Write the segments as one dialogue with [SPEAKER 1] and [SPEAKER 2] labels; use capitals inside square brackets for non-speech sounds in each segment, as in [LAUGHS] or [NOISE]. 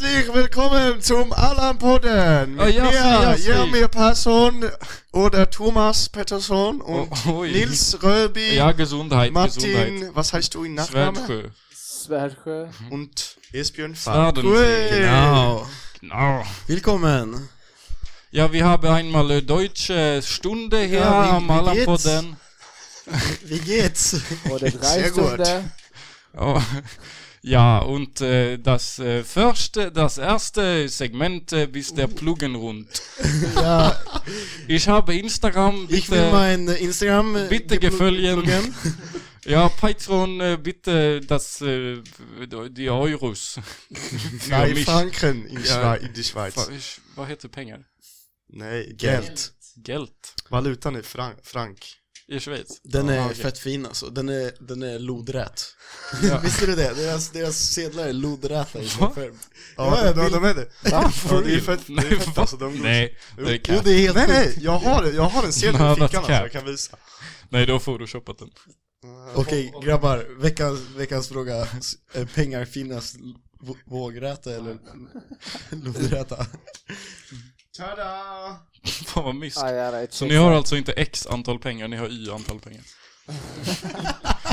[SPEAKER 1] willkommen zum Alarmboden.
[SPEAKER 2] Oh, ja,
[SPEAKER 1] ja,
[SPEAKER 2] ja,
[SPEAKER 1] ja,
[SPEAKER 2] sí.
[SPEAKER 1] mir Person oder Thomas Pettersson und
[SPEAKER 2] Oh, ui.
[SPEAKER 1] Nils Röbi,
[SPEAKER 2] Ja, Gesundheit,
[SPEAKER 1] Martin,
[SPEAKER 2] Gesundheit.
[SPEAKER 1] was heißt du in Nachname?
[SPEAKER 2] Schwertke.
[SPEAKER 3] Sverige.
[SPEAKER 1] Und Esbjörn
[SPEAKER 2] Staden.
[SPEAKER 1] Ui.
[SPEAKER 4] Genau.
[SPEAKER 2] Genau.
[SPEAKER 4] Willkommen.
[SPEAKER 2] Ja, wir haben einmal eine deutsche Stunde hier
[SPEAKER 4] Ja, wie-
[SPEAKER 2] am
[SPEAKER 4] wie
[SPEAKER 2] Alampoden.
[SPEAKER 4] Wie geht's?
[SPEAKER 3] Oder
[SPEAKER 1] [LAUGHS] Sehr gut.
[SPEAKER 3] Dreistunde.
[SPEAKER 2] Oh. [LAUGHS] Ja, und äh, das, äh, förste, das erste Segment äh, ist der Plugenrund.
[SPEAKER 4] ja,
[SPEAKER 2] Ich habe Instagram,
[SPEAKER 4] ich will
[SPEAKER 2] bitte,
[SPEAKER 4] mein Instagram äh,
[SPEAKER 2] bitte
[SPEAKER 4] geplu-
[SPEAKER 2] gefälligen.
[SPEAKER 4] pluggen.
[SPEAKER 2] ja, Patreon, äh, bitte das, äh, die Euros. [LAUGHS] Für
[SPEAKER 1] Nein,
[SPEAKER 2] mich.
[SPEAKER 1] Franken in,
[SPEAKER 2] Ja.
[SPEAKER 1] Schwe in die Schweiz.
[SPEAKER 2] Ich, was heter pengar?
[SPEAKER 1] Nej, Geld.
[SPEAKER 2] Geld. Ah,
[SPEAKER 1] Valutan är frank. frank.
[SPEAKER 2] I Schweiz.
[SPEAKER 4] Den är
[SPEAKER 2] Aha, okej.
[SPEAKER 4] äh, fett fin alltså. Den är, den är lodrät.
[SPEAKER 2] Ja.
[SPEAKER 4] Visste du det? Deras, deras sedlar är lodräta i sin
[SPEAKER 2] Va?
[SPEAKER 4] form.
[SPEAKER 1] Ja,
[SPEAKER 4] jag
[SPEAKER 1] de,
[SPEAKER 4] vill-
[SPEAKER 1] de är det. Ja, det är fett, det är
[SPEAKER 2] Nej,
[SPEAKER 1] fett
[SPEAKER 2] va?
[SPEAKER 1] alltså, de
[SPEAKER 4] Äh,
[SPEAKER 2] Nej, det är
[SPEAKER 4] Jo,
[SPEAKER 2] katt.
[SPEAKER 4] det är helt
[SPEAKER 1] Nej
[SPEAKER 4] sjukt.
[SPEAKER 1] nej, jag har, jag har en sedel i
[SPEAKER 2] Nödat
[SPEAKER 1] fickan alltså,
[SPEAKER 2] cap.
[SPEAKER 1] jag kan visa.
[SPEAKER 2] Nej, du har photoshopat [LAUGHS] den.
[SPEAKER 4] Okej, grabbar. Veckans, veckans fråga. S- eh, Pengar finnas v- vågräta eller lodräta?
[SPEAKER 1] Tada!
[SPEAKER 2] Fan vad mysk.
[SPEAKER 3] Ah, ja, right.
[SPEAKER 2] Så ni har alltså inte x antal pengar, ni har y
[SPEAKER 1] [LAUGHS]
[SPEAKER 2] antal pengar.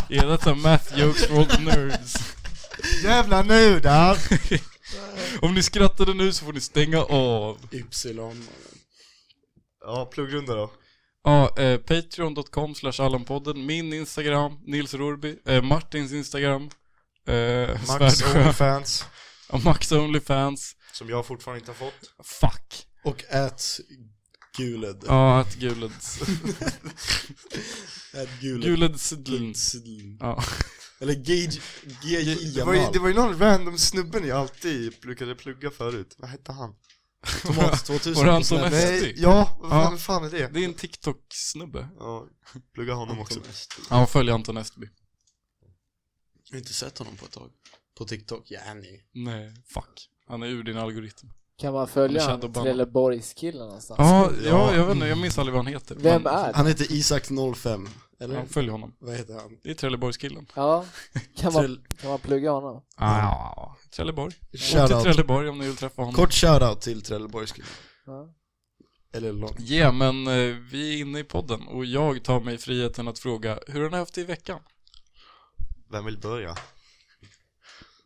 [SPEAKER 2] yeah, that's a math jokes for old nerds.
[SPEAKER 1] Jävla nudar!
[SPEAKER 2] Om ni skrattade nu så får ni stänga av.
[SPEAKER 4] Ypsilon.
[SPEAKER 1] Ja, pluggrunda då.
[SPEAKER 2] Ja, eh, Patreon.com slash Allanpodden, min Instagram, Nils Rorby, eh, Martins Instagram, eh,
[SPEAKER 1] Max
[SPEAKER 2] Svärdsjö,
[SPEAKER 1] fans
[SPEAKER 2] ja, Max Onlyfans,
[SPEAKER 1] som jag fortfarande inte har fått.
[SPEAKER 2] fuck.
[SPEAKER 4] Och ät guled.
[SPEAKER 2] Ja, att Guleds,
[SPEAKER 4] Ät guled.
[SPEAKER 2] Guleds Sidlins.
[SPEAKER 4] Guled.
[SPEAKER 2] Ja.
[SPEAKER 4] Eller Gage... Gage
[SPEAKER 1] Det var, ju, det
[SPEAKER 4] Jamal.
[SPEAKER 1] var ju någon random snubben jag alltid brukade plugga förut. Vad hette han?
[SPEAKER 4] Tomat 2000.
[SPEAKER 2] Var det han som
[SPEAKER 4] Snälla.
[SPEAKER 2] mest?
[SPEAKER 1] Nej,
[SPEAKER 2] Esti?
[SPEAKER 1] ja, vad
[SPEAKER 2] Ja.
[SPEAKER 1] vem fan är det?
[SPEAKER 2] Det är en TikTok-snubbe.
[SPEAKER 1] Ja, plugga honom också.
[SPEAKER 2] Ja, följ Anton Estby.
[SPEAKER 4] Jag har inte sett honom på ett tag. På TikTok, ja nej.
[SPEAKER 2] Nej, fuck. Han är ur din algoritm.
[SPEAKER 3] Kan man följa
[SPEAKER 2] Eller
[SPEAKER 3] han
[SPEAKER 2] Shadowban.
[SPEAKER 3] Trelleborgskillen någonstans?
[SPEAKER 2] Ja, ja, jag vet inte, jag minns aldrig vad han heter.
[SPEAKER 3] Vem
[SPEAKER 2] men-
[SPEAKER 3] är?
[SPEAKER 4] Han heter Isak05, eller?
[SPEAKER 2] Ja, följ honom.
[SPEAKER 4] Vad heter han?
[SPEAKER 2] Det är Trelleborgskillen.
[SPEAKER 3] Ja. Kan man,
[SPEAKER 4] Trell-
[SPEAKER 3] kan man plugga honom?
[SPEAKER 2] Ah. Trelleborg. Åk till
[SPEAKER 4] Shoutout.
[SPEAKER 2] Trelleborg om ni vill träffa honom.
[SPEAKER 4] Kort shoutout till Trelleborgskillen.
[SPEAKER 3] Ja.
[SPEAKER 4] Eller lång.
[SPEAKER 2] Ja, yeah, men eh, vi är inne i podden och jag tar mig friheten att fråga hur har ni haft det i veckan?
[SPEAKER 1] Vem vill börja?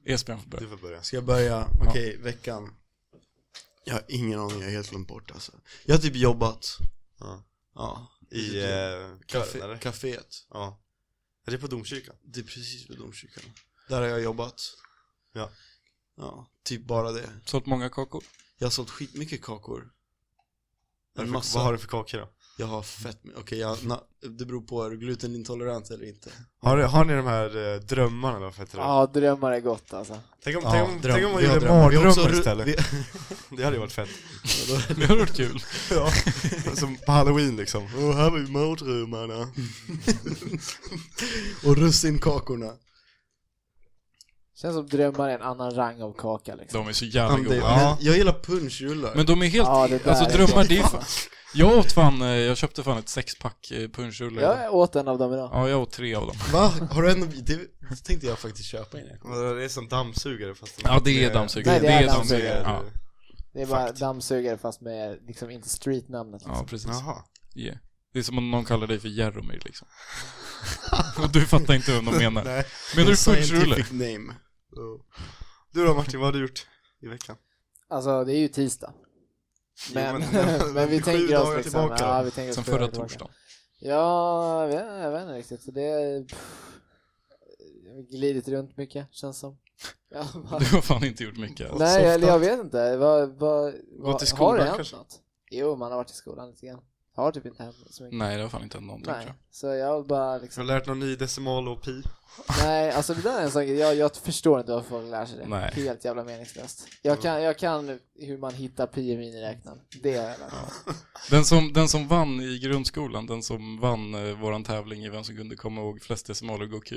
[SPEAKER 2] Esbjörn får börja.
[SPEAKER 1] Du får börja.
[SPEAKER 4] Ska jag börja? Okej, veckan. Jag har ingen aning, jag har helt glömt bort alltså. Jag har typ jobbat.
[SPEAKER 1] Ja.
[SPEAKER 4] Ja.
[SPEAKER 1] I eh, kören eller?
[SPEAKER 4] Café, caféet.
[SPEAKER 1] Ja. Är det på domkyrkan?
[SPEAKER 4] Det är precis vid domkyrkan. Där har jag jobbat.
[SPEAKER 1] Ja.
[SPEAKER 4] Ja, typ bara det.
[SPEAKER 2] Sålt många kakor.
[SPEAKER 4] Jag har sålt skitmycket
[SPEAKER 1] Vad
[SPEAKER 4] kakor. En
[SPEAKER 1] har du för-
[SPEAKER 4] massa.
[SPEAKER 1] Vad har du för kakor då?
[SPEAKER 4] Jag har fett mycket. Okej, jag- na- det beror på, är du glutenintolerant eller inte?
[SPEAKER 1] Har, har ni de här eh, drömmarna då? För att,
[SPEAKER 3] Ja, drömmar är gott alltså.
[SPEAKER 1] tänk, om,
[SPEAKER 4] Ja,
[SPEAKER 1] tänk, om,
[SPEAKER 4] dröm-
[SPEAKER 1] tänk om man
[SPEAKER 4] vi har
[SPEAKER 1] gjorde
[SPEAKER 4] drömmar. Vi har också
[SPEAKER 1] mardrömmar
[SPEAKER 4] ru-
[SPEAKER 1] istället.
[SPEAKER 4] vi-
[SPEAKER 1] Det hade ju varit fett.
[SPEAKER 2] [LAUGHS] Det har varit kul.
[SPEAKER 1] Ja, [LAUGHS] som på halloween liksom. [LAUGHS] Och här var ju mardrömmarna.
[SPEAKER 4] [LAUGHS] Och russinkakorna.
[SPEAKER 3] Känns som drömmar är en annan rang av kaka liksom.
[SPEAKER 2] De är så jävla
[SPEAKER 4] Fan, det,
[SPEAKER 2] goda.
[SPEAKER 4] men jag gillar punchrullar.
[SPEAKER 2] Men de är helt,
[SPEAKER 3] Ja, det där
[SPEAKER 2] alltså
[SPEAKER 3] är
[SPEAKER 2] drömmar,
[SPEAKER 3] gott.
[SPEAKER 2] det är fan. Jag åt fan, eh, jag köpte fan ett sexpack eh, punschrullar. idag.
[SPEAKER 3] Jag åt en av dem idag.
[SPEAKER 2] Ja, jag åt tre av dem.
[SPEAKER 4] Va? Har du en det, det tänkte jag faktiskt köpa innan jag kom.
[SPEAKER 1] Det är som dammsugare fast
[SPEAKER 2] Ja, det är dammsugare.
[SPEAKER 3] Nej, det är
[SPEAKER 1] dammsugare.
[SPEAKER 2] Ja,
[SPEAKER 3] Det är bara dammsugare fast med liksom inte streetnamnet
[SPEAKER 2] ja
[SPEAKER 3] liksom.
[SPEAKER 2] precis.
[SPEAKER 1] Jaha.
[SPEAKER 2] Yeah. Det är som om någon kallar dig för Jeromir liksom. Och du fattar inte vad de menar.
[SPEAKER 1] Nej.
[SPEAKER 2] Menar du punschrulle?
[SPEAKER 4] Scientific name.
[SPEAKER 1] Ja. Du då Martin, vad har du gjort i veckan?
[SPEAKER 3] Alltså det är ju tisdag.
[SPEAKER 1] Jo,
[SPEAKER 3] Men,
[SPEAKER 1] men-
[SPEAKER 3] [LAUGHS] men,
[SPEAKER 1] [LAUGHS]
[SPEAKER 3] vi
[SPEAKER 1] sju
[SPEAKER 3] tänker oss
[SPEAKER 1] dagar
[SPEAKER 3] liksom,
[SPEAKER 1] tillbaka.
[SPEAKER 3] ja, vi tänker oss
[SPEAKER 2] Sen
[SPEAKER 3] sju
[SPEAKER 2] förra
[SPEAKER 3] dagar tillbaka.
[SPEAKER 2] torsdagen.
[SPEAKER 3] Ja, jag vet, jag vet inte riktigt. Så det är pff, jag har glidit runt mycket, känns som. Jag
[SPEAKER 2] [LAUGHS]
[SPEAKER 3] bara,
[SPEAKER 2] Du har fan inte gjort mycket. alltså.
[SPEAKER 3] nej, eller jag
[SPEAKER 4] softat.
[SPEAKER 3] vet inte. Vad, vad, vad,
[SPEAKER 1] till
[SPEAKER 3] har
[SPEAKER 1] skolan
[SPEAKER 3] det hänt
[SPEAKER 1] kanske?
[SPEAKER 3] något? Jo, man har varit i skolan lite grann. Har typ inte hänt så mycket.
[SPEAKER 2] Nej, Mm, det har fan inte hänt någonting
[SPEAKER 3] Nej,
[SPEAKER 2] tror
[SPEAKER 3] så jag har bara
[SPEAKER 1] Har
[SPEAKER 3] liksom,
[SPEAKER 1] du lärt någon ny decimal och pi?
[SPEAKER 3] nej, alltså det där är en sak, jag, jag förstår inte varför folk lär sig det.
[SPEAKER 2] Nej.
[SPEAKER 3] Helt jävla meningslöst. Jag kan, jag kan hur man hittar pi i miniräknaren. Det har jag lärt mig.
[SPEAKER 2] jag. Den som, den som vann i grundskolan, den som vann eh, våran tävling i vem som kunde komma ihåg flest decimaler och gå Q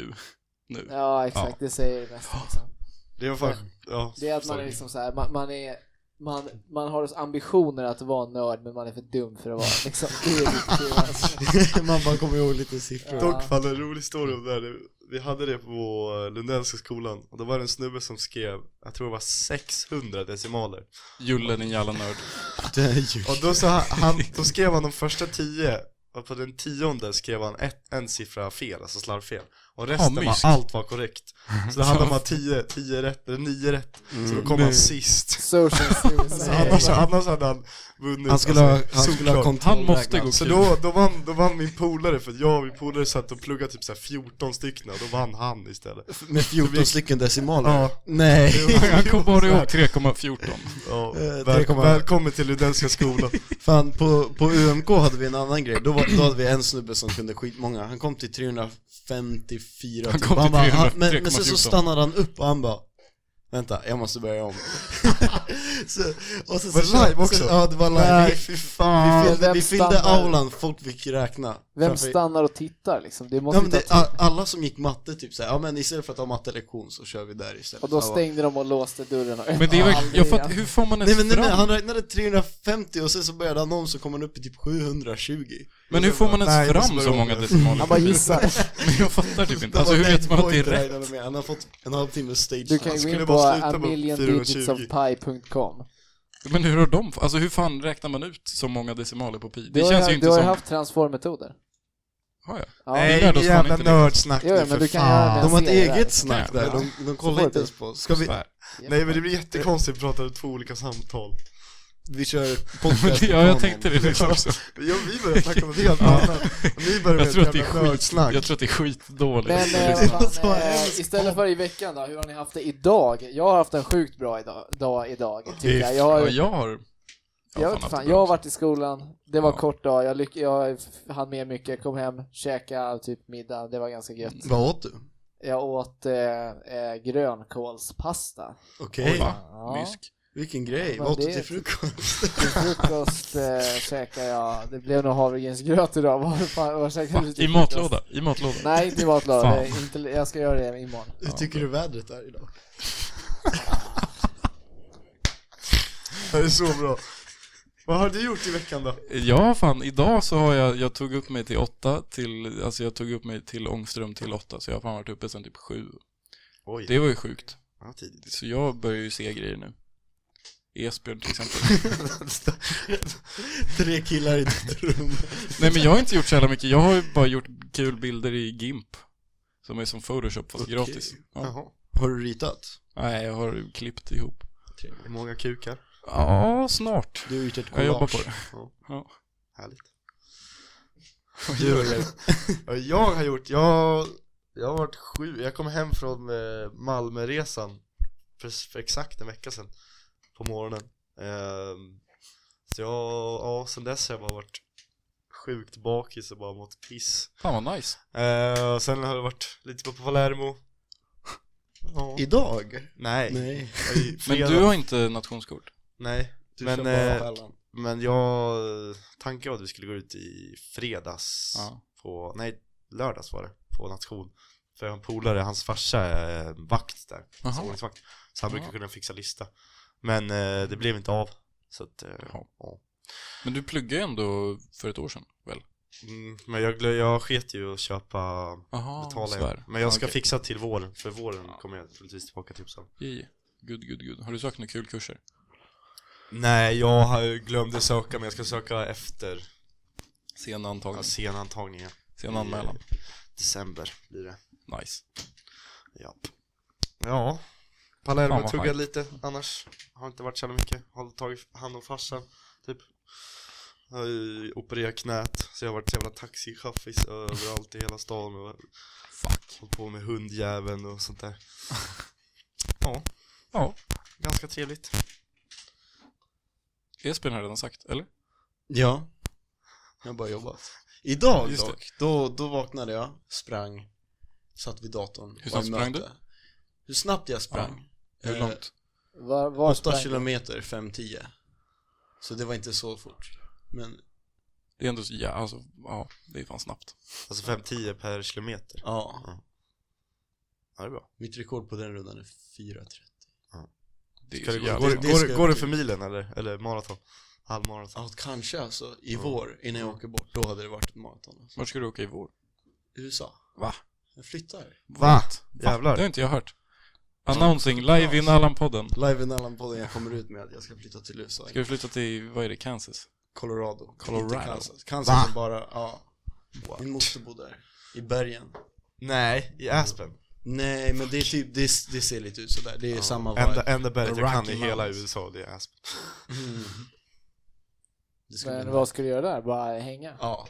[SPEAKER 2] nu.
[SPEAKER 3] Ja, exakt,
[SPEAKER 2] Ja.
[SPEAKER 3] det säger det mesta liksom.
[SPEAKER 1] Det var fan... Ja,
[SPEAKER 3] Det är att man
[SPEAKER 1] sorry.
[SPEAKER 3] är liksom så här, man, man är man, man har ambitioner att vara nörd men man är för dum för att vara liksom. Det är riktigt, alltså.
[SPEAKER 4] [LAUGHS] Man bara kommer ihåg lite siffror.
[SPEAKER 3] Ja.
[SPEAKER 1] Dock fan en rolig story om det här. Vi hade det på Lundellska skolan och då var det en snubbe som skrev, jag tror det var 600 decimaler.
[SPEAKER 2] Julle din jävla nörd.
[SPEAKER 4] Det är ju...
[SPEAKER 1] Och då, så han, han, då skrev han de första tio och på den tionde skrev han ett, en siffra fel, alltså slarvfel. Och resten var,
[SPEAKER 2] mysk.
[SPEAKER 1] allt var korrekt. Så det handlade om
[SPEAKER 4] [LAUGHS]
[SPEAKER 1] att ha tio, tio rätt, eller nio rätt. Så då kom
[SPEAKER 4] Mm.
[SPEAKER 1] han sist.
[SPEAKER 3] Social
[SPEAKER 1] Så
[SPEAKER 3] suicide.
[SPEAKER 1] annars, annars hade han vunnit.
[SPEAKER 4] Han skulle ha, han
[SPEAKER 1] solklart.
[SPEAKER 4] skulle ha kontroll.
[SPEAKER 2] Han måste gå
[SPEAKER 1] Så
[SPEAKER 2] kul.
[SPEAKER 1] då, då, vann, då vann min polare för att jag och min polare satt och pluggade typ så här 14 stycken och då vann han istället.
[SPEAKER 4] Med 14 stycken decimaler?
[SPEAKER 1] Ja.
[SPEAKER 4] Nej.
[SPEAKER 2] Han kom bara ihåg 3,14.
[SPEAKER 1] Ja,
[SPEAKER 4] Eh,
[SPEAKER 1] väl,
[SPEAKER 4] 3,1.
[SPEAKER 1] välkommen till Lundellska skolan.
[SPEAKER 4] [LAUGHS] Fan, på, på UMK hade vi en annan grej. Då, var, då hade vi en snubbe som kunde skitmånga. Han kom till 354
[SPEAKER 2] Han
[SPEAKER 4] typ.
[SPEAKER 2] kom till
[SPEAKER 4] bara,
[SPEAKER 2] 300,
[SPEAKER 4] men, men sen så
[SPEAKER 2] 3,14.
[SPEAKER 4] stannade han upp och han bara Vänta, jag måste börja om. [LAUGHS] så, och sen,
[SPEAKER 1] Var det
[SPEAKER 4] så-
[SPEAKER 1] live också?
[SPEAKER 4] Så, ja, det var live.
[SPEAKER 1] Nej,
[SPEAKER 4] fy fan. Vi fyllde,
[SPEAKER 3] Vem
[SPEAKER 4] vi fyllde
[SPEAKER 3] stannar?
[SPEAKER 4] aulan, folk fick räkna.
[SPEAKER 3] Vem
[SPEAKER 4] Framför-
[SPEAKER 3] stannar och tittar liksom? Det måste
[SPEAKER 4] Ja, men
[SPEAKER 3] ju ta
[SPEAKER 4] det,
[SPEAKER 3] tid.
[SPEAKER 4] a- alla som gick matte typ såhär, ja men istället för att ha mattelektion så kör vi där istället.
[SPEAKER 3] Och då
[SPEAKER 4] Jag bara,
[SPEAKER 3] stängde de och låste dörren och
[SPEAKER 2] Men det är verkligen, jag fattar,
[SPEAKER 3] Aldrig
[SPEAKER 2] hur får man
[SPEAKER 4] Nej
[SPEAKER 2] ens
[SPEAKER 4] men nej, nej,
[SPEAKER 2] fram?
[SPEAKER 4] han räknade 350 och sen så började han om så kom han upp i typ 720
[SPEAKER 2] Men hur får man
[SPEAKER 1] Nej,
[SPEAKER 2] ens
[SPEAKER 1] jag måste
[SPEAKER 2] fram
[SPEAKER 1] börja
[SPEAKER 2] så
[SPEAKER 1] om.
[SPEAKER 2] många decimaler?
[SPEAKER 3] Han bara gissar.
[SPEAKER 2] [LAUGHS] Men jag fattar typ inte.
[SPEAKER 4] Det
[SPEAKER 2] Alltså
[SPEAKER 4] var
[SPEAKER 2] hur
[SPEAKER 4] den
[SPEAKER 2] vet man att det är
[SPEAKER 4] pointen
[SPEAKER 2] rätt? Alltså,
[SPEAKER 4] räknade med. Han har fått en halvtimmes stage
[SPEAKER 3] Du kan
[SPEAKER 4] Han
[SPEAKER 3] ju gå
[SPEAKER 1] skulle
[SPEAKER 3] in på
[SPEAKER 1] bara sluta på
[SPEAKER 3] amilliondigitsofpie.com
[SPEAKER 2] Men hur har de, alltså hur fan räknar man ut så många decimaler på pi?
[SPEAKER 3] Du
[SPEAKER 2] Det
[SPEAKER 3] har
[SPEAKER 2] känns
[SPEAKER 3] ju-
[SPEAKER 2] ju
[SPEAKER 3] Du
[SPEAKER 2] inte
[SPEAKER 3] har ju
[SPEAKER 2] som...
[SPEAKER 3] haft transformmetoder.
[SPEAKER 2] Har jag?
[SPEAKER 3] Ja,
[SPEAKER 2] det
[SPEAKER 1] Nej,
[SPEAKER 2] lärde oss fan
[SPEAKER 1] jävla
[SPEAKER 2] inte det.
[SPEAKER 1] nördsnack
[SPEAKER 3] Jo,
[SPEAKER 1] nu
[SPEAKER 3] men alltså,
[SPEAKER 1] för
[SPEAKER 3] du kan göra
[SPEAKER 1] fan.
[SPEAKER 3] det.
[SPEAKER 4] De har ett
[SPEAKER 3] ser det här.
[SPEAKER 4] eget snack där, de, de kollar inte ens på oss.
[SPEAKER 2] [LAUGHS]
[SPEAKER 4] Ska vi,
[SPEAKER 2] Så här.
[SPEAKER 1] Nej men det blir jättekonstigt att prata om två olika samtal.
[SPEAKER 2] [LAUGHS]
[SPEAKER 4] vi kör podcast
[SPEAKER 2] Ja, jag tänkte det liksom också.
[SPEAKER 1] Ja, vi börjar snacka om något helt annat. Och Ni börjar med
[SPEAKER 2] Jag
[SPEAKER 1] ett
[SPEAKER 2] tror att det är
[SPEAKER 1] jävla
[SPEAKER 2] skit,
[SPEAKER 1] nördsnack.
[SPEAKER 2] jag tror att [LAUGHS] det är skitdåligt.
[SPEAKER 3] Men eh,
[SPEAKER 2] Liksom.
[SPEAKER 3] fan, eh, istället för i veckan då, hur har ni haft det idag? Jag har haft en sjukt bra idag, dag idag, tycker jag. Jag
[SPEAKER 2] Ja,
[SPEAKER 3] har,
[SPEAKER 2] jag har...
[SPEAKER 3] jag, vet
[SPEAKER 2] fan alltså,
[SPEAKER 3] inte
[SPEAKER 2] haft
[SPEAKER 3] fan,
[SPEAKER 2] det
[SPEAKER 3] jag
[SPEAKER 2] bra.
[SPEAKER 3] har varit i skolan, det var
[SPEAKER 2] Ja.
[SPEAKER 3] kort dag, jag, lyck, jag f- hann med mycket, kom hem, käka typ middag, det var ganska gött.
[SPEAKER 2] Mm.
[SPEAKER 4] Vad åt du?
[SPEAKER 3] Jag åt eh, eh, grönkålspasta.
[SPEAKER 4] Okej,
[SPEAKER 2] Oj, va?
[SPEAKER 3] Ja.
[SPEAKER 2] Mysk.
[SPEAKER 4] vilken grej.
[SPEAKER 3] Men
[SPEAKER 4] Vad åt du
[SPEAKER 3] det-
[SPEAKER 4] till frukost?
[SPEAKER 3] Till frukost eh, käkade jag, det blev nog havregrynsgröt idag. [LAUGHS] Vad fan, vad käkade du
[SPEAKER 2] I
[SPEAKER 3] till frukost?
[SPEAKER 2] matlåda, i matlåda.
[SPEAKER 3] Nej, inte i matlåda.
[SPEAKER 2] Fan.
[SPEAKER 3] Det är Inte, jag ska göra det imorgon.
[SPEAKER 4] Hur tycker du vädret är idag?
[SPEAKER 1] Det är så bra. Vad har du gjort i veckan då?
[SPEAKER 2] Ja, fan, idag så har jag, jag tog upp mig till åtta, till, alltså jag tog upp mig till Ångström till åtta, så jag har fan varit uppe sedan typ sju.
[SPEAKER 1] Oj,
[SPEAKER 2] Det var ju sjukt.
[SPEAKER 1] var tidigt.
[SPEAKER 2] Så jag börjar ju se grejer nu. Esbjörn till exempel.
[SPEAKER 4] [LAUGHS] Tre killar i ditt rum.
[SPEAKER 2] Nej men jag har inte gjort så jävla mycket, jag har ju bara gjort kul bilder i GIMP. Som är som Photoshop fast
[SPEAKER 4] Okej.
[SPEAKER 2] gratis. Ja.
[SPEAKER 1] Jaha,
[SPEAKER 4] Har du ritat?
[SPEAKER 2] Nej, jag har klippt ihop.
[SPEAKER 1] många kukar.
[SPEAKER 2] Ja, snart.
[SPEAKER 4] Du har gjort ett
[SPEAKER 2] Jag jobbar på
[SPEAKER 4] collage.
[SPEAKER 2] det.
[SPEAKER 1] Ja.
[SPEAKER 2] Ja.
[SPEAKER 1] Härligt.
[SPEAKER 4] Du har [LAUGHS] gjort-
[SPEAKER 1] Ja, jag har gjort, jag, jag har varit sju, jag kom hem från eh, Malmöresan för, för exakt en vecka sedan på morgonen. Ehm, så jag, ja, sen dess har jag bara varit sjukt bakis och bara mått piss.
[SPEAKER 2] Fan vad nice.
[SPEAKER 1] Eh, och sen har jag varit lite på Palermo. Ja.
[SPEAKER 4] Idag?
[SPEAKER 1] Nej.
[SPEAKER 4] Nej.
[SPEAKER 1] I
[SPEAKER 2] Men
[SPEAKER 1] fredag.
[SPEAKER 2] du har inte nationskort?
[SPEAKER 1] Nej.
[SPEAKER 4] Du
[SPEAKER 1] Men,
[SPEAKER 4] kör bara
[SPEAKER 1] eh,
[SPEAKER 4] Pallan.
[SPEAKER 1] Men jag, tanken var att vi skulle gå ut i fredags
[SPEAKER 2] Ja.
[SPEAKER 1] på, nej lördags var det, på nation. För jag har en polare, hans farsa är vakt där,
[SPEAKER 2] Jaha.
[SPEAKER 1] samordningsvakt. Så han brukar
[SPEAKER 2] Ja.
[SPEAKER 1] kunna fixa lista. Men eh, det blev inte av. Så att, eh,
[SPEAKER 2] Jaha.
[SPEAKER 1] ja.
[SPEAKER 2] Men du pluggade ju ändå för ett år sedan, väl?
[SPEAKER 1] mm, men jag, glö- jag sket ju att köpa,
[SPEAKER 2] Jaha,
[SPEAKER 1] betala
[SPEAKER 2] svär.
[SPEAKER 1] igen. Men jag ska
[SPEAKER 2] Okej.
[SPEAKER 1] fixa till våren, för våren kommer jag troligtvis tillbaka till Uppsala.
[SPEAKER 2] Ja, ja. Gud, gud, gud. Har du sökt några kul kurser?
[SPEAKER 1] Nej, jag har- glömde söka men jag ska söka efter
[SPEAKER 2] Sen
[SPEAKER 1] ja,
[SPEAKER 2] antagning,
[SPEAKER 1] sen antagningen.
[SPEAKER 2] sen anmälan.
[SPEAKER 1] December blir det.
[SPEAKER 2] Nice.
[SPEAKER 1] Ja. Ja. Palermo
[SPEAKER 2] Fan, vad
[SPEAKER 1] tuggade
[SPEAKER 2] skönt.
[SPEAKER 1] lite annars. Har inte varit så jävla mycket. Har tagit hand om farsan, typ. Jag har ju opererat knät, så jag har varit så jävla taxichaffis överallt i hela stan och
[SPEAKER 2] Fuck.
[SPEAKER 1] hållit på med hundjäveln och sånt där. Ja,
[SPEAKER 2] [LAUGHS] Ja,
[SPEAKER 1] ganska trevligt.
[SPEAKER 2] Esbjörn har redan sagt, eller?
[SPEAKER 4] Ja. Jag har bara jobbat. Idag
[SPEAKER 2] Just det.
[SPEAKER 4] dock, då, då vaknade jag, sprang, satt vid datorn.
[SPEAKER 2] Hur
[SPEAKER 4] var i
[SPEAKER 2] snabbt sprang
[SPEAKER 4] möte. Hur snabbt jag sprang?
[SPEAKER 2] Hur
[SPEAKER 4] Eh,
[SPEAKER 2] långt?
[SPEAKER 3] Var, var
[SPEAKER 4] 8
[SPEAKER 3] sprang du?
[SPEAKER 4] kilometer, 5-10. Så det var inte så fort. Men
[SPEAKER 2] Det är ändå så, ja, alltså, ja, det är fan snabbt.
[SPEAKER 1] Alltså 5-10 per kilometer.
[SPEAKER 4] ja,
[SPEAKER 1] Ja, det är bra.
[SPEAKER 4] mitt rekord på den rundan är 4.30.
[SPEAKER 2] det
[SPEAKER 1] Ska det
[SPEAKER 2] är så
[SPEAKER 1] gå,
[SPEAKER 2] jävla...
[SPEAKER 1] går, det,
[SPEAKER 4] det
[SPEAKER 1] går,
[SPEAKER 4] ska
[SPEAKER 1] det,
[SPEAKER 4] jag
[SPEAKER 1] går det
[SPEAKER 4] bli.
[SPEAKER 1] för milen eller? Eller maraton? Halvmaraton?
[SPEAKER 4] Ja, kanske alltså i
[SPEAKER 1] Mm.
[SPEAKER 4] vår innan jag åker bort, då hade det varit ett maraton. Alltså.
[SPEAKER 2] Vart ska du åka i vår?
[SPEAKER 4] USA.
[SPEAKER 2] Va?
[SPEAKER 4] Jag flyttar.
[SPEAKER 1] Va?
[SPEAKER 2] Det
[SPEAKER 1] Jävlar.
[SPEAKER 2] har inte jag hört. Announcing live in Allan-podden.
[SPEAKER 4] Live in Allan-podden jag kommer ut med att jag ska flytta till USA.
[SPEAKER 2] Ska vi flytta till, vad är det, Kansas?
[SPEAKER 4] Colorado.
[SPEAKER 2] Colorado.
[SPEAKER 4] Inte Kansas. Kansas är bara, ja.
[SPEAKER 1] What?
[SPEAKER 4] Min moster bor där. I bergen.
[SPEAKER 1] Nej, i Aspen.
[SPEAKER 4] Nej, men det är typ, det, det ser lite ut sådär. Det är samma vibe.
[SPEAKER 1] Enda, enda berget jag kan i
[SPEAKER 4] Rocky
[SPEAKER 1] hela
[SPEAKER 4] Mountains.
[SPEAKER 1] USA, det är Aspen.
[SPEAKER 4] Mm. Det ska
[SPEAKER 3] Men
[SPEAKER 4] bli-
[SPEAKER 3] vad ska du göra där? Bara hänga?
[SPEAKER 4] Ja,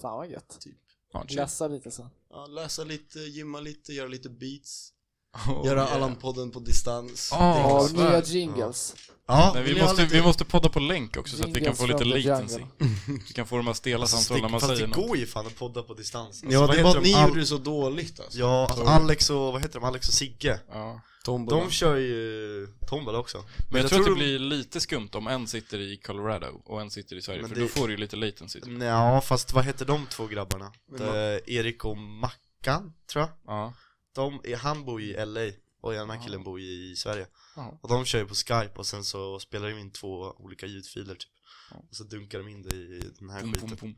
[SPEAKER 3] Fan vad gött.
[SPEAKER 4] typ.
[SPEAKER 2] Ja, chill.
[SPEAKER 3] Läsa lite sen.
[SPEAKER 4] Ja, läsa lite, gymma lite, göra lite beats.
[SPEAKER 2] Oh,
[SPEAKER 4] göra
[SPEAKER 2] yeah.
[SPEAKER 4] Allan-podden på distans.
[SPEAKER 2] Ah.
[SPEAKER 4] Det är
[SPEAKER 3] Ja,
[SPEAKER 4] klart.
[SPEAKER 2] svär.
[SPEAKER 3] nya jingles.
[SPEAKER 4] ja,
[SPEAKER 2] Nej,
[SPEAKER 4] vill
[SPEAKER 2] vi,
[SPEAKER 4] ni ha
[SPEAKER 2] måste,
[SPEAKER 4] lite-
[SPEAKER 2] vi måste podda på länk också så att vi kan
[SPEAKER 3] Jingles
[SPEAKER 2] få lite
[SPEAKER 3] from the
[SPEAKER 2] latency.
[SPEAKER 3] jungle.
[SPEAKER 2] [LAUGHS] Vi kan få de här stela
[SPEAKER 1] Fast
[SPEAKER 2] samtalen när man
[SPEAKER 1] det- Alltså, fast
[SPEAKER 2] säger
[SPEAKER 1] det
[SPEAKER 2] något.
[SPEAKER 1] går ju fan att podda på distans. Alltså,
[SPEAKER 4] Ja,
[SPEAKER 1] vad
[SPEAKER 4] det är
[SPEAKER 1] heter
[SPEAKER 4] bara att
[SPEAKER 1] de?
[SPEAKER 4] ni
[SPEAKER 1] Al-
[SPEAKER 4] gjorde det så dåligt alltså.
[SPEAKER 1] Ja, alltså Alex och, vad heter de? Alex och Sigge.
[SPEAKER 2] Ja.
[SPEAKER 4] Tombola.
[SPEAKER 1] De kör ju tombola också. Men,
[SPEAKER 2] Men jag, tror att det
[SPEAKER 1] de-
[SPEAKER 2] blir lite skumt om en sitter i Colorado och en sitter i Sverige,
[SPEAKER 1] Men
[SPEAKER 2] för
[SPEAKER 1] det- Mm.
[SPEAKER 2] då får du ju lite latency. typ.
[SPEAKER 1] Nej, ja, fast vad heter de två grabbarna?
[SPEAKER 4] Men
[SPEAKER 1] Eh, Erik och Mackan, tror jag.
[SPEAKER 2] Ja.
[SPEAKER 1] De, är- han bor ju i LA och den här
[SPEAKER 2] Mm. Ja.
[SPEAKER 1] killen bor ju i Sverige.
[SPEAKER 2] Ja.
[SPEAKER 1] Och de kör ju på Skype och sen så spelar de in två olika ljudfiler typ.
[SPEAKER 2] Ja.
[SPEAKER 1] Och så dunkar de in det i den här
[SPEAKER 2] Pum,
[SPEAKER 1] skiten.
[SPEAKER 2] pum, pum.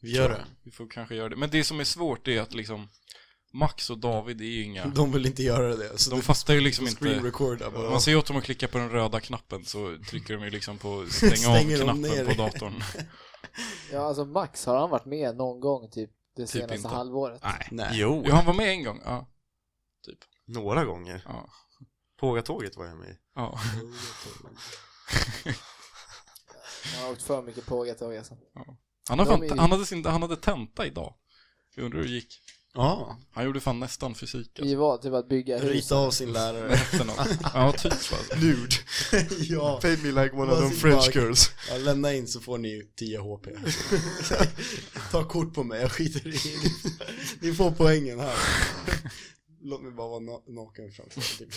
[SPEAKER 4] Vi gör det.
[SPEAKER 2] Vi får kanske göra det. Men det som är svårt är att liksom Max och David är ju inga...
[SPEAKER 4] [LAUGHS] De vill inte göra det. Så
[SPEAKER 2] De
[SPEAKER 4] de
[SPEAKER 2] fattar ju liksom
[SPEAKER 4] screen
[SPEAKER 2] inte...
[SPEAKER 4] recorda bara.
[SPEAKER 2] Man säger åt dem att klicka på den röda knappen så trycker de ju liksom
[SPEAKER 4] [LAUGHS]
[SPEAKER 2] på stäng
[SPEAKER 4] Stänger de ner.
[SPEAKER 2] av-knappen på
[SPEAKER 4] [LAUGHS]
[SPEAKER 2] datorn.
[SPEAKER 3] Ja, alltså Max, har han varit med någon gång typ det senaste
[SPEAKER 2] inte.
[SPEAKER 3] halvåret?
[SPEAKER 2] Nej.
[SPEAKER 4] Nej.
[SPEAKER 1] Jo,
[SPEAKER 2] Jo, han var med en gång. Ja.
[SPEAKER 1] några gånger.
[SPEAKER 2] Ja.
[SPEAKER 1] Pågatåget var jag med i.
[SPEAKER 2] ja.
[SPEAKER 3] Han har åkt för mycket pågatåg alltså.
[SPEAKER 2] Han, har
[SPEAKER 3] De
[SPEAKER 2] fan,
[SPEAKER 3] är ju-
[SPEAKER 2] han, hade sin, han hade tenta idag. Jag undrar hur det gick.
[SPEAKER 4] Ja.
[SPEAKER 2] Han gjorde fan nästan fysik alltså.
[SPEAKER 3] Vi var typ att bygga hus.
[SPEAKER 4] Rita av
[SPEAKER 1] [LAUGHS]
[SPEAKER 4] sin lärare.
[SPEAKER 2] Efter
[SPEAKER 4] [LAUGHS]
[SPEAKER 2] något. Ja, typ alltså.
[SPEAKER 1] Nude.
[SPEAKER 4] ja.
[SPEAKER 1] Pay me like one
[SPEAKER 4] of them French
[SPEAKER 1] girls.
[SPEAKER 4] ja. Lämna in så får ni 10 HP. [LAUGHS] Ta kort på mig, jag skiter i det. Ni får poängen här. Låt mig bara vara na- naken framför er, typ.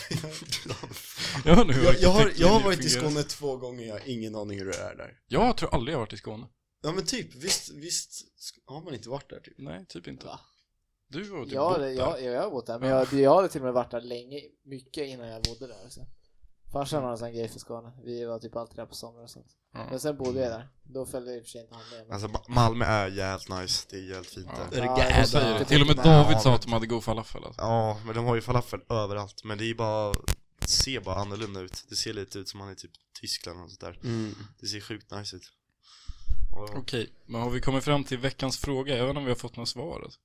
[SPEAKER 2] Jag undrar hur
[SPEAKER 4] jag, jag, har, jag har
[SPEAKER 2] arkitekten
[SPEAKER 4] varit i
[SPEAKER 2] fungerar.
[SPEAKER 4] Skåne två gånger, jag har ingen aning hur det är där.
[SPEAKER 2] Jag tror aldrig jag har varit i Skåne.
[SPEAKER 4] Ja men typ, visst, visst har man inte varit där typ?
[SPEAKER 2] Nej, typ inte. Du har typ
[SPEAKER 3] Ja,
[SPEAKER 2] bott
[SPEAKER 3] det,
[SPEAKER 2] där.
[SPEAKER 3] ja, ja, jag har bott där, men jag, jag hade till och med varit där länge, mycket innan jag bodde där. Så. Farsan har en sån grej för Skåne. Vi var typ alltid där på somrar och sånt.
[SPEAKER 2] Ja.
[SPEAKER 3] Men sen bodde jag där. Då följde i och för sig inte han med. Men...
[SPEAKER 1] Alltså Ma- Malmö är jävligt nice, det är jävligt fint
[SPEAKER 2] Ja.
[SPEAKER 1] där.
[SPEAKER 4] Är det
[SPEAKER 3] Ja,
[SPEAKER 4] gay?
[SPEAKER 3] jag
[SPEAKER 2] Jag säger det.
[SPEAKER 3] Ja.
[SPEAKER 2] Till och med David sa att de hade god falafel alltså.
[SPEAKER 1] Ja, men de har ju falafel överallt, men det är ju bara, det ser bara annorlunda ut. Det ser lite ut som man är i typ Tyskland och sådär.
[SPEAKER 4] Mm.
[SPEAKER 1] Det ser sjukt nice ut. Och,
[SPEAKER 2] Okej, men har vi kommit fram till veckans fråga? Jag vet inte om vi har fått något svar. Alltså.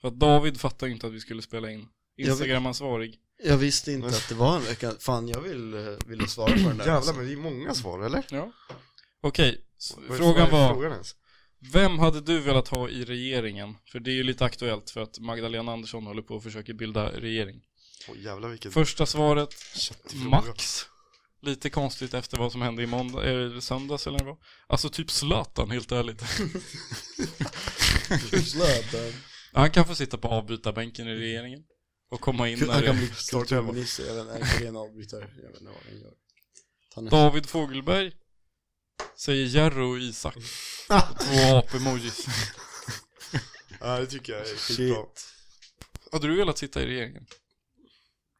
[SPEAKER 2] För att David fattar ju inte att vi skulle spela in.
[SPEAKER 4] vet-
[SPEAKER 2] Instagram-ansvarig.
[SPEAKER 4] Jag visste inte att det var en vecka, fan jag vill, eh, ville svara på den där
[SPEAKER 1] jävlar, men det är många svar, eller?
[SPEAKER 2] Ja. Okej, s-
[SPEAKER 1] Vad är- vad
[SPEAKER 2] frågan
[SPEAKER 1] är
[SPEAKER 2] var,
[SPEAKER 1] Frågan ens?
[SPEAKER 2] vem hade du velat ha i regeringen? För det är ju lite aktuellt för att Magdalena Andersson håller på och försöker bilda regering.
[SPEAKER 1] Åh jävlar vilken
[SPEAKER 2] Första svaret,
[SPEAKER 1] köttig fråga.
[SPEAKER 2] Max. Lite konstigt efter vad som hände i måndag, eller söndags eller vad. Alltså typ Zlatan, helt ärligt. [LAUGHS]
[SPEAKER 4] Zlatan.
[SPEAKER 2] Han kan få sitta på avbytarbänken i regeringen. Och komma in när
[SPEAKER 4] Han kan
[SPEAKER 2] det...
[SPEAKER 4] bli kulturminister, jag vet inte, han kan bli en avbrytare, jag vet inte vad han gör. Han är-
[SPEAKER 2] David Fogelberg säger Jerro och Isak.
[SPEAKER 1] Ah.
[SPEAKER 2] Två ap-emojis.
[SPEAKER 1] Ja, det tycker jag är skitbra.
[SPEAKER 4] Shit.
[SPEAKER 2] Hade du velat sitta i regeringen?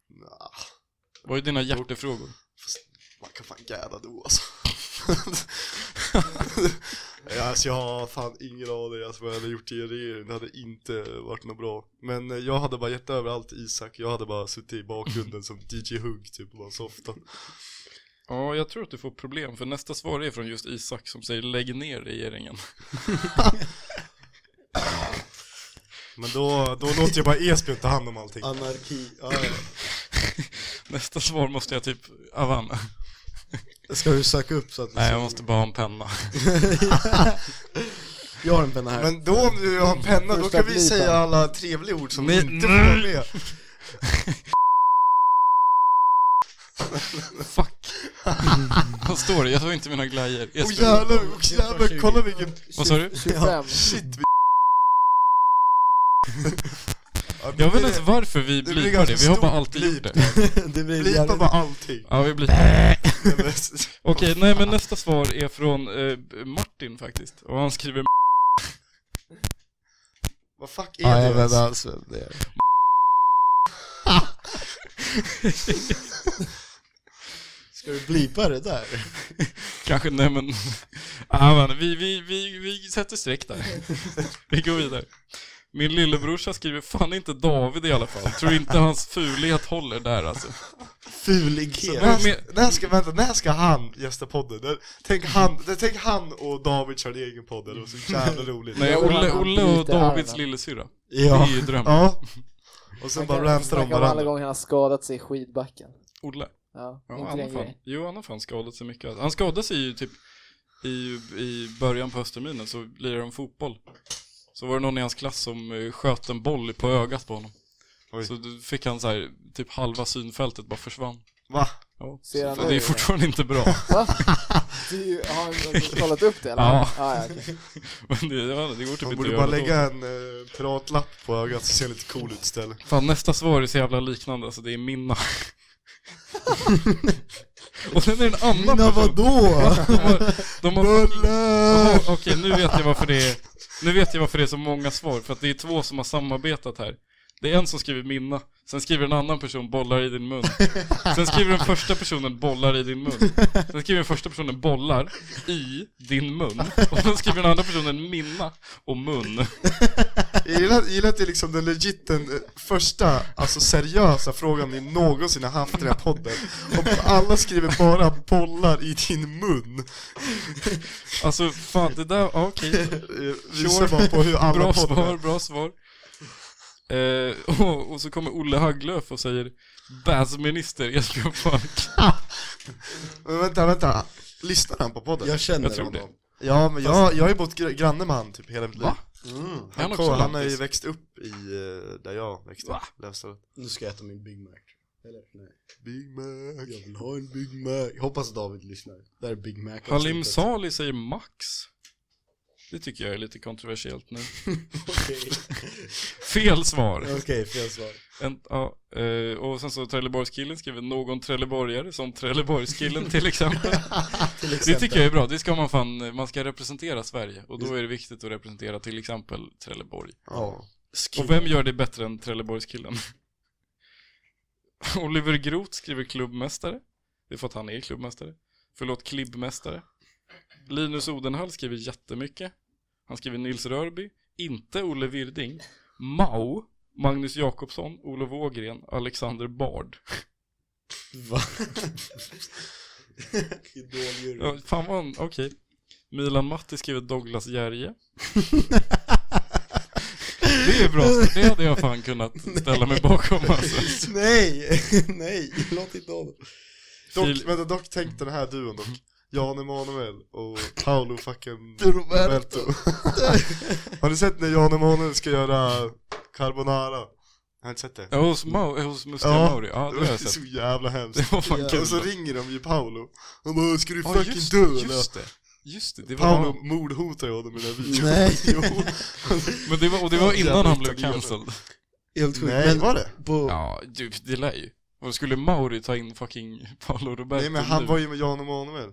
[SPEAKER 1] Nja,
[SPEAKER 2] Vad är dina hjärtefrågor?
[SPEAKER 1] fast man kan Ah, fan gäda då alltså. [LAUGHS] Ja, alltså jag har fan ingen aning alltså, vad jag hade gjort i en regering, det hade inte varit något bra. Men eh, jag hade bara gett över allt till Isak, jag hade bara suttit i bakgrunden som DJ Hugg typ och bara softat.
[SPEAKER 2] Ja, jag tror att du får problem för nästa svar är från just Isak som säger lägg ner regeringen.
[SPEAKER 1] Men då, då låter jag bara Esbjörn ta hand om allting.
[SPEAKER 4] Anarki, ja, ja.
[SPEAKER 2] Nästa svar måste jag typ, Avan.
[SPEAKER 4] Ska du söka upp så att
[SPEAKER 2] Nej, jag måste bara ha en penna.
[SPEAKER 4] Jag har en penna här.
[SPEAKER 1] Men då om du har en penna, då
[SPEAKER 3] Första
[SPEAKER 1] kan vi
[SPEAKER 3] flipan.
[SPEAKER 1] säga alla trevliga ord som
[SPEAKER 2] Nej,
[SPEAKER 1] inte får vara med.
[SPEAKER 2] Fuck. Vad står det? Jag tar inte mina glajjor.
[SPEAKER 1] Åh
[SPEAKER 2] Esbjörn.
[SPEAKER 1] jävlar, och jävlar, kolla vilken...
[SPEAKER 2] Vad sa du?
[SPEAKER 3] 25.
[SPEAKER 1] Shit, [LAUGHS] vi... Ja, nu
[SPEAKER 2] Jag vet
[SPEAKER 1] blir
[SPEAKER 2] inte ens
[SPEAKER 1] det-
[SPEAKER 2] varför vi
[SPEAKER 1] blir
[SPEAKER 2] blipar
[SPEAKER 1] ganska
[SPEAKER 2] det, vi har bara
[SPEAKER 1] stort
[SPEAKER 2] alltid gjort
[SPEAKER 1] blip.
[SPEAKER 2] det.
[SPEAKER 4] [LAUGHS] det blir
[SPEAKER 1] Blipa
[SPEAKER 4] jävligt...
[SPEAKER 1] bara [LAUGHS] allting.
[SPEAKER 2] Ja, vi blipar.
[SPEAKER 1] Nej, men-
[SPEAKER 2] Okej, nej men nästa svar är från eh, Martin faktiskt. Och han skriver
[SPEAKER 1] Vad fuck är
[SPEAKER 4] Ja, jag
[SPEAKER 1] det?
[SPEAKER 4] vet Alltså, inte
[SPEAKER 1] ens?
[SPEAKER 4] alls [LAUGHS] vem det är. Ska du blipa det där?
[SPEAKER 2] Kanske, nej men... [LAUGHS] Ah, man, vi, vi, vi, vi sätter streck där. [LAUGHS] Vi går vidare. Min lillebrorsa skriver fan inte David i alla fall. Tror inte hans fulhet håller där alltså.
[SPEAKER 1] Fulighet.
[SPEAKER 2] Men-
[SPEAKER 1] När ska, när ska, vänta, när ska han gästa podden? När- Tänk han, tänk han och David körde egen podd, det var så jävla roligt.
[SPEAKER 2] Nej,
[SPEAKER 3] Jag vill
[SPEAKER 2] Olle,
[SPEAKER 3] ha
[SPEAKER 2] Olle och
[SPEAKER 3] lite
[SPEAKER 2] Davids
[SPEAKER 3] armen.
[SPEAKER 2] lillasyrra. Det är
[SPEAKER 4] Ja.
[SPEAKER 2] ju drömmen.
[SPEAKER 1] Ja. Och sen
[SPEAKER 3] Man
[SPEAKER 1] bara
[SPEAKER 3] kan
[SPEAKER 1] rantar de
[SPEAKER 3] snacka om alla
[SPEAKER 1] varandra.
[SPEAKER 3] gånger han har skadat sig i skidbacken.
[SPEAKER 2] Olle.
[SPEAKER 3] Ja,
[SPEAKER 2] Ja, han
[SPEAKER 3] inte
[SPEAKER 2] har
[SPEAKER 3] den
[SPEAKER 2] fan,
[SPEAKER 3] grejen.
[SPEAKER 2] jo, han har fan skadat sig mycket. alltså. Han skadade sig ju typ i, i början på höstterminen så lirade de fotboll. Så var det någon i hans klass som eh, sköt en boll på ögat på honom.
[SPEAKER 1] Oj.
[SPEAKER 2] Så då fick han så här, typ halva synfältet bara försvann.
[SPEAKER 1] Va?
[SPEAKER 2] Ja, så
[SPEAKER 3] Ser han
[SPEAKER 2] det
[SPEAKER 3] nu
[SPEAKER 2] är
[SPEAKER 3] eller?
[SPEAKER 2] fortfarande inte [LAUGHS] bra.
[SPEAKER 3] Va? Du, har han kollat upp det eller? Ah,
[SPEAKER 2] Ja.
[SPEAKER 3] ja, ja okej.
[SPEAKER 2] Men det, ja, det går typ
[SPEAKER 1] Man
[SPEAKER 2] inte att
[SPEAKER 1] borde
[SPEAKER 2] göra
[SPEAKER 1] bara
[SPEAKER 2] något åt.
[SPEAKER 1] lägga en eh, piratlapp på ögat så ser lite cool ut istället.
[SPEAKER 2] Fan nästa svar är så jävla liknande, alltså det
[SPEAKER 1] [LAUGHS]
[SPEAKER 2] är Minna. Och sen är det en annan
[SPEAKER 4] Mina
[SPEAKER 2] person.
[SPEAKER 4] vadå?
[SPEAKER 2] De har, de har fucking... Jaha, Okej, nu vet jag varför det är... Nu vet jag varför det är så många svar, för att det är två som har samarbetat här. Det är en som skriver Minna, sen skriver en annan person bollar i din mun. Sen skriver den första personen bollar i din mun. Sen skriver den första personen bollar i din mun. Och sen skriver den andra personen Minna och mun.
[SPEAKER 1] Jag gillar, jag gillar att det är liksom den legit den eh, första, alltså seriösa frågan ni någonsin har haft i den här podden. Och alla skriver bara bollar i din mun.
[SPEAKER 2] Alltså fan, det där, ja, okej.
[SPEAKER 1] Eh, Visar bara på hur alla
[SPEAKER 2] Bra
[SPEAKER 1] poddar...
[SPEAKER 2] svar, bra svar. Eh, och, och så kommer Olle Haglöf och säger Bassminister Jesper Falk.
[SPEAKER 1] [LAUGHS] Men vänta, vänta. Lyssnar han på podden?
[SPEAKER 4] Jag känner
[SPEAKER 2] Jag tror
[SPEAKER 4] honom.
[SPEAKER 1] Ja, men jag, jag har ju bott gr- granne med han typ hela mitt liv.
[SPEAKER 2] Va?
[SPEAKER 1] Mm.
[SPEAKER 2] Han
[SPEAKER 1] Han,
[SPEAKER 2] också
[SPEAKER 1] kom, han har
[SPEAKER 2] lantis.
[SPEAKER 1] ju växt upp i, eh, där jag växte
[SPEAKER 2] Va?
[SPEAKER 1] upp, Lövstadet.
[SPEAKER 4] Nu ska jag äta min Big Mac. Eller nej.
[SPEAKER 1] Big Mac.
[SPEAKER 4] Jag vill ha en Big Mac. Jag hoppas att David lyssnar. Det här är Big Mac.
[SPEAKER 2] Halim Sali säger Max. Det tycker jag är lite kontroversiellt nu.
[SPEAKER 4] Okej,
[SPEAKER 2] Fel svar.
[SPEAKER 4] Okej, fel svar.
[SPEAKER 2] En, ja, eh, och sen så Trelleborgskillen skriver någon Trelleborgare som Trelleborgskillen till exempel.
[SPEAKER 4] Till
[SPEAKER 2] Det
[SPEAKER 4] exempel.
[SPEAKER 2] tycker jag är bra. Det ska man fan, man ska representera Sverige. Och då är det viktigt att representera till exempel Trelleborg.
[SPEAKER 1] Ja.
[SPEAKER 4] Skriv.
[SPEAKER 2] Och vem gör det bättre än Trelleborgskillen? [LAUGHS] Oliver Groth skriver klubbmästare. Det är för att han är klubbmästare. Förlåt, klibbmästare. Linus Odenhall skriver jättemycket. Han skriver Nils Rörby, inte Olle Wirding. Mao, Magnus Jakobsson, Olof Ågren, Alexander Bard.
[SPEAKER 1] [LAUGHS]
[SPEAKER 4] Va? Idoljuryn.
[SPEAKER 2] Ja, fan vad han, okej. Milan Matti skriver Douglas Järje. Det är bra, det hade jag fan kunnat ställa mig bakom
[SPEAKER 1] [LAUGHS]
[SPEAKER 2] alltså.
[SPEAKER 4] Nej, nej, låt inte honom.
[SPEAKER 1] Dock,
[SPEAKER 2] Fil-
[SPEAKER 1] vänta, dock tänk den här duon dock. Jan Emanuel och Paolo fucking Roberto.
[SPEAKER 4] Roberto.
[SPEAKER 1] [LAUGHS] har ni sett när Jan Emanuel ska göra carbonara? Har ni inte sett det?
[SPEAKER 2] Ja, hos, Mau- eh, hos Mustiga
[SPEAKER 1] Ja.
[SPEAKER 2] Mauri, ja det har
[SPEAKER 1] det var [LAUGHS]
[SPEAKER 2] jag sett.
[SPEAKER 1] så jävla hemskt.
[SPEAKER 2] Det var fan kul.
[SPEAKER 1] Och så ringer de ju Paolo. Han bara 'Ska du
[SPEAKER 2] Ja,
[SPEAKER 1] fucking
[SPEAKER 2] just-
[SPEAKER 1] dö eller?'
[SPEAKER 2] Just det, just det. det
[SPEAKER 1] Paolo
[SPEAKER 2] var,
[SPEAKER 1] mordhotar ju honom i den här videon.
[SPEAKER 4] Nej.
[SPEAKER 1] [LAUGHS] jo.
[SPEAKER 2] men det var, och det var innan
[SPEAKER 1] Jävla
[SPEAKER 2] han blev
[SPEAKER 1] italienare.
[SPEAKER 2] cancelled.
[SPEAKER 4] Helt sjukt.
[SPEAKER 1] Nej,
[SPEAKER 4] men
[SPEAKER 1] var det?
[SPEAKER 4] På,
[SPEAKER 2] Ja, du, det lär ju. Och skulle Mauri ta in fucking [LAUGHS] Paolo Roberto
[SPEAKER 1] Nej men han
[SPEAKER 2] nu?
[SPEAKER 1] var ju med Jan Emanuel.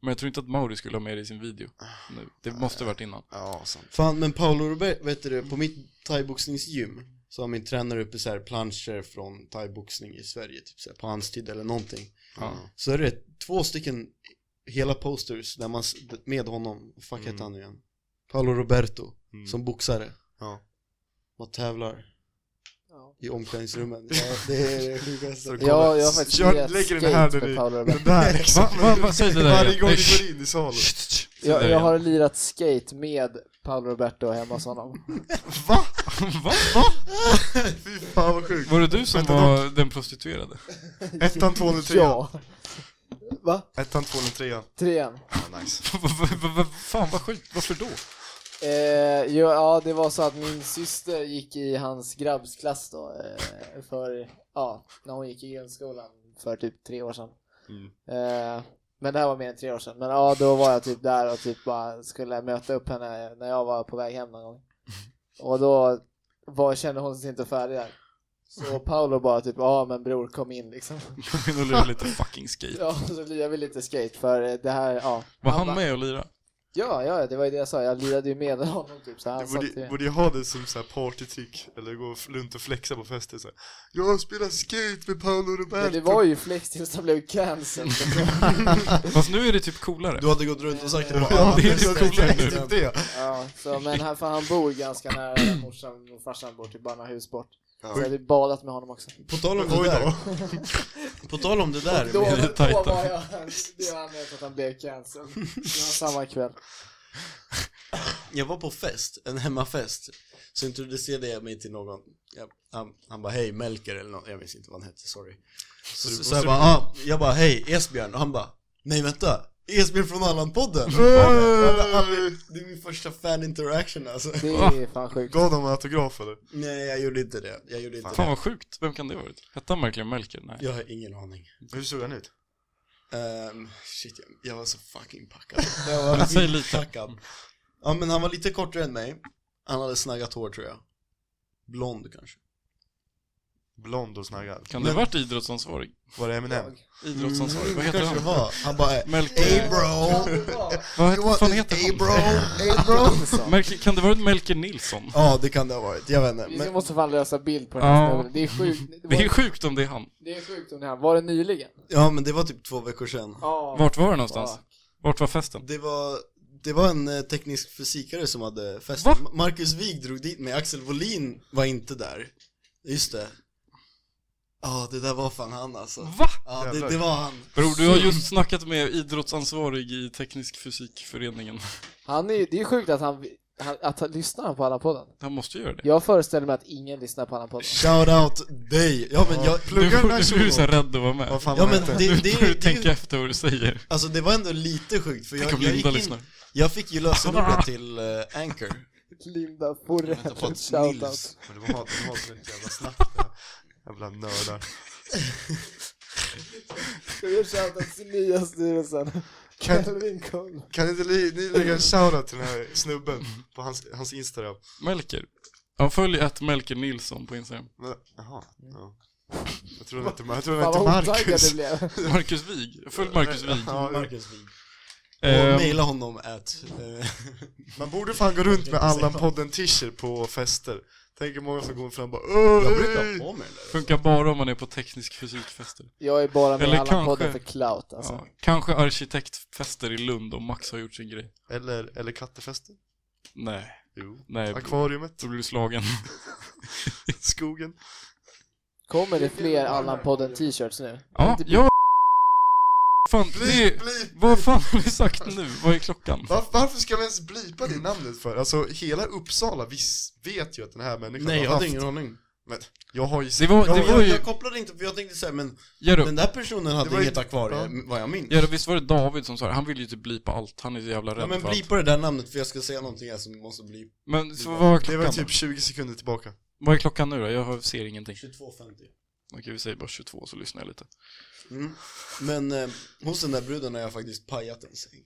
[SPEAKER 2] Men jag tror inte att Mauri skulle ha med det i sin video nu. Det
[SPEAKER 1] Ah,
[SPEAKER 2] måste varit innan.
[SPEAKER 1] Ja, sant.
[SPEAKER 4] Fan, men Paolo Roberto, vet du på mitt thaiboxningsgym så har min tränare uppe så här planscher från thaiboxning i Sverige, typ så här, på hans tid eller någonting.
[SPEAKER 1] Mm.
[SPEAKER 2] Ja.
[SPEAKER 4] Så är det två stycken hela posters där man, s- med honom, fuck hette han nu igen? Paolo Roberto,
[SPEAKER 1] Mm.
[SPEAKER 4] som boxare.
[SPEAKER 1] Ja.
[SPEAKER 4] Man tävlar
[SPEAKER 3] Ja.
[SPEAKER 4] i omklädningsrummen. [LAUGHS] Ja, det är det sjukaste.
[SPEAKER 1] Så-
[SPEAKER 3] Jag, jag har faktiskt
[SPEAKER 1] Kör-
[SPEAKER 3] gett
[SPEAKER 1] lägger den
[SPEAKER 3] skate
[SPEAKER 1] här där
[SPEAKER 3] för
[SPEAKER 1] i-
[SPEAKER 3] Paolo Roberto.
[SPEAKER 1] Den där [LAUGHS] liksom.
[SPEAKER 2] Va, va, va, säg det där
[SPEAKER 1] Varje
[SPEAKER 2] igen.
[SPEAKER 1] gång
[SPEAKER 2] Nej,
[SPEAKER 1] vi går in i salen.
[SPEAKER 2] shh, shh, shh. Säg det
[SPEAKER 3] Jag,
[SPEAKER 2] där
[SPEAKER 3] jag
[SPEAKER 2] igen.
[SPEAKER 3] har lirat skate med Paolo Roberto hemma hos honom.
[SPEAKER 1] Va?
[SPEAKER 2] [LAUGHS] Va?
[SPEAKER 1] Fy fan vad sjukt.
[SPEAKER 2] Var det du som
[SPEAKER 1] Mm. Vänta,
[SPEAKER 2] var den prostituerade?
[SPEAKER 1] Ettan, tvåan och trean.
[SPEAKER 3] Ja. Va?
[SPEAKER 1] Ettan, tvåan och trean.
[SPEAKER 3] Trean?
[SPEAKER 1] Ja, nice.
[SPEAKER 2] [LAUGHS] Fan vad sjukt, varför då?
[SPEAKER 3] Eh, jo, ja, det var så att min syster gick i hans grabbsklass då. Eh, för, ja, när hon gick i grundskolan för typ tre år sedan.
[SPEAKER 1] Mm.
[SPEAKER 3] Eh, men det här var mer än tre år sedan. Men ja, då var jag typ där och typ bara skulle möta upp henne när jag var på väg hem
[SPEAKER 1] [LAUGHS]
[SPEAKER 3] någon gång. Och då var, kände hon sig inte färdig där. Så Paolo bara typ, ja men bror kom
[SPEAKER 1] [LAUGHS]
[SPEAKER 3] in liksom.
[SPEAKER 2] Jag vill lira lite fucking skate.
[SPEAKER 3] Ja, så lirade vi lite skate för eh, det här, ja.
[SPEAKER 2] Var
[SPEAKER 3] Han
[SPEAKER 2] han
[SPEAKER 3] bara-
[SPEAKER 2] med och lirade?
[SPEAKER 3] Ja, ja, det var ju det jag sa. Jag lirade ju med honom typ. Så han
[SPEAKER 1] Du
[SPEAKER 3] satt
[SPEAKER 1] borde,
[SPEAKER 3] ju...
[SPEAKER 1] borde ju ha det som så här partytrick, eller gå f- runt och flexa på fester så här. Jag spelar skate med Paolo
[SPEAKER 3] Men det
[SPEAKER 1] Roberto!
[SPEAKER 3] var ju flex tills han blev cancelled.
[SPEAKER 2] Fast nu är det typ coolare.
[SPEAKER 4] Du hade gått runt och sagt det på
[SPEAKER 1] Ja,
[SPEAKER 4] alla
[SPEAKER 2] det är
[SPEAKER 4] fester.
[SPEAKER 2] så roligt nu.
[SPEAKER 1] Typ det!
[SPEAKER 3] ja, så, men han, för han bor ganska nära där morsan och farsan bor, typ bara några hus bort.
[SPEAKER 1] Ja.
[SPEAKER 3] Så jag hade badat med honom också.
[SPEAKER 4] På tal om
[SPEAKER 1] Oj
[SPEAKER 4] det där.
[SPEAKER 1] då.
[SPEAKER 4] [LAUGHS] På tal om det där.
[SPEAKER 3] Då,
[SPEAKER 4] med-
[SPEAKER 3] då
[SPEAKER 2] tajta.
[SPEAKER 3] var jag, det var anledningen till att han blev cancelled. Det var samma kväll.
[SPEAKER 4] Jag var på fest, en hemmafest. Så introducerade jag mig till någon. Jag, han, han bara hej Melker eller något. Jag minns inte vad han hette, sorry. Så, så, så jag bara, ah, jag bara hej Esbjörn. Och han bara, nej vänta. Esbjörn från Allan-podden. Jag bara, aldrig- Det är min första fan interaction alltså.
[SPEAKER 3] Det
[SPEAKER 2] Ah.
[SPEAKER 3] är fan sjukt.
[SPEAKER 1] Gav de en autograf eller?
[SPEAKER 4] Nej jag gjorde inte det. Jag gjorde inte
[SPEAKER 2] Fan
[SPEAKER 4] det.
[SPEAKER 2] vad sjukt, vem kan det ha varit? Hette han verkligen Melker? Nej.
[SPEAKER 4] Jag har ingen aning.
[SPEAKER 1] Hur såg han ut?
[SPEAKER 4] Ehm, shit, jag, jag var så fucking
[SPEAKER 2] [LAUGHS]
[SPEAKER 4] packad. Jag
[SPEAKER 2] Men
[SPEAKER 4] var
[SPEAKER 2] säg
[SPEAKER 4] lite
[SPEAKER 2] lite.
[SPEAKER 4] packad. Ja, men han var lite kortare än mig. Han hade snaggat hår tror jag. Blond kanske.
[SPEAKER 1] Blond och snaggad.
[SPEAKER 2] Kan det ha
[SPEAKER 4] Men-
[SPEAKER 2] varit idrottsansvarig?
[SPEAKER 1] Var det Eminem?
[SPEAKER 3] Jag.
[SPEAKER 2] Idrottsansvarig, vad heter
[SPEAKER 4] kanske det
[SPEAKER 2] han?
[SPEAKER 4] var. Han bara,
[SPEAKER 2] Melker,
[SPEAKER 4] ey bro.
[SPEAKER 2] vad
[SPEAKER 4] You
[SPEAKER 2] heter, Eh, vad
[SPEAKER 4] want
[SPEAKER 2] fan
[SPEAKER 4] this,
[SPEAKER 2] heter
[SPEAKER 4] ey
[SPEAKER 2] han?
[SPEAKER 4] bro, ey bro.
[SPEAKER 2] Melker, kan det ha varit Melker Nilsson?
[SPEAKER 4] Ja, det kan det ha varit. Jag vet inte.
[SPEAKER 3] Vi
[SPEAKER 4] Men,
[SPEAKER 3] måste fan lösa bild på den här
[SPEAKER 2] Ja.
[SPEAKER 3] snubben. Det är sjukt. Det,
[SPEAKER 2] Det är
[SPEAKER 3] var,
[SPEAKER 2] sjukt om det är han.
[SPEAKER 3] det är sjukt om det här. Var det nyligen?
[SPEAKER 4] ja, men det var typ två veckor sedan.
[SPEAKER 3] Ja.
[SPEAKER 2] Vart var det någonstans? Vart var festen?
[SPEAKER 4] Det var, det var en eh, teknisk fysikare som hade fest.
[SPEAKER 2] Va?
[SPEAKER 4] Ma- Marcus Wig drog dit mig, Axel Wåhlin var inte där. Just det. Ja, det där var fan han alltså.
[SPEAKER 2] Va?
[SPEAKER 4] Ja, det,
[SPEAKER 1] Jävlar.
[SPEAKER 4] det var han.
[SPEAKER 2] Bror, du har just snackat med idrottsansvarig i teknisk fysikföreningen.
[SPEAKER 3] Han är, ju- det är sjukt att han, han, att han lyssnar på alla podden.
[SPEAKER 2] Han måste göra det.
[SPEAKER 3] Jag föreställer mig att ingen lyssnar på alla podden.
[SPEAKER 4] Shout out dig! Ja men jag,
[SPEAKER 2] Nu
[SPEAKER 1] Pluggar den här
[SPEAKER 2] blir du
[SPEAKER 1] solo.
[SPEAKER 2] såhär rädd att vara med.
[SPEAKER 1] Vad fan
[SPEAKER 4] ja
[SPEAKER 1] var
[SPEAKER 4] men det,
[SPEAKER 1] det?
[SPEAKER 2] Nu
[SPEAKER 4] det,
[SPEAKER 2] får du
[SPEAKER 4] det,
[SPEAKER 2] tänka efter vad du säger.
[SPEAKER 4] alltså det var ändå lite sjukt för
[SPEAKER 2] Tänk
[SPEAKER 4] jag,
[SPEAKER 2] om
[SPEAKER 4] jag
[SPEAKER 2] Linda
[SPEAKER 4] gick in,
[SPEAKER 2] lyssnar.
[SPEAKER 4] jag fick ju lösenordet till eh, Anchor.
[SPEAKER 3] Linda
[SPEAKER 4] Jag väntar på
[SPEAKER 3] Forell,
[SPEAKER 4] att
[SPEAKER 3] shoutout.
[SPEAKER 4] Nils,
[SPEAKER 1] Men det var, det var sånt jävla snack där. Jävla nördar.
[SPEAKER 3] Ska vi göra shoutout till nya styrelsen?
[SPEAKER 1] [LAUGHS] Kan-
[SPEAKER 3] Calvin Cohn.
[SPEAKER 1] Kan inte li, ni lägga en shoutout till den här snubben på hans, hans Instagram?
[SPEAKER 2] Melker. Ja, följ att Melker Nilsson på Instagram.
[SPEAKER 1] Men, jaha. Ja. Jag tror det inte, jag tror det
[SPEAKER 3] Fan
[SPEAKER 1] inte
[SPEAKER 3] vad otaggad
[SPEAKER 1] Marcus.
[SPEAKER 3] det blev.
[SPEAKER 2] Marcus Wig. Följ Marcus Wig.
[SPEAKER 1] Ja, ja.
[SPEAKER 4] Marcus Wig. Och
[SPEAKER 2] Ehm,
[SPEAKER 4] mejla honom at... eh,
[SPEAKER 1] Man borde fan gå runt med Allan-podden t-shirt på fester. Tänker många som går fram och bara Åh,
[SPEAKER 4] jag brukar ha
[SPEAKER 1] hej!"
[SPEAKER 4] på mig den där.
[SPEAKER 2] Funkar bara om man är på teknisk fysikfester.
[SPEAKER 3] Jag är bara med i
[SPEAKER 2] Eller
[SPEAKER 3] alla podden för
[SPEAKER 2] kanske-
[SPEAKER 3] clout alltså.
[SPEAKER 2] Ja. Kanske arkitektfester i Lund om Max har gjort sin grej.
[SPEAKER 1] Eller, eller kattefester.
[SPEAKER 2] Nej,
[SPEAKER 1] Jo.
[SPEAKER 2] nej.
[SPEAKER 1] Akvariumet.
[SPEAKER 4] [LAUGHS]
[SPEAKER 2] Då blir du slagen.
[SPEAKER 1] Skogen.
[SPEAKER 3] Kommer det fler Allan-podden t-shirts nu?
[SPEAKER 2] Ja,
[SPEAKER 3] Inte-
[SPEAKER 2] ja. Fan, det
[SPEAKER 1] Blip,
[SPEAKER 2] är...
[SPEAKER 1] blip.
[SPEAKER 2] Vad fan har vi sagt nu? Vad är klockan?
[SPEAKER 1] Var, varför ska vi ens blipa det namnet för? Alltså hela Uppsala vis, vet ju att den här människan
[SPEAKER 4] Nej jag
[SPEAKER 1] har
[SPEAKER 4] hade
[SPEAKER 1] haft.
[SPEAKER 4] ingen aning.
[SPEAKER 1] Men jag har ju
[SPEAKER 2] Det
[SPEAKER 1] sett.
[SPEAKER 2] var,
[SPEAKER 4] Jag,
[SPEAKER 2] det var
[SPEAKER 4] jag,
[SPEAKER 2] ju...
[SPEAKER 4] jag kopplade inte för jag tänkte såhär men
[SPEAKER 2] Ger upp.
[SPEAKER 4] den där personen
[SPEAKER 1] Det var
[SPEAKER 4] hade
[SPEAKER 1] ju-
[SPEAKER 4] inget akvarie
[SPEAKER 1] Ja.
[SPEAKER 4] vad jag minns.
[SPEAKER 2] Ja, då visst var det David som sa det? Han vill ju typ blipa allt, han är så jävla rädd
[SPEAKER 4] Ja men
[SPEAKER 2] för
[SPEAKER 4] bli
[SPEAKER 2] allt.
[SPEAKER 4] på det där namnet för jag ska säga någonting här som måste bli
[SPEAKER 2] Men så vad var
[SPEAKER 1] Det
[SPEAKER 2] klockan
[SPEAKER 1] var
[SPEAKER 2] typ...
[SPEAKER 1] typ 20 sekunder tillbaka.
[SPEAKER 2] Vad är klockan nu då? Jag har- ser ingenting.
[SPEAKER 4] 22.50.
[SPEAKER 2] Okej, vi säger bara 22 så lyssnar jag lite.
[SPEAKER 4] Mm. Men eh, hos den där bruden har jag faktiskt pajat en säng.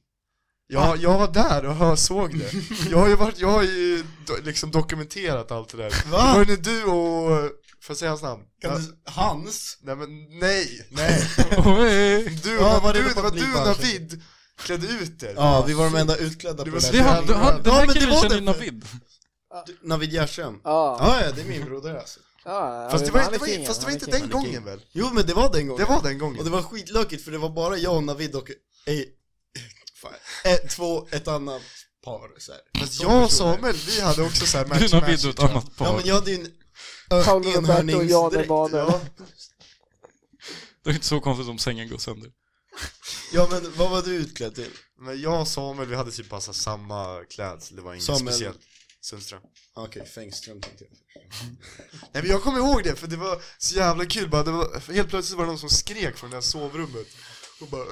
[SPEAKER 1] Ja, jag var där och hör, såg
[SPEAKER 4] [LAUGHS]
[SPEAKER 1] det. Jag har ju varit, jag har ju do, liksom dokumenterat allt det där. Det var ju när du och, får jag säga hans namn?
[SPEAKER 4] Kan
[SPEAKER 1] Ja,
[SPEAKER 4] du, hans?
[SPEAKER 1] Nej men nej, nej. Du och,
[SPEAKER 4] Ja, var det
[SPEAKER 1] du,
[SPEAKER 4] då på
[SPEAKER 1] det var du och
[SPEAKER 4] blippa,
[SPEAKER 1] Navid klädde ut er.
[SPEAKER 4] Ja, vi var de enda utklädda på
[SPEAKER 1] var
[SPEAKER 4] det där
[SPEAKER 2] Det är han, du, han, den
[SPEAKER 4] Ja,
[SPEAKER 2] här
[SPEAKER 4] men det
[SPEAKER 2] killen
[SPEAKER 4] var
[SPEAKER 2] känner ju
[SPEAKER 4] det.
[SPEAKER 2] Navid.
[SPEAKER 4] Du- Navid Jerström.
[SPEAKER 3] Ja.
[SPEAKER 4] Ja, ja, det är min broder alltså.
[SPEAKER 3] Ja,
[SPEAKER 1] Fast det
[SPEAKER 3] men
[SPEAKER 1] var,
[SPEAKER 3] han
[SPEAKER 1] det
[SPEAKER 3] är
[SPEAKER 1] var,
[SPEAKER 3] kingen,
[SPEAKER 1] fast det var
[SPEAKER 3] han är
[SPEAKER 1] inte
[SPEAKER 3] kingen.
[SPEAKER 1] den gången väl?
[SPEAKER 4] Jo, men det var den gången.
[SPEAKER 1] Det var den
[SPEAKER 4] Och det
[SPEAKER 1] gången.
[SPEAKER 4] var skitlökigt för det var bara jag och Navid och ej, fan, ett, två, ett annat par så här.
[SPEAKER 1] Fast
[SPEAKER 4] Två
[SPEAKER 1] jag och
[SPEAKER 4] personer.
[SPEAKER 1] Samuel, vi hade också
[SPEAKER 4] [LAUGHS]
[SPEAKER 1] såhär
[SPEAKER 2] Du
[SPEAKER 1] match
[SPEAKER 2] och Navid och ett
[SPEAKER 1] match.
[SPEAKER 2] annat
[SPEAKER 4] Ja,
[SPEAKER 2] par.
[SPEAKER 4] men jag hade ju en
[SPEAKER 3] Paolo Roberto och Jan
[SPEAKER 4] enhörningsdräkt.
[SPEAKER 3] Emanuel.
[SPEAKER 4] Ja.
[SPEAKER 2] Det är inte så konstigt om sängen går sönder.
[SPEAKER 4] ja, men vad var du utklädd till?
[SPEAKER 1] Men jag och Samuel, vi hade typ bara så här samma klädsel, det var inget
[SPEAKER 4] Samuel.
[SPEAKER 1] speciellt. Sundström.
[SPEAKER 4] Okej, Fängström tänkte
[SPEAKER 1] typ.
[SPEAKER 4] jag.
[SPEAKER 1] Nej men jag kommer ihåg det, för det var så jävla kul bara, det var, för helt plötsligt var det någon som skrek från det här sovrummet Och bara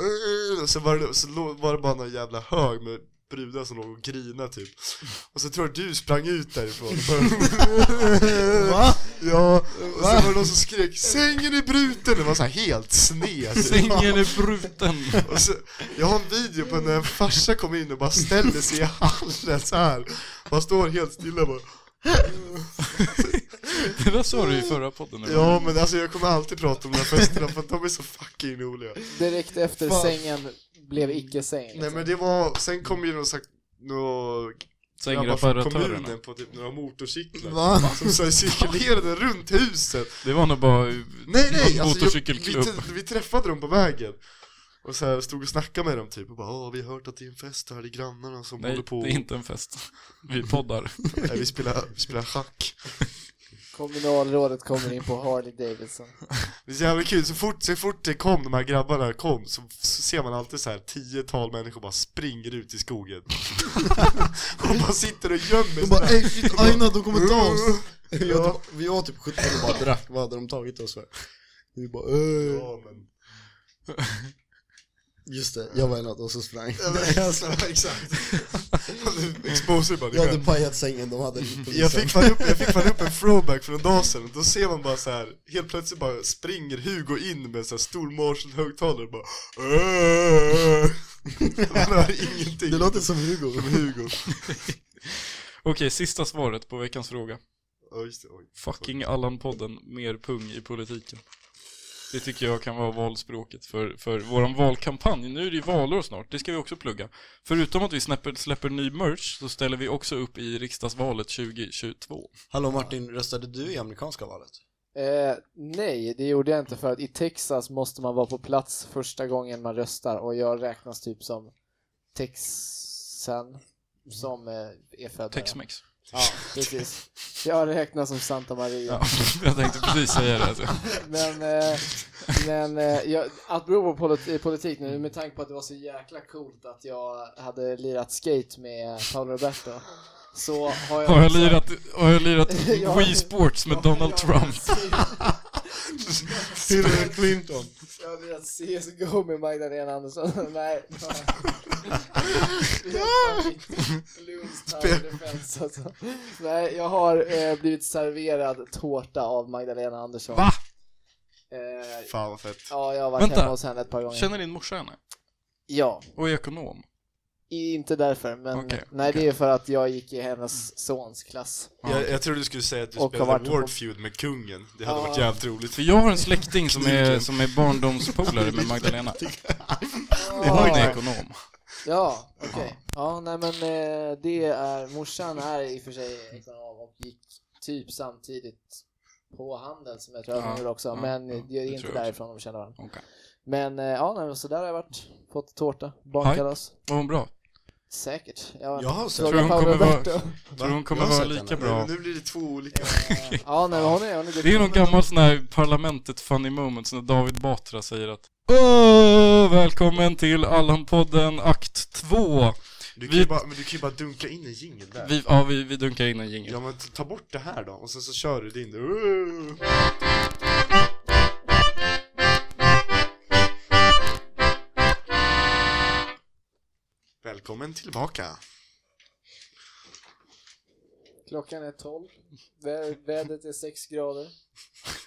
[SPEAKER 1] "Åh!" och så var, det, så lå- var det bara någon jävla hög med brudar som låg och grina typ Och så tror jag du sprang ut därifrån
[SPEAKER 4] Va?
[SPEAKER 1] Ja, och så var det någon som skrek 'Sängen är bruten!' Det var så här helt sned [LAUGHS] typ.
[SPEAKER 2] Sängen är bruten.
[SPEAKER 1] Och så, jag har en video på när en farsa kom in och bara ställde sig i hallen så här. Bara står helt stilla och bara
[SPEAKER 2] Det där sa du i förra podden. eller?
[SPEAKER 1] Ja men alltså jag kommer alltid prata om de här festerna för att de är så fucking roliga
[SPEAKER 3] Direkt efter
[SPEAKER 1] Fan.
[SPEAKER 3] sängen blev icke-säng.
[SPEAKER 1] Nej
[SPEAKER 3] Liksom.
[SPEAKER 1] men det var, sen kom ju någon slags några grabbar från
[SPEAKER 2] Sängreparatörerna.
[SPEAKER 1] kommunen på typ några motorcyklar
[SPEAKER 4] Va?
[SPEAKER 1] som så här cirkulerade runt huset.
[SPEAKER 2] Det var nog bara...
[SPEAKER 1] Nej
[SPEAKER 2] [LAUGHS]
[SPEAKER 1] nej,
[SPEAKER 2] Någon
[SPEAKER 1] alltså, jag, vi,
[SPEAKER 2] motorcykelklubb.
[SPEAKER 1] t- vi träffade dem på vägen. Och så här stod och snackade med dem typ och bara "Ah, vi har hört att det är en fest här, det är grannarna som
[SPEAKER 2] Nej,
[SPEAKER 1] håller på
[SPEAKER 2] det är inte en fest. [LAUGHS] Vi poddar.
[SPEAKER 1] Nej, vi spelar, vi spelar schack.
[SPEAKER 3] Kommunalrådet kommer in på Harley Davidson.
[SPEAKER 1] Det är så jävla kul, så fort, så fort det kom, de här grabbarna kom så, så ser man alltid så här tiotal människor bara springer ut i [LAUGHS] skogen Och bara sitter och gömmer
[SPEAKER 4] De
[SPEAKER 1] sig
[SPEAKER 4] bara ey shit Aina, de kommer ta oss! Vi var
[SPEAKER 1] Ja.
[SPEAKER 4] typ, vi var typ 17 och bara drack, vad hade de tagit oss för? Vi bara öh.
[SPEAKER 1] Ja, men-
[SPEAKER 4] Just det, jag var en av dem som sprang
[SPEAKER 1] Ja, men alltså, exakt [LAUGHS] Exposer bara, det liksom."
[SPEAKER 4] [LAUGHS] Jag
[SPEAKER 1] är
[SPEAKER 4] hade
[SPEAKER 1] skönt.
[SPEAKER 4] pajat sängen, de hade polisen.
[SPEAKER 1] jag fick, fan upp, jag fick fan upp en throwback för någon dag sedan, och då ser man bara så här helt plötsligt bara springer Hugo in med en så här stor Marshall-högtalare och bara "Åh!" [LAUGHS] Man hör ingenting
[SPEAKER 4] Det låter som Hugo
[SPEAKER 1] som Hugo
[SPEAKER 2] Okej, sista svaret på veckans fråga.
[SPEAKER 1] Ja, just det, oj.
[SPEAKER 2] Fucking Allan-podden, mer pung i politiken. Det tycker jag kan vara valspråket för, för våran valkampanj. Nu är det ju valår snart, det ska vi också plugga. Förutom att vi släpper, släpper ny merch så ställer vi också upp i riksdagsvalet 2022.
[SPEAKER 4] Hallå Martin, röstade du i amerikanska valet?
[SPEAKER 3] Eh, nej, det gjorde jag inte för att i Texas måste man vara på plats första gången man röstar och jag räknas typ som
[SPEAKER 2] Mm.
[SPEAKER 3] texan som eh, är född där.
[SPEAKER 2] Tex-Mex.
[SPEAKER 3] Ja, precis. Jag räknas som Santa Maria.
[SPEAKER 2] Ja, [LAUGHS] jag tänkte precis säga det. Alltså.
[SPEAKER 3] Men, eh, men eh, jag, att bero på polit- i politik nu, med tanke på att det var så jäkla coolt att jag hade lirat skate med Paolo Roberto, så har jag...
[SPEAKER 2] Har jag lirat, har jag lirat
[SPEAKER 3] Ja.
[SPEAKER 2] Wii Sports med Donald Trump?
[SPEAKER 4] Hillary Clinton
[SPEAKER 3] Jag har lirat CSGO med Magdalena Andersson.
[SPEAKER 2] [LAUGHS]
[SPEAKER 3] [LAUGHS] Nej. bara- Lunds Tower Defense, alltså. Nej, jag har eh, blivit serverad tårta av Magdalena Andersson.
[SPEAKER 2] Va?
[SPEAKER 3] Eh,
[SPEAKER 1] Fan vad fett
[SPEAKER 3] ja, jag har varit
[SPEAKER 2] Vänta.
[SPEAKER 3] hemma hos henne ett par gånger.
[SPEAKER 2] Känner din morsa henne?
[SPEAKER 3] Ja.
[SPEAKER 2] Och är ekonom?
[SPEAKER 3] Inte därför, men
[SPEAKER 2] Okej,
[SPEAKER 3] nej
[SPEAKER 2] okej.
[SPEAKER 3] det är för att jag gick i hennes sons klass.
[SPEAKER 1] Jag, jag trodde du skulle säga att du
[SPEAKER 3] Och har varit
[SPEAKER 1] spelade
[SPEAKER 3] på-
[SPEAKER 1] Wardfeud med kungen, det hade
[SPEAKER 3] Ja.
[SPEAKER 1] varit jävligt roligt
[SPEAKER 2] För jag har en släkting som är, som är barndomspolare med Magdalena. [LAUGHS] Hon är ekonom.
[SPEAKER 3] Ja, okej. Ja, nej men eh, det är, morsan är i och för sig ekonom och gick typ samtidigt på handel som jag tror att hon
[SPEAKER 2] Ja,
[SPEAKER 3] gjorde också,
[SPEAKER 2] ja,
[SPEAKER 3] men
[SPEAKER 2] ja,
[SPEAKER 3] det är
[SPEAKER 2] det
[SPEAKER 3] inte
[SPEAKER 2] tror jag
[SPEAKER 3] därifrån de känner varandra.
[SPEAKER 2] Okej.
[SPEAKER 3] Men eh, ja, nej, men så där har jag varit. Fått tårta, barnkalas.
[SPEAKER 2] Var hon bra?
[SPEAKER 3] Säkert. Jag
[SPEAKER 4] Jag har sett-
[SPEAKER 3] frågar
[SPEAKER 2] Tror hon
[SPEAKER 3] Paolo
[SPEAKER 2] kommer vara-
[SPEAKER 3] Roberto.
[SPEAKER 2] Tror du hon kommer
[SPEAKER 4] Jag har
[SPEAKER 2] vara
[SPEAKER 4] sett
[SPEAKER 2] lika
[SPEAKER 4] henne.
[SPEAKER 1] Nej,
[SPEAKER 2] bra?
[SPEAKER 1] men nu blir det två olika
[SPEAKER 3] Ja, nej men hon är, hon är
[SPEAKER 2] Det är ju någon gammal sån här parlamentet funny moments när David Batra säger att Åh, välkommen till Allan-podden akt 2.
[SPEAKER 1] du
[SPEAKER 2] Vi-
[SPEAKER 1] kan, ju bara, men du kan ju bara dunka in en jingel där
[SPEAKER 2] Vi, ja, vi, vi dunkar in en jingel.
[SPEAKER 1] Ja men ta bort det här då, och sen så kör du din Ooh. Välkommen tillbaka!
[SPEAKER 3] Klockan är 12. Vä- Vädret är
[SPEAKER 2] [LAUGHS]
[SPEAKER 3] 6 grader.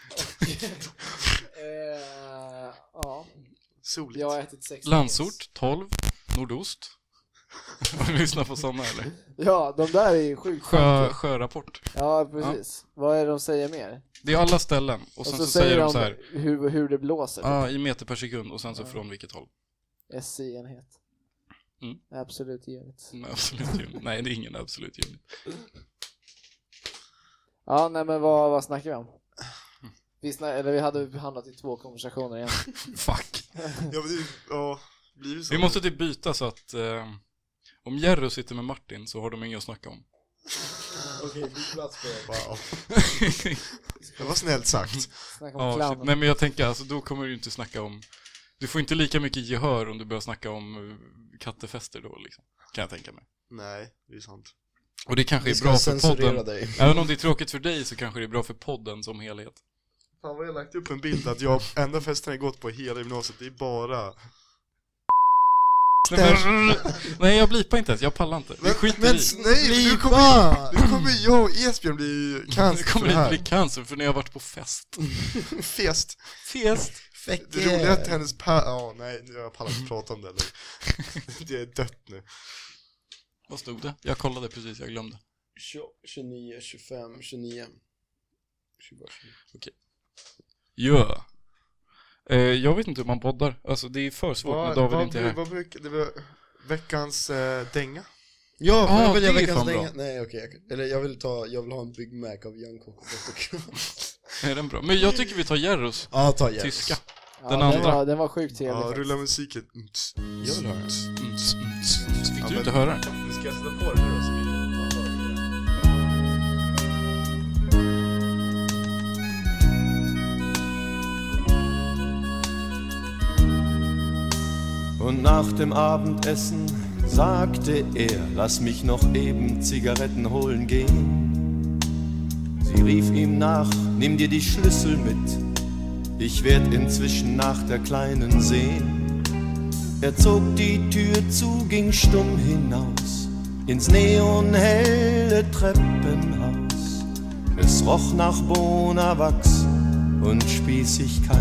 [SPEAKER 3] Och, [LAUGHS] eh, ja,
[SPEAKER 1] Soligt!
[SPEAKER 3] jag har ätit 6
[SPEAKER 2] Landsort 12, [LAUGHS] nordost. Har du lyssnat på såna eller?
[SPEAKER 3] Ja, de där är ju sjukt
[SPEAKER 2] Sjö,
[SPEAKER 3] Sjö...
[SPEAKER 2] sjörapport.
[SPEAKER 3] Ja, precis. Vad är det de säger mer?
[SPEAKER 2] Det är alla ställen och sen så, säger de så här.
[SPEAKER 3] hur, hur det blåser.
[SPEAKER 2] Ja, i meter per sekund och sen så från vilket håll.
[SPEAKER 3] typ. SI-enhet.
[SPEAKER 2] Mm.
[SPEAKER 3] Absolut givet.
[SPEAKER 2] En absolut unit. Nej, det är ingen absolut unit.
[SPEAKER 3] Ja, nej men vad, vad snackar vi om? Vi, snack, eller vi hade hamnat i två konversationer igen.
[SPEAKER 2] Fuck.
[SPEAKER 1] Ja, men, det- ja, blir det så?
[SPEAKER 2] Vi måste typ byta så att eh, om Jerry sitter med Martin så har de inget att snacka om.
[SPEAKER 4] Okej, alltså- byt plats på er.
[SPEAKER 1] Wow. Det var snällt sagt.
[SPEAKER 3] Snacka om
[SPEAKER 2] ja, shit.
[SPEAKER 3] clownen.
[SPEAKER 2] Nej, men jag tänker alltså då kommer du inte snacka om... Du får inte lika mycket gehör om du börjar snacka om eh, kattefester då liksom. Kan jag tänka mig.
[SPEAKER 1] Nej, det är sant.
[SPEAKER 2] Och det kanske
[SPEAKER 4] Vi
[SPEAKER 2] är
[SPEAKER 4] ska
[SPEAKER 2] bra för
[SPEAKER 4] censurera
[SPEAKER 2] podden.
[SPEAKER 4] dig
[SPEAKER 2] Även om det är tråkigt för dig så kanske det är bra för podden som helhet.
[SPEAKER 1] Fan vad jag lagt upp en bild att jag, enda festen jag gått på i hela gymnasiet, det är bara
[SPEAKER 2] Nej, men, nej jag blipar inte ens, jag pallar inte. Vi skiter
[SPEAKER 1] men
[SPEAKER 2] i.
[SPEAKER 1] nej, nu kommer, nu kommer jag och Esbjörn bli
[SPEAKER 2] Nu
[SPEAKER 1] cancer för
[SPEAKER 2] kommer
[SPEAKER 1] det
[SPEAKER 2] det
[SPEAKER 1] här.
[SPEAKER 2] bli cancer för när jag har varit på fest.
[SPEAKER 1] Fest.
[SPEAKER 2] Fest!
[SPEAKER 1] Det roliga är att hennes pa... Ja, nej, nu har jag pallat prata om det eller. [LAUGHS] Det är dött nu.
[SPEAKER 2] Vad stod det? Jag kollade precis, jag glömde.
[SPEAKER 4] 29, 25, 29
[SPEAKER 2] Ja. Eh, jag vet inte hur man poddar. Alltså det är för svårt när David
[SPEAKER 1] vad,
[SPEAKER 2] inte är här.
[SPEAKER 1] vad brukar... Det var veckans eh, dänga.
[SPEAKER 4] Ja, för
[SPEAKER 2] Ah,
[SPEAKER 4] då vill jag
[SPEAKER 2] det är
[SPEAKER 4] veckans
[SPEAKER 2] fan bra.
[SPEAKER 4] länge. Nej okej, jag- eller jag vill ta, jag vill ha en Big Mac av Young Cook.
[SPEAKER 2] [LAUGHS] Är den bra? Men jag tycker vi tar Jerros.
[SPEAKER 4] Ja, ta Jerrys.
[SPEAKER 2] Tyska.
[SPEAKER 3] Ja,
[SPEAKER 2] Den
[SPEAKER 3] Den
[SPEAKER 2] andra.
[SPEAKER 3] var, den var sjukt trevlig.
[SPEAKER 1] Ja,
[SPEAKER 3] faktiskt.
[SPEAKER 1] rulla musiken. Mm, tss,
[SPEAKER 4] Jag vill ha den.
[SPEAKER 2] Mm, mm, mm. Fick
[SPEAKER 1] Ja,
[SPEAKER 2] du
[SPEAKER 1] men-
[SPEAKER 2] inte höra den?
[SPEAKER 1] Nu ska jag sätta på det nu då så vi
[SPEAKER 5] Und nach dem Abendessen sagte er, lass mich noch eben Zigaretten holen gehen. Sie rief ihm nach, nimm dir die Schlüssel mit, ich werd inzwischen nach der Kleinen sehen. Er zog die Tür zu, ging stumm hinaus, ins neonhelle Treppenhaus. Es roch nach Bonawachs und Spießigkeit.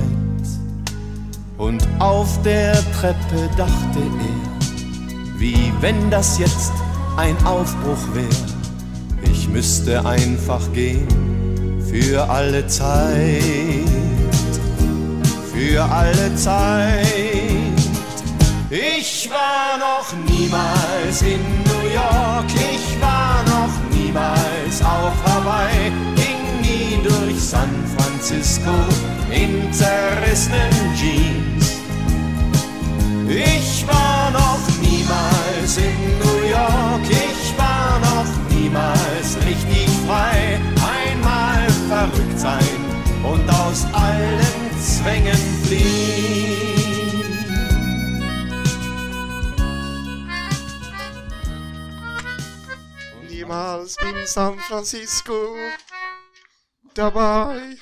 [SPEAKER 5] Und auf der Treppe dachte er, wie wenn das jetzt ein Aufbruch wär, ich müsste einfach gehen, für alle Zeit, für alle Zeit. Ich war noch niemals in New York, ich war noch niemals auf Hawaii, ging nie durch San Francisco in zerrissenen Jeans. Ich war noch niemals in New York, ich war noch niemals richtig frei. Einmal verrückt sein und aus allen Zwängen fliehen.
[SPEAKER 1] Niemals in San Francisco Dabei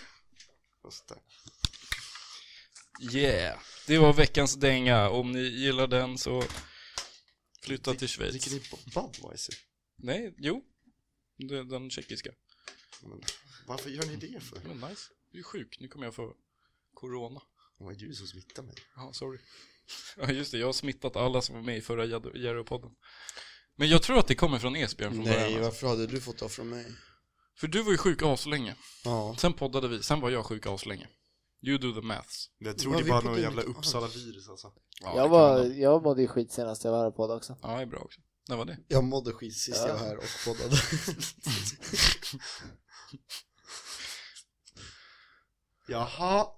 [SPEAKER 1] Och så där.
[SPEAKER 2] Yeah. Det var veckans dänga. Om ni gillar den så flytta till
[SPEAKER 1] Dricker
[SPEAKER 2] Schweiz.
[SPEAKER 1] ni Budweiser?
[SPEAKER 2] Nej, jo. Det är Den tjeckiska.
[SPEAKER 1] Men, varför gör ni det för?
[SPEAKER 2] Men nice. Du är sjuk. Nu kommer jag få corona.
[SPEAKER 1] Det var ju du som smittade mig
[SPEAKER 2] Ja, sorry. [LAUGHS] Ja, just det. Jag har smittat alla som var med i förra Jad- Jerry-podden. Men jag tror att det kommer från Esbjörn från början.
[SPEAKER 4] Nej,
[SPEAKER 2] Alltså.
[SPEAKER 4] varför hade du fått ta från mig?
[SPEAKER 2] För du var ju sjuk aslänge.
[SPEAKER 4] Ja.
[SPEAKER 2] Sen poddade vi. Sen var jag sjuk aslänge. You do the maths.
[SPEAKER 1] Jag tror
[SPEAKER 4] Vad
[SPEAKER 1] det
[SPEAKER 4] vi
[SPEAKER 1] var
[SPEAKER 4] på
[SPEAKER 1] någon
[SPEAKER 4] din-
[SPEAKER 1] jävla Uppsala-virus alltså
[SPEAKER 2] Ja, det
[SPEAKER 3] jag,
[SPEAKER 2] kan
[SPEAKER 3] var,
[SPEAKER 2] man-
[SPEAKER 3] jag mådde ju skit senast jag var här på det också.
[SPEAKER 2] Ja, det är bra också. När var det?
[SPEAKER 4] Jag mådde skit sist
[SPEAKER 3] Ja.
[SPEAKER 4] jag var här och
[SPEAKER 3] [LAUGHS]
[SPEAKER 4] poddade.
[SPEAKER 2] [LAUGHS]
[SPEAKER 1] Jaha,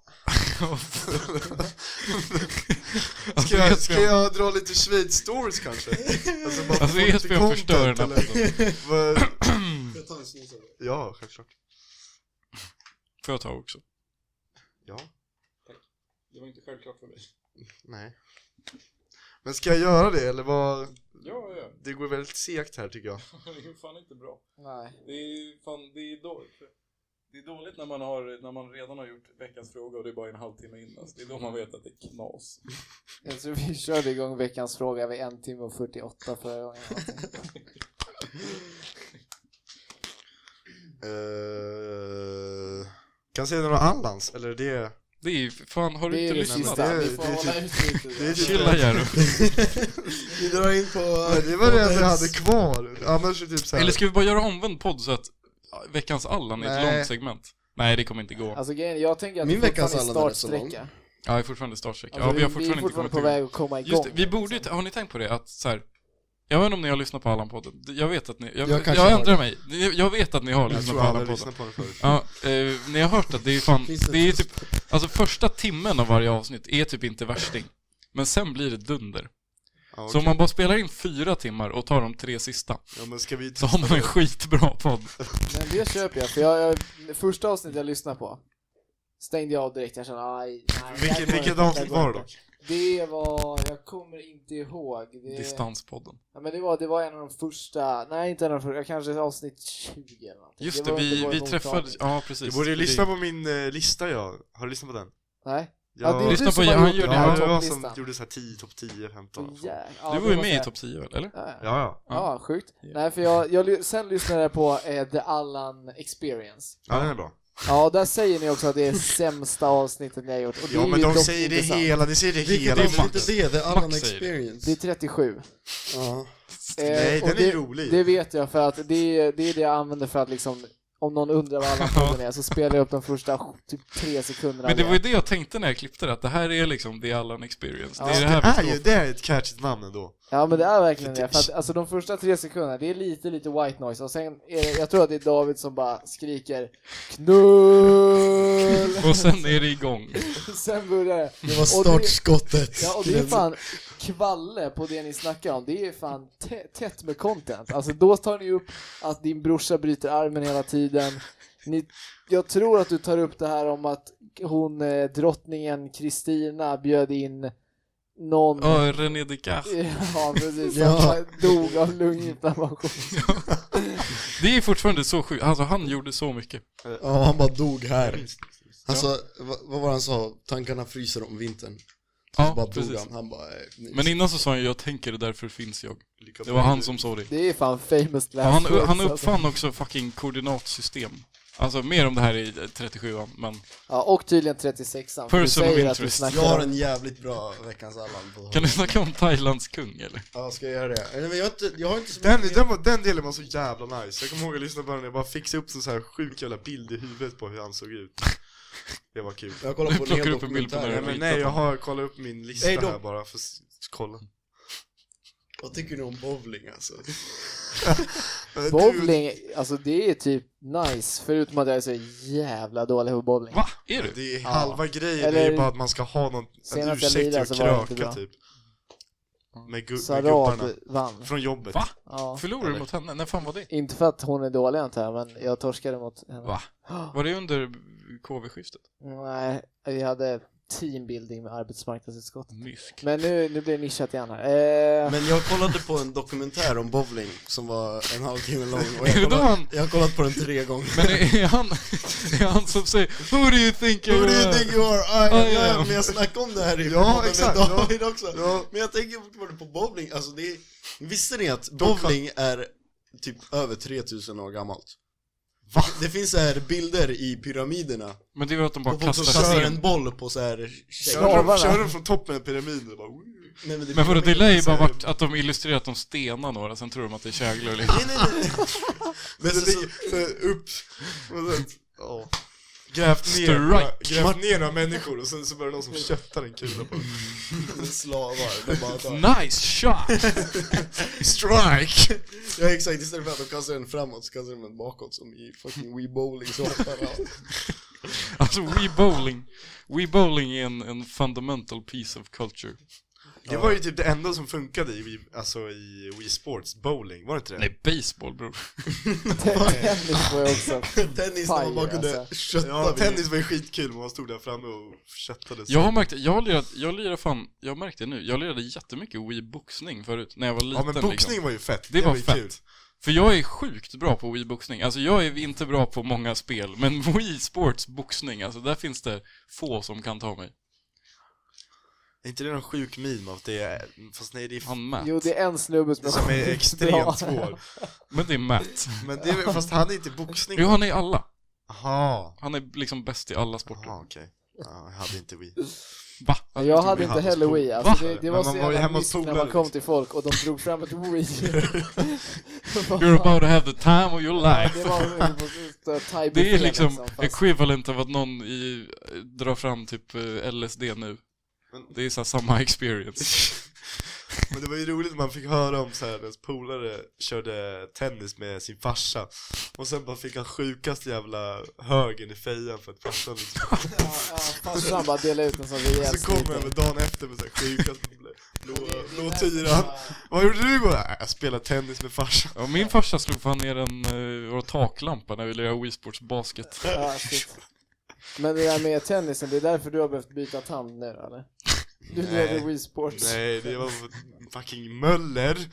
[SPEAKER 2] Alltså,
[SPEAKER 1] ska jag,
[SPEAKER 2] Esbjörn-
[SPEAKER 1] ska jag dra lite Schweiz-stories kanske? Alltså, bara för att få
[SPEAKER 2] Alltså, Alltså
[SPEAKER 1] lite
[SPEAKER 2] Esbjörn förstör den
[SPEAKER 1] content,
[SPEAKER 2] här
[SPEAKER 1] eller?
[SPEAKER 2] podden.
[SPEAKER 1] Vad-
[SPEAKER 4] jag ta en snus av dig?
[SPEAKER 1] Ja, självklart
[SPEAKER 2] Får jag ta också?
[SPEAKER 1] Ja,
[SPEAKER 2] Det var inte självklart för mig.
[SPEAKER 1] nej Men ska jag göra det eller vad?
[SPEAKER 2] Ja, ja. [LAUGHS]
[SPEAKER 1] Det går väldigt segt här tycker jag
[SPEAKER 2] Det är fan inte bra.
[SPEAKER 3] Nej.
[SPEAKER 2] Det är fan, det är dåligt. Det är dåligt när man, har, när man redan har gjort veckans fråga och det är bara en halvtimme innan. Det är då man vet att det är knas.
[SPEAKER 3] Jag tror vi körde igång veckans fråga vid en timme och 48 förra gången.
[SPEAKER 1] Eh, Kan jag säga några Allans, eller det?
[SPEAKER 2] Det är fan, har du
[SPEAKER 3] Det är
[SPEAKER 2] inte
[SPEAKER 3] det
[SPEAKER 2] lyssnat?
[SPEAKER 3] sista,
[SPEAKER 1] Det-
[SPEAKER 3] vi får
[SPEAKER 1] det-
[SPEAKER 3] hålla
[SPEAKER 1] det-
[SPEAKER 3] ut lite.
[SPEAKER 1] det är typ-
[SPEAKER 2] Chilla Jerry.
[SPEAKER 4] Vi drar in på...
[SPEAKER 1] Ja, det var det enda jag hade kvar, annars är det typ såhär
[SPEAKER 2] Eller ska vi bara göra omvänd podd så att ja, veckans Allan är ett
[SPEAKER 1] Nej.
[SPEAKER 2] långt segment? Nej, det kommer inte gå.
[SPEAKER 3] Alltså grejen, jag tänker att
[SPEAKER 4] Min
[SPEAKER 3] vi
[SPEAKER 4] veckans
[SPEAKER 3] fortfarande
[SPEAKER 4] alla
[SPEAKER 3] är
[SPEAKER 4] är så lång.
[SPEAKER 3] startsträcka.
[SPEAKER 2] Ja, jag är fortfarande startstreck.
[SPEAKER 3] Alltså,
[SPEAKER 2] ja, vi har fortfarande,
[SPEAKER 3] vi är fortfarande
[SPEAKER 2] inte
[SPEAKER 3] på
[SPEAKER 2] kommit igång.
[SPEAKER 3] väg att komma igång. liksom.
[SPEAKER 2] Just det, vi borde ju, ta- har ni tänkt på det? Att så här, jag vet inte om ni har lyssnat på Allan-podden. Jag vet att ni, jag,
[SPEAKER 4] Jag
[SPEAKER 2] jag,
[SPEAKER 4] kanske har
[SPEAKER 2] ändrar mig. Ni- Jag vet att ni har
[SPEAKER 1] Jag
[SPEAKER 2] lyssnat
[SPEAKER 1] tror
[SPEAKER 2] på
[SPEAKER 1] alla
[SPEAKER 2] Allan-podden.
[SPEAKER 1] lyssnade på den förut
[SPEAKER 2] Ja, eh, ni har hört att det är fan,
[SPEAKER 4] Finns det
[SPEAKER 2] det är ju typ, alltså första timmen av varje avsnitt är typ inte värsting. Men sen blir det dunder.
[SPEAKER 1] ja,
[SPEAKER 2] Så
[SPEAKER 1] okej.
[SPEAKER 2] om man bara spelar in fyra timmar och tar de tre sista,
[SPEAKER 1] ja, men ska vi
[SPEAKER 2] så har man en skitbra podd.
[SPEAKER 3] Men det köper jag, för jag, jag, första avsnittet jag lyssnade på stängde jag av direkt, jag kände aj, nej. det här går
[SPEAKER 1] Vilket, vilket
[SPEAKER 3] inte, här
[SPEAKER 1] avsnitt
[SPEAKER 3] går
[SPEAKER 1] var det
[SPEAKER 3] inte.
[SPEAKER 1] dock?
[SPEAKER 3] Det var, jag kommer inte ihåg. Det,
[SPEAKER 2] Distanspodden.
[SPEAKER 3] ja, men det, var, det var en av de första, nej inte en av de första, kanske avsnitt 20 eller någonting.
[SPEAKER 2] Just
[SPEAKER 3] var
[SPEAKER 2] det,
[SPEAKER 3] under
[SPEAKER 2] vi,
[SPEAKER 3] vår
[SPEAKER 2] vi
[SPEAKER 3] mottagning.
[SPEAKER 2] träffade, ja precis.
[SPEAKER 1] Du borde ju
[SPEAKER 2] Det-
[SPEAKER 1] lyssna på min eh, lista jag, har du lyssnat på den?
[SPEAKER 3] Nej.
[SPEAKER 1] Jag,
[SPEAKER 3] det är
[SPEAKER 2] Lyssna
[SPEAKER 3] du
[SPEAKER 2] på-
[SPEAKER 3] som har
[SPEAKER 2] han
[SPEAKER 3] gjort
[SPEAKER 2] gör
[SPEAKER 3] den
[SPEAKER 2] det
[SPEAKER 3] här
[SPEAKER 1] ja, det var
[SPEAKER 3] topplistan.
[SPEAKER 1] som gjorde såhär 10, topp 10, 15
[SPEAKER 3] Åh, jä- ja,
[SPEAKER 2] Du
[SPEAKER 3] det
[SPEAKER 2] var ju
[SPEAKER 3] måste
[SPEAKER 2] med i
[SPEAKER 3] jag-
[SPEAKER 2] topp 10 väl, eller?
[SPEAKER 3] Ja, ja.
[SPEAKER 1] Ja, ja.
[SPEAKER 3] ja, sjukt.
[SPEAKER 2] Ja.
[SPEAKER 3] Nej, för jag, jag, ly- sen lyssnade jag på eh, The Allan Experience.
[SPEAKER 1] ja, den är bra.
[SPEAKER 3] Ja, och där säger ni också att det är sämsta avsnittet ni har gjort. Och det
[SPEAKER 1] Ja,
[SPEAKER 3] är
[SPEAKER 1] men
[SPEAKER 3] ju
[SPEAKER 1] de
[SPEAKER 3] dock
[SPEAKER 1] säger det
[SPEAKER 3] inte sant.
[SPEAKER 1] hela, de säger det
[SPEAKER 4] Vilket
[SPEAKER 1] hela.
[SPEAKER 4] är
[SPEAKER 2] Max.
[SPEAKER 4] inte det? The Allan
[SPEAKER 2] Max säger det.
[SPEAKER 3] Det är
[SPEAKER 4] Experience.
[SPEAKER 3] 37.
[SPEAKER 4] Ja.
[SPEAKER 3] Eh,
[SPEAKER 1] Nej,
[SPEAKER 3] och
[SPEAKER 1] den är
[SPEAKER 3] det,
[SPEAKER 1] rolig.
[SPEAKER 3] Det vet jag för att det, är- det är det jag använder för att liksom, om någon
[SPEAKER 1] [LAUGHS]
[SPEAKER 3] undrar vad Allan-podden är så spelar jag upp de första typ tre sekunderna.
[SPEAKER 2] Men det
[SPEAKER 3] av
[SPEAKER 2] var ju det jag tänkte när jag klippte det, att det här är liksom the Allan experience.
[SPEAKER 3] Ja.
[SPEAKER 2] Det är det
[SPEAKER 1] Det
[SPEAKER 2] här vi
[SPEAKER 1] är
[SPEAKER 2] står
[SPEAKER 1] Ah, ju,
[SPEAKER 2] för.
[SPEAKER 1] det är ett catchigt namn ändå.
[SPEAKER 3] Ja men det är verkligen det, för att alltså de första tre sekunderna, det är lite lite white noise och sen är det, jag tror att det är David som bara skriker KNULL! [LAUGHS]
[SPEAKER 2] Och sen är det igång.
[SPEAKER 3] sen börjar det.
[SPEAKER 4] Det var
[SPEAKER 3] Och det-
[SPEAKER 4] startskottet.
[SPEAKER 3] Ja och det är fan kvalle på det ni snackar om, det är fan tä- tätt med content. Alltså då tar ni upp att din brorsa bryter armen hela tiden. Ni, jag tror att du tar upp det här om att hon eh, drottningen Kristina bjöd in någon
[SPEAKER 2] Ja, René Descartes.
[SPEAKER 3] [LAUGHS] Ja precis,
[SPEAKER 4] Ja.
[SPEAKER 3] han dog av lunginflammation.
[SPEAKER 2] Det är fortfarande så sjukt. Alltså han gjorde så mycket.
[SPEAKER 4] Ja, han bara dog här. Alltså, vad, vad var han sa? Tankarna fryser om vintern. så bara
[SPEAKER 2] Ja,
[SPEAKER 4] dog
[SPEAKER 2] precis.
[SPEAKER 4] han. Han bara, eh, nej.
[SPEAKER 2] Men innan så sa han jag tänker det därför finns jag.
[SPEAKER 1] Lika
[SPEAKER 2] Det var han som sa det.
[SPEAKER 3] Det är fan famous
[SPEAKER 2] Och han,
[SPEAKER 3] last words,
[SPEAKER 2] han
[SPEAKER 3] alltså.
[SPEAKER 2] uppfann också fucking koordinatsystem. Alltså mer om det här i 37an, men
[SPEAKER 3] Ja, och tydligen 36an. för Du
[SPEAKER 2] Person of
[SPEAKER 3] säger att du
[SPEAKER 2] interest.
[SPEAKER 3] snackar
[SPEAKER 4] Jag har
[SPEAKER 3] om-
[SPEAKER 4] en jävligt bra veckans Allan på
[SPEAKER 2] kan du snacka om Thailands kung eller?
[SPEAKER 4] Ja, ska jag göra det? Eller, men jag, har inte, jag har inte så
[SPEAKER 1] Den,
[SPEAKER 4] mycket
[SPEAKER 1] den, var, den delen var så jävla nice, jag kommer ihåg att lyssna på den och jag bara fixade upp en så här sjuk jävla bild i huvudet på hur han såg ut Det var kul
[SPEAKER 4] Jag kollar
[SPEAKER 2] Du
[SPEAKER 4] på en
[SPEAKER 2] plockar
[SPEAKER 4] hel
[SPEAKER 2] upp en bild på
[SPEAKER 4] dokumentär.
[SPEAKER 1] Nej men nej, jag har kollat upp min lista
[SPEAKER 4] Nej, de-
[SPEAKER 1] här bara för att s- kolla
[SPEAKER 4] Vad tycker ni om bowling alltså?
[SPEAKER 3] Bowling, alltså det är typ nice, förutom att jag är så jävla dålig på bowling.
[SPEAKER 2] Va? Är
[SPEAKER 1] Du,
[SPEAKER 2] du?
[SPEAKER 1] det är halva grejen
[SPEAKER 3] Eller-
[SPEAKER 1] är ju bara att man ska ha någon, en
[SPEAKER 3] Senast jag
[SPEAKER 1] ursäkt till
[SPEAKER 3] lirade
[SPEAKER 1] att
[SPEAKER 3] så var det inte
[SPEAKER 1] kröka
[SPEAKER 3] bra.
[SPEAKER 1] typ Med, gu, med gubbarna,
[SPEAKER 3] Sarab vann.
[SPEAKER 1] från jobbet
[SPEAKER 2] Va?
[SPEAKER 3] Ja.
[SPEAKER 2] Förlorade du mot henne? När fan var det?
[SPEAKER 3] Inte för att hon är dålig antar jag, men jag torskade mot henne.
[SPEAKER 2] Va? Var det under KV-skiftet?
[SPEAKER 3] Nej, vi hade teambuilding med arbetsmarknadsutskottet.
[SPEAKER 2] Mysk.
[SPEAKER 3] Men nu, nu blir det nischat igen här. [LAUGHS] Eh,
[SPEAKER 4] Men jag kollade på en dokumentär om bowling som var en halvtimme lång
[SPEAKER 2] [LAUGHS]
[SPEAKER 4] och
[SPEAKER 2] Är det
[SPEAKER 4] jag,
[SPEAKER 2] då
[SPEAKER 4] kollade,
[SPEAKER 2] han?
[SPEAKER 4] jag har kollat på den tre gånger.
[SPEAKER 2] Men är han, är han som säger Who do you think you
[SPEAKER 4] Who do you
[SPEAKER 2] are?"
[SPEAKER 4] think you are? Ah,
[SPEAKER 2] Ah,
[SPEAKER 4] ja,
[SPEAKER 2] ja, ja.
[SPEAKER 4] Men jag snackade om det här i
[SPEAKER 1] Ja,
[SPEAKER 4] podden
[SPEAKER 1] exakt,
[SPEAKER 4] med
[SPEAKER 1] ja.
[SPEAKER 4] David också.
[SPEAKER 1] Ja.
[SPEAKER 4] Men jag tänker fortfarande på bowling, alltså det är, Visste ni att bowling är typ över 3000 år gammalt? Va? Det finns så här bilder i pyramiderna,
[SPEAKER 2] Men det var att de bara
[SPEAKER 4] och folk som
[SPEAKER 2] kastar
[SPEAKER 4] kastar
[SPEAKER 2] sten.
[SPEAKER 4] en boll på så här tjejer.
[SPEAKER 1] Kör
[SPEAKER 3] Slavarna.
[SPEAKER 1] dem, kör dem från toppen av pyramiden och bara "Woo."
[SPEAKER 4] Nej, men det
[SPEAKER 2] Men vadå, det
[SPEAKER 4] pyramider
[SPEAKER 2] lär ju
[SPEAKER 4] så
[SPEAKER 2] bara
[SPEAKER 4] här-
[SPEAKER 2] varit att de illustrerar att de stenar några, sen tror de att det är käglor liksom.
[SPEAKER 4] [LAUGHS] Nej, nej,
[SPEAKER 1] [LAUGHS]
[SPEAKER 4] nej, nej. Men
[SPEAKER 1] Så
[SPEAKER 4] så, så,
[SPEAKER 1] ligger- så här, upp, och sen, ja Grävt ner,
[SPEAKER 2] Strike.
[SPEAKER 1] några- grävt ner några människor och sen så börjar någon som köttar en kula på dem.
[SPEAKER 4] det är slavar, de bara tar.
[SPEAKER 2] Nice shot! Strike!
[SPEAKER 4] Ja exakt, istället för att de kastar den framåt så kastar de den bakåt som i fucking Wii Bowling så hoppar alla.
[SPEAKER 2] Alltså Wii Bowling, Wii Bowling är en, en fundamental piece of culture.
[SPEAKER 1] Det var ju typ det enda som funkade i, Wii- alltså i Wii Sports bowling, var det inte det?
[SPEAKER 2] Nej, baseball bror.
[SPEAKER 3] tennis får jag också.
[SPEAKER 4] Tennis när man bara
[SPEAKER 3] Pajer,
[SPEAKER 4] kunde
[SPEAKER 3] alltså.
[SPEAKER 4] kötta
[SPEAKER 1] Ja,
[SPEAKER 4] vid.
[SPEAKER 1] tennis var ju skitkul, man stod där framme och köttade sig.
[SPEAKER 2] Jag har märkt, jag har lirat, jag lirar fan, jag märkte det nu, jag lirade jättemycket Wii boxning förut, när jag var
[SPEAKER 1] Ja
[SPEAKER 2] liten
[SPEAKER 1] men boxning
[SPEAKER 2] liksom.
[SPEAKER 1] var ju fett,
[SPEAKER 2] Det var
[SPEAKER 1] ju
[SPEAKER 2] fett.
[SPEAKER 1] kul.
[SPEAKER 2] För jag är sjukt bra på Wii boxning, alltså jag är inte bra på många spel, men [LAUGHS] Wii sports boxning, alltså där finns det få som kan ta mig.
[SPEAKER 1] Är inte det någon sjuk meme av det? är- Fast nej, det är
[SPEAKER 2] Han Matt.
[SPEAKER 3] Jo, det är en snubbe som är
[SPEAKER 1] som är
[SPEAKER 2] [LAUGHS]
[SPEAKER 3] skitbra.
[SPEAKER 1] extremt svår.
[SPEAKER 2] Men det är Matt.
[SPEAKER 1] Men det är, väl- fast han är inte i boxning.
[SPEAKER 2] Jo, han är i alla.
[SPEAKER 1] Jaha.
[SPEAKER 2] Han är liksom bäst i alla sporter.
[SPEAKER 1] Jaha, okej. Ja, jag hade inte Wii.
[SPEAKER 2] Va?
[SPEAKER 3] Ja, Jag hade
[SPEAKER 1] vi
[SPEAKER 3] inte
[SPEAKER 1] hade
[SPEAKER 3] heller
[SPEAKER 1] oss på-
[SPEAKER 3] Wii, alltså
[SPEAKER 1] Va?
[SPEAKER 3] det, det
[SPEAKER 1] Men
[SPEAKER 3] var så
[SPEAKER 1] man var ju
[SPEAKER 3] jävla
[SPEAKER 1] hemma hos
[SPEAKER 3] mysigt när man
[SPEAKER 1] polare,
[SPEAKER 3] kom
[SPEAKER 1] liksom.
[SPEAKER 3] till folk och de drog fram ett Wii. [LAUGHS]
[SPEAKER 2] You're about to have the time of your
[SPEAKER 3] Ja,
[SPEAKER 2] life.
[SPEAKER 3] det var precis, det var thai
[SPEAKER 2] Det
[SPEAKER 3] buffé
[SPEAKER 2] är liksom
[SPEAKER 3] fast-
[SPEAKER 2] equivalent av att någon i, eh, drar fram typ eh, LSD nu.
[SPEAKER 1] Men-
[SPEAKER 2] Det är så här samma experience.
[SPEAKER 1] Men det var ju roligt, man fick höra om så här, ens polare körde tennis med sin farsa. Och sen bara fick han sjukaste jävla högen i fejan för att farsan liksom.
[SPEAKER 3] Ja, ja, Farsan bara delade ut en sån rejäl
[SPEAKER 1] Så kom
[SPEAKER 3] snyting.
[SPEAKER 1] han dagen efter med så här sjukaste blå- blå- blå tyran. Vad gjorde du igår? "Äh, Jag spelade tennis med farsan.
[SPEAKER 2] Ja, min farsa slog fan ner en eh, vår taklampa när vi lirade Wii Sports
[SPEAKER 3] [LAUGHS]
[SPEAKER 2] Basket. [LAUGHS]
[SPEAKER 3] Ja, shit. Men det där med tennisen, det är därför du har behövt byta tand nu eller? Du
[SPEAKER 1] Nej.
[SPEAKER 3] leder Wii Sports.
[SPEAKER 1] Nej, det var fucking Möller.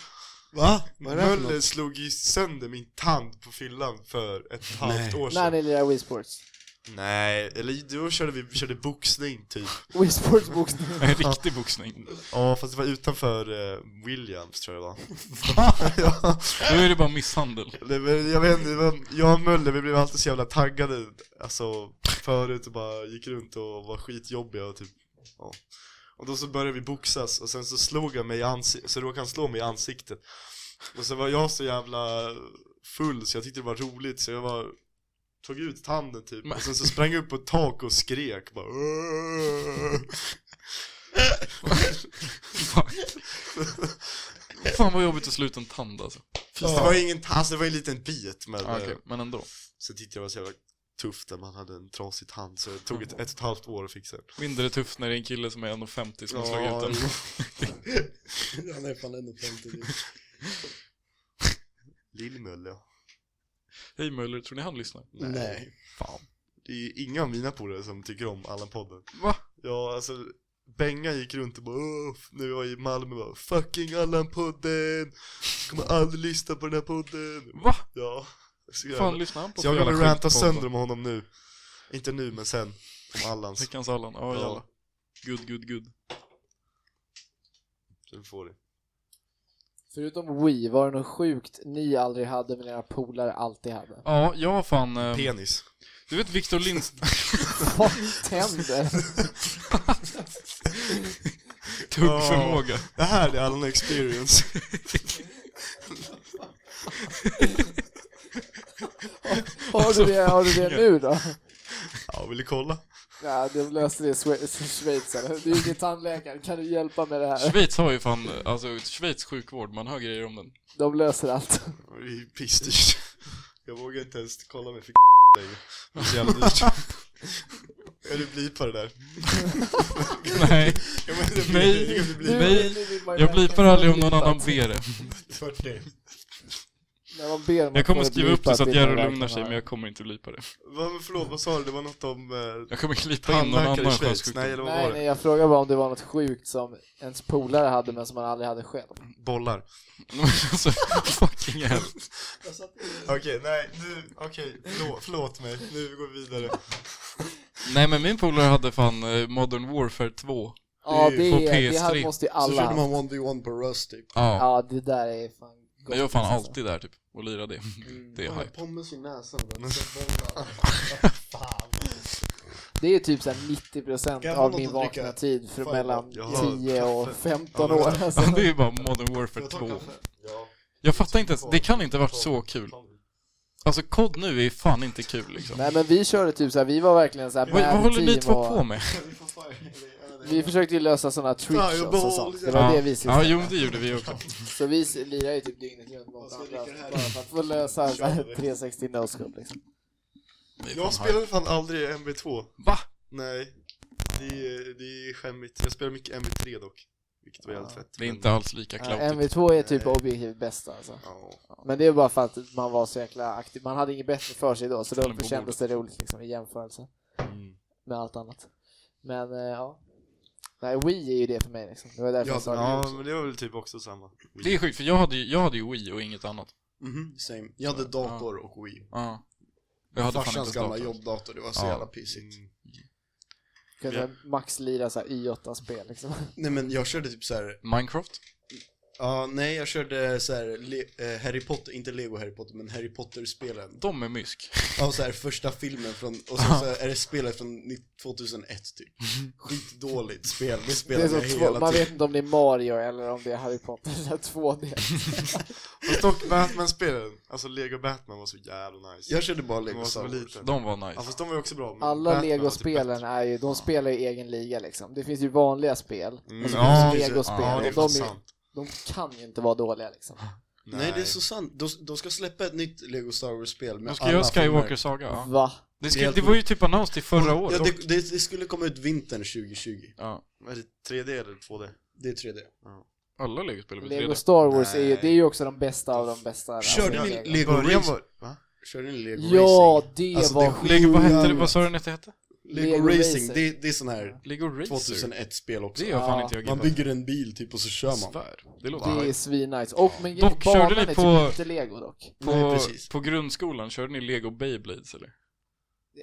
[SPEAKER 4] Va? Vad är det för
[SPEAKER 1] Möller
[SPEAKER 4] något?
[SPEAKER 1] slog ju sönder min tand på fyllan för ett halvt år
[SPEAKER 3] När
[SPEAKER 1] sedan.
[SPEAKER 3] ni lirar Wii Sports.
[SPEAKER 1] Nej, eller då körde vi, vi körde boxning typ.
[SPEAKER 3] Wii Sports boxning.
[SPEAKER 2] En riktig boxning.
[SPEAKER 1] Ja, fast det var utanför eh, Williams tror jag
[SPEAKER 4] [LAUGHS]
[SPEAKER 1] det var.
[SPEAKER 2] Då är det bara misshandel.
[SPEAKER 1] Det, var- jag vet inte, det var, jag och Möller vi blev alltid så jävla taggade alltså förut och bara gick runt och var skitjobbiga och typ ja. Och då så började vi boxas och sen så slog han mig i ansiktet, så råkade han slå mig i ansiktet. Och så var jag så jävla full så jag tyckte det var roligt så jag var Tog ut tanden typ, och sen så sprang jag upp på ett tak och skrek bara "Åh!"
[SPEAKER 2] Fuck. [LAUGHS] Fan vad jobbigt att sluta en tand alltså.
[SPEAKER 1] Fy, det var ju ingen, alltså det var ju en liten bit men
[SPEAKER 2] Ah,
[SPEAKER 1] eh,
[SPEAKER 2] Okej, men ändå.
[SPEAKER 1] sen tyckte jag det var så jävla tufft när man hade en trasig tand så det tog ett, ett och ett halvt år att fixa den.
[SPEAKER 2] Mindre det tufft när det är en kille som är 1,50 som har slagit ut
[SPEAKER 1] [LAUGHS]
[SPEAKER 2] den.
[SPEAKER 4] [LAUGHS] Han är fan ändå 50 nu.
[SPEAKER 1] Lillmull ja.
[SPEAKER 2] Hej Möller, tror ni han lyssnar?
[SPEAKER 4] Nej.
[SPEAKER 1] Det är ju inga av mina polare som tycker om Allan-podden.
[SPEAKER 2] Va?
[SPEAKER 1] Ja, alltså Benga gick runt och bara "Åh, f- när vi var i Malmö bara 'Fucking Allan-podden! Kommer aldrig lyssna på den här podden!'
[SPEAKER 2] Va?
[SPEAKER 1] Ja, så
[SPEAKER 2] Fan
[SPEAKER 1] jävla...
[SPEAKER 2] lyssnar han på
[SPEAKER 1] Så jag
[SPEAKER 2] för
[SPEAKER 1] kommer
[SPEAKER 2] jävla
[SPEAKER 1] ranta
[SPEAKER 2] skitpodd?
[SPEAKER 1] sönder med honom nu. Inte nu, men sen. Om Allans.
[SPEAKER 2] Veckans Allan, ja
[SPEAKER 1] Ja.
[SPEAKER 2] jävlar. Good, good, good.
[SPEAKER 1] Du får det.
[SPEAKER 3] Förutom Wii, var det något sjukt ni aldrig hade men era polare
[SPEAKER 2] [LAUGHS]
[SPEAKER 3] alltid hade?
[SPEAKER 2] Ja, jag har fan... eh,
[SPEAKER 1] Penis.
[SPEAKER 2] Du vet Viktor Lindström?
[SPEAKER 3] Vad händer?
[SPEAKER 2] [LAUGHS] Tuggförmåga.
[SPEAKER 1] Det här är Allan experience.
[SPEAKER 3] Har du det, har du det nu då?
[SPEAKER 1] Ja, vill du kolla?
[SPEAKER 3] Ja, de löste det i Schwe- Schweiz eller? Du är ingen tandläkare, kan du hjälpa med det här?
[SPEAKER 2] Schweiz har ju fan, eh, alltså Schweiz sjukvård, man hör grejer om den.
[SPEAKER 3] De löser allt.
[SPEAKER 1] Det är ju pissdyrt. [LAUGHS] Jag vågar inte ens kolla mig för [LAUGHS] längre. Det är så jävla dyrt. [LAUGHS] Är du blipar det där?
[SPEAKER 2] [LAUGHS] Nej,
[SPEAKER 1] Ja, men det blir-
[SPEAKER 2] Nej.
[SPEAKER 1] det blir-
[SPEAKER 2] Nej, jag blipar aldrig om någon annan ber det.
[SPEAKER 3] När man ber om
[SPEAKER 2] Jag
[SPEAKER 3] att
[SPEAKER 2] kommer
[SPEAKER 3] få
[SPEAKER 2] skriva upp
[SPEAKER 3] blipa
[SPEAKER 2] det så att
[SPEAKER 3] bilden
[SPEAKER 2] Jerry
[SPEAKER 3] verkar
[SPEAKER 2] lugnar sig,
[SPEAKER 3] vara-
[SPEAKER 2] men jag kommer inte blipa det.
[SPEAKER 1] Vad, men förlåt, vad sa du? Det var något om eh,
[SPEAKER 2] Jag kommer klippa in någon
[SPEAKER 1] tandläkare i
[SPEAKER 2] annan
[SPEAKER 1] Schweiz? Nej,
[SPEAKER 2] skönhetssjukdom.
[SPEAKER 1] eller vad
[SPEAKER 3] Nej,
[SPEAKER 1] var det?
[SPEAKER 3] nej, jag frågar bara om det var något sjukt som ens polare hade men som man aldrig hade själv.
[SPEAKER 1] Bollar.
[SPEAKER 2] [LAUGHS] alltså, fucking hell.
[SPEAKER 1] Okej, nej, nu, okej, förlåt, förlåt mig. Nu går vi vidare.
[SPEAKER 2] Nej men min polare hade fan eh, Modern Warfare 2.
[SPEAKER 3] Ja,
[SPEAKER 4] ju
[SPEAKER 3] det,
[SPEAKER 2] på
[SPEAKER 3] är, det
[SPEAKER 2] PS3.
[SPEAKER 3] här måste ju
[SPEAKER 4] Så
[SPEAKER 3] alla
[SPEAKER 4] körde
[SPEAKER 3] ha.
[SPEAKER 4] man 1v1 på Rust typ.
[SPEAKER 2] Ja.
[SPEAKER 3] Ja, det där är fan gott,
[SPEAKER 2] Men jag var fan
[SPEAKER 3] alltså. Mm.
[SPEAKER 2] alltid där typ, och lirade det. Det är hype.
[SPEAKER 4] Pommes i näsan bro.
[SPEAKER 2] [LAUGHS]
[SPEAKER 3] Det är typ såhär 90%
[SPEAKER 4] Kan jag få
[SPEAKER 3] av
[SPEAKER 4] något
[SPEAKER 3] min
[SPEAKER 4] att
[SPEAKER 3] vakna
[SPEAKER 4] dricka?
[SPEAKER 3] tid för
[SPEAKER 4] Fan,
[SPEAKER 3] mellan
[SPEAKER 1] jag har
[SPEAKER 3] 10 och
[SPEAKER 1] kaffe.
[SPEAKER 3] 15
[SPEAKER 1] Ja, men-
[SPEAKER 3] år alltså.
[SPEAKER 2] Ja, det är ju bara Modern Warfare 2.
[SPEAKER 1] Ja.
[SPEAKER 2] Jag fattar inte ens, det kan inte ha varit så kul. Alltså kod nu är fan inte kul liksom.
[SPEAKER 3] Nej men vi körde typ såhär, vi var verkligen såhär
[SPEAKER 2] Vad, vad håller ni
[SPEAKER 3] bandteam
[SPEAKER 2] två
[SPEAKER 3] och-
[SPEAKER 2] på med?
[SPEAKER 4] [LAUGHS]
[SPEAKER 3] Vi försökte ju lösa sådana trickshots och sånt. Det var
[SPEAKER 2] Ja,
[SPEAKER 3] det vi
[SPEAKER 2] ja
[SPEAKER 3] sysslade
[SPEAKER 2] jo
[SPEAKER 3] med.
[SPEAKER 2] det gjorde vi också.
[SPEAKER 3] Så vi lirade ju typ dygnet runt mot andra bara för att få lösa så här 360 no scope liksom.
[SPEAKER 1] Jag spelade fan aldrig MB2.
[SPEAKER 2] Va?
[SPEAKER 1] Nej, det är, det är skämmigt. Jag spelar mycket MB3 dock, vilket var jävligt fett.
[SPEAKER 2] Det är
[SPEAKER 1] men-
[SPEAKER 2] inte alls lika
[SPEAKER 3] Ja,
[SPEAKER 2] cloutigt.
[SPEAKER 3] MV2 är typ objektivt bästa alltså.
[SPEAKER 1] Ja.
[SPEAKER 3] Men det är bara för att man var så jäkla aktiv. Man hade inget bättre för sig då så
[SPEAKER 2] Ställ den
[SPEAKER 3] då
[SPEAKER 2] på
[SPEAKER 3] kändes det roligt liksom i jämförelse
[SPEAKER 1] Mm.
[SPEAKER 3] med allt annat. Men eh, ja. Nej, Wii är ju det för mig liksom. Det var därför
[SPEAKER 1] Ja,
[SPEAKER 3] jag sa det.
[SPEAKER 1] ja,
[SPEAKER 3] också.
[SPEAKER 1] men det var väl typ också samma.
[SPEAKER 2] Det är sjukt, för jag hade ju, jag hade ju Wii och inget annat.
[SPEAKER 4] Mhm, same. Jag hade dator och Wii.
[SPEAKER 2] Ja. Jag hade fan
[SPEAKER 4] Farsans
[SPEAKER 2] inte ens
[SPEAKER 4] gamla
[SPEAKER 2] dator.
[SPEAKER 4] jobbdator, det var så
[SPEAKER 2] Ja.
[SPEAKER 4] jävla pissigt.
[SPEAKER 1] Mm.
[SPEAKER 3] Kunde max lira så här Y8-spel liksom.
[SPEAKER 4] Nej men jag körde typ så här.
[SPEAKER 2] Minecraft?
[SPEAKER 4] ja nej jag körde så här le- eh, Harry Potter, inte Lego Harry Potter men Harry Potter-spelen.
[SPEAKER 2] De är mysk.
[SPEAKER 4] Ja så här första filmen från, och sen så är det spelet från ni- 2001 typ. Skitdåligt spel, det
[SPEAKER 3] Det är
[SPEAKER 4] spelade
[SPEAKER 3] så
[SPEAKER 4] jag
[SPEAKER 3] två,
[SPEAKER 4] hela
[SPEAKER 3] man vet
[SPEAKER 4] tiden.
[SPEAKER 3] inte om det är Mario eller om det är Harry Potter. Så här 2D.
[SPEAKER 1] Fast dock Batman-spelen, alltså Lego Batman var så jävla nice.
[SPEAKER 4] Jag körde bara
[SPEAKER 1] Jag
[SPEAKER 4] Lego
[SPEAKER 1] var så
[SPEAKER 4] Star Wars.
[SPEAKER 1] liten.
[SPEAKER 2] De var nice.
[SPEAKER 1] Ja fast de var ju också bra. men
[SPEAKER 3] Alla
[SPEAKER 1] Batman var typ
[SPEAKER 3] Lego-spelen är ju, de spelar ju i egen liga liksom. Det finns ju vanliga spel.
[SPEAKER 1] bättre. Mm.
[SPEAKER 3] Och så
[SPEAKER 1] Ja,
[SPEAKER 3] finns det Lego-spel.
[SPEAKER 1] ja, det är
[SPEAKER 3] och de,
[SPEAKER 1] fan
[SPEAKER 3] är,
[SPEAKER 1] sant.
[SPEAKER 3] de kan ju inte vara dåliga liksom.
[SPEAKER 4] Nej det är så sant, de, de ska släppa ett nytt Lego Star Wars-spel med
[SPEAKER 2] De ska göra
[SPEAKER 4] alla filmer.
[SPEAKER 2] Skywalker Saga, ja.
[SPEAKER 3] Va?
[SPEAKER 2] Det, ska,
[SPEAKER 4] Helt
[SPEAKER 2] det var ju typ annons till förra året.
[SPEAKER 4] Ja, det, det, det skulle komma ut vintern 2020,
[SPEAKER 2] Ja.
[SPEAKER 1] Är det 3D eller 2D?
[SPEAKER 4] det är 3D.
[SPEAKER 2] Alla legospel är
[SPEAKER 3] Lego
[SPEAKER 2] Lego.
[SPEAKER 3] Star Wars är ju,
[SPEAKER 1] Nej.
[SPEAKER 3] det är ju också de bästa av de bästa.
[SPEAKER 4] Körde
[SPEAKER 3] alltså,
[SPEAKER 4] ni
[SPEAKER 3] Lego.
[SPEAKER 4] Lego
[SPEAKER 1] Början
[SPEAKER 4] Racing?
[SPEAKER 1] var... Va?
[SPEAKER 4] Körde ni Lego
[SPEAKER 3] Ja,
[SPEAKER 4] Racing?
[SPEAKER 3] det
[SPEAKER 4] Alltså,
[SPEAKER 3] var
[SPEAKER 4] det-
[SPEAKER 3] sjukt.
[SPEAKER 2] Lego, vad hette det? Vad sa du att det hette?
[SPEAKER 4] Lego,
[SPEAKER 3] Lego
[SPEAKER 4] Racing,
[SPEAKER 3] Racing.
[SPEAKER 4] Det, det är sån här
[SPEAKER 2] Lego Racer?
[SPEAKER 4] 2001-spel också.
[SPEAKER 2] Det gör fan
[SPEAKER 3] Ja.
[SPEAKER 2] inte jag
[SPEAKER 4] Man
[SPEAKER 2] gillar.
[SPEAKER 4] bygger en bil typ och så kör man.
[SPEAKER 2] Svär. Det låter
[SPEAKER 3] Det är
[SPEAKER 2] nice.
[SPEAKER 3] svinnice. Och men
[SPEAKER 2] Dock,
[SPEAKER 3] banan
[SPEAKER 2] körde
[SPEAKER 3] är
[SPEAKER 2] ni
[SPEAKER 3] typ
[SPEAKER 2] på-
[SPEAKER 3] inte Lego dock.
[SPEAKER 4] Nej,
[SPEAKER 2] På,
[SPEAKER 4] precis.
[SPEAKER 2] på grundskolan, körde ni Lego Beyblades eller?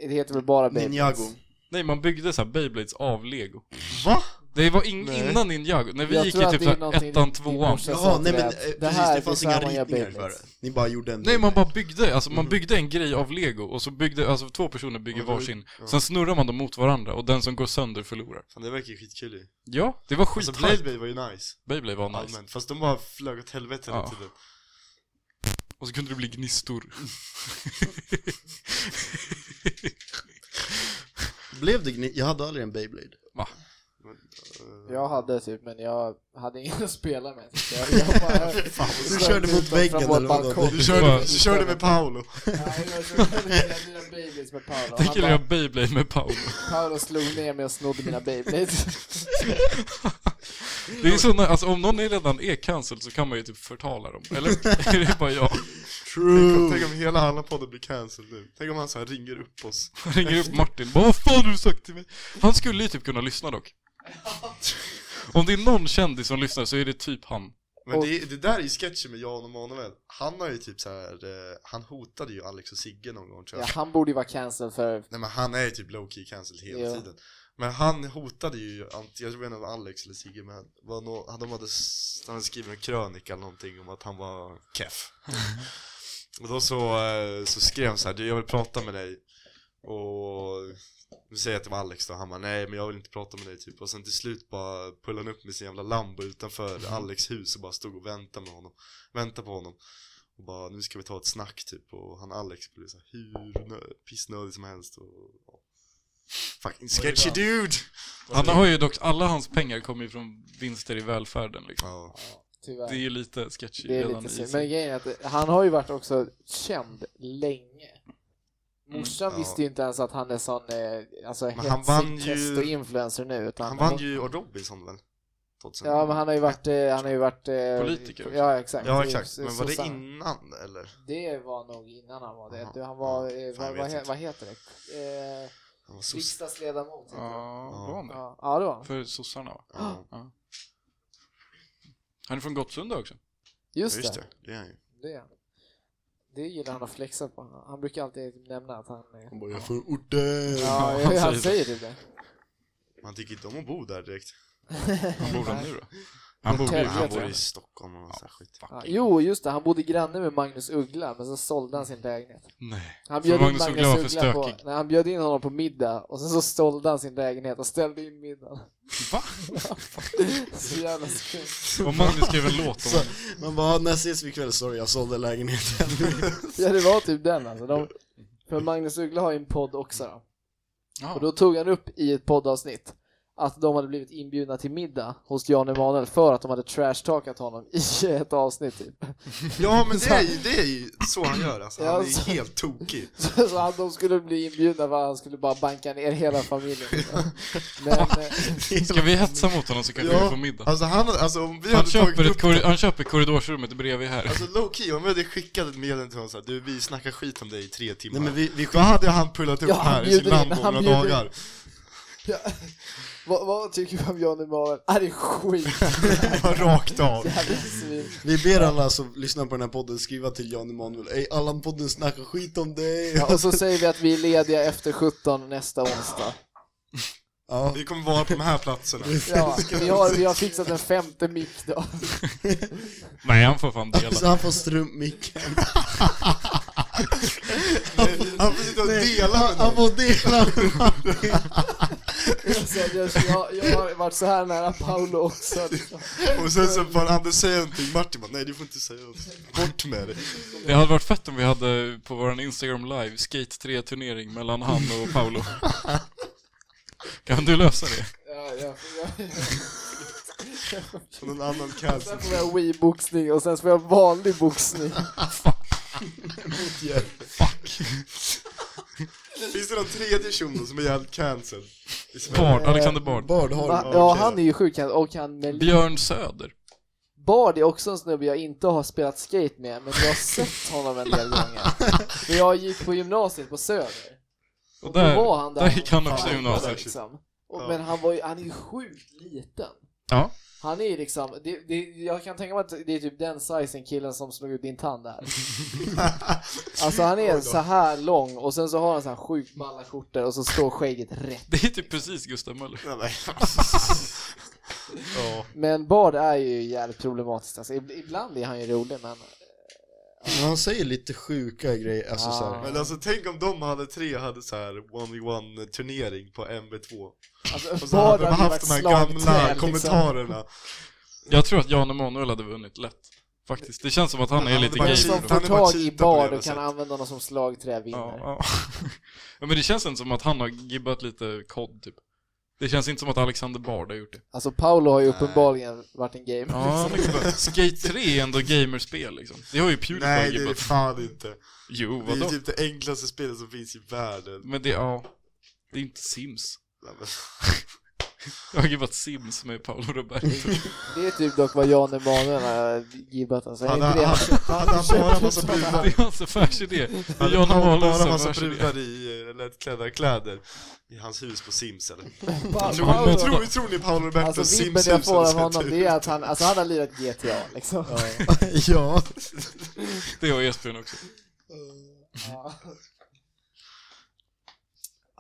[SPEAKER 3] Det heter väl bara Baby.
[SPEAKER 4] Ninjago.
[SPEAKER 2] Nej, man byggde så här Beyblades av Lego.
[SPEAKER 1] Va?
[SPEAKER 2] Det var in,
[SPEAKER 1] Nej.
[SPEAKER 2] innan Ninjago, när vi
[SPEAKER 3] Jag
[SPEAKER 2] gick
[SPEAKER 3] tror
[SPEAKER 2] i
[SPEAKER 3] att
[SPEAKER 2] typ
[SPEAKER 3] det
[SPEAKER 2] så
[SPEAKER 3] är någonting
[SPEAKER 2] här ettan,
[SPEAKER 3] din- din
[SPEAKER 2] tvåan.
[SPEAKER 3] morsa- Jag sa
[SPEAKER 4] Ja,
[SPEAKER 3] till
[SPEAKER 4] nej
[SPEAKER 3] dig
[SPEAKER 4] men
[SPEAKER 3] att
[SPEAKER 4] eh,
[SPEAKER 3] det
[SPEAKER 4] precis,
[SPEAKER 3] här
[SPEAKER 4] det fanns
[SPEAKER 3] är
[SPEAKER 4] inga
[SPEAKER 3] så här man gör
[SPEAKER 4] ritningar för det.
[SPEAKER 3] Beyblades.
[SPEAKER 4] Ni bara gjorde en
[SPEAKER 2] Nej, man
[SPEAKER 4] bild.
[SPEAKER 2] bara byggde, alltså man byggde en grej av lego och så byggde, alltså två personer bygger
[SPEAKER 1] Mm. Ja, det var-
[SPEAKER 2] varsin.
[SPEAKER 1] ja.
[SPEAKER 2] Sen snurrar man dem mot varandra och den som går sönder förlorar.
[SPEAKER 1] Fan det verkar ju skitkul ju.
[SPEAKER 2] Ja, det var
[SPEAKER 1] Alltså
[SPEAKER 2] skithype.
[SPEAKER 1] Bladebay var ju nice,
[SPEAKER 2] Beyblade var nice.
[SPEAKER 1] allmänt. Fast de bara flög åt helvete hela
[SPEAKER 2] Ja.
[SPEAKER 1] tiden.
[SPEAKER 2] Och så kunde det bli gnistor.
[SPEAKER 4] Blev det gni- Jag hade aldrig en Beyblade.
[SPEAKER 2] Va?
[SPEAKER 1] Men, eh,
[SPEAKER 3] Jag hade typ, men jag hade ingen att spela med. Så jag,
[SPEAKER 4] [LAUGHS]
[SPEAKER 3] jag bara,
[SPEAKER 4] Du körde mot väggen
[SPEAKER 3] Från vår
[SPEAKER 4] eller vad?
[SPEAKER 3] balkong.
[SPEAKER 1] Du körde, du körde med Paolo.
[SPEAKER 3] Nej, jag körde mina- mina Beyblades med Paolo.
[SPEAKER 2] Det
[SPEAKER 3] Han
[SPEAKER 2] killar jag
[SPEAKER 3] bara,
[SPEAKER 2] Beyblade med Paolo.
[SPEAKER 3] Paolo slog ner mig och snodde mina
[SPEAKER 4] [LAUGHS]
[SPEAKER 3] Beyblades.
[SPEAKER 2] Det är såna, alltså om någon är redan är cancelled så kan man ju typ förtala dem. Eller [LAUGHS] är det bara jag?
[SPEAKER 1] [LAUGHS] Tänk om, tänk om hela Hallapodden blir cancelled nu. Tänk om han så här ringer upp oss.
[SPEAKER 2] Jag ringer upp Martin bara, vad fan har du sagt till mig? Han skulle ju typ kunna lyssna dock. [LAUGHS] Om det är någon kändis som lyssnar så är det typ han.
[SPEAKER 1] Men
[SPEAKER 3] Och-
[SPEAKER 1] det, det där är ju sketchen med Jan och Manuel. Han har ju typ så här, eh, han hotade ju Alex och Sigge någon gång tror
[SPEAKER 3] Ja,
[SPEAKER 1] jag.
[SPEAKER 3] han borde ju vara cancelled för...
[SPEAKER 1] Nej men han är ju typ low-key cancelled hela
[SPEAKER 3] Ja.
[SPEAKER 1] tiden. Men han hotade ju, ant- jag tror inte det var Alex eller Sigge men var nå- han- de hade, s- han hade skrivit en krönika eller någonting om att han var keff. och då så, eh, så skrev han så här, du jag vill prata med dig. Och vi säger att det var Alex då, han bara nej men jag vill inte prata med dig typ. Och sen till slut bara pullade han upp med sin jävla Lambo utanför Alex hus och bara stod och väntade med honom. Väntade på honom. Och bara nu ska vi ta ett snack typ och han Alex blev så här, hur nö- pissnödig som helst och ja. Fucking sketchy dude!
[SPEAKER 2] Han har ju dock, alla hans pengar kommer ju från vinster i välfärden liksom.
[SPEAKER 1] Ja.
[SPEAKER 3] Tyvärr.
[SPEAKER 2] Det är ju lite sketchy
[SPEAKER 3] Det är
[SPEAKER 2] redan
[SPEAKER 3] lite
[SPEAKER 2] i
[SPEAKER 3] synd.
[SPEAKER 2] sig.
[SPEAKER 3] Men grejen är att han har ju varit också känd länge. Morsan
[SPEAKER 1] Mm, ja.
[SPEAKER 3] visste ju inte ens att han är sån eh, alltså,
[SPEAKER 1] Men han vann
[SPEAKER 3] hetsig
[SPEAKER 1] ju-
[SPEAKER 3] testo-influencer nu. Utan
[SPEAKER 1] Han vann ju Robinson väl? 2000.
[SPEAKER 3] Ja, men han har ju varit... eh, Han har ju varit eh,
[SPEAKER 2] Politiker också.
[SPEAKER 3] Ja, exakt.
[SPEAKER 1] Ja exakt, men var
[SPEAKER 3] Sossa.
[SPEAKER 1] det innan eller?
[SPEAKER 3] Det var nog innan han var det.
[SPEAKER 1] Jaha.
[SPEAKER 3] Du, Han var...
[SPEAKER 1] Ja,
[SPEAKER 3] eh,
[SPEAKER 1] fan, jag
[SPEAKER 3] Vad,
[SPEAKER 1] vet
[SPEAKER 3] vad, he-
[SPEAKER 1] inte.
[SPEAKER 3] vad heter det? Eh,
[SPEAKER 1] Han var sosse.
[SPEAKER 3] riksdagsledamot. heter det.
[SPEAKER 2] Ja, var han det?
[SPEAKER 3] Ja, ja, det var han.
[SPEAKER 2] För sossarna va?
[SPEAKER 1] Ja,
[SPEAKER 2] Han är från Gottsunda också.
[SPEAKER 3] Just,
[SPEAKER 1] just
[SPEAKER 3] det.
[SPEAKER 1] det, det är han ju.
[SPEAKER 3] det. Det gillar han att flexa på. Han brukar alltid nämna att han... eh,
[SPEAKER 4] Han bara, jag får orten!
[SPEAKER 3] Ja,
[SPEAKER 2] han
[SPEAKER 3] ja han
[SPEAKER 2] säger
[SPEAKER 3] säger typ det.
[SPEAKER 1] Man tycker inte om att bo där direkt.
[SPEAKER 2] Han bor han nu då? Han bor ju
[SPEAKER 3] Norrtälje,
[SPEAKER 1] Han
[SPEAKER 3] tror
[SPEAKER 1] bor
[SPEAKER 3] jag.
[SPEAKER 1] i Stockholm och massa skit.
[SPEAKER 3] Ja, jo, just det. Han bodde granne med Magnus Uggla, men så sålde han sin lägenhet.
[SPEAKER 2] Nej.
[SPEAKER 3] Han
[SPEAKER 2] För
[SPEAKER 3] bjöd in
[SPEAKER 2] Magnus
[SPEAKER 3] Magnus
[SPEAKER 2] Uggla var för
[SPEAKER 3] Uggla på,
[SPEAKER 2] stökig.
[SPEAKER 3] nej, han bjöd in honom på middag och sen så sålde han sin lägenhet och ställde in middagen.
[SPEAKER 2] Va?
[SPEAKER 3] [LAUGHS] Så jävla skumt.
[SPEAKER 2] Och Magnus skrev en
[SPEAKER 3] [LAUGHS]
[SPEAKER 2] låt om
[SPEAKER 4] Så, man bara, när ses vi ikväll? Sorry, jag sålde lägenheten.
[SPEAKER 3] Ja, det var typ den alltså. De, för Magnus Uggla har ju en podd också då.
[SPEAKER 2] Ja.
[SPEAKER 3] Och då tog han upp i ett poddavsnitt att de hade blivit inbjudna till middag hos Jan Emanuel för att de hade trashtalkat honom i ett avsnitt typ.
[SPEAKER 1] Ja men det är ju, det är ju så han gör alltså, han är
[SPEAKER 3] Ja,
[SPEAKER 1] ju
[SPEAKER 3] så-
[SPEAKER 1] helt tokig.
[SPEAKER 3] [LAUGHS] Så så att de skulle bli inbjudna för att han skulle bara banka ner hela [LAUGHS] familjen. Men, eh,
[SPEAKER 2] Ska vi hetsa mot honom så kanske vi får middag?
[SPEAKER 1] alltså han, alltså om vi
[SPEAKER 2] Han
[SPEAKER 1] hade
[SPEAKER 2] köper,
[SPEAKER 1] tagit
[SPEAKER 2] ett
[SPEAKER 1] upp
[SPEAKER 2] korri- han köper korridorsrummet bredvid här.
[SPEAKER 1] Alltså low key, om vi hade skickat ett meddelande till honom såhär, du vi snackar skit om dig i tre timmar
[SPEAKER 4] Nej men vi, vi
[SPEAKER 1] Då hade han pullat upp
[SPEAKER 3] Ja, han
[SPEAKER 1] här i sin
[SPEAKER 3] bjuder
[SPEAKER 1] Lambo
[SPEAKER 3] in, han
[SPEAKER 1] några
[SPEAKER 3] bjuder in.
[SPEAKER 1] dagar
[SPEAKER 3] Ja. vad, vad tycker du om Jan Emanuel? Ah, det är skit.
[SPEAKER 1] Bara [LAUGHS] Rakt av
[SPEAKER 3] Jävla svin.
[SPEAKER 4] Vi ber alla som lyssnar på den här podden skriva till Jan Emanuel Ey Allan-podden snackar skit om dig!
[SPEAKER 3] Ja, och så säger vi att vi är lediga efter 17 nästa onsdag.
[SPEAKER 4] Ja,
[SPEAKER 1] Vi kommer vara på de här platserna
[SPEAKER 3] Ja, [LAUGHS] vi, har, vi har fixat en femte mick då. [LAUGHS]
[SPEAKER 2] Nej, han får fan dela.
[SPEAKER 4] så Alltså, han får [LAUGHS] strumpmicken.
[SPEAKER 1] Han får sitta och dela med
[SPEAKER 4] Han
[SPEAKER 1] någon
[SPEAKER 4] får dela!
[SPEAKER 3] Så jag, jag, jag har varit så här nära Paolo också. liksom.
[SPEAKER 1] Och sen så får Anders säga någonting, Martin bara, nej du får inte säga något Bort med det
[SPEAKER 2] Det hade varit fett om vi hade på våran Instagram live Skate 3-turnering mellan han
[SPEAKER 1] [LAUGHS]
[SPEAKER 2] och Paolo. Kan du lösa det?
[SPEAKER 3] Ja, ja, ja.
[SPEAKER 1] Och någon annan
[SPEAKER 3] Sen
[SPEAKER 1] cancel
[SPEAKER 3] får jag Wii-boxning och sen får jag vanlig boxning.
[SPEAKER 1] Finns det någon tredje tjommo som är jävligt cancelled? i Sverige?
[SPEAKER 2] Bard, Eh, Alexander Bard.
[SPEAKER 4] Bard har
[SPEAKER 3] Va-
[SPEAKER 4] du.
[SPEAKER 3] Ja,
[SPEAKER 1] okej
[SPEAKER 3] han
[SPEAKER 1] då.
[SPEAKER 3] är ju sjuk han- och han med
[SPEAKER 2] Björn Söder.
[SPEAKER 3] Bard är också en snubbe jag inte har spelat skate med, men jag har sett honom en del gånger. För jag gick på gymnasiet på Söder.
[SPEAKER 2] Och
[SPEAKER 3] då
[SPEAKER 2] där,
[SPEAKER 3] var han där.
[SPEAKER 2] där gick han också
[SPEAKER 3] Ja,
[SPEAKER 2] gymnasiet.
[SPEAKER 3] liksom. Och,
[SPEAKER 1] Ja.
[SPEAKER 3] Men han, var ju, han är ju sjukt liten.
[SPEAKER 2] Ja.
[SPEAKER 3] Han är ju liksom, det, det, jag kan tänka mig att det är typ den sizen killen som slog ut din tand där. alltså han är så här lång och sen så har han så här sjukt balla skjortor och så står skägget rätt.
[SPEAKER 2] Det är typ precis Gustav Möller.
[SPEAKER 1] Nej, nej. Ja,
[SPEAKER 3] Men Bard är ju jävligt problematiskt alltså, ib- ibland är han ju rolig men
[SPEAKER 4] Men han säger lite sjuka grejer, alltså
[SPEAKER 3] Ja.
[SPEAKER 4] så här.
[SPEAKER 1] men alltså tänk om de hade tre hade så här 1v1 turnering på MB2
[SPEAKER 3] alltså,
[SPEAKER 1] Och så hade
[SPEAKER 3] ju
[SPEAKER 1] de haft
[SPEAKER 3] varit
[SPEAKER 1] de här
[SPEAKER 3] slagträ,
[SPEAKER 1] gamla
[SPEAKER 3] liksom.
[SPEAKER 1] kommentarerna
[SPEAKER 2] Jag tror att Jan Emanuel hade vunnit lätt. Faktiskt. Det känns som att han
[SPEAKER 1] Men
[SPEAKER 2] är
[SPEAKER 1] han
[SPEAKER 2] lite
[SPEAKER 1] hade
[SPEAKER 3] Den
[SPEAKER 1] bara Bard.
[SPEAKER 2] gay.
[SPEAKER 3] som får
[SPEAKER 1] Han är bara
[SPEAKER 3] tag i
[SPEAKER 1] cheatar på det jävla
[SPEAKER 3] Bard och kan
[SPEAKER 1] sättet.
[SPEAKER 3] använda honom som slagträ
[SPEAKER 2] [LAUGHS]
[SPEAKER 3] vinner.
[SPEAKER 2] Ja, ja. ja, men det känns ändå som att han har gibbat lite kod typ. Det känns inte som att Alexander Bard har gjort det.
[SPEAKER 3] Alltså Paolo har ju
[SPEAKER 1] Nej.
[SPEAKER 3] uppenbarligen varit en gamer.
[SPEAKER 2] Ja, men gubbar, Skate 3 är ändå gamerspel liksom. Det har ju Pewdiepie
[SPEAKER 1] Nej det är
[SPEAKER 2] gubbar.
[SPEAKER 1] det fan inte.
[SPEAKER 2] Jo,
[SPEAKER 1] Det är
[SPEAKER 2] vadå?
[SPEAKER 1] typ det enklaste spelet som finns i världen.
[SPEAKER 2] Men det, ja. Det är inte Sims.
[SPEAKER 1] Nej, men-
[SPEAKER 2] Jag har gibbat Sims med Paolo Roberto.
[SPEAKER 3] Det är typ dock vad Jan Emanuel har gibbat alltså.
[SPEAKER 1] Hade
[SPEAKER 3] Är inte
[SPEAKER 1] han,
[SPEAKER 3] det-
[SPEAKER 1] hade, hade han bara massa brudar?
[SPEAKER 2] Det är alltså hans affärsidé. Det är
[SPEAKER 1] Hade
[SPEAKER 2] Jan
[SPEAKER 1] han
[SPEAKER 2] Emanuel
[SPEAKER 1] bara
[SPEAKER 2] som
[SPEAKER 1] massa
[SPEAKER 2] affärsidé.
[SPEAKER 1] brudar i eh, lättklädda kläder? I hans hus på Sims eller?
[SPEAKER 3] [LAUGHS] Paolo-
[SPEAKER 1] Tror, tror, tror ni Paolo Roberto
[SPEAKER 3] Alltså vibben
[SPEAKER 1] Sims
[SPEAKER 3] jag
[SPEAKER 1] hus typ
[SPEAKER 3] får
[SPEAKER 1] har
[SPEAKER 3] av
[SPEAKER 1] sett
[SPEAKER 3] honom
[SPEAKER 1] ut?
[SPEAKER 3] det är att han, alltså han har lirat GTA liksom.
[SPEAKER 4] ja.
[SPEAKER 2] Det har Esbjörn också.
[SPEAKER 3] Ja. [LAUGHS]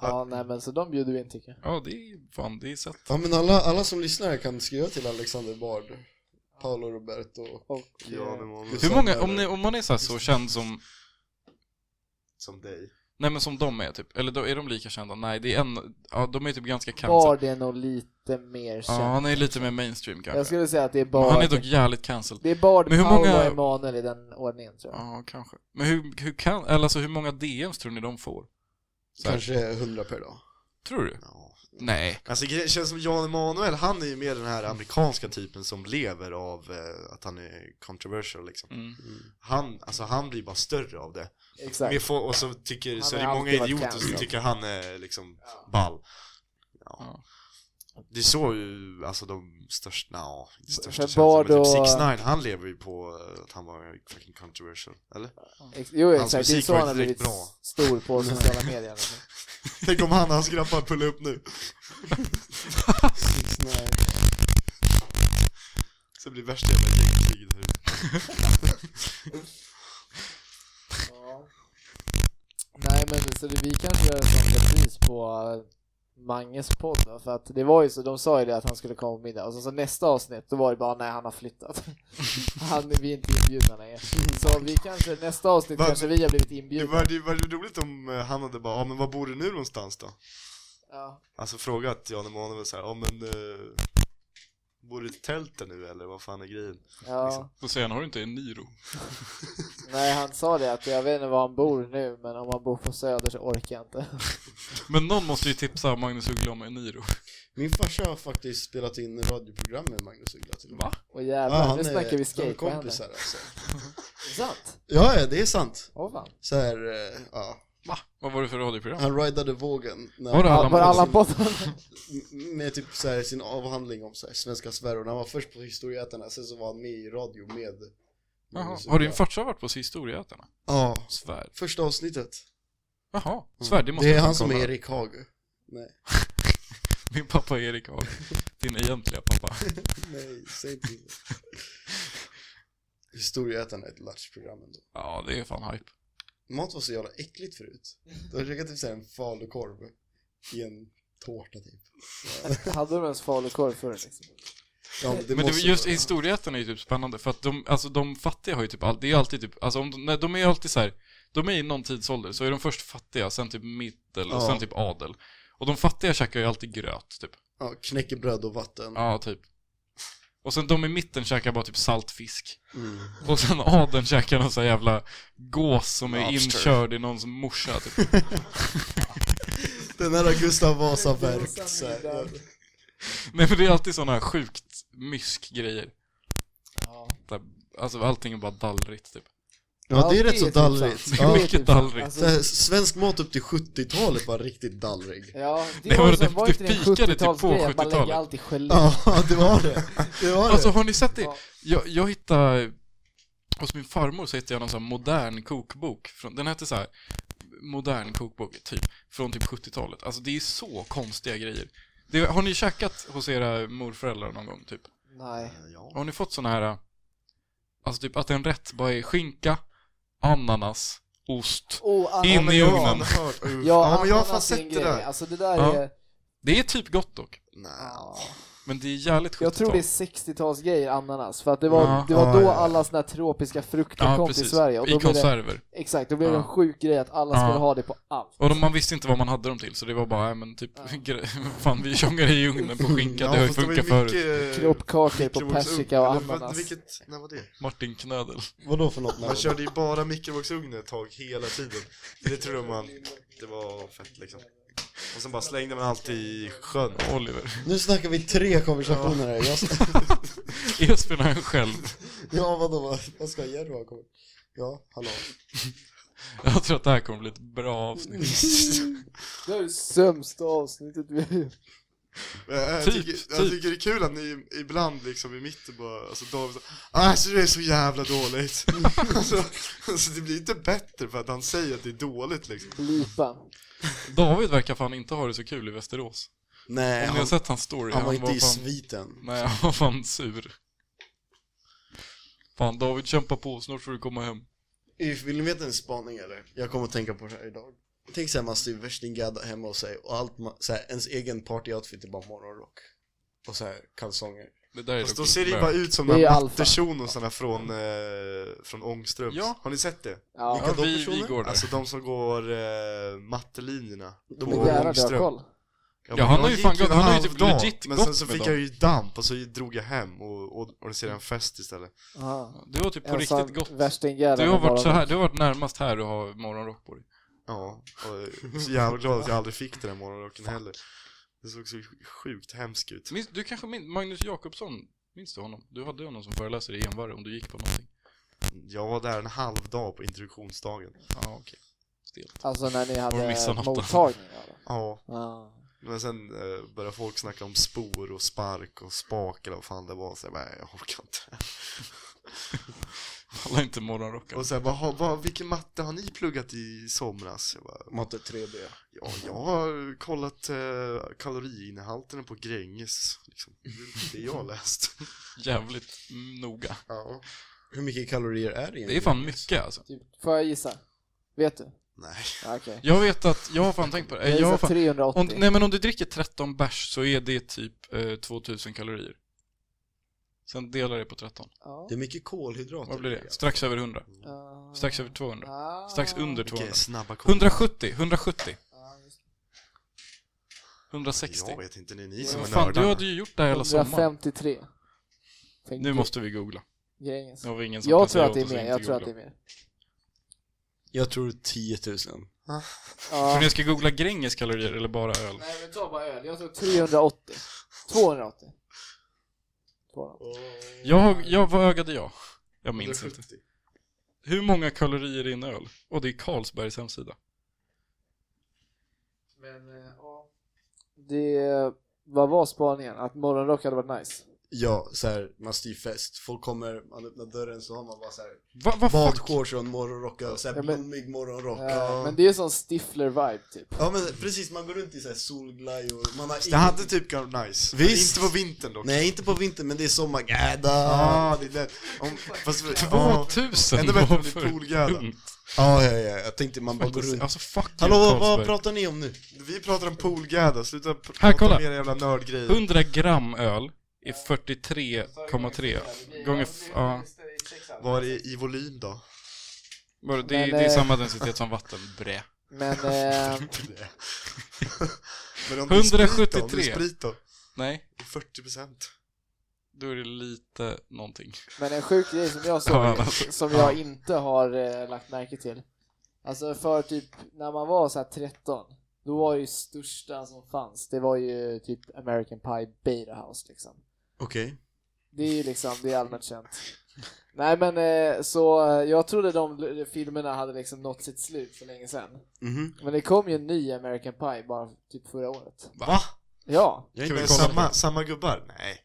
[SPEAKER 3] ja, nej men så de bjuder vi in tycker jag.
[SPEAKER 2] Ja, det är fan, det är sett.
[SPEAKER 4] Ja men alla, alla som lyssnar kan skriva till Alexander Bard, Paolo Roberto och
[SPEAKER 3] Och,
[SPEAKER 1] Jan
[SPEAKER 3] eh,
[SPEAKER 1] Emanuel.
[SPEAKER 2] Hur många, om, ni, om man är så, här så känd som,
[SPEAKER 1] Som dig.
[SPEAKER 2] nej men som de är typ, eller då är de lika kända? Nej, det är en, ja de är typ ganska cancer.
[SPEAKER 3] Bard är nog lite mer
[SPEAKER 2] Ja,
[SPEAKER 3] känd.
[SPEAKER 2] han är lite mer mainstream
[SPEAKER 3] jag
[SPEAKER 2] kanske.
[SPEAKER 3] skulle säga att det är
[SPEAKER 2] Men
[SPEAKER 3] Bard.
[SPEAKER 2] han är dock jävligt cancelled.
[SPEAKER 3] Det är Bard,
[SPEAKER 2] Men hur
[SPEAKER 3] Paolo
[SPEAKER 2] många-
[SPEAKER 3] och Emanuel i den ordningen tror jag.
[SPEAKER 2] Ja, kanske. Men hur, hur kan, eller alltså hur många DMs tror ni de får? Så här.
[SPEAKER 4] kanske 100 per dag.
[SPEAKER 2] Tror du?
[SPEAKER 1] Ja.
[SPEAKER 2] Nej.
[SPEAKER 1] Alltså det känns som Jan Emanuel, han är ju mer den här amerikanska typen som lever av eh, att han är controversial liksom.
[SPEAKER 2] Mm.
[SPEAKER 1] Han, alltså han blir bara större av det.
[SPEAKER 3] Exakt.
[SPEAKER 1] Med få, och så, tycker, så
[SPEAKER 3] har
[SPEAKER 1] det är många
[SPEAKER 3] alltid varit
[SPEAKER 1] idioter som
[SPEAKER 3] cancelled.
[SPEAKER 1] tycker han är liksom ball. Ja. Det är så ju, alltså de största, ja, inte största
[SPEAKER 3] För
[SPEAKER 1] känslorna, men
[SPEAKER 3] Bardo-
[SPEAKER 1] typ 6 9 han lever ju på eh, att han var fucking controversial, eller?
[SPEAKER 3] Ex- jo
[SPEAKER 1] Hans
[SPEAKER 3] exakt, det är
[SPEAKER 1] musik
[SPEAKER 3] så
[SPEAKER 1] var
[SPEAKER 3] han har
[SPEAKER 1] inte direkt
[SPEAKER 3] blivit
[SPEAKER 1] bra.
[SPEAKER 3] stor på sociala medier. liksom.
[SPEAKER 1] Tänk om han och hans grabbar pullar upp nu,
[SPEAKER 4] Nej.
[SPEAKER 1] så blir det värsta jävla gängkriget här.
[SPEAKER 3] Ja. Nej men så det, vi kanske gör ett sånt pris på eh, Manges podd då, för att det var ju så, de sa ju det att han skulle komma på middag och så, så nästa avsnitt då var det bara nej han har flyttat. [LAUGHS] han, vi är inte inbjudna längre. Så vi kanske, nästa avsnitt
[SPEAKER 1] Vad-
[SPEAKER 3] kanske vi har blivit
[SPEAKER 1] Det
[SPEAKER 3] inbjudna.
[SPEAKER 1] var, det var roligt om eh, han hade bara, ja men var bor du nu någonstans då?
[SPEAKER 3] Ja.
[SPEAKER 1] Alltså frågat Jan Emanuel såhär, ja men eh, Bor du i tältet nu eller vad fan är grejen?
[SPEAKER 3] ja.
[SPEAKER 2] Då säger han, har du inte en Niro?
[SPEAKER 3] Nej han sa det att jag vet inte var han bor nu men om han bor på Söder så orkar jag inte. [LAUGHS]
[SPEAKER 2] Men någon måste ju tipsa Magnus Uggla om en Niro.
[SPEAKER 4] Min farsa har faktiskt spelat in radioprogram med Magnus Uggla till och med.
[SPEAKER 2] Va?
[SPEAKER 3] Och
[SPEAKER 4] Ja,
[SPEAKER 3] jävlar,
[SPEAKER 4] han
[SPEAKER 3] nu snackar
[SPEAKER 4] är,
[SPEAKER 3] vi
[SPEAKER 4] de
[SPEAKER 3] skate
[SPEAKER 4] är
[SPEAKER 3] på henne.
[SPEAKER 4] kompisar alltså.
[SPEAKER 3] Sant?
[SPEAKER 4] Ja, ja, det är sant.
[SPEAKER 3] Åh fan.
[SPEAKER 4] Så här, eh, ja.
[SPEAKER 2] Va? Vad var det för radioprogram?
[SPEAKER 4] Han ridade vågen när
[SPEAKER 2] Var det
[SPEAKER 3] Ja,
[SPEAKER 2] Allan
[SPEAKER 3] var det
[SPEAKER 2] Paulsen?
[SPEAKER 3] Allan Potter?
[SPEAKER 4] med typ så här, sin avhandling om så här, svenska svärord. Han var först på Historieätarna, sen så var han med i radio med
[SPEAKER 2] Jaha.
[SPEAKER 4] Magnus
[SPEAKER 2] Har din
[SPEAKER 4] Uggla.
[SPEAKER 2] farsa varit på Historieätarna?
[SPEAKER 4] Ja,
[SPEAKER 2] Svärd.
[SPEAKER 4] första avsnittet.
[SPEAKER 2] Jaha. Svärd, det måste
[SPEAKER 4] Mm. Det är
[SPEAKER 2] jag
[SPEAKER 4] han
[SPEAKER 2] kolla.
[SPEAKER 4] som är Erik Hager. Nej,
[SPEAKER 2] Min pappa är Erik Haag. Din egentliga pappa.
[SPEAKER 4] nej, säg
[SPEAKER 2] [LAUGHS]
[SPEAKER 4] inte det. Historieätarna är ett lunchprogram ändå.
[SPEAKER 2] Ja, det är fan hype.
[SPEAKER 4] Mat var så jävla äckligt [LAUGHS] förut. Du har käkat typ såhär en falukorv i en tårta
[SPEAKER 3] [LAUGHS]
[SPEAKER 4] typ.
[SPEAKER 3] Hade de ens falukorv förr liksom?
[SPEAKER 4] Ja, men det
[SPEAKER 2] Men det,
[SPEAKER 4] måste
[SPEAKER 2] just
[SPEAKER 4] vara-
[SPEAKER 2] historieätarna är ju typ spännande för att de, alltså de fattiga har ju typ all, det är ju alltid typ, alltså om, de- nej, de är ju alltid så här, de är i någon tidsålder så är de först fattiga, sen typ mittel och
[SPEAKER 4] Ja.
[SPEAKER 2] sen typ adel. Och de fattiga käkar ju alltid gröt typ.
[SPEAKER 4] Ja, knäckebröd och vatten.
[SPEAKER 2] Ja, typ. Och sen de i mitten käkar bara typ saltfisk.
[SPEAKER 4] Mm.
[SPEAKER 2] Och sen adeln käkar någon sån här jävla gås som är
[SPEAKER 1] Lobster.
[SPEAKER 2] inkörd i någons morsa typ.
[SPEAKER 4] Den här [LAUGHS] Gustav Vasa verkt så här. Ja.
[SPEAKER 2] Nej men det är alltid såna här sjukt mysk grejer.
[SPEAKER 3] Ja.
[SPEAKER 2] Där, alltså allting är bara dallrigt typ.
[SPEAKER 4] ja, det är rätt så
[SPEAKER 3] typ sant.
[SPEAKER 4] dallrigt.
[SPEAKER 3] Det är
[SPEAKER 4] Ja.
[SPEAKER 2] Mycket
[SPEAKER 3] typ sant.
[SPEAKER 2] dallrigt.
[SPEAKER 3] Alltså,
[SPEAKER 4] Så här, svensk mat upp till 70-talet var riktigt dallrig.
[SPEAKER 3] Ja, det,
[SPEAKER 2] Nej,
[SPEAKER 3] var,
[SPEAKER 2] men
[SPEAKER 3] ju så-
[SPEAKER 2] det-
[SPEAKER 3] var
[SPEAKER 2] det
[SPEAKER 3] inte det en
[SPEAKER 2] pikade typ på
[SPEAKER 3] 70-talsgrej att man
[SPEAKER 2] 70-talet.
[SPEAKER 3] lägger allt i gelé?
[SPEAKER 4] Ja, det var det. Det var
[SPEAKER 2] Alltså
[SPEAKER 4] det.
[SPEAKER 2] har ni sett det?
[SPEAKER 3] Ja.
[SPEAKER 2] Jag, jag hittade, hos min farmor så hittade jag någon sån här modern kokbok. Från, den hette så här modern kokbok typ, från typ 70-talet. Alltså det är så konstiga grejer. Det, har ni käkat hos era morföräldrar någon gång typ?
[SPEAKER 3] Nej.
[SPEAKER 1] Ja.
[SPEAKER 2] Har ni fått såna här, äh, alltså typ att en rätt bara är skinka, ananas, ost.
[SPEAKER 3] Oh,
[SPEAKER 2] In
[SPEAKER 3] ananas-
[SPEAKER 2] i
[SPEAKER 1] jag
[SPEAKER 2] ugnen.
[SPEAKER 1] har hört, uff.
[SPEAKER 3] Ja,
[SPEAKER 1] ja men jag har fan
[SPEAKER 3] ananas är en
[SPEAKER 1] sett det
[SPEAKER 3] grej.
[SPEAKER 1] där.
[SPEAKER 3] Alltså det där
[SPEAKER 2] Ja.
[SPEAKER 3] är...
[SPEAKER 2] Det är typ gott dock,
[SPEAKER 1] Nej.
[SPEAKER 3] Ja.
[SPEAKER 2] men det är jävligt 70-tal.
[SPEAKER 3] Jag tror det är 60-talsgrejer ananas, för att det var,
[SPEAKER 2] Ja.
[SPEAKER 3] det var
[SPEAKER 4] Ja,
[SPEAKER 3] då
[SPEAKER 4] ja, ja.
[SPEAKER 3] alla såna här tropiska frukter
[SPEAKER 2] ja,
[SPEAKER 3] kom
[SPEAKER 2] precis.
[SPEAKER 3] till Sverige. Och
[SPEAKER 2] I
[SPEAKER 3] då blev det,
[SPEAKER 2] konserver.
[SPEAKER 3] exakt, då blev det en
[SPEAKER 2] Ja.
[SPEAKER 3] sjuk grej att alla
[SPEAKER 2] Ja.
[SPEAKER 3] skulle ha det på allt.
[SPEAKER 2] Och de, man visste inte vad man hade dem till, så det var bara, äh, men typ,
[SPEAKER 3] Ja.
[SPEAKER 2] [LAUGHS] gre- fan vi tjongar i ugnen på skinka,
[SPEAKER 1] Ja,
[SPEAKER 2] det har ju
[SPEAKER 1] fast var
[SPEAKER 2] funkat
[SPEAKER 1] mycket,
[SPEAKER 2] förut.
[SPEAKER 1] eh,
[SPEAKER 3] Kroppkakor på
[SPEAKER 1] mikrovågsugn.
[SPEAKER 3] persika och
[SPEAKER 1] Eller vad-
[SPEAKER 3] ananas.
[SPEAKER 1] Vilket, när var det?
[SPEAKER 2] Martin Knödel.
[SPEAKER 4] Vadå för något?
[SPEAKER 1] Man körde ju bara mikrovågsugn ett tag hela tiden. Det tror man, det var fett liksom. Och sen bara slängde man allt i sjön.
[SPEAKER 2] Oliver. [LAUGHS]
[SPEAKER 4] Nu snackar vi tre konversationer här. Jag ska...
[SPEAKER 2] Esbjörn har en själv.
[SPEAKER 4] Ja, vadå? Vad- Vad ska Jerry ha kommit? Ja, hallå.
[SPEAKER 2] Jag tror att det här kommer bli ett bra avsnitt.
[SPEAKER 1] [LAUGHS]
[SPEAKER 3] Det är det sämsta avsnittet vi har gjort.
[SPEAKER 1] Men Jag,
[SPEAKER 2] Typ,
[SPEAKER 1] tycker, jag
[SPEAKER 2] typ.
[SPEAKER 1] tycker det är kul att ni ibland liksom i mitten bara, alltså David så, alltså det är så jävla
[SPEAKER 2] [LAUGHS]
[SPEAKER 1] dåligt. alltså, alltså det blir inte bättre för att han säger att det är dåligt liksom.
[SPEAKER 3] Lipa.
[SPEAKER 2] David verkar fan inte ha det så kul i Västerås.
[SPEAKER 4] Nej,
[SPEAKER 2] Om ni
[SPEAKER 4] han,
[SPEAKER 2] har sett hans story,
[SPEAKER 4] han var inte i
[SPEAKER 2] fan,
[SPEAKER 4] sviten.
[SPEAKER 2] Nej, han var fan sur. Fan, David kämpa på, snart får du komma hem.
[SPEAKER 4] If, vill ni veta en spaning eller? Jag kommer att tänka på det här idag. Tänk såhär, man styr värsting gadda hemma och sig och allt man, såhär, ens egen partyoutfit är bara morgonrock. Och såhär kalsonger.
[SPEAKER 2] Det där är
[SPEAKER 1] Fast
[SPEAKER 2] dock
[SPEAKER 1] då
[SPEAKER 2] inte
[SPEAKER 1] ser det ju
[SPEAKER 2] bra.
[SPEAKER 1] bara ut som
[SPEAKER 3] Det är
[SPEAKER 1] de här
[SPEAKER 3] alfa.
[SPEAKER 1] matteshonosarna från, eh, från Ångströms.
[SPEAKER 2] Ja.
[SPEAKER 1] Har ni sett det?
[SPEAKER 3] Ja,
[SPEAKER 2] Ja,
[SPEAKER 4] Vilka
[SPEAKER 2] vi, vi
[SPEAKER 4] personer?
[SPEAKER 2] går där.
[SPEAKER 1] Alltså de som går eh, mattelinjerna.
[SPEAKER 4] De
[SPEAKER 1] på
[SPEAKER 4] är
[SPEAKER 3] jävlar du har
[SPEAKER 1] Ångström.
[SPEAKER 3] koll.
[SPEAKER 2] Ja,
[SPEAKER 1] men
[SPEAKER 2] han har
[SPEAKER 1] jag
[SPEAKER 2] ju
[SPEAKER 1] gick
[SPEAKER 2] fan gått-
[SPEAKER 1] en
[SPEAKER 2] han har ju typ
[SPEAKER 1] halvdag,
[SPEAKER 2] legit
[SPEAKER 1] Men
[SPEAKER 2] gått
[SPEAKER 1] sen så
[SPEAKER 2] med
[SPEAKER 1] fick
[SPEAKER 2] dem.
[SPEAKER 1] jag ju damp och så drog jag hem och, och organiserade en fest istället.
[SPEAKER 3] Aha.
[SPEAKER 2] Du har typ på
[SPEAKER 3] En sån
[SPEAKER 2] riktigt gått.
[SPEAKER 3] värstingjävel
[SPEAKER 2] Du har
[SPEAKER 3] bara-
[SPEAKER 2] varit så här, du har varit närmast här och har morgonrock på dig.
[SPEAKER 1] Ja, och jag är så jävla glad att jag aldrig fick den där morgonrocken heller. Det såg så sjukt hemskt ut.
[SPEAKER 2] Minns, du kanske minns, Magnus Jakobsson, minns du honom? Du hade honom som föreläsare i Envarre om du gick på någonting.
[SPEAKER 1] Jag var där en halv dag på introduktionsdagen.
[SPEAKER 2] Ja, ah, okej. Stelt.
[SPEAKER 3] Alltså när ni
[SPEAKER 2] Har du
[SPEAKER 3] hade
[SPEAKER 2] missat något då?
[SPEAKER 3] mottagning eller?
[SPEAKER 1] Ja,
[SPEAKER 3] Ja.
[SPEAKER 1] men sen eh, började folk snacka om spor och spark och spak eller vad fan det var. Så jag bara, nej, jag orkar inte.
[SPEAKER 2] Alla är inte morgonrockare.
[SPEAKER 1] Och så här, bara, "Ha, vad, vilken matte har ni pluggat i somras? Jag bara,
[SPEAKER 4] Matte 3D.
[SPEAKER 1] ja, jag har kollat eh, kaloriinnehållen på Gränges. Liksom. Det är inte det jag har läst.
[SPEAKER 2] Jävligt noga.
[SPEAKER 1] Ja.
[SPEAKER 4] Hur mycket kalorier är det
[SPEAKER 2] Det är fan mycket alltså.
[SPEAKER 3] Typ, får jag gissa? Vet du?
[SPEAKER 1] Nej.
[SPEAKER 3] Ja, Okej.
[SPEAKER 2] Jag vet att, jag har fan tänkt på det.
[SPEAKER 3] Jag
[SPEAKER 2] Eh, Jag har
[SPEAKER 3] gissar
[SPEAKER 2] fan, om,
[SPEAKER 3] 380.
[SPEAKER 2] nej men om du dricker 13 bärs så är det typ eh, 2000 kalorier. Sen delar det på 13.
[SPEAKER 3] Ja.
[SPEAKER 4] Det är mycket kolhydrater.
[SPEAKER 2] Vad blir det? Strax över 100.
[SPEAKER 3] Ja.
[SPEAKER 2] Strax över 200.
[SPEAKER 3] Ah.
[SPEAKER 2] Strax under
[SPEAKER 1] Vilka
[SPEAKER 2] 200.
[SPEAKER 1] är snabba koll.
[SPEAKER 2] 170, 170,
[SPEAKER 3] Ja, just det.
[SPEAKER 2] 160.
[SPEAKER 1] Jag vet inte, det är ni som
[SPEAKER 2] Men
[SPEAKER 1] är
[SPEAKER 2] fan, du
[SPEAKER 1] nördarna.
[SPEAKER 2] hade ju gjort det här hela sommaren.
[SPEAKER 3] 153. Tänk
[SPEAKER 2] Nu
[SPEAKER 3] på
[SPEAKER 2] måste vi googla.
[SPEAKER 3] Gränges.
[SPEAKER 2] Nu har vi ingen som kan
[SPEAKER 3] Jag tror
[SPEAKER 2] säga
[SPEAKER 3] att det
[SPEAKER 2] åt oss
[SPEAKER 3] är
[SPEAKER 2] att
[SPEAKER 3] mer,
[SPEAKER 2] inte
[SPEAKER 3] jag tror att
[SPEAKER 2] googla.
[SPEAKER 3] det
[SPEAKER 2] [LAUGHS]
[SPEAKER 3] är mer.
[SPEAKER 4] Jag tror 10 000.
[SPEAKER 3] Ja.
[SPEAKER 2] Men jag ska googla Gränges kalorier eller bara öl?
[SPEAKER 3] Nej men ta bara öl, jag tror 380. 280. 280.
[SPEAKER 2] Jag, jag, vad ögade jag? Jag minns inte. Hur många kalorier är i en öl? Och det är Carlsbergs hemsida.
[SPEAKER 3] Men eh, ja. Det, vad var spaningen? Att morgonrock hade varit nice?
[SPEAKER 4] Ja, såhär, man styr fest. Folk kommer, man öppnar dörren så har man bara såhär
[SPEAKER 2] Va, vad fuck?
[SPEAKER 4] badshorts och en morgonrock och såhär
[SPEAKER 3] Ja, men-
[SPEAKER 4] blommig morgonrock.
[SPEAKER 3] Eh, Men det är sån Stifler-vibe typ.
[SPEAKER 4] Ja men precis, man går runt i såhär solglajjor. Man har
[SPEAKER 1] Det hade typ varit nice. Men
[SPEAKER 4] Visst.
[SPEAKER 1] Inte på vintern dock.
[SPEAKER 4] Nej, inte på vintern men det är sommar. Gäda!
[SPEAKER 1] Ah, det är det. Om, fast, ja,
[SPEAKER 2] 2000
[SPEAKER 1] Ändå bättre
[SPEAKER 2] var
[SPEAKER 1] om det är
[SPEAKER 2] för
[SPEAKER 1] poolgöda.
[SPEAKER 2] lugnt.
[SPEAKER 4] Ja, ja, ja, jag tänkte man bara går runt.
[SPEAKER 2] Alltså fuck you,
[SPEAKER 4] Hallå, vad, vad
[SPEAKER 2] Carlsberg.
[SPEAKER 4] pratar ni om nu?
[SPEAKER 1] vi pratar om poolgädda, sluta pr-
[SPEAKER 2] Här,
[SPEAKER 1] prata
[SPEAKER 2] kolla.
[SPEAKER 1] om era jävla nördgrejer.
[SPEAKER 2] 100 gram öl är 43,3 gånger... f- Ja,
[SPEAKER 1] Var är i volym då?
[SPEAKER 2] Vadå, det,
[SPEAKER 3] Men,
[SPEAKER 2] är- det är
[SPEAKER 3] eh,
[SPEAKER 2] samma densitet som vatten.
[SPEAKER 4] [LAUGHS]
[SPEAKER 2] Brä.
[SPEAKER 3] Men eh,
[SPEAKER 1] Men om det är sprit då? Om det
[SPEAKER 2] 173.
[SPEAKER 1] är sprit då? typ
[SPEAKER 2] Nej,
[SPEAKER 1] 40%.
[SPEAKER 2] då är det lite någonting.
[SPEAKER 3] Men en sjuk grej som jag såg,
[SPEAKER 2] Ja,
[SPEAKER 3] som jag inte har eh, lagt märke till. Alltså för typ, när man var så här 13, då var ju största som fanns, det var ju typ American Pie Beta House liksom.
[SPEAKER 4] Okej.
[SPEAKER 3] Det är ju liksom, det är allmänt känt. Nej men eh, så, eh, jag trodde de l- filmerna hade liksom nått sitt slut för länge sedan.
[SPEAKER 4] Mhm.
[SPEAKER 3] Men det kom ju en ny American Pie bara typ förra året.
[SPEAKER 1] Va?
[SPEAKER 3] Ja,
[SPEAKER 4] Jag är
[SPEAKER 1] Men
[SPEAKER 4] inte ens
[SPEAKER 1] samma, samma gubbar? Nej.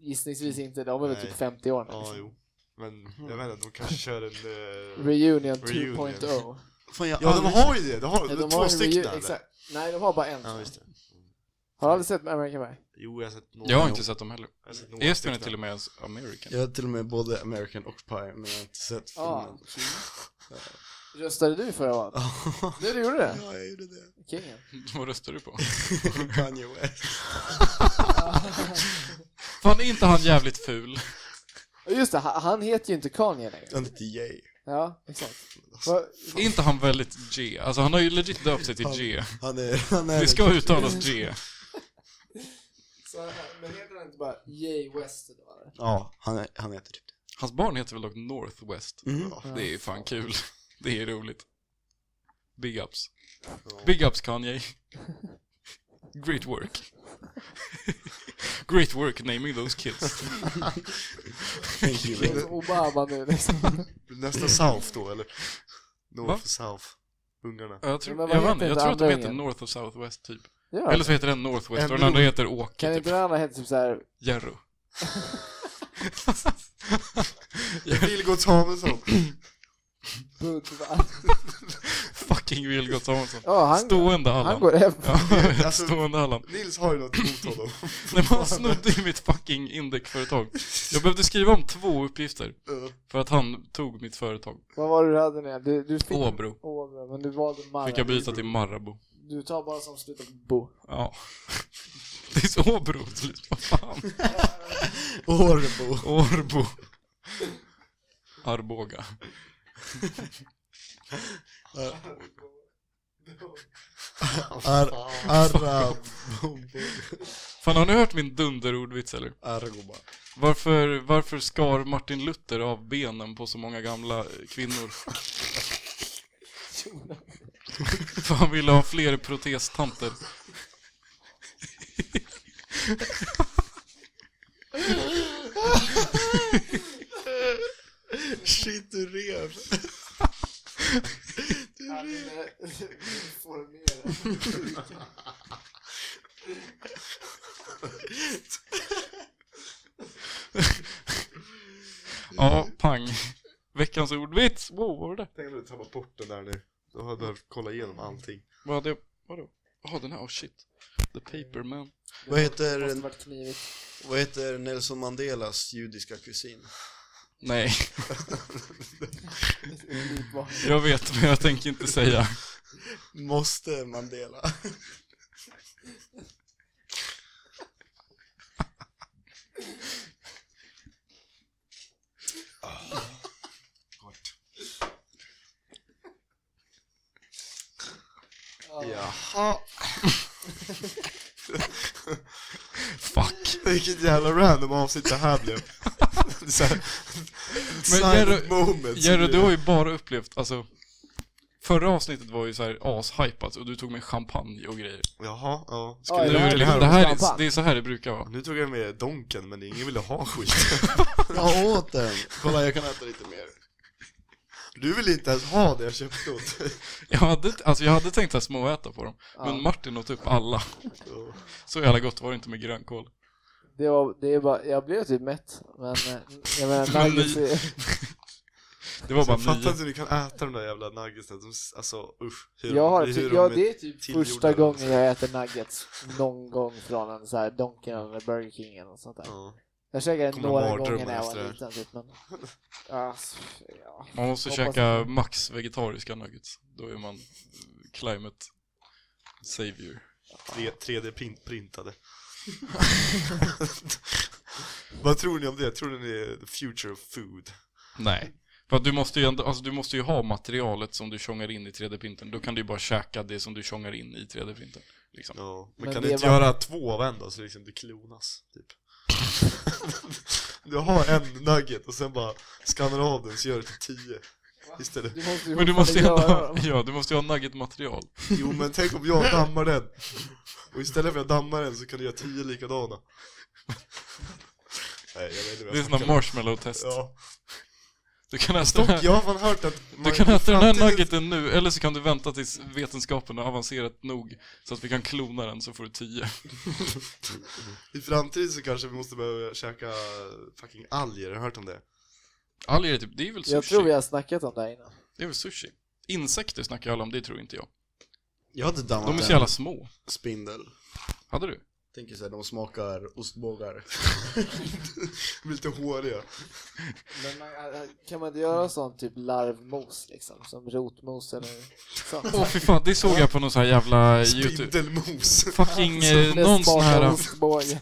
[SPEAKER 3] gissningsvis inte, de är väl
[SPEAKER 1] Nej.
[SPEAKER 3] typ 50 år nu.
[SPEAKER 1] Ja,
[SPEAKER 3] liksom.
[SPEAKER 1] jo. Men jag vet inte, de kanske kör en... eh,
[SPEAKER 3] Reunion
[SPEAKER 1] Reunion.
[SPEAKER 3] 2.0
[SPEAKER 4] Fan, jag
[SPEAKER 1] Ja, de
[SPEAKER 4] aldrig-
[SPEAKER 1] har ju det! De har,
[SPEAKER 3] Nej,
[SPEAKER 1] de
[SPEAKER 3] de
[SPEAKER 1] två
[SPEAKER 3] har en
[SPEAKER 1] stycken
[SPEAKER 3] review,
[SPEAKER 1] eller?
[SPEAKER 3] exakt. Nej, de har bara en.
[SPEAKER 1] Ja, just det. Mm.
[SPEAKER 3] Har du aldrig sett American Pie?
[SPEAKER 1] Jo, jag har sett några.
[SPEAKER 2] Jag har inte sett dem heller.
[SPEAKER 1] Jag har sett några
[SPEAKER 2] Esbjörn är
[SPEAKER 1] stycken.
[SPEAKER 2] till och med ens American.
[SPEAKER 4] Jag har till och med både American och Pie, men jag har inte sett
[SPEAKER 3] Ja.
[SPEAKER 4] filmen.
[SPEAKER 3] Ah, Röstade du förra valet? Nej, du gjorde det?
[SPEAKER 4] [LAUGHS] Ja, jag gjorde det. [LAUGHS]
[SPEAKER 3] Kingen.
[SPEAKER 2] Vad röstar du på?
[SPEAKER 4] Kanye West.
[SPEAKER 2] Fan, är inte han jävligt
[SPEAKER 4] [LAUGHS]
[SPEAKER 2] ful?
[SPEAKER 3] Och Just det, han han heter ju inte Kanye längre.
[SPEAKER 4] Han heter Jay.
[SPEAKER 3] Ja, exakt.
[SPEAKER 1] Alltså.
[SPEAKER 3] Va-
[SPEAKER 2] Är inte han väldigt G? Alltså han har ju legit döpt sig till G.
[SPEAKER 4] Han är... Han är
[SPEAKER 2] Det ska uttalas G.
[SPEAKER 3] så- Men heter han inte bara Jay West då? eller?
[SPEAKER 4] Ja, han, är, han heter typ
[SPEAKER 1] Mm.
[SPEAKER 2] Hans barn heter väl dock Northwest?
[SPEAKER 4] det.
[SPEAKER 2] [LAUGHS] Det är fan kul. Det är roligt. Big ups. Big ups Kanye. Great work. [LAUGHS] Great work naming those
[SPEAKER 3] [LAUGHS]
[SPEAKER 2] kids.
[SPEAKER 4] Thank you.
[SPEAKER 3] Det är som Obama nu liksom.
[SPEAKER 1] Nästa South då eller? North
[SPEAKER 2] Va?
[SPEAKER 1] och South, ungarna
[SPEAKER 2] Ja, Jag tror,
[SPEAKER 3] Men vad
[SPEAKER 2] jag
[SPEAKER 3] heter
[SPEAKER 2] vann, jag
[SPEAKER 3] inte
[SPEAKER 2] tror att de
[SPEAKER 3] andra
[SPEAKER 2] heter
[SPEAKER 3] ungen?
[SPEAKER 2] North och Southwest typ.
[SPEAKER 3] Ja.
[SPEAKER 2] Eller så heter den Northwest och den
[SPEAKER 1] Ändå-
[SPEAKER 2] andra heter
[SPEAKER 3] Kan
[SPEAKER 2] Åke,
[SPEAKER 3] inte
[SPEAKER 2] typ.
[SPEAKER 3] den andra heta typ såhär,
[SPEAKER 2] Jerro.
[SPEAKER 1] Vilgot Samuelsson!
[SPEAKER 3] Budva?
[SPEAKER 2] Fucking Vilgot Samuelsson.
[SPEAKER 3] Ja, han,
[SPEAKER 2] Stående
[SPEAKER 3] han
[SPEAKER 2] Allan.
[SPEAKER 3] går hem.
[SPEAKER 2] [LAUGHS] Ja,
[SPEAKER 1] [LAUGHS] Alltså-
[SPEAKER 2] Stående Allan.
[SPEAKER 1] Nils har ju något mot honom
[SPEAKER 2] Nej, men han snodde ju mitt fucking indexföretag. Jag behövde skriva om två uppgifter
[SPEAKER 1] Ja.
[SPEAKER 2] för att han tog mitt företag.
[SPEAKER 3] Vad var det du hade nu Du, du fick...
[SPEAKER 2] Åbro.
[SPEAKER 3] Åbro, men du valde Marra.
[SPEAKER 2] Fick jag byta till Marabou.
[SPEAKER 3] Du tar bara som slutar på Bo.
[SPEAKER 2] Ja. [LAUGHS] Det är så Åbro till slut. Vad fan.
[SPEAKER 4] Årbo.
[SPEAKER 2] [LAUGHS] Årbo. Arboga.
[SPEAKER 4] Ar- Arab.
[SPEAKER 2] Fan, har ni hört min dunderordvits eller?
[SPEAKER 4] Argoba.
[SPEAKER 2] Varför, varför skar Martin Luther av benen på så många gamla eh, [LAUGHS] kvinnor? För han ville ha fler protestanter.
[SPEAKER 4] Shit, du rev.
[SPEAKER 2] Ja, pang. Veckans ordvits. Wow, vad var det?
[SPEAKER 1] Tänk om du tappar bort den där nu Då har jag behövt kolla igenom allting
[SPEAKER 2] Vad hade jag... Vadå? Jaha, den här. Oh shit. The Paperman.
[SPEAKER 4] Vad heter,
[SPEAKER 3] Måste varit knivigt.
[SPEAKER 4] vad heter Nelson Mandelas judiska kusin?
[SPEAKER 2] Nej,
[SPEAKER 3] Knivbart.
[SPEAKER 2] jag vet men jag tänker inte säga.
[SPEAKER 4] Måste Mandela.
[SPEAKER 1] Jaha!
[SPEAKER 2] Fuck.
[SPEAKER 1] Vilket jävla random avsnitt det här blev Det är så här-
[SPEAKER 2] Men Jerry-
[SPEAKER 1] silent moment som
[SPEAKER 2] Jerry,
[SPEAKER 1] blir-
[SPEAKER 2] du har ju bara upplevt, alltså. Förra avsnittet var ju så här ashypat och du tog med champagne och grejer.
[SPEAKER 1] Jaha, ja
[SPEAKER 3] Ja,
[SPEAKER 1] Skulle du
[SPEAKER 2] Nu är
[SPEAKER 3] det här-
[SPEAKER 2] det,
[SPEAKER 1] vilja
[SPEAKER 2] liksom,
[SPEAKER 1] höra
[SPEAKER 2] det
[SPEAKER 1] om-
[SPEAKER 2] här är,
[SPEAKER 3] champagne.
[SPEAKER 2] det är så här det brukar vara.
[SPEAKER 1] Nu tog jag med donken men ingen ville ha skit
[SPEAKER 4] [LAUGHS] Jag åt den. Kolla, jag kan äta lite mer.
[SPEAKER 1] Du ville inte ens ha det jag köpte åt dig
[SPEAKER 2] Jag hade, alltså jag hade tänkt att småäta på dem,
[SPEAKER 3] Ja.
[SPEAKER 2] men Martin åt upp alla. Så jävla gott var det inte med grönkål.
[SPEAKER 3] Det var, det är bara, jag blev typ mätt. Men eh, jag menar,
[SPEAKER 2] Men
[SPEAKER 3] nuggets
[SPEAKER 2] ni-
[SPEAKER 3] är,
[SPEAKER 2] Det var
[SPEAKER 1] Alltså, Jag
[SPEAKER 2] bara
[SPEAKER 1] fattar
[SPEAKER 2] nio.
[SPEAKER 1] inte hur du kan äta de där jävla nuggetsen, De s- alltså usch hur
[SPEAKER 3] jag har
[SPEAKER 1] de, hur
[SPEAKER 3] typ,
[SPEAKER 1] de
[SPEAKER 3] ja,
[SPEAKER 1] är-
[SPEAKER 3] det är typ
[SPEAKER 1] tillgjorda
[SPEAKER 3] första
[SPEAKER 1] eller något.
[SPEAKER 3] gången jag äter nuggets någon gång från en så här Donken eller Burger King eller något sånt där.
[SPEAKER 1] ja.
[SPEAKER 3] Jag käkade
[SPEAKER 1] Kommer
[SPEAKER 3] några
[SPEAKER 1] mardrömmar
[SPEAKER 3] gånger när jag
[SPEAKER 1] efter det
[SPEAKER 3] var
[SPEAKER 1] här.
[SPEAKER 3] liten typ, men... Alltså, ja.
[SPEAKER 2] Man måste
[SPEAKER 3] Hoppas
[SPEAKER 2] käka
[SPEAKER 3] det.
[SPEAKER 2] max vegetariska nuggets. Då är man eh, climate savior.
[SPEAKER 1] Tre-
[SPEAKER 3] [LAUGHS]
[SPEAKER 1] 3D-printade. Vad tror ni om det? Tror ni det är the future of food?
[SPEAKER 2] Nej. För att du måste ju ändå, alltså du måste ju ha materialet som du tjongar in i 3D-printen. Då kan du ju bara käka det som du tjongar in i 3D-printen. Liksom.
[SPEAKER 1] Ja, men,
[SPEAKER 3] Men
[SPEAKER 1] kan
[SPEAKER 3] det
[SPEAKER 1] du inte
[SPEAKER 3] var-
[SPEAKER 1] göra två av en då, så liksom du klonas? Typ. [LAUGHS] du har en nugget och sen bara skannar du av den så gör du till tio istället.
[SPEAKER 3] Du måste ju
[SPEAKER 2] Men du måste ju
[SPEAKER 3] fortfarande göra
[SPEAKER 2] ha,
[SPEAKER 3] dem.
[SPEAKER 2] ja, du måste ju ha nugget-material.
[SPEAKER 1] Jo men tänk om jag dammar den och istället för att jag dammar den så kan du göra tio likadana. Nej, jag vet inte vad
[SPEAKER 2] Det är
[SPEAKER 1] jag
[SPEAKER 2] sådana
[SPEAKER 1] snackar om.
[SPEAKER 2] marshmallow-test.
[SPEAKER 1] Ja,
[SPEAKER 2] Du kan äta den
[SPEAKER 1] dock
[SPEAKER 2] här,
[SPEAKER 1] jag har fan hört att...
[SPEAKER 2] du kan äta den här nuggeten nu, eller så kan du vänta tills vetenskapen har avancerat nog så att vi kan klona den så får du 10.
[SPEAKER 1] I framtiden så kanske vi måste börja käka fucking alger, har du hört om det?
[SPEAKER 2] Alger är typ, det är väl
[SPEAKER 3] Jag
[SPEAKER 2] sushi?
[SPEAKER 3] tror vi har snackat om det här innan.
[SPEAKER 2] Det är väl sushi? Insekter snackar alla om, det tror inte jag.
[SPEAKER 4] Jag hade dammat
[SPEAKER 2] De är så
[SPEAKER 4] en
[SPEAKER 2] jävla små.
[SPEAKER 4] spindel.
[SPEAKER 2] Hade du?
[SPEAKER 4] Tänker såhär, de smakar [LAUGHS] ostbågar.
[SPEAKER 1] De är lite håriga.
[SPEAKER 3] Men man, äh, kan man inte göra sån typ larvmos liksom? Som rotmos eller sånt?
[SPEAKER 2] [LAUGHS] Åh fy fan, det såg jag på någon sån här jävla YouTube.
[SPEAKER 1] Spindelmos.
[SPEAKER 3] [LAUGHS]
[SPEAKER 2] Fucking, eh,
[SPEAKER 3] Med
[SPEAKER 2] någon sån
[SPEAKER 3] smak av
[SPEAKER 2] här,
[SPEAKER 3] ostbåge.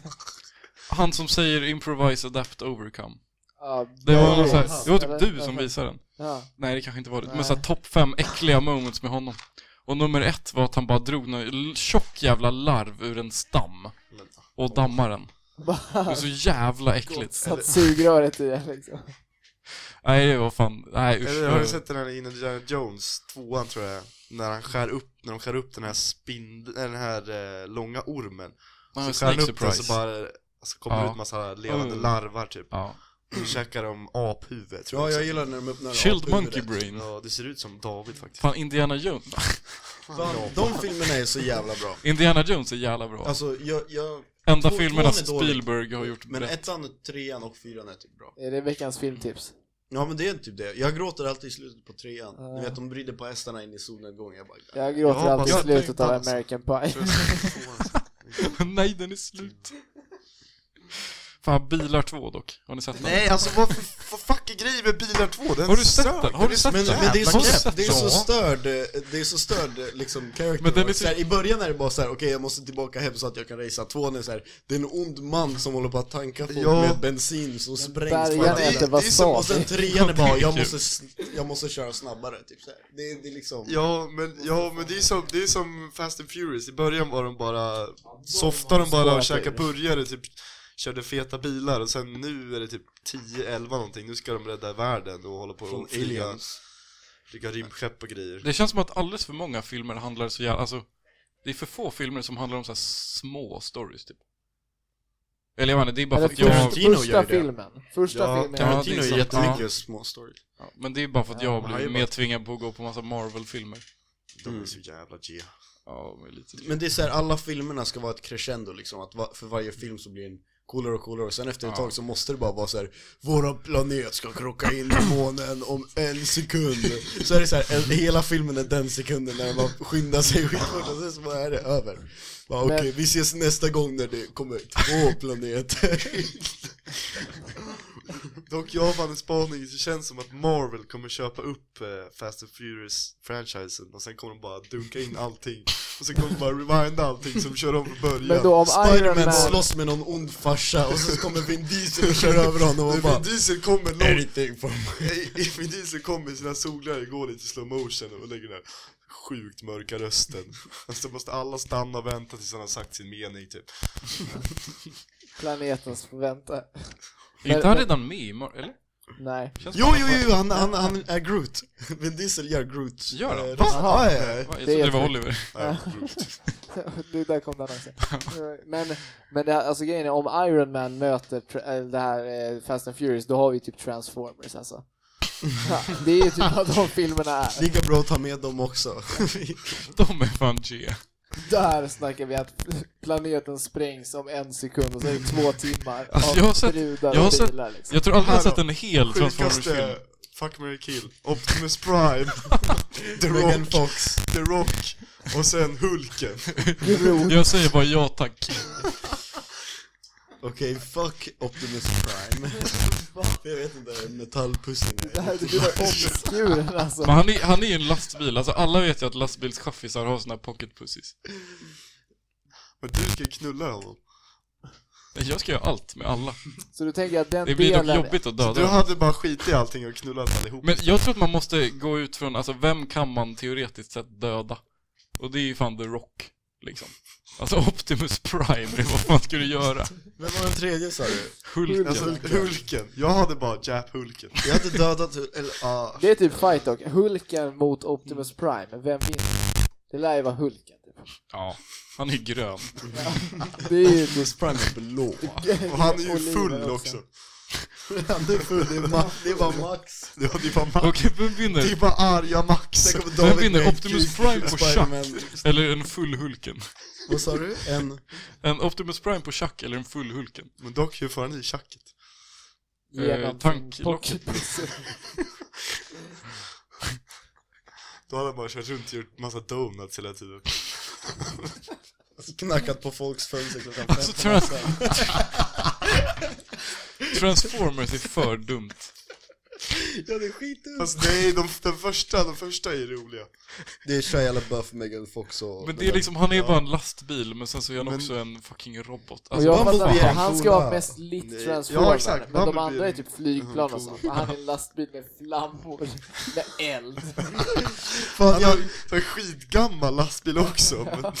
[SPEAKER 2] han som säger improvise, adapt, overcome.
[SPEAKER 3] Ja,
[SPEAKER 2] Det var,
[SPEAKER 3] Burns,
[SPEAKER 2] någon sån här, det var
[SPEAKER 3] eller?
[SPEAKER 2] typ du som visade den.
[SPEAKER 3] Ja.
[SPEAKER 2] Nej det kanske inte var det, men
[SPEAKER 3] Nej.
[SPEAKER 2] såhär topp fem äckliga moments med honom. Och nummer ett var att han bara drog någon l- tjock jävla larv ur en stam och dammade den. Det var så jävla äckligt.
[SPEAKER 3] Satt sugröret i den liksom.
[SPEAKER 2] Nej, det var fan, nej usch.
[SPEAKER 1] Eller har du sett den här Indiana Jones, tvåan tror jag, när han skär upp, när de skär upp den här spindeln, den här eh, långa ormen.
[SPEAKER 2] Ja,
[SPEAKER 1] så skär han
[SPEAKER 2] Snake
[SPEAKER 1] upp den
[SPEAKER 2] Ah, Surprise.
[SPEAKER 1] så bara, så kommer det
[SPEAKER 2] Ja.
[SPEAKER 1] ut massa levande
[SPEAKER 2] Mm.
[SPEAKER 1] larvar typ.
[SPEAKER 2] Ja.
[SPEAKER 1] Så käkar de aphuvud tror
[SPEAKER 4] Ja, jag
[SPEAKER 1] också.
[SPEAKER 4] gillar när de öppnar
[SPEAKER 2] Chilled
[SPEAKER 4] aphuvudet.
[SPEAKER 2] Monkey Brain.
[SPEAKER 1] Ja, det ser ut som David faktiskt.
[SPEAKER 2] Fan, Indiana Jones.
[SPEAKER 4] Fan, de filmerna är så jävla bra.
[SPEAKER 2] Indiana Jones är jävla bra.
[SPEAKER 4] Alltså, jag, jag,
[SPEAKER 2] Enda
[SPEAKER 4] två-
[SPEAKER 2] filmerna
[SPEAKER 4] tvåan är
[SPEAKER 2] som
[SPEAKER 4] dålig.
[SPEAKER 2] Spielberg har gjort
[SPEAKER 4] men
[SPEAKER 2] rätt.
[SPEAKER 4] ettan, trean och fyran är typ bra.
[SPEAKER 3] Är det veckans filmtips?
[SPEAKER 4] Ja men det är typ det. Jag gråter alltid i slutet på trean.
[SPEAKER 3] Ja.
[SPEAKER 4] Du vet, de rider på hästarna in i solnedgången. Jag bara,
[SPEAKER 3] Jag gråter
[SPEAKER 1] Jag
[SPEAKER 3] alltid i
[SPEAKER 1] hoppas-
[SPEAKER 3] slutet av
[SPEAKER 1] jag tänkte
[SPEAKER 3] American Pie.
[SPEAKER 2] [LAUGHS] Nej, den är slut. Fan, Bilar 2 dock. Har ni sett den?
[SPEAKER 1] Nej alltså vad för- för fuck är grejen med bilar 2? Den
[SPEAKER 2] Har du
[SPEAKER 1] sög.
[SPEAKER 2] sett den? Har du
[SPEAKER 1] är
[SPEAKER 2] sett
[SPEAKER 4] Men,
[SPEAKER 2] den?
[SPEAKER 4] men det är så,
[SPEAKER 2] Jävla
[SPEAKER 4] jävla- det är så
[SPEAKER 2] Ja.
[SPEAKER 4] störd, eh, det är så störd eh, liksom character
[SPEAKER 2] Men den är
[SPEAKER 4] work.
[SPEAKER 2] typ-
[SPEAKER 4] så här, I början är det bara så här: okej jag måste tillbaka hem så att jag kan racea Tvåan är så här, det är en ond man som håller på att tanka folk
[SPEAKER 1] Ja.
[SPEAKER 4] med bensin som sprängs på
[SPEAKER 3] bärgaren
[SPEAKER 4] alla
[SPEAKER 3] är inte
[SPEAKER 4] bilar.
[SPEAKER 3] vad
[SPEAKER 4] Det är som- Och
[SPEAKER 3] sa vi?
[SPEAKER 4] sen trean är bara, jag
[SPEAKER 2] Kul.
[SPEAKER 4] måste, s- jag måste köra snabbare typ så här. Det, det är liksom
[SPEAKER 1] Ja men, ja, men det, är som, det är som Fast and Furious, i början var de bara, softade de bara och
[SPEAKER 3] Sparat
[SPEAKER 1] käkade
[SPEAKER 3] ur.
[SPEAKER 1] burgare typ Körde feta bilar och sen nu är det typ 10-11 någonting, nu ska de rädda världen och hålla på
[SPEAKER 4] från
[SPEAKER 1] och flyga,
[SPEAKER 4] aliens.
[SPEAKER 1] flyga rymdskepp och grejer
[SPEAKER 2] Det känns som att alldeles för många filmer handlar så jävla, alltså det är för få filmer som handlar om så här små stories typ. Eller jag vet inte, det är bara
[SPEAKER 3] Eller
[SPEAKER 2] för att jag,
[SPEAKER 3] först,
[SPEAKER 4] Tarantino gör
[SPEAKER 3] första
[SPEAKER 4] ju det.
[SPEAKER 3] filmen. Första
[SPEAKER 1] Ja,
[SPEAKER 3] filmen.
[SPEAKER 2] Tarantino
[SPEAKER 4] Tarantino
[SPEAKER 2] är
[SPEAKER 4] är
[SPEAKER 2] sant.
[SPEAKER 4] jättemycket små stories.
[SPEAKER 2] ja, men det är bara för att jag
[SPEAKER 3] Ja,
[SPEAKER 2] har
[SPEAKER 1] han är
[SPEAKER 2] blivit
[SPEAKER 1] ju bara-
[SPEAKER 2] medtvingad på att gå på massa Marvel-filmer.
[SPEAKER 1] De är
[SPEAKER 4] Mm.
[SPEAKER 1] så jävla G
[SPEAKER 2] Ja, men lite
[SPEAKER 4] Men det är så här, alla filmerna ska vara ett crescendo liksom, att va- för varje film så blir en coolare och coolare och sen efter ett
[SPEAKER 2] Ja.
[SPEAKER 4] tag så måste det bara vara så här. Våra planet ska krocka in i månen om en sekund Så är det så här, en, hela filmen är den sekunden när de bara skyndar sig skitfort och sen så bara är det över bara, Okej,
[SPEAKER 3] Men-
[SPEAKER 4] vi ses nästa gång när det kommer två planeter [LAUGHS]
[SPEAKER 1] Dock jag har fan en spaning, det känns som att Marvel kommer köpa upp eh, Fast and Furious-franchisen och sen kommer de bara dunka in allting och sen kommer de bara rewinda allting som kör om från början
[SPEAKER 3] Men då om Iron
[SPEAKER 4] Spiderman
[SPEAKER 3] Man...
[SPEAKER 4] slåss med någon ond farsa och så kommer Vin Diesel och kör över honom [LAUGHS] och
[SPEAKER 1] Men
[SPEAKER 4] bara
[SPEAKER 1] Vin Diesel kommer [LAUGHS] långt
[SPEAKER 4] Anything for me
[SPEAKER 1] Vin Diesel kom med sina solglasögon, går lite i slow motion och lägger den här sjukt mörka rösten. Alltså måste alla stanna och vänta tills han har sagt sin mening
[SPEAKER 4] [LAUGHS]
[SPEAKER 1] typ.
[SPEAKER 3] Planetens förväntan.
[SPEAKER 2] Är inte han
[SPEAKER 3] men-
[SPEAKER 2] redan med i Marvel? Eller?
[SPEAKER 3] Nej.
[SPEAKER 2] Känns
[SPEAKER 4] Jo,
[SPEAKER 2] som att
[SPEAKER 4] jo,
[SPEAKER 2] han-
[SPEAKER 4] jo, han, han, han är Groot. Vin Diesel gör Groot.
[SPEAKER 2] Gör han?
[SPEAKER 4] Eh, rösten.
[SPEAKER 3] Jaha.
[SPEAKER 4] Ja,
[SPEAKER 2] Va,
[SPEAKER 4] ja, ja.
[SPEAKER 2] Jag
[SPEAKER 3] Det
[SPEAKER 2] trodde
[SPEAKER 3] är
[SPEAKER 2] det var
[SPEAKER 3] helt-
[SPEAKER 2] Oliver. [LAUGHS]
[SPEAKER 1] Nej,
[SPEAKER 3] [LAUGHS] Du, där kom den också. Eh, Men, men det, alltså grejen är, om Iron Man möter tra- eller det här eh, Fast and Furious, då har vi typ Transformers alltså. Ja, det är ju typ vad de filmerna är.
[SPEAKER 4] Lika bra att ta med dem också.
[SPEAKER 2] De är fan G.
[SPEAKER 3] Där snackar vi att planeten sprängs om en sekund och så är det två timmar
[SPEAKER 2] Alltså,
[SPEAKER 3] av
[SPEAKER 2] jag har sett-
[SPEAKER 3] brudar
[SPEAKER 2] jag har
[SPEAKER 3] och
[SPEAKER 2] sett-
[SPEAKER 3] bilar liksom.
[SPEAKER 2] Jag tror aldrig jag har
[SPEAKER 1] Här
[SPEAKER 2] sett en hel Transformers-film.
[SPEAKER 1] Sjukaste eh, Fuck, Mary kill. Optimus
[SPEAKER 4] [LAUGHS]
[SPEAKER 1] Prime, The
[SPEAKER 4] Megan
[SPEAKER 1] Rock,
[SPEAKER 4] Fox.
[SPEAKER 1] The Rock och sen Hulken.
[SPEAKER 3] Grod.
[SPEAKER 2] Jag säger bara ja tack.
[SPEAKER 4] Okej, fuck Optimus Prime. jag vet inte, metallpussen
[SPEAKER 3] Det
[SPEAKER 4] är.
[SPEAKER 3] här det blir obskuren alltså.
[SPEAKER 2] Men han är, han är ju en lastbil, alltså alla vet ju att lastbilschaffisar har såna här pocket pussies.
[SPEAKER 1] Men du ska ju knulla honom.
[SPEAKER 2] Jag ska göra allt med alla.
[SPEAKER 3] Så du tänker att den
[SPEAKER 2] Det blir dock
[SPEAKER 3] delen...
[SPEAKER 2] jobbigt att döda
[SPEAKER 1] Du
[SPEAKER 2] dem.
[SPEAKER 1] hade bara skitit i allting och knullat allihop.
[SPEAKER 2] Men jag tror att man måste gå ut från, alltså vem kan man teoretiskt sett döda? Och det är ju fan The Rock, liksom. Alltså Optimus Prime, vad fan ska du göra?
[SPEAKER 4] Vem var den tredje sa du?
[SPEAKER 2] Hulken.
[SPEAKER 1] Alltså Hulken, jag hade bara Jap Hulken.
[SPEAKER 4] Jag hade dödat, eller ja.
[SPEAKER 3] Det är typ fight dock. Hulken mot Optimus Prime, vem vinner? Det lär ju vara Hulken. Typ.
[SPEAKER 2] Ja, han är grön.
[SPEAKER 3] Det är ju
[SPEAKER 4] Optimus Prime är blå.
[SPEAKER 1] Och han är ju
[SPEAKER 3] Oliver
[SPEAKER 1] full också.
[SPEAKER 4] [LAUGHS] Han är full, det är, ma- det är bara Max.
[SPEAKER 1] Det var det var Max.
[SPEAKER 2] Okej, vem
[SPEAKER 1] Det är
[SPEAKER 2] vinner?
[SPEAKER 1] bara arga Max.
[SPEAKER 4] Sen kommer
[SPEAKER 2] Vem
[SPEAKER 4] David
[SPEAKER 2] vinner?
[SPEAKER 4] med en
[SPEAKER 2] Optimus
[SPEAKER 4] kuk,
[SPEAKER 2] Prime på
[SPEAKER 4] Spiderman.
[SPEAKER 2] schack? Eller en full Hulken?
[SPEAKER 4] Vad sa du? En?
[SPEAKER 2] En Optimus Prime på schack eller en full Hulken? Eh,
[SPEAKER 1] Men dock, hur får han i tjacket?
[SPEAKER 3] genom
[SPEAKER 2] tanklocket. [LAUGHS]
[SPEAKER 1] Då hade han bara kört runt och gjort massa donuts hela tiden.
[SPEAKER 4] Knackat på folks fönster klockan
[SPEAKER 2] Alltså,
[SPEAKER 4] fem på
[SPEAKER 2] tror jag-
[SPEAKER 4] natten.
[SPEAKER 2] Transformers är för dumt.
[SPEAKER 4] Ja, det är skitdumt.
[SPEAKER 1] Fast nej, Alltså, de, den första, de första är roliga.
[SPEAKER 4] Det är Shia LaBeouf, Megan Fox och...
[SPEAKER 2] Men det är liksom, han är ju bara en lastbil, men sen så är han också en fucking robot.
[SPEAKER 3] Och
[SPEAKER 2] Alltså,
[SPEAKER 3] jag
[SPEAKER 4] Bumblebee
[SPEAKER 3] fattar inte,
[SPEAKER 4] är en
[SPEAKER 3] han ska vara
[SPEAKER 4] coola-
[SPEAKER 3] mest lit
[SPEAKER 1] Nej,
[SPEAKER 3] transformer,
[SPEAKER 1] ja, exakt.
[SPEAKER 3] men de
[SPEAKER 1] Bumblebee
[SPEAKER 3] andra
[SPEAKER 1] är
[SPEAKER 3] är
[SPEAKER 1] en-
[SPEAKER 3] typ flygplan och sånt.
[SPEAKER 1] cool.
[SPEAKER 4] [LAUGHS]
[SPEAKER 3] Och han är en lastbil med flammor, med eld.
[SPEAKER 1] Fan, jag var skitgammal lastbil också. Men...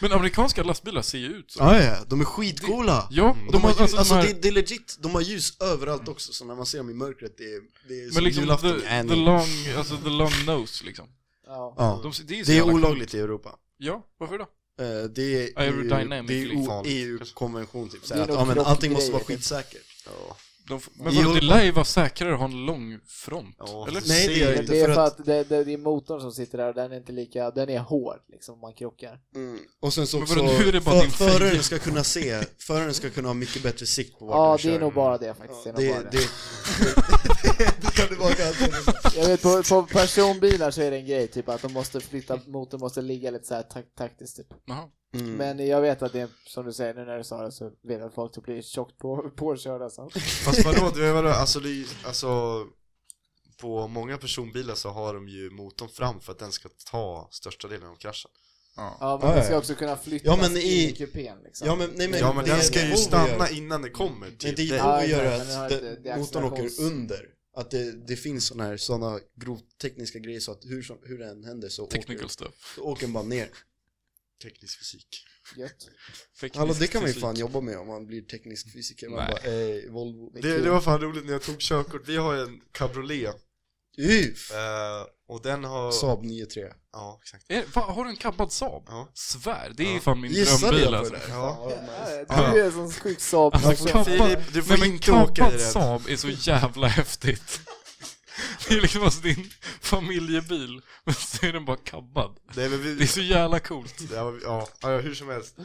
[SPEAKER 2] Men amerikanska lastbilar ser ju ut så.
[SPEAKER 4] Ja, ja, de är skitcoola!
[SPEAKER 2] Ja,
[SPEAKER 4] De
[SPEAKER 2] de
[SPEAKER 4] har
[SPEAKER 2] har,
[SPEAKER 4] ljus,
[SPEAKER 2] alltså,
[SPEAKER 4] alltså,
[SPEAKER 2] de här,
[SPEAKER 4] det, det är legit, de har ljus överallt också, så när man ser dem i mörkret, det är, det är
[SPEAKER 2] men
[SPEAKER 4] som
[SPEAKER 2] liksom
[SPEAKER 4] julafton
[SPEAKER 2] the,
[SPEAKER 4] Annie.
[SPEAKER 2] the long, alltså the long nose liksom.
[SPEAKER 3] Ja.
[SPEAKER 4] ja.
[SPEAKER 2] De, ser- det är, ju så
[SPEAKER 4] Det är
[SPEAKER 2] jävla coolt.
[SPEAKER 4] olagligt i Europa.
[SPEAKER 2] Ja, varför då?
[SPEAKER 4] Eh, Det är EU-
[SPEAKER 2] Aerodynamic
[SPEAKER 4] det är
[SPEAKER 2] liksom.
[SPEAKER 4] O- EU-konvention typ, så
[SPEAKER 3] Det
[SPEAKER 4] här,
[SPEAKER 3] är
[SPEAKER 4] att
[SPEAKER 3] nog
[SPEAKER 4] ja, men allting
[SPEAKER 3] krockgrejer,
[SPEAKER 4] måste vara
[SPEAKER 3] typ.
[SPEAKER 4] skitsäkert.
[SPEAKER 2] De, f- men
[SPEAKER 4] Jo,
[SPEAKER 2] vadå, det
[SPEAKER 4] men-
[SPEAKER 2] lär ju vara säkrare att ha en lång front,
[SPEAKER 1] Ja,
[SPEAKER 2] eller?
[SPEAKER 4] Nej, det
[SPEAKER 1] ser-
[SPEAKER 4] gör det
[SPEAKER 3] Men
[SPEAKER 4] inte,
[SPEAKER 3] det är
[SPEAKER 4] för
[SPEAKER 3] för
[SPEAKER 4] att-
[SPEAKER 3] att det, det, det är motorn som sitter där och den är inte lika, den är hård liksom om man krockar.
[SPEAKER 4] Mm. Och sen så
[SPEAKER 2] Men
[SPEAKER 4] också,
[SPEAKER 2] vadå, nu är det bara
[SPEAKER 4] för,
[SPEAKER 2] din
[SPEAKER 4] föraren
[SPEAKER 2] fejdel.
[SPEAKER 4] ska kunna se, föraren ska kunna ha mycket bättre sikt på vart
[SPEAKER 3] Ja,
[SPEAKER 4] den
[SPEAKER 3] det
[SPEAKER 4] kör.
[SPEAKER 3] är nog bara det
[SPEAKER 4] Ja,
[SPEAKER 3] faktiskt.
[SPEAKER 4] det,
[SPEAKER 3] det, är nog
[SPEAKER 4] det,
[SPEAKER 3] bara det.
[SPEAKER 4] det, [LAUGHS] det kan du vara garanterad.
[SPEAKER 3] [LAUGHS] Jag vet på, på personbilar så är det en grej typ att de måste flytta, motorn måste ligga lite så här tak- taktiskt typ.
[SPEAKER 2] Jaha.
[SPEAKER 4] Mm.
[SPEAKER 3] Men jag vet att det är, som du säger nu när du sa det så vet jag att folk typ blir tjockt på, påkörda så.
[SPEAKER 1] Fast vadå, det är vadå, alltså det är ju- alltså på många personbilar så har de ju motorn fram för att den ska ta största delen av kraschen.
[SPEAKER 3] Ja,
[SPEAKER 4] Ja,
[SPEAKER 3] men
[SPEAKER 4] ja,
[SPEAKER 3] den ska
[SPEAKER 4] ja.
[SPEAKER 3] också kunna flyttas
[SPEAKER 4] Ja, men
[SPEAKER 3] in
[SPEAKER 4] i-
[SPEAKER 3] i kupén liksom.
[SPEAKER 4] Ja men, nej, men,
[SPEAKER 1] ja men
[SPEAKER 4] det
[SPEAKER 1] den
[SPEAKER 4] är
[SPEAKER 1] ska
[SPEAKER 4] det
[SPEAKER 1] ju
[SPEAKER 4] Volvo
[SPEAKER 1] stanna
[SPEAKER 4] gör.
[SPEAKER 1] innan den kommer
[SPEAKER 4] Men
[SPEAKER 1] typ.
[SPEAKER 4] det är
[SPEAKER 1] Det-
[SPEAKER 4] ju
[SPEAKER 3] Ja,
[SPEAKER 4] Volvo gör
[SPEAKER 3] exakt,
[SPEAKER 4] att
[SPEAKER 3] den har
[SPEAKER 4] det-
[SPEAKER 3] ett, det är
[SPEAKER 4] motorn åker
[SPEAKER 3] accelerations-
[SPEAKER 4] under. Att det, det finns sådana här såna grovtekniska grejer så att hur, som, hur det än händer så åker,
[SPEAKER 2] Technical stuff.
[SPEAKER 4] så åker den bara ner.
[SPEAKER 1] Teknisk fysik.
[SPEAKER 3] Gött.
[SPEAKER 2] Teknisk
[SPEAKER 4] Hallå det kan man ju
[SPEAKER 2] fysik.
[SPEAKER 4] fan jobba med om man blir teknisk fysiker. Man
[SPEAKER 2] Nej.
[SPEAKER 4] bara, eh, Volvo.
[SPEAKER 1] Det, det var fan roligt när jag tog körkort, vi har ju en cabriolet
[SPEAKER 4] Uff!
[SPEAKER 1] eh, och den har...
[SPEAKER 4] Saab 9-3.
[SPEAKER 1] Ja, exakt.
[SPEAKER 2] Är, Eh, va, har du en kabbad Saab?
[SPEAKER 1] Ja.
[SPEAKER 2] Svär, det är ju
[SPEAKER 1] Ja.
[SPEAKER 2] fan min
[SPEAKER 4] Gissade
[SPEAKER 2] drömbil
[SPEAKER 4] jag på
[SPEAKER 2] alltså.
[SPEAKER 4] det? där?
[SPEAKER 1] Ja.
[SPEAKER 3] Ja, Du är liksom. en sån sjuk Saab.
[SPEAKER 2] Alltså, kabbad,
[SPEAKER 1] Filip, du får
[SPEAKER 2] nej, men
[SPEAKER 1] inte åka i
[SPEAKER 2] kabbad
[SPEAKER 1] den.
[SPEAKER 2] Saab är så jävla
[SPEAKER 4] [LAUGHS]
[SPEAKER 2] häftigt. Det är liksom alltså din familjebil, men så är den bara kabbad.
[SPEAKER 1] Nej, men vi,
[SPEAKER 2] Det är så jävla coolt.
[SPEAKER 1] Det var, ja, ja, hur som helst.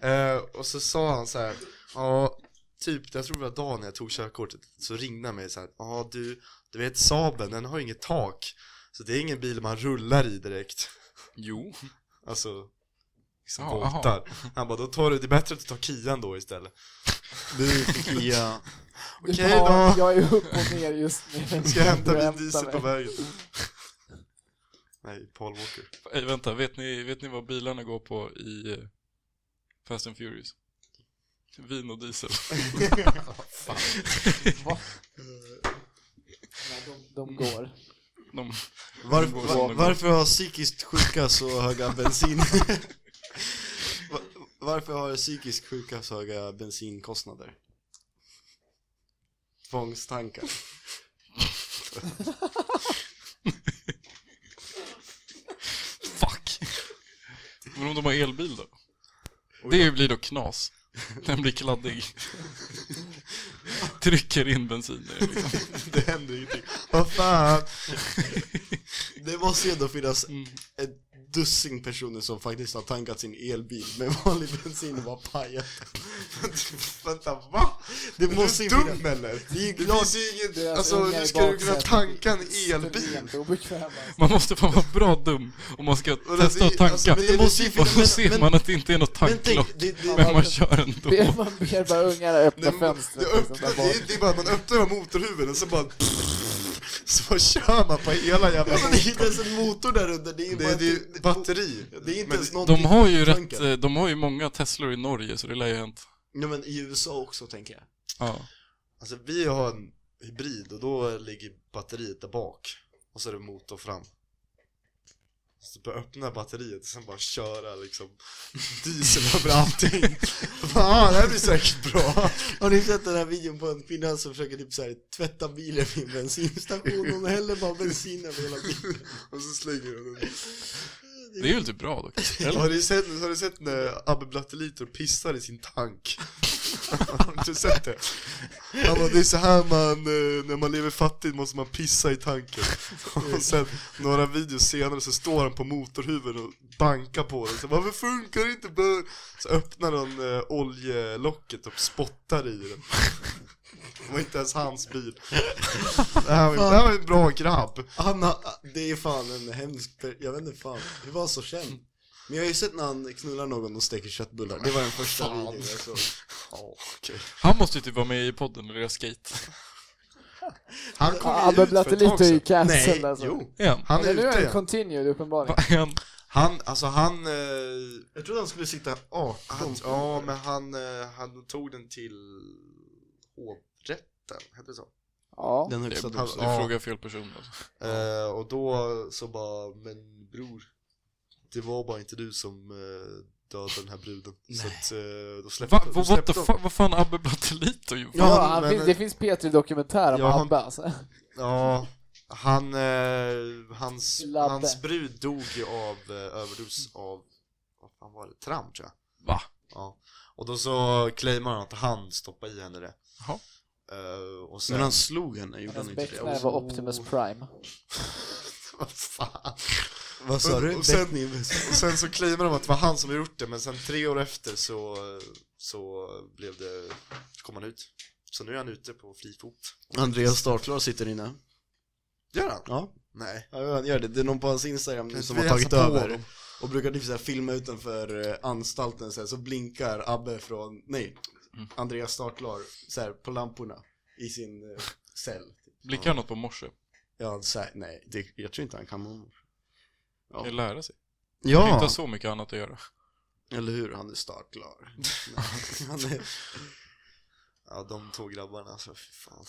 [SPEAKER 1] Eh, och så sa han så här, ja, typ, jag tror det var dagen jag tog körkortet, så ringde han mig så här, ja du, du vet Saaben, den har ju inget tak, så det är ingen bil man rullar i direkt.
[SPEAKER 2] Jo.
[SPEAKER 1] Alltså, liksom
[SPEAKER 2] Ja,
[SPEAKER 1] voltar. Han bara, då tar du, det är bättre att du tar Kian då istället.
[SPEAKER 4] Du Kia.
[SPEAKER 1] Okej
[SPEAKER 3] Ja,
[SPEAKER 1] då,
[SPEAKER 3] Jag är upp och ner just nu.
[SPEAKER 1] ska jag hämta min
[SPEAKER 3] Hämta
[SPEAKER 1] diesel
[SPEAKER 3] mig.
[SPEAKER 1] på vägen. Nej, Paul Walker.
[SPEAKER 2] Ey, vänta, vet ni, vet ni vad bilarna går på i eh, Fast and Furious? Vin och diesel.
[SPEAKER 3] Nej, de, de går.
[SPEAKER 2] De,
[SPEAKER 4] Varför,
[SPEAKER 2] går
[SPEAKER 4] var,
[SPEAKER 2] som de
[SPEAKER 4] varför har psykiskt sjuka så höga bensin... [LAUGHS] Va- varför har psykiskt sjuka så höga bensinkostnader? Tvångstankar.
[SPEAKER 2] fuck! Men om de har elbil då? Det blir då knas. Den blir kladdig. Trycker in bensin i den, liksom.
[SPEAKER 4] Det händer
[SPEAKER 1] typ.
[SPEAKER 4] ingenting. Vad fan! Det måste ju ändå finnas ett dussin personer som faktiskt har tankat sin elbil med vanlig bensin och bara pajat.
[SPEAKER 1] Vänta, va?
[SPEAKER 4] Det
[SPEAKER 1] Är
[SPEAKER 4] måste
[SPEAKER 1] du
[SPEAKER 4] ju
[SPEAKER 1] dum
[SPEAKER 4] finnas.
[SPEAKER 1] eller?
[SPEAKER 4] Det är
[SPEAKER 1] Det
[SPEAKER 4] klart
[SPEAKER 1] finns ju inget,
[SPEAKER 3] Deras
[SPEAKER 1] alltså
[SPEAKER 3] ungar
[SPEAKER 1] hur
[SPEAKER 3] i
[SPEAKER 1] ska du kunna
[SPEAKER 3] baksätet.
[SPEAKER 1] tanka en elbil?
[SPEAKER 3] Extremt obekväm alltså.
[SPEAKER 2] Man måste fan vara bra dum om man ska
[SPEAKER 1] det-
[SPEAKER 2] testa att tanka.
[SPEAKER 1] alltså, men
[SPEAKER 4] det måste ju
[SPEAKER 2] och
[SPEAKER 4] finnas-
[SPEAKER 2] så ser
[SPEAKER 4] men-
[SPEAKER 2] man att det inte är något
[SPEAKER 4] Men tänk,
[SPEAKER 2] tanklock,
[SPEAKER 4] det, det,
[SPEAKER 2] men man kör ändå.
[SPEAKER 3] Ber- Man ber bara ungarna öppna
[SPEAKER 1] Nej, men
[SPEAKER 3] fönstret.
[SPEAKER 1] det,
[SPEAKER 3] liksom,
[SPEAKER 1] öppnar,
[SPEAKER 3] där
[SPEAKER 1] det, är-
[SPEAKER 3] bak.
[SPEAKER 1] det är bara att man öppnar motorhuven och så bara Så bara kör man på hela jävla
[SPEAKER 4] Ja, men det är inte ens en motor där under, det är ju
[SPEAKER 1] Det,
[SPEAKER 4] bara
[SPEAKER 1] det är ju
[SPEAKER 4] ett-
[SPEAKER 1] batteri
[SPEAKER 4] Det är inte ens någonting
[SPEAKER 2] De har ju
[SPEAKER 4] i
[SPEAKER 2] rätt,
[SPEAKER 4] tanken.
[SPEAKER 2] eh, de har ju många Teslor i Norge så det lär ju ha hänt.
[SPEAKER 4] Ja men i USA också tänker jag.
[SPEAKER 2] Ja.
[SPEAKER 1] Alltså vi har en hybrid och då ligger batteriet där bak Och så är det motor fram Så bara öppna batteriet och sen bara köra liksom [LAUGHS] diesel över allting [LAUGHS] Fan, det här blir säkert bra
[SPEAKER 4] Har ni sett den här [LAUGHS] videon på en kvinna som försöker typ så här, tvätta bilen vid en bensinstation? Hon häller bara bensin över hela bilen.
[SPEAKER 1] Och så slänger du den
[SPEAKER 2] Det är väl typ bra dock? Eller?
[SPEAKER 1] Har du sett, har du sett när Abbe Blattelito pissar i sin tank? [LAUGHS] har du inte sett det? Han bara, det är så här man, eh, när man lever fattigt måste man pissa i tanken.
[SPEAKER 4] Mm.
[SPEAKER 1] Och sen några videos senare så står han på motorhuven och bankar på den. Så, Varför funkar det inte? bör-" Så öppnar han eh, oljelocket och spottar i den. Det var inte ens hans bil. Det här var, det här var en bra grabb.
[SPEAKER 4] Han har, det är fan en hemsk, per- jag vet inte fan, hur var han så känd? Men jag har ju sett när han knullar någon och steker köttbullar, det var den första videon jag såg.
[SPEAKER 2] Han måste ju typ vara med i podden eller göra skate.
[SPEAKER 1] Han kom
[SPEAKER 3] Ja,
[SPEAKER 1] ju
[SPEAKER 3] men
[SPEAKER 1] ut för ett tag
[SPEAKER 3] Blattelito är
[SPEAKER 1] sedan.
[SPEAKER 3] ju cancelled
[SPEAKER 4] Nej,
[SPEAKER 3] alltså.
[SPEAKER 4] jo.
[SPEAKER 2] Är han?
[SPEAKER 1] Han är
[SPEAKER 3] Men nu
[SPEAKER 1] ute
[SPEAKER 3] är han
[SPEAKER 1] igen.
[SPEAKER 3] continued uppenbarligen.
[SPEAKER 2] Vad är han?
[SPEAKER 1] Han, alltså han, eh,
[SPEAKER 4] Jag trodde han skulle sitta 18.
[SPEAKER 1] han ja men han, eh, han tog den till hovrätten, hette det så?
[SPEAKER 3] Ja.
[SPEAKER 4] Den
[SPEAKER 2] Du
[SPEAKER 4] högsta dosen.
[SPEAKER 1] Ja.
[SPEAKER 2] frågar fel person alltså.
[SPEAKER 1] Eh, och då så bara, men bror, det var bara inte du som eh, dödade den här bruden. Så
[SPEAKER 4] Nej.
[SPEAKER 1] att, eh, då släppte,
[SPEAKER 2] Va,
[SPEAKER 1] då
[SPEAKER 2] va, what
[SPEAKER 1] släppte
[SPEAKER 2] the fuck, vad fan Abbe Brattelito gjorde?
[SPEAKER 3] Ja,
[SPEAKER 1] Ja,
[SPEAKER 3] han
[SPEAKER 1] men-
[SPEAKER 3] finns, det finns Petri dokumentär om
[SPEAKER 1] Ja, han-
[SPEAKER 3] Abbe alltså.
[SPEAKER 1] Ja, han, eh, hans,
[SPEAKER 3] Labbe.
[SPEAKER 1] hans brud dog ju av eh, överdos av, vad fan var det, tram tror jag.
[SPEAKER 2] Va?
[SPEAKER 1] Ja. Och då så claimar han att han stoppade i henne det.
[SPEAKER 2] Jaha.
[SPEAKER 1] Eh, och sen... [LAUGHS]
[SPEAKER 4] Men han slog henne, gjorde han
[SPEAKER 3] Hans
[SPEAKER 4] inte det?
[SPEAKER 3] Beckner
[SPEAKER 1] Oh.
[SPEAKER 3] var Optimus Prime.
[SPEAKER 1] vad fan.
[SPEAKER 4] Vad sa du?
[SPEAKER 1] Och sen-
[SPEAKER 4] Beckning-
[SPEAKER 1] Och sen så claimar de att det var han som gjort det, men sen tre år efter så, så blev det, så kom han ut. Så nu är han ute på fri fot.
[SPEAKER 4] Andreas Starklar sitter inne.
[SPEAKER 1] Gör han?
[SPEAKER 4] Ja.
[SPEAKER 1] Nej.
[SPEAKER 4] ja, han gör det. Det är någon på hans Instagram nu
[SPEAKER 1] Kan
[SPEAKER 4] som
[SPEAKER 1] vi
[SPEAKER 4] har tagit
[SPEAKER 1] hälsa på
[SPEAKER 4] över.
[SPEAKER 1] honom?
[SPEAKER 4] Och brukar typ så här filma utanför eh, anstalten så, här, så blinkar Abbe från, nej,
[SPEAKER 1] Mm.
[SPEAKER 4] Andreas Starklar så här, på lamporna i sin eh, cell.
[SPEAKER 2] Blinkar han något på morse?
[SPEAKER 4] Ja, så här, nej, det, jag tror inte han kan. Ja.
[SPEAKER 2] Kan ju lära sig. Kan inte
[SPEAKER 4] Ja,
[SPEAKER 2] ha så mycket annat att göra.
[SPEAKER 4] eller hur? Han är [LAUGHS] Starklar. Nej, han är...
[SPEAKER 1] Ja, de två grabbarna alltså, fy fan.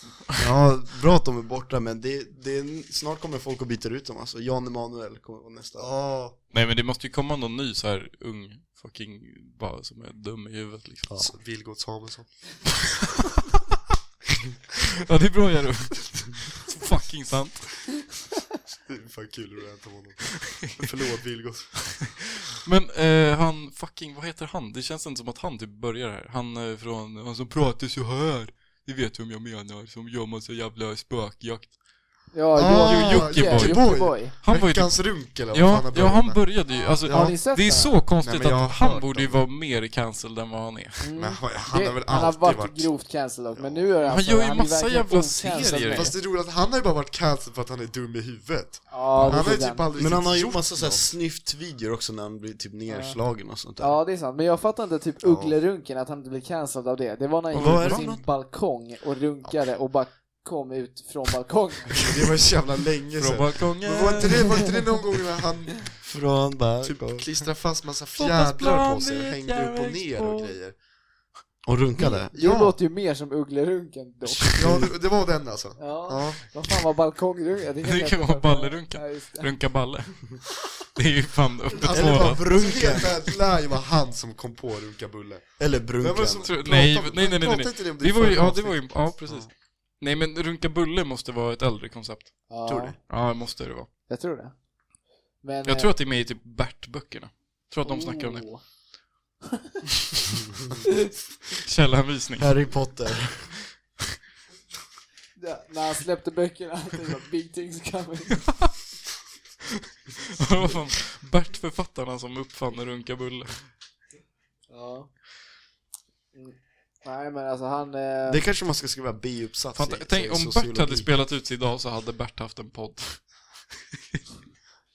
[SPEAKER 4] Ja, bra att de är borta men det, det är, snart kommer folk och byter ut dem alltså. Jan Emanuel kommer vara nästa.
[SPEAKER 1] Ja,
[SPEAKER 2] Nej men det måste ju komma någon ny så här ung fucking bara som är dum i huvudet liksom.
[SPEAKER 1] så- Vilgot
[SPEAKER 2] [LAUGHS]
[SPEAKER 1] Samuelsson.
[SPEAKER 2] Ja det är bra Jerry. fucking sant.
[SPEAKER 1] Det är fan kul att ranta om honom. Förlåt Vilgot.
[SPEAKER 2] Men eh, han fucking, vad heter han? Det känns inte som att han typ börjar här. Han eh, från, han som pratar så här. Ni vet vem jag menar, som gör massa jävla spökjakt.
[SPEAKER 3] Ja,
[SPEAKER 1] Ah,
[SPEAKER 3] Jocke-
[SPEAKER 2] Jockiboi.
[SPEAKER 3] Jockiboi.
[SPEAKER 2] Han var ju typ
[SPEAKER 1] Veckans runk eller vad fan
[SPEAKER 2] Ja,
[SPEAKER 1] han började
[SPEAKER 2] ja, han
[SPEAKER 1] med.
[SPEAKER 2] började ju, alltså,
[SPEAKER 3] Har ni sett
[SPEAKER 2] det är
[SPEAKER 3] den?
[SPEAKER 2] så konstigt
[SPEAKER 1] Nej, men jag
[SPEAKER 2] att
[SPEAKER 1] har
[SPEAKER 2] han
[SPEAKER 1] hört
[SPEAKER 2] borde ju vara mer cancelled än vad han är.
[SPEAKER 3] Mm.
[SPEAKER 1] Men han, han
[SPEAKER 3] Det-
[SPEAKER 1] har väl
[SPEAKER 3] han har
[SPEAKER 1] alltid
[SPEAKER 3] varit,
[SPEAKER 1] varit...
[SPEAKER 3] grovt cancelled dock, men nu är alltså han
[SPEAKER 2] Han
[SPEAKER 3] så-
[SPEAKER 2] gör ju
[SPEAKER 3] är
[SPEAKER 2] massa
[SPEAKER 3] verkligen
[SPEAKER 2] jävla
[SPEAKER 3] ocancelled
[SPEAKER 2] serier.
[SPEAKER 3] nu.
[SPEAKER 1] Fast det är roligt att han har ju bara varit cancelled för att han är dum i huvudet.
[SPEAKER 3] Ja,
[SPEAKER 1] han har ju
[SPEAKER 3] precis.
[SPEAKER 1] typ aldrig
[SPEAKER 4] Men han har ju
[SPEAKER 1] gjort
[SPEAKER 4] massa såhär
[SPEAKER 1] något.
[SPEAKER 4] snyftvideor också när han blir typ nerslagen och sånt där.
[SPEAKER 3] Ja, det är sant. Men jag fattar inte typ Ugglerunken, att han inte blev cancelled av det. Det var när han
[SPEAKER 4] Och
[SPEAKER 3] gick ut
[SPEAKER 4] vad är
[SPEAKER 3] på
[SPEAKER 4] det
[SPEAKER 3] sin
[SPEAKER 4] han-
[SPEAKER 3] balkong och runkade och bara kom ut från balkongen.
[SPEAKER 1] Det var ju så jävla länge
[SPEAKER 2] Från
[SPEAKER 1] sedan.
[SPEAKER 2] balkongen.
[SPEAKER 1] Men var inte det, var inte det någon gång när han
[SPEAKER 4] Från bara...
[SPEAKER 1] typ klistrade fast massa
[SPEAKER 2] plan
[SPEAKER 1] fjädrar på sig
[SPEAKER 2] blir
[SPEAKER 1] och
[SPEAKER 2] ett
[SPEAKER 1] hängde upp och ner och
[SPEAKER 2] järnvägsspår.
[SPEAKER 1] grejer?
[SPEAKER 4] Och runkade.
[SPEAKER 3] Det
[SPEAKER 1] Ja,
[SPEAKER 3] låter ju mer som Ugglerunken dock.
[SPEAKER 1] ja det, det var den alltså.
[SPEAKER 3] Ja,
[SPEAKER 1] Ja.
[SPEAKER 3] vad fan var balkongrunken?
[SPEAKER 2] Det kan
[SPEAKER 3] heta
[SPEAKER 2] vara
[SPEAKER 3] balkong.
[SPEAKER 2] ballerunken.
[SPEAKER 3] Ja, just det.
[SPEAKER 2] Runka balle. [LAUGHS] Det är ju fan uppe
[SPEAKER 1] Alltså,
[SPEAKER 2] två
[SPEAKER 1] det var
[SPEAKER 2] då.
[SPEAKER 1] brunken. [LAUGHS] Det lär ju vara han som kom på Runka Bulle.
[SPEAKER 4] Eller
[SPEAKER 1] Vem var
[SPEAKER 4] brunken.
[SPEAKER 1] det som
[SPEAKER 2] Tror-
[SPEAKER 1] pratade-
[SPEAKER 2] nej, nej, nej, nej, nej.
[SPEAKER 1] pratade inte det om det
[SPEAKER 2] Det
[SPEAKER 1] i
[SPEAKER 2] var ju,
[SPEAKER 1] förra
[SPEAKER 2] ja det var ju,
[SPEAKER 1] avsnittet?
[SPEAKER 2] ja precis. Nej men runka bulle måste vara ett äldre koncept.
[SPEAKER 3] Ja,
[SPEAKER 1] Tror du?
[SPEAKER 2] Ja, det måste det vara.
[SPEAKER 3] Jag tror det. Men, eh, oh.
[SPEAKER 2] Jag tror att det är med i typ Bert-böckerna. Jag tror att de snackar om
[SPEAKER 1] Oh.
[SPEAKER 2] det. [LAUGHS] Källhänvisning.
[SPEAKER 4] Harry Potter.
[SPEAKER 3] När han släppte böckerna, [LAUGHS] det var Big Things Coming.
[SPEAKER 2] Det var fan Bert-författarna som uppfann runka bulle.
[SPEAKER 3] Ja. Mm. Nej men alltså han... Eh...
[SPEAKER 4] Det kanske man ska skriva B-uppsats
[SPEAKER 2] Fan,
[SPEAKER 4] i,
[SPEAKER 2] tänk
[SPEAKER 4] så-
[SPEAKER 2] om Bert
[SPEAKER 4] sociologi.
[SPEAKER 2] hade spelat ut sig idag så hade Bert haft en podd.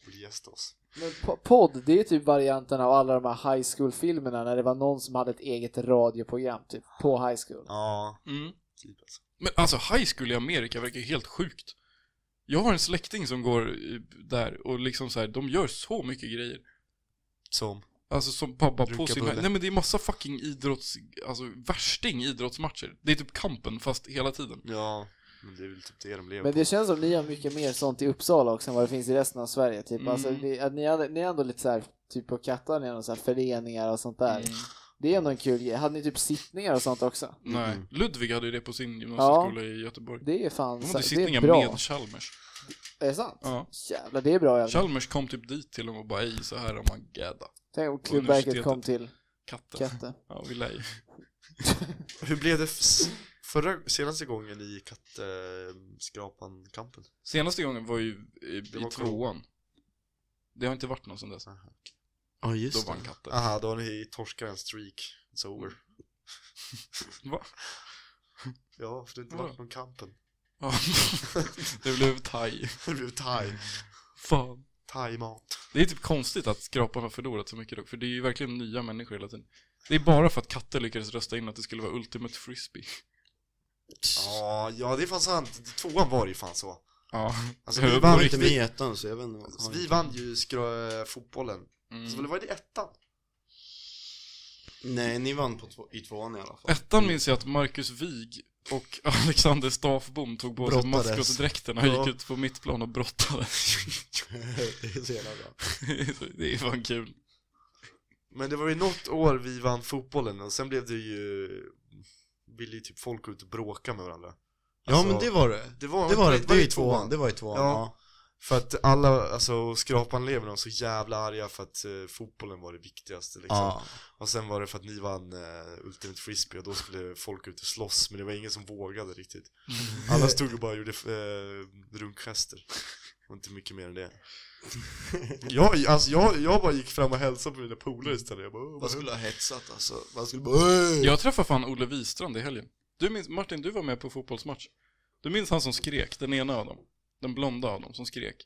[SPEAKER 1] Borde gästa oss.
[SPEAKER 3] Men po- podd, det är typ varianten av alla de här high school-filmerna när det var någon som hade ett eget radioprogram typ, på high school.
[SPEAKER 1] Ja,
[SPEAKER 2] Mm.
[SPEAKER 1] typ alltså.
[SPEAKER 2] Men alltså high school i Amerika verkar ju helt sjukt. Jag har en släkting som går eh, där och liksom så här, de gör så mycket grejer.
[SPEAKER 1] Som.
[SPEAKER 2] Alltså som pappa på
[SPEAKER 1] Runka
[SPEAKER 2] sin...
[SPEAKER 1] bulle.
[SPEAKER 2] Nej men det är massa fucking idrotts... Alltså värsting idrottsmatcher. Det är typ kampen fast hela tiden.
[SPEAKER 1] Ja, men det är väl typ det de lever
[SPEAKER 3] Men
[SPEAKER 1] på.
[SPEAKER 3] det känns som ni har mycket mer sånt i Uppsala också än vad det finns i resten av Sverige. Typ.
[SPEAKER 2] Mm.
[SPEAKER 3] Alltså, ni, att ni, hade, ni är ändå lite så här, typ på Kattan, ni har så här föreningar och sånt
[SPEAKER 2] Mm.
[SPEAKER 3] där. Det är ändå en kul grej. Hade ni typ sittningar och sånt också?
[SPEAKER 2] Nej.
[SPEAKER 1] Mm.
[SPEAKER 2] Ludvig hade ju det på sin gymnasieskola i Göteborg.
[SPEAKER 3] Det är fan
[SPEAKER 2] De
[SPEAKER 3] så,
[SPEAKER 2] hade
[SPEAKER 3] det är
[SPEAKER 2] sittningar
[SPEAKER 3] bra.
[SPEAKER 2] med Chalmers.
[SPEAKER 3] Är det sant?
[SPEAKER 2] Ja.
[SPEAKER 3] Jävlar, det är bra jävlar.
[SPEAKER 2] Chalmers kom typ dit till dem och bara ej så här oh har man gadda.
[SPEAKER 3] Tänk om klubbverket kom
[SPEAKER 2] universitetet.
[SPEAKER 3] till
[SPEAKER 2] Katten.
[SPEAKER 3] Katte.
[SPEAKER 2] Ja, vi lär ju.
[SPEAKER 1] Hur blev det f- förra, senaste gången i kattskrapan-kampen?
[SPEAKER 2] Senaste gången var ju eh,
[SPEAKER 1] Det
[SPEAKER 2] i
[SPEAKER 1] var
[SPEAKER 2] tvåan. Det har inte varit någon sedan dess.
[SPEAKER 4] Ja,
[SPEAKER 2] Då
[SPEAKER 4] just det.
[SPEAKER 2] vann katten.
[SPEAKER 1] Aha, då har ni torskat en streak. It's over.
[SPEAKER 2] [LAUGHS] Va?
[SPEAKER 1] Ja, för det har inte
[SPEAKER 2] Vadå?
[SPEAKER 1] varit någon kampen.
[SPEAKER 2] [LAUGHS]
[SPEAKER 1] [LAUGHS]
[SPEAKER 2] Ja. det blev thai.
[SPEAKER 1] Det blev thai.
[SPEAKER 2] Fan.
[SPEAKER 1] Thai-mat.
[SPEAKER 2] Det är typ konstigt att skraparna har förlorat så mycket dock, för det är ju verkligen nya människor hela tiden. Det är bara för att katter lyckades rösta in att det skulle vara Ultimate Frisbee.
[SPEAKER 1] Ja, ja det är fan sant. Tvåan var det ju fan så.
[SPEAKER 2] Ja.
[SPEAKER 1] Alltså,
[SPEAKER 2] Ja,
[SPEAKER 1] vi
[SPEAKER 2] [LAUGHS] på
[SPEAKER 1] vann,
[SPEAKER 4] var inte med
[SPEAKER 1] vi,
[SPEAKER 4] i ettan så jag vet inte vad
[SPEAKER 1] alltså, vi vann ju skrö, eh, fotbollen. Så
[SPEAKER 2] Mm.
[SPEAKER 1] väl var det ettan?
[SPEAKER 4] Nej, ni vann på två, i tvåan i alla
[SPEAKER 2] [LAUGHS]
[SPEAKER 4] fall.
[SPEAKER 2] Ettan minns jag att Marcus Wig och [LAUGHS] Alexander Stafbom tog på sig
[SPEAKER 1] Brottades.
[SPEAKER 2] maskrosdräkterna och
[SPEAKER 1] Ja.
[SPEAKER 2] gick ut på mitt plan och brottades. [LAUGHS]
[SPEAKER 4] det är så jävla bra.
[SPEAKER 2] det är fan kul.
[SPEAKER 1] Men det var ju något år vi vann fotbollen och sen blev det ju Ville ju typ folk ut och bråka med varandra
[SPEAKER 4] Ja
[SPEAKER 1] Alltså,
[SPEAKER 4] men det var det.
[SPEAKER 1] det var
[SPEAKER 4] Det var det, det var
[SPEAKER 1] ju
[SPEAKER 4] i tvåan, det var i tvåan.
[SPEAKER 1] Ja.
[SPEAKER 4] Ja.
[SPEAKER 1] För att alla, alltså skrapanleverna var så jävla arga för att eh, fotbollen var det viktigaste liksom
[SPEAKER 4] Ja.
[SPEAKER 1] Och sen var det för att ni vann eh, Ultimate Frisbee och då skulle folk ut och slåss men det var ingen som vågade riktigt
[SPEAKER 2] Mm.
[SPEAKER 1] Alla stod och bara gjorde eh, runkgester och inte mycket mer än
[SPEAKER 2] [LAUGHS]
[SPEAKER 1] det jag, alltså, jag, jag bara gick fram och hälsade på mina polare istället, jag bara, "Åh,
[SPEAKER 4] Man
[SPEAKER 1] vad
[SPEAKER 4] skulle ha hetsat alltså. Man skulle bara "Ey!"
[SPEAKER 2] Jag träffade fan Olle Wistrand i helgen. Du minns, Martin, du var med på fotbollsmatch. Du minns han som skrek, den ena av dem. Den blonda av dem som skrek.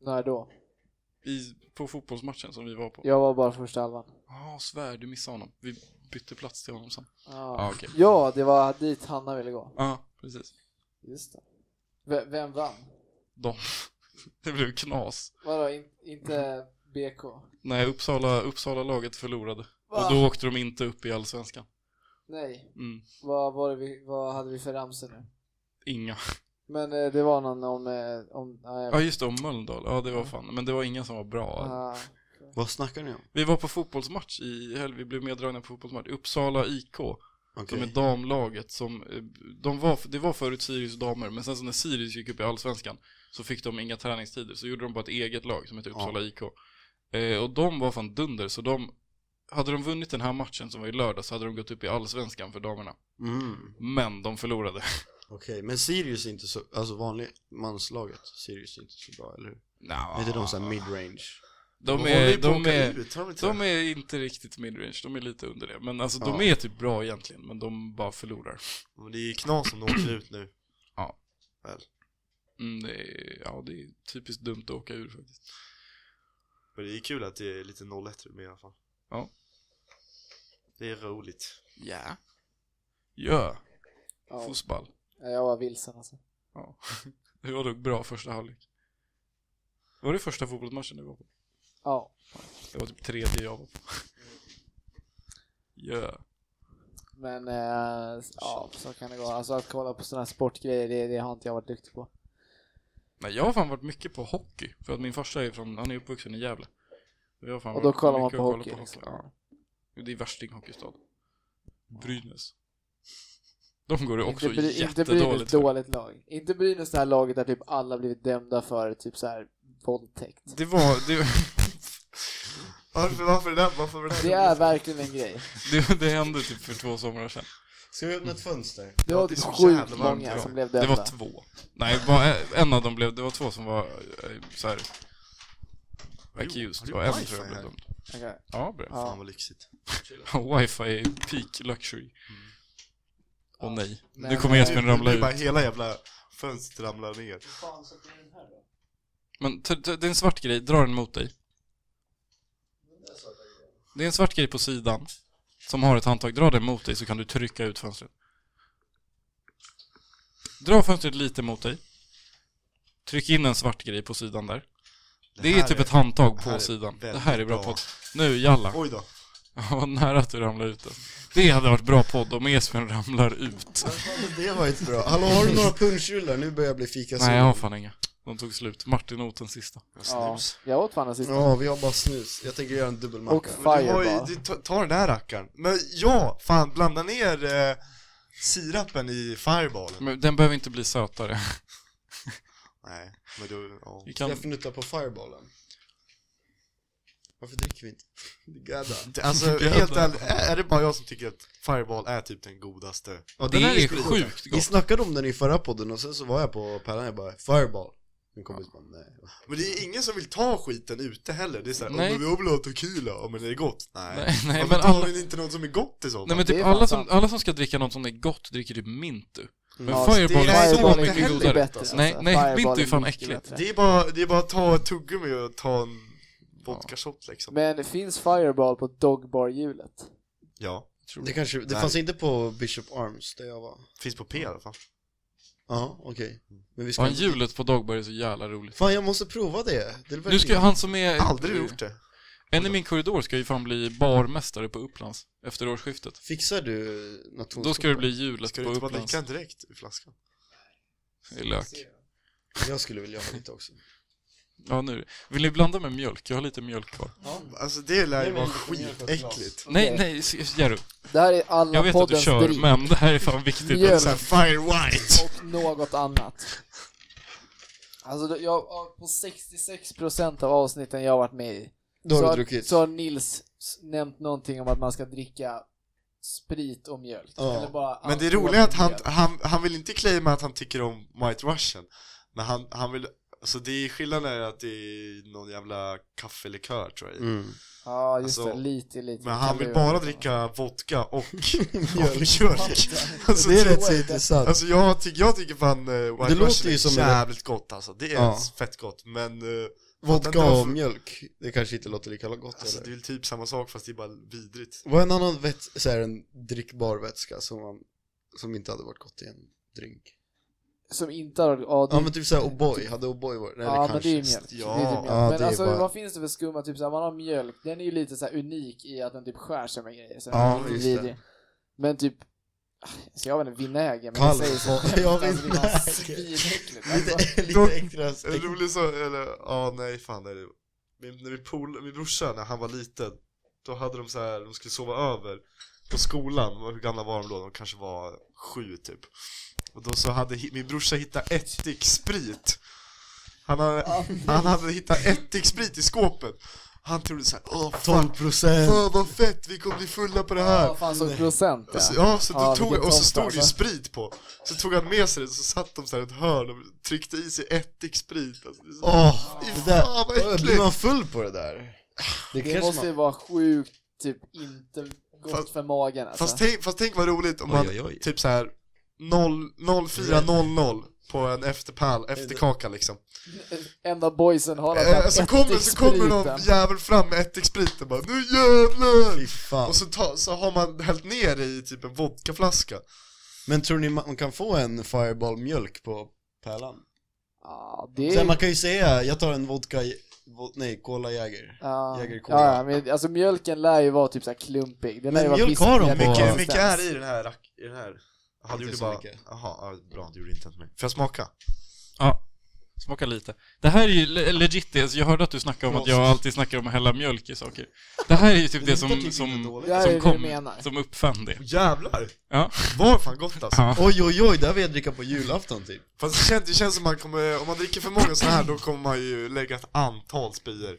[SPEAKER 3] När då?
[SPEAKER 2] I, på fotbollsmatchen som vi var på.
[SPEAKER 3] Jag var bara första halvan.
[SPEAKER 2] Ja, svär, du missade honom. Vi bytte plats till honom sen.
[SPEAKER 3] Ja.
[SPEAKER 2] Ja, okej.
[SPEAKER 3] ja, det var dit Hanna ville gå.
[SPEAKER 2] Ja, precis.
[SPEAKER 3] Just det. V- vem vann?
[SPEAKER 2] De. Det blev knas.
[SPEAKER 3] Vadå, in- inte BK?
[SPEAKER 2] Nej, Uppsala, Uppsala laget förlorade.
[SPEAKER 3] Va?
[SPEAKER 2] Och då åkte de inte upp i Allsvenskan.
[SPEAKER 3] Nej.
[SPEAKER 2] Mm.
[SPEAKER 3] Vad, var det vi, vad hade vi för ramsor nu?
[SPEAKER 2] Inga.
[SPEAKER 3] Men eh, det var någon om... Eh, om nej,
[SPEAKER 2] Ja, just det, om Mölndal. Ja, det var fan. Men det var inga som var bra.
[SPEAKER 3] ah,
[SPEAKER 4] Vad snackar ni om?
[SPEAKER 2] Vi var på fotbollsmatch i helg, vi blev meddragna på fotbollsmatch. Uppsala IK,
[SPEAKER 4] Okej.
[SPEAKER 2] som är damlaget som, eh, de var, det var förut Sirius damer, men sen så när Sirius gick upp i Allsvenskan så fick de inga träningstider, så gjorde de bara ett eget lag som hette Uppsala IK. Eh, och de var fan dunder, så de, hade de vunnit den här matchen som var i lördag så hade de gått upp i Allsvenskan för damerna.
[SPEAKER 4] Mm.
[SPEAKER 2] Men de förlorade.
[SPEAKER 4] Okej, men Sirius är inte så, alltså vanlig manslaget, Sirius är inte så bra, eller hur?
[SPEAKER 2] Nah.
[SPEAKER 4] Är inte de såhär midrange?
[SPEAKER 2] de
[SPEAKER 1] håller ju
[SPEAKER 2] är,
[SPEAKER 1] på att
[SPEAKER 2] de
[SPEAKER 1] åka
[SPEAKER 2] är,
[SPEAKER 1] ut, har de inte
[SPEAKER 2] de
[SPEAKER 1] det?
[SPEAKER 2] är inte riktigt midrange, de är lite under det. Men alltså de
[SPEAKER 4] Ja.
[SPEAKER 2] är typ bra egentligen, men de bara förlorar.
[SPEAKER 1] Men det är ju knas om de åker ut nu
[SPEAKER 2] Mm, det är, ja, det är typiskt dumt att åka ur faktiskt.
[SPEAKER 1] Men det är kul att det är lite 01 med i alla fall
[SPEAKER 2] Ja.
[SPEAKER 1] Det är roligt
[SPEAKER 2] Ja. Ja,
[SPEAKER 3] ja,
[SPEAKER 2] fotboll.
[SPEAKER 3] jag var vilsen alltså.
[SPEAKER 2] Ja. Det var dock bra första halvlek. Var det första fotbollsmatchen du var på?
[SPEAKER 3] Ja.
[SPEAKER 2] Det var typ tredje jag var på. Ja.
[SPEAKER 3] Men eh, ja, så kan det gå. Alltså att kolla på sådana här sportgrejer, det, det har inte jag varit duktig på.
[SPEAKER 2] Nej, jag har fan varit mycket på hockey. För att min farsa är från, han är uppvuxen i Gävle. Och, jag har fan
[SPEAKER 3] Och då
[SPEAKER 2] varit
[SPEAKER 3] kollar man
[SPEAKER 2] mycket
[SPEAKER 3] på
[SPEAKER 2] och
[SPEAKER 3] hockey, liksom.
[SPEAKER 2] Ja. Det är värsting hockeystad. Brynäs. De går det också
[SPEAKER 3] inte, Bry- inte Brynäs
[SPEAKER 2] jättedåligt för.
[SPEAKER 3] dåligt lag. Inte Brynäs det här laget där typ alla blivit dömda för typ så här våldtäkt.
[SPEAKER 2] Det var, det,
[SPEAKER 1] Varför, varför det där? Varför det där?
[SPEAKER 3] Det är verkligen en grej.
[SPEAKER 2] det, det hände typ för två somrar sedan.
[SPEAKER 4] Ska vi öppna ett fönster?
[SPEAKER 3] Det
[SPEAKER 1] Ja,
[SPEAKER 3] var
[SPEAKER 1] det är
[SPEAKER 3] typ
[SPEAKER 1] så
[SPEAKER 3] sjukt
[SPEAKER 1] jävla varmt
[SPEAKER 3] många
[SPEAKER 1] idag.
[SPEAKER 3] som blev
[SPEAKER 2] Det
[SPEAKER 3] dömda.
[SPEAKER 2] var två. Nej, bara en av dem blev, det var två som var eh, så här. Accused,
[SPEAKER 1] du
[SPEAKER 2] och en
[SPEAKER 1] wifi
[SPEAKER 2] tror jag blev
[SPEAKER 1] här?
[SPEAKER 2] dömd.
[SPEAKER 3] Okej.
[SPEAKER 2] Ja, [LAUGHS] bra.
[SPEAKER 3] Ja.
[SPEAKER 1] Fan vad lyxigt
[SPEAKER 2] Wifi är peak luxury. Åh Mm. nej.
[SPEAKER 3] Men,
[SPEAKER 2] nu kommer
[SPEAKER 3] eh,
[SPEAKER 2] Esbjörn ramla
[SPEAKER 1] Det är bara
[SPEAKER 2] ut.
[SPEAKER 1] hela jävla fönstret ramlar ner
[SPEAKER 2] Men ta- ta- det är en svart grej, dra den mot dig. Det är en svart grej på sidan som har ett handtag. Dra den mot dig så kan du trycka ut fönstret. Dra fönstret lite mot dig. Tryck in en svart grej på sidan där. Det, är
[SPEAKER 1] här
[SPEAKER 2] typ ett handtag
[SPEAKER 1] det
[SPEAKER 2] på
[SPEAKER 1] här är
[SPEAKER 2] sidan. Det
[SPEAKER 1] väldigt
[SPEAKER 2] här är bra
[SPEAKER 1] bra.
[SPEAKER 2] podd. Nu, jalla. [LAUGHS]
[SPEAKER 1] Oj då
[SPEAKER 2] Vad nära att du ramlar ut. alltså. Det hade varit bra podd om Esbjörn ramlar ut.
[SPEAKER 4] Det var inte bra. Hallå, har
[SPEAKER 2] [LAUGHS]
[SPEAKER 4] du några punschrullar? Nu börjar jag bli fika
[SPEAKER 2] Nej, jag har fan inga. De tog slut. Martin åt den sista.
[SPEAKER 3] Ja,
[SPEAKER 1] Snus
[SPEAKER 3] jag åt fan den sista.
[SPEAKER 4] Ja, vi har bara snus. Jag tänker göra en dubbelmacka.
[SPEAKER 3] Och
[SPEAKER 1] Men du har
[SPEAKER 3] Fireball.
[SPEAKER 1] ju, du, ta, ta den här rackaren Men ja, fan blanda ner eh, sirapen i fireballen
[SPEAKER 2] Men den behöver inte bli sötare.
[SPEAKER 1] Nej, men du, ja
[SPEAKER 2] Vi kan...
[SPEAKER 4] Jag fnuttar på fireballen. Varför dricker vi inte? [LAUGHS] Gadda.
[SPEAKER 1] Det-
[SPEAKER 2] [LAUGHS]
[SPEAKER 1] Alltså helt ärligt, är är det bara jag som tycker att fireball är typ den godaste?
[SPEAKER 4] Ja,
[SPEAKER 2] Det
[SPEAKER 4] den här
[SPEAKER 2] är
[SPEAKER 4] skitgod.
[SPEAKER 2] sjukt
[SPEAKER 4] Vi
[SPEAKER 2] gott.
[SPEAKER 4] snackade om den i förra podden och sen så var jag på Pärlan och bara Fireball. Min kompis bara nej.
[SPEAKER 1] Men det är ingen som vill ta skiten ute heller, det är såhär
[SPEAKER 2] Nej.
[SPEAKER 1] Nej. 'Om vi vill ha tequila, ja men det är gott' Nej,
[SPEAKER 2] Nej, nej,
[SPEAKER 1] Varför
[SPEAKER 2] men
[SPEAKER 1] tar
[SPEAKER 2] alla-
[SPEAKER 1] ni inte något som är gott i så fall?
[SPEAKER 2] Nej men
[SPEAKER 3] Det
[SPEAKER 2] typ
[SPEAKER 3] är fan
[SPEAKER 2] alla som,
[SPEAKER 3] sant.
[SPEAKER 2] alla som ska dricka något som är gott dricker typ Mintu. Men
[SPEAKER 3] Ja,
[SPEAKER 2] Fireball
[SPEAKER 1] det är
[SPEAKER 2] är så
[SPEAKER 1] Fireball
[SPEAKER 2] mycket
[SPEAKER 1] heller
[SPEAKER 2] godare.
[SPEAKER 3] bättre, alltså.
[SPEAKER 2] Nej, nej,
[SPEAKER 3] Fireball
[SPEAKER 2] Mintu är
[SPEAKER 3] är
[SPEAKER 2] fan
[SPEAKER 3] mycket
[SPEAKER 2] äckligt.
[SPEAKER 3] bättre.
[SPEAKER 1] Det är bara, det är bara att ta ett tuggummi och ta en vodka shot liksom
[SPEAKER 3] Men det finns Fireball på Dogbar-hjulet?
[SPEAKER 1] Ja,
[SPEAKER 2] Tror
[SPEAKER 4] Det
[SPEAKER 2] jag.
[SPEAKER 4] kanske, det
[SPEAKER 1] Nej.
[SPEAKER 4] fanns inte på Bishop Arms där jag var.
[SPEAKER 1] finns på P i alla fall
[SPEAKER 4] Ja, okej. Men vi ska
[SPEAKER 2] Fan, hjulet på Dogberg är så jävla roligt.
[SPEAKER 4] Fan, jag måste prova det. det är
[SPEAKER 2] Nu ska
[SPEAKER 4] verkligen-
[SPEAKER 2] han som är...
[SPEAKER 1] Aldrig gjort det
[SPEAKER 2] En i min korridor ska ju fan bli barmästare på Upplands. efter årsskiftet.
[SPEAKER 4] Fixar du nationskortet?
[SPEAKER 2] Då ska det bli hjulet
[SPEAKER 1] Ska du
[SPEAKER 2] på
[SPEAKER 1] inte bara
[SPEAKER 2] Upplands.
[SPEAKER 1] dricka en direkt i flaskan?
[SPEAKER 2] I lök.
[SPEAKER 4] Jag skulle vilja ha lite också.
[SPEAKER 2] Ja, nu. Vill ni blanda med mjölk? Jag har lite mjölk kvar.
[SPEAKER 1] Alltså det lär ju
[SPEAKER 4] Nej, men
[SPEAKER 1] vara
[SPEAKER 4] lite mjölk och ett glas.
[SPEAKER 1] skitäckligt
[SPEAKER 2] Nej, nej, s- Jerry.
[SPEAKER 3] Det här är alla
[SPEAKER 2] Jag vet att du
[SPEAKER 3] poddens
[SPEAKER 2] kör,
[SPEAKER 3] drink
[SPEAKER 2] men det här är fan viktigt.
[SPEAKER 3] Mjölk.
[SPEAKER 1] Så här Fire white!
[SPEAKER 3] och något annat. Alltså, då- jag, på 66% av avsnitten jag har varit med i
[SPEAKER 4] Då har
[SPEAKER 3] så,
[SPEAKER 4] du
[SPEAKER 3] har-
[SPEAKER 4] druckit.
[SPEAKER 3] så har Nils s- nämnt någonting om att man ska dricka sprit och mjölk.
[SPEAKER 1] Ja,
[SPEAKER 3] Eller bara
[SPEAKER 1] Men det
[SPEAKER 3] alkohol
[SPEAKER 1] roliga är att
[SPEAKER 3] och
[SPEAKER 1] han,
[SPEAKER 3] mjölk.
[SPEAKER 1] han, han vill inte claima att han tycker om White Russian Men han, han vill, alltså det är skillnaden är att det är någon jävla kaffelikör tror jag
[SPEAKER 4] Mm.
[SPEAKER 3] Ja, just
[SPEAKER 1] alltså,
[SPEAKER 3] det. Lite, lite.
[SPEAKER 1] Men han vill
[SPEAKER 3] kalorier.
[SPEAKER 1] bara dricka vodka
[SPEAKER 4] [LAUGHS]
[SPEAKER 1] och, och
[SPEAKER 3] [LAUGHS]
[SPEAKER 1] mjölk alltså,
[SPEAKER 4] Det är
[SPEAKER 1] det-
[SPEAKER 4] rätt så intressant.
[SPEAKER 1] Alltså jag, ty- jag tycker fan eh, White
[SPEAKER 4] Det
[SPEAKER 1] det
[SPEAKER 4] låter
[SPEAKER 1] Russian
[SPEAKER 4] ju som
[SPEAKER 1] är
[SPEAKER 4] en-
[SPEAKER 1] jävligt gott alltså, det är
[SPEAKER 4] Ja.
[SPEAKER 1] fett gott men eh, fattar inte
[SPEAKER 4] Vodka och
[SPEAKER 1] varför-
[SPEAKER 4] mjölk, det kanske inte låter lika gott
[SPEAKER 1] Alltså det är
[SPEAKER 4] eller?
[SPEAKER 1] väl typ samma sak fast det är bara vidrigt
[SPEAKER 4] Vad är en annan väts så här, en drickbar vätska som, man, som inte hade varit gott i en drink?
[SPEAKER 3] Som inte har... Ja, det,
[SPEAKER 4] Ja men typ såhär O'boy, hade O'boy varit? Nej,
[SPEAKER 3] ja,
[SPEAKER 4] det
[SPEAKER 3] men det
[SPEAKER 4] kanske.
[SPEAKER 3] är ju mjölk.
[SPEAKER 1] Ja.
[SPEAKER 3] det är typ mjölk.
[SPEAKER 4] Ja,
[SPEAKER 3] men
[SPEAKER 4] det är
[SPEAKER 3] alltså
[SPEAKER 4] bara-
[SPEAKER 3] vad finns det för skumma, typ såhär, man har mjölk, den är ju lite såhär unik i att den typ skär sig med grejer. Så den
[SPEAKER 4] Ja,
[SPEAKER 3] är lite
[SPEAKER 4] just det.
[SPEAKER 3] vidrig. Men typ, så jag vet inte, vinäger, men
[SPEAKER 4] Kalv.
[SPEAKER 3] det sägs
[SPEAKER 4] Ja,
[SPEAKER 3] alltså, det är
[SPEAKER 4] vinäger.
[SPEAKER 3] svinäckligt. Alltså,
[SPEAKER 4] [LAUGHS] Lite, lite extra
[SPEAKER 1] En rolig så, eller, ja nej fan är det min, när min, pol, min brorsa när han var liten Då hade de så här, de skulle sova över på skolan, Vad- hur gamla var de då? De kanske var sju typ Och då så hade hi- min brorsa hittat ättiksprit Han hade, han hade hittat ättiksprit i skåpet Han trodde såhär, åh fan,
[SPEAKER 4] 12 procent!
[SPEAKER 1] fan vad fett, vi kommer bli fulla på det här
[SPEAKER 3] Ja, fan så procent ja.
[SPEAKER 1] Och så, ja, så då
[SPEAKER 3] Ja,
[SPEAKER 1] tog,
[SPEAKER 3] vilken
[SPEAKER 1] och så
[SPEAKER 3] tomt,
[SPEAKER 1] stod det ju
[SPEAKER 3] alltså.
[SPEAKER 1] sprit på. Så tog han med sig det, så satt de så här i ett hörn och tryckte i sig ättiksprit. Alltså, det är så-
[SPEAKER 4] Åh!
[SPEAKER 1] Fy
[SPEAKER 4] det där,
[SPEAKER 1] fan, vad äckligt.
[SPEAKER 4] blir man full på det där? Det,
[SPEAKER 3] Det
[SPEAKER 4] kanske
[SPEAKER 3] måste ju
[SPEAKER 4] man...
[SPEAKER 3] vara sjukt typ inte gott
[SPEAKER 1] Fast-
[SPEAKER 3] för magen alltså.
[SPEAKER 1] fast, tänk, fast tänk vad roligt om man
[SPEAKER 4] Oj, oj, oj.
[SPEAKER 1] typ så här 0- 04.00 på en efterpall, efterkaka liksom.
[SPEAKER 3] En av boysen har
[SPEAKER 1] Eh, så, kommer, så kommer någon jävel fram med ättikspriten bara Nu jävlar!
[SPEAKER 4] Fy fan.
[SPEAKER 1] Och så, ta, så har man hällt ner det i typ en vodkaflaska.
[SPEAKER 4] Men tror ni man kan få en fireball mjölk på Pärlan?
[SPEAKER 3] Ja, det
[SPEAKER 4] Så här,
[SPEAKER 3] är...
[SPEAKER 4] man kan ju säga, jag tar en vodka, vo- nej, Cola Jäger
[SPEAKER 3] Ja,
[SPEAKER 4] Jägerkola.
[SPEAKER 3] ja, ja, men alltså mjölken lär ju vara typ såhär klumpig. Den lär
[SPEAKER 4] Men
[SPEAKER 3] ju vara
[SPEAKER 4] mjölk har de
[SPEAKER 3] biskig.
[SPEAKER 4] på-
[SPEAKER 1] Mycket,
[SPEAKER 4] Konsistens.
[SPEAKER 1] hur mycket är i den här? rack- I den här? Jaha,
[SPEAKER 4] Inte
[SPEAKER 1] du gjorde
[SPEAKER 4] så
[SPEAKER 1] bara...
[SPEAKER 4] mycket.
[SPEAKER 1] Jaha, ja, bra, du gjorde inte ens mig. Får jag smaka?
[SPEAKER 2] Smaka lite. Det här är ju le- legit det, jag hörde att du snackade om att jag alltid snackar om att hälla mjölk i saker. Det här är ju typ det som, som,
[SPEAKER 3] Det här är
[SPEAKER 2] som
[SPEAKER 3] det du
[SPEAKER 2] kom,
[SPEAKER 3] menar.
[SPEAKER 2] som uppfann det.
[SPEAKER 1] Jävlar!
[SPEAKER 2] Ja.
[SPEAKER 1] Var fan gott alltså.
[SPEAKER 2] Ja.
[SPEAKER 4] Oj oj oj, det här vill jag dricka på julafton typ
[SPEAKER 1] Fast det känns, det känns som man kommer, om man dricker för många sådana här då kommer man ju lägga ett antal spyor.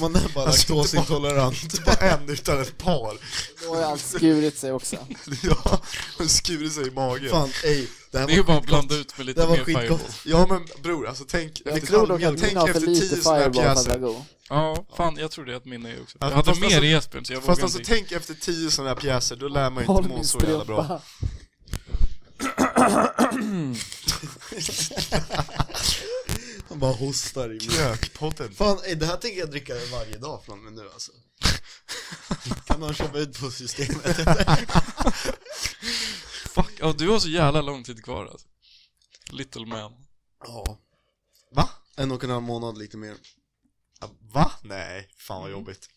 [SPEAKER 4] Man är bara
[SPEAKER 1] Alltså, inte
[SPEAKER 4] laktosintolerant
[SPEAKER 1] Inte bara en utan ett par.
[SPEAKER 3] Då har ju allt skurit
[SPEAKER 1] [LAUGHS]
[SPEAKER 3] sig också.
[SPEAKER 1] Ja, och skurit sig i magen.
[SPEAKER 4] Fan ey, det här
[SPEAKER 2] Det är ju
[SPEAKER 4] var,
[SPEAKER 2] bara att blanda ut med
[SPEAKER 4] det
[SPEAKER 2] lite
[SPEAKER 4] här var
[SPEAKER 2] mer fireball.
[SPEAKER 4] skitgott
[SPEAKER 1] Ja men bror, alltså tänk
[SPEAKER 3] Jag
[SPEAKER 1] efter-
[SPEAKER 3] tror dock att
[SPEAKER 1] tänk
[SPEAKER 3] min har för
[SPEAKER 1] efter
[SPEAKER 3] lite
[SPEAKER 1] 10 såna här
[SPEAKER 3] fireball för att
[SPEAKER 1] pjäser.
[SPEAKER 3] vara god.
[SPEAKER 2] Ja, fan jag tror det är ett minne jag också. Jag
[SPEAKER 1] Ja,
[SPEAKER 2] hade
[SPEAKER 1] fast
[SPEAKER 2] mer
[SPEAKER 1] alltså-
[SPEAKER 2] i Esbjörn så jag
[SPEAKER 1] Fast
[SPEAKER 2] vågade
[SPEAKER 1] alltså
[SPEAKER 2] inte.
[SPEAKER 1] tänk efter 10 sådana här pjäser, då lär man ju
[SPEAKER 3] Håll
[SPEAKER 1] inte må
[SPEAKER 3] min
[SPEAKER 1] så jävla bra.
[SPEAKER 3] strumpa.
[SPEAKER 4] Han bara hostar i mig
[SPEAKER 1] Krökpodden.
[SPEAKER 4] Fan ey, det här tänker jag dricka varje dag från och med nu [LAUGHS] alltså Kan någon köpa ut på systemet?
[SPEAKER 2] Fuck, ja du har så jävla lång tid kvar alltså. Little man.
[SPEAKER 4] Ja
[SPEAKER 1] Va?
[SPEAKER 4] En och en halv månad lite mer
[SPEAKER 1] Ja, Va? Nej, fan
[SPEAKER 3] Mm.
[SPEAKER 1] vad jobbigt.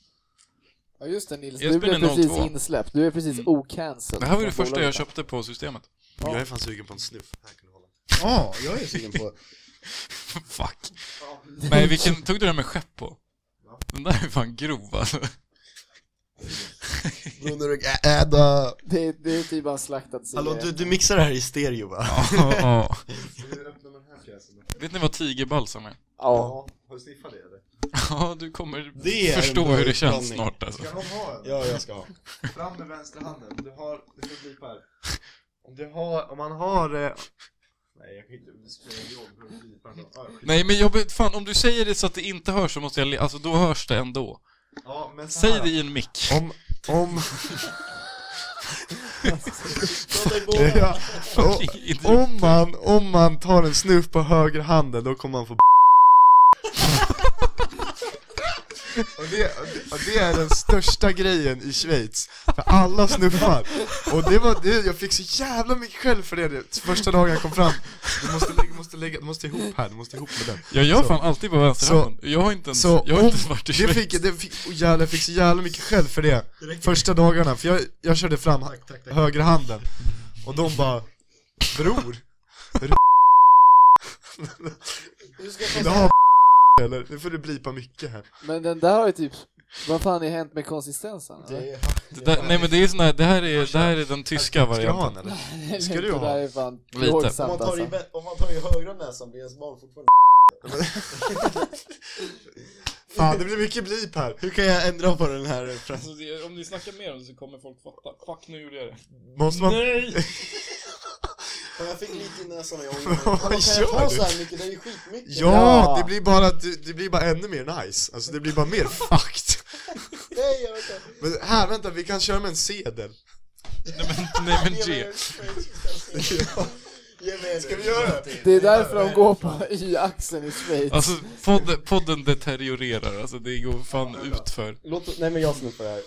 [SPEAKER 3] Ja just det Nils,
[SPEAKER 2] Jag
[SPEAKER 3] du
[SPEAKER 2] spelar
[SPEAKER 3] blev precis
[SPEAKER 2] 02.
[SPEAKER 3] insläppt. Du är precis ocancelled.
[SPEAKER 2] Mm. Det här var
[SPEAKER 3] från
[SPEAKER 2] det första jag
[SPEAKER 3] bolaget.
[SPEAKER 2] köpte på systemet.
[SPEAKER 1] Jag är fan sugen på en snuff. Här kan du hålla.
[SPEAKER 4] Ja, jag är sugen [LAUGHS] på
[SPEAKER 2] [LAUGHS] Fuck. Nej, vilken tog du den med skepp på? Den där är fan grov alltså. [LAUGHS]
[SPEAKER 4] Brunnerug, äda
[SPEAKER 3] Det, är- det är typ bara slaktad sig.
[SPEAKER 4] Hallå du, du mixar det här i stereo va?
[SPEAKER 2] Vet ni vad tigerbalsam är? [LAUGHS]
[SPEAKER 3] Ja.
[SPEAKER 1] Har du sniffat det eller?
[SPEAKER 2] Ja, du kommer
[SPEAKER 4] Det är en
[SPEAKER 2] förstå
[SPEAKER 4] bra
[SPEAKER 2] hur det känns
[SPEAKER 4] utmaning.
[SPEAKER 2] snart alltså.
[SPEAKER 1] någon ha en?
[SPEAKER 4] Ja, jag ska ha
[SPEAKER 1] Fram med vänstra handen, om du har, du får blipa här Om du har, om man har eh... Nej jag kan inte, det spelar ingen roll, du blipar ändå. Ja, skit.
[SPEAKER 2] Nej men jag, be- fan om du säger det så att det inte hörs så måste jag, le- alltså då hörs det ändå.
[SPEAKER 1] Ja men så
[SPEAKER 2] Säg
[SPEAKER 1] här
[SPEAKER 2] det
[SPEAKER 1] då.
[SPEAKER 2] i en mick. [LAUGHS]
[SPEAKER 1] Om, om,
[SPEAKER 4] Ja,
[SPEAKER 1] ja, o-
[SPEAKER 2] Fucking idiot.
[SPEAKER 1] om man, om man tar en snuff på höger handen då kommer man få Och det, och det- och det är den största grejen i Schweiz, för alla snuffar. Och det var, det, jag fick så jävla mycket skäll för det, det första dagen jag kom fram. Du måste, lägga- måste, lägga, du måste ihop här, du måste ihop med den.
[SPEAKER 2] Jag gör
[SPEAKER 1] Så.
[SPEAKER 2] fan alltid på vänsterhanden. Jag har inte ens,
[SPEAKER 1] Så
[SPEAKER 2] jag har
[SPEAKER 1] om-
[SPEAKER 2] inte ens varit i
[SPEAKER 1] Det
[SPEAKER 2] Schweiz.
[SPEAKER 1] fick, det fick, oh jävlar, jag fick så jävla mycket skäll för det, första dagarna, för jag, jag körde fram högra handen. Och de bara, bror,
[SPEAKER 3] Du ska
[SPEAKER 1] vill du
[SPEAKER 3] testa.
[SPEAKER 1] ha [LAUGHS] eller? Nu får du blipa mycket här.
[SPEAKER 3] Men den där har ju typ... Vad fan har hänt med konsistensen? eller?
[SPEAKER 2] Det där, nej men det är sån här, det här är, det här är den tyska
[SPEAKER 1] Ska du ha en
[SPEAKER 2] varianten.
[SPEAKER 1] eller?
[SPEAKER 3] Det
[SPEAKER 1] ska du ha?
[SPEAKER 3] där är fan
[SPEAKER 2] Lite.
[SPEAKER 3] plågsamt alltså.
[SPEAKER 4] om man tar i högra näsan blir ens barn fortfarande
[SPEAKER 1] Fan, det blir mycket blip här.
[SPEAKER 4] Hur kan jag ändra på den här frasen?
[SPEAKER 2] om ni snackar mer om det så kommer folk fatta. Fuck, nu gjorde jag det.
[SPEAKER 1] Måste
[SPEAKER 4] [LAUGHS]
[SPEAKER 1] man...
[SPEAKER 2] Nej!
[SPEAKER 4] Jag fick lite i näsan och jag [LAUGHS]
[SPEAKER 1] Vad gör du?
[SPEAKER 4] här mycket? Det är ju skitmycket
[SPEAKER 1] Ja,
[SPEAKER 3] Ja.
[SPEAKER 1] det blir bara, det, det blir bara ännu mer nice, alltså det blir bara mer [LAUGHS] fucked
[SPEAKER 4] Nej jag vet inte
[SPEAKER 1] Men här, vänta, vi kan köra med en sedel
[SPEAKER 2] Nej men, nej men G.
[SPEAKER 1] Ska vi göra det?
[SPEAKER 3] Det är därför de går på [LAUGHS] y-axeln i Schweiz.
[SPEAKER 2] Alltså podden, podden deteriorerar, alltså det går fan ut [LAUGHS] för.
[SPEAKER 4] Låt, nej men jag snuffar här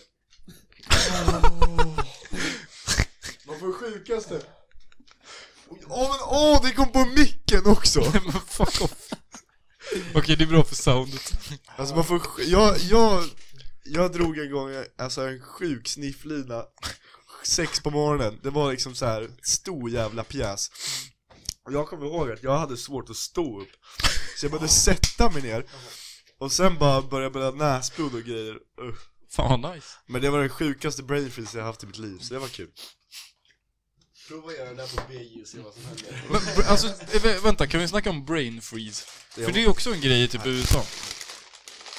[SPEAKER 1] Man får det sjukaste Åh men åh, det kom på micken också!
[SPEAKER 2] Nej men fuck off. Okej, det är bra för soundet.
[SPEAKER 1] Alltså man får sj- jag, jag, jag drog en gång alltså en sjuk snifflina sex på morgonen, det var liksom så här stor jävla pjäs Och jag kommer ihåg att jag hade svårt att stå upp, så jag började sätta mig ner och sen bara började jag blöda näsblod och grejer, Usch.
[SPEAKER 2] Fan vad nice.
[SPEAKER 1] Men det var den sjukaste brain freeze jag haft i mitt liv, så det var kul
[SPEAKER 4] Prova att göra det där på BJ och se vad som händer
[SPEAKER 2] Men, br- alltså, eh, vä- vänta, kan vi snacka om brain freeze? För det är också en grej i typ USA.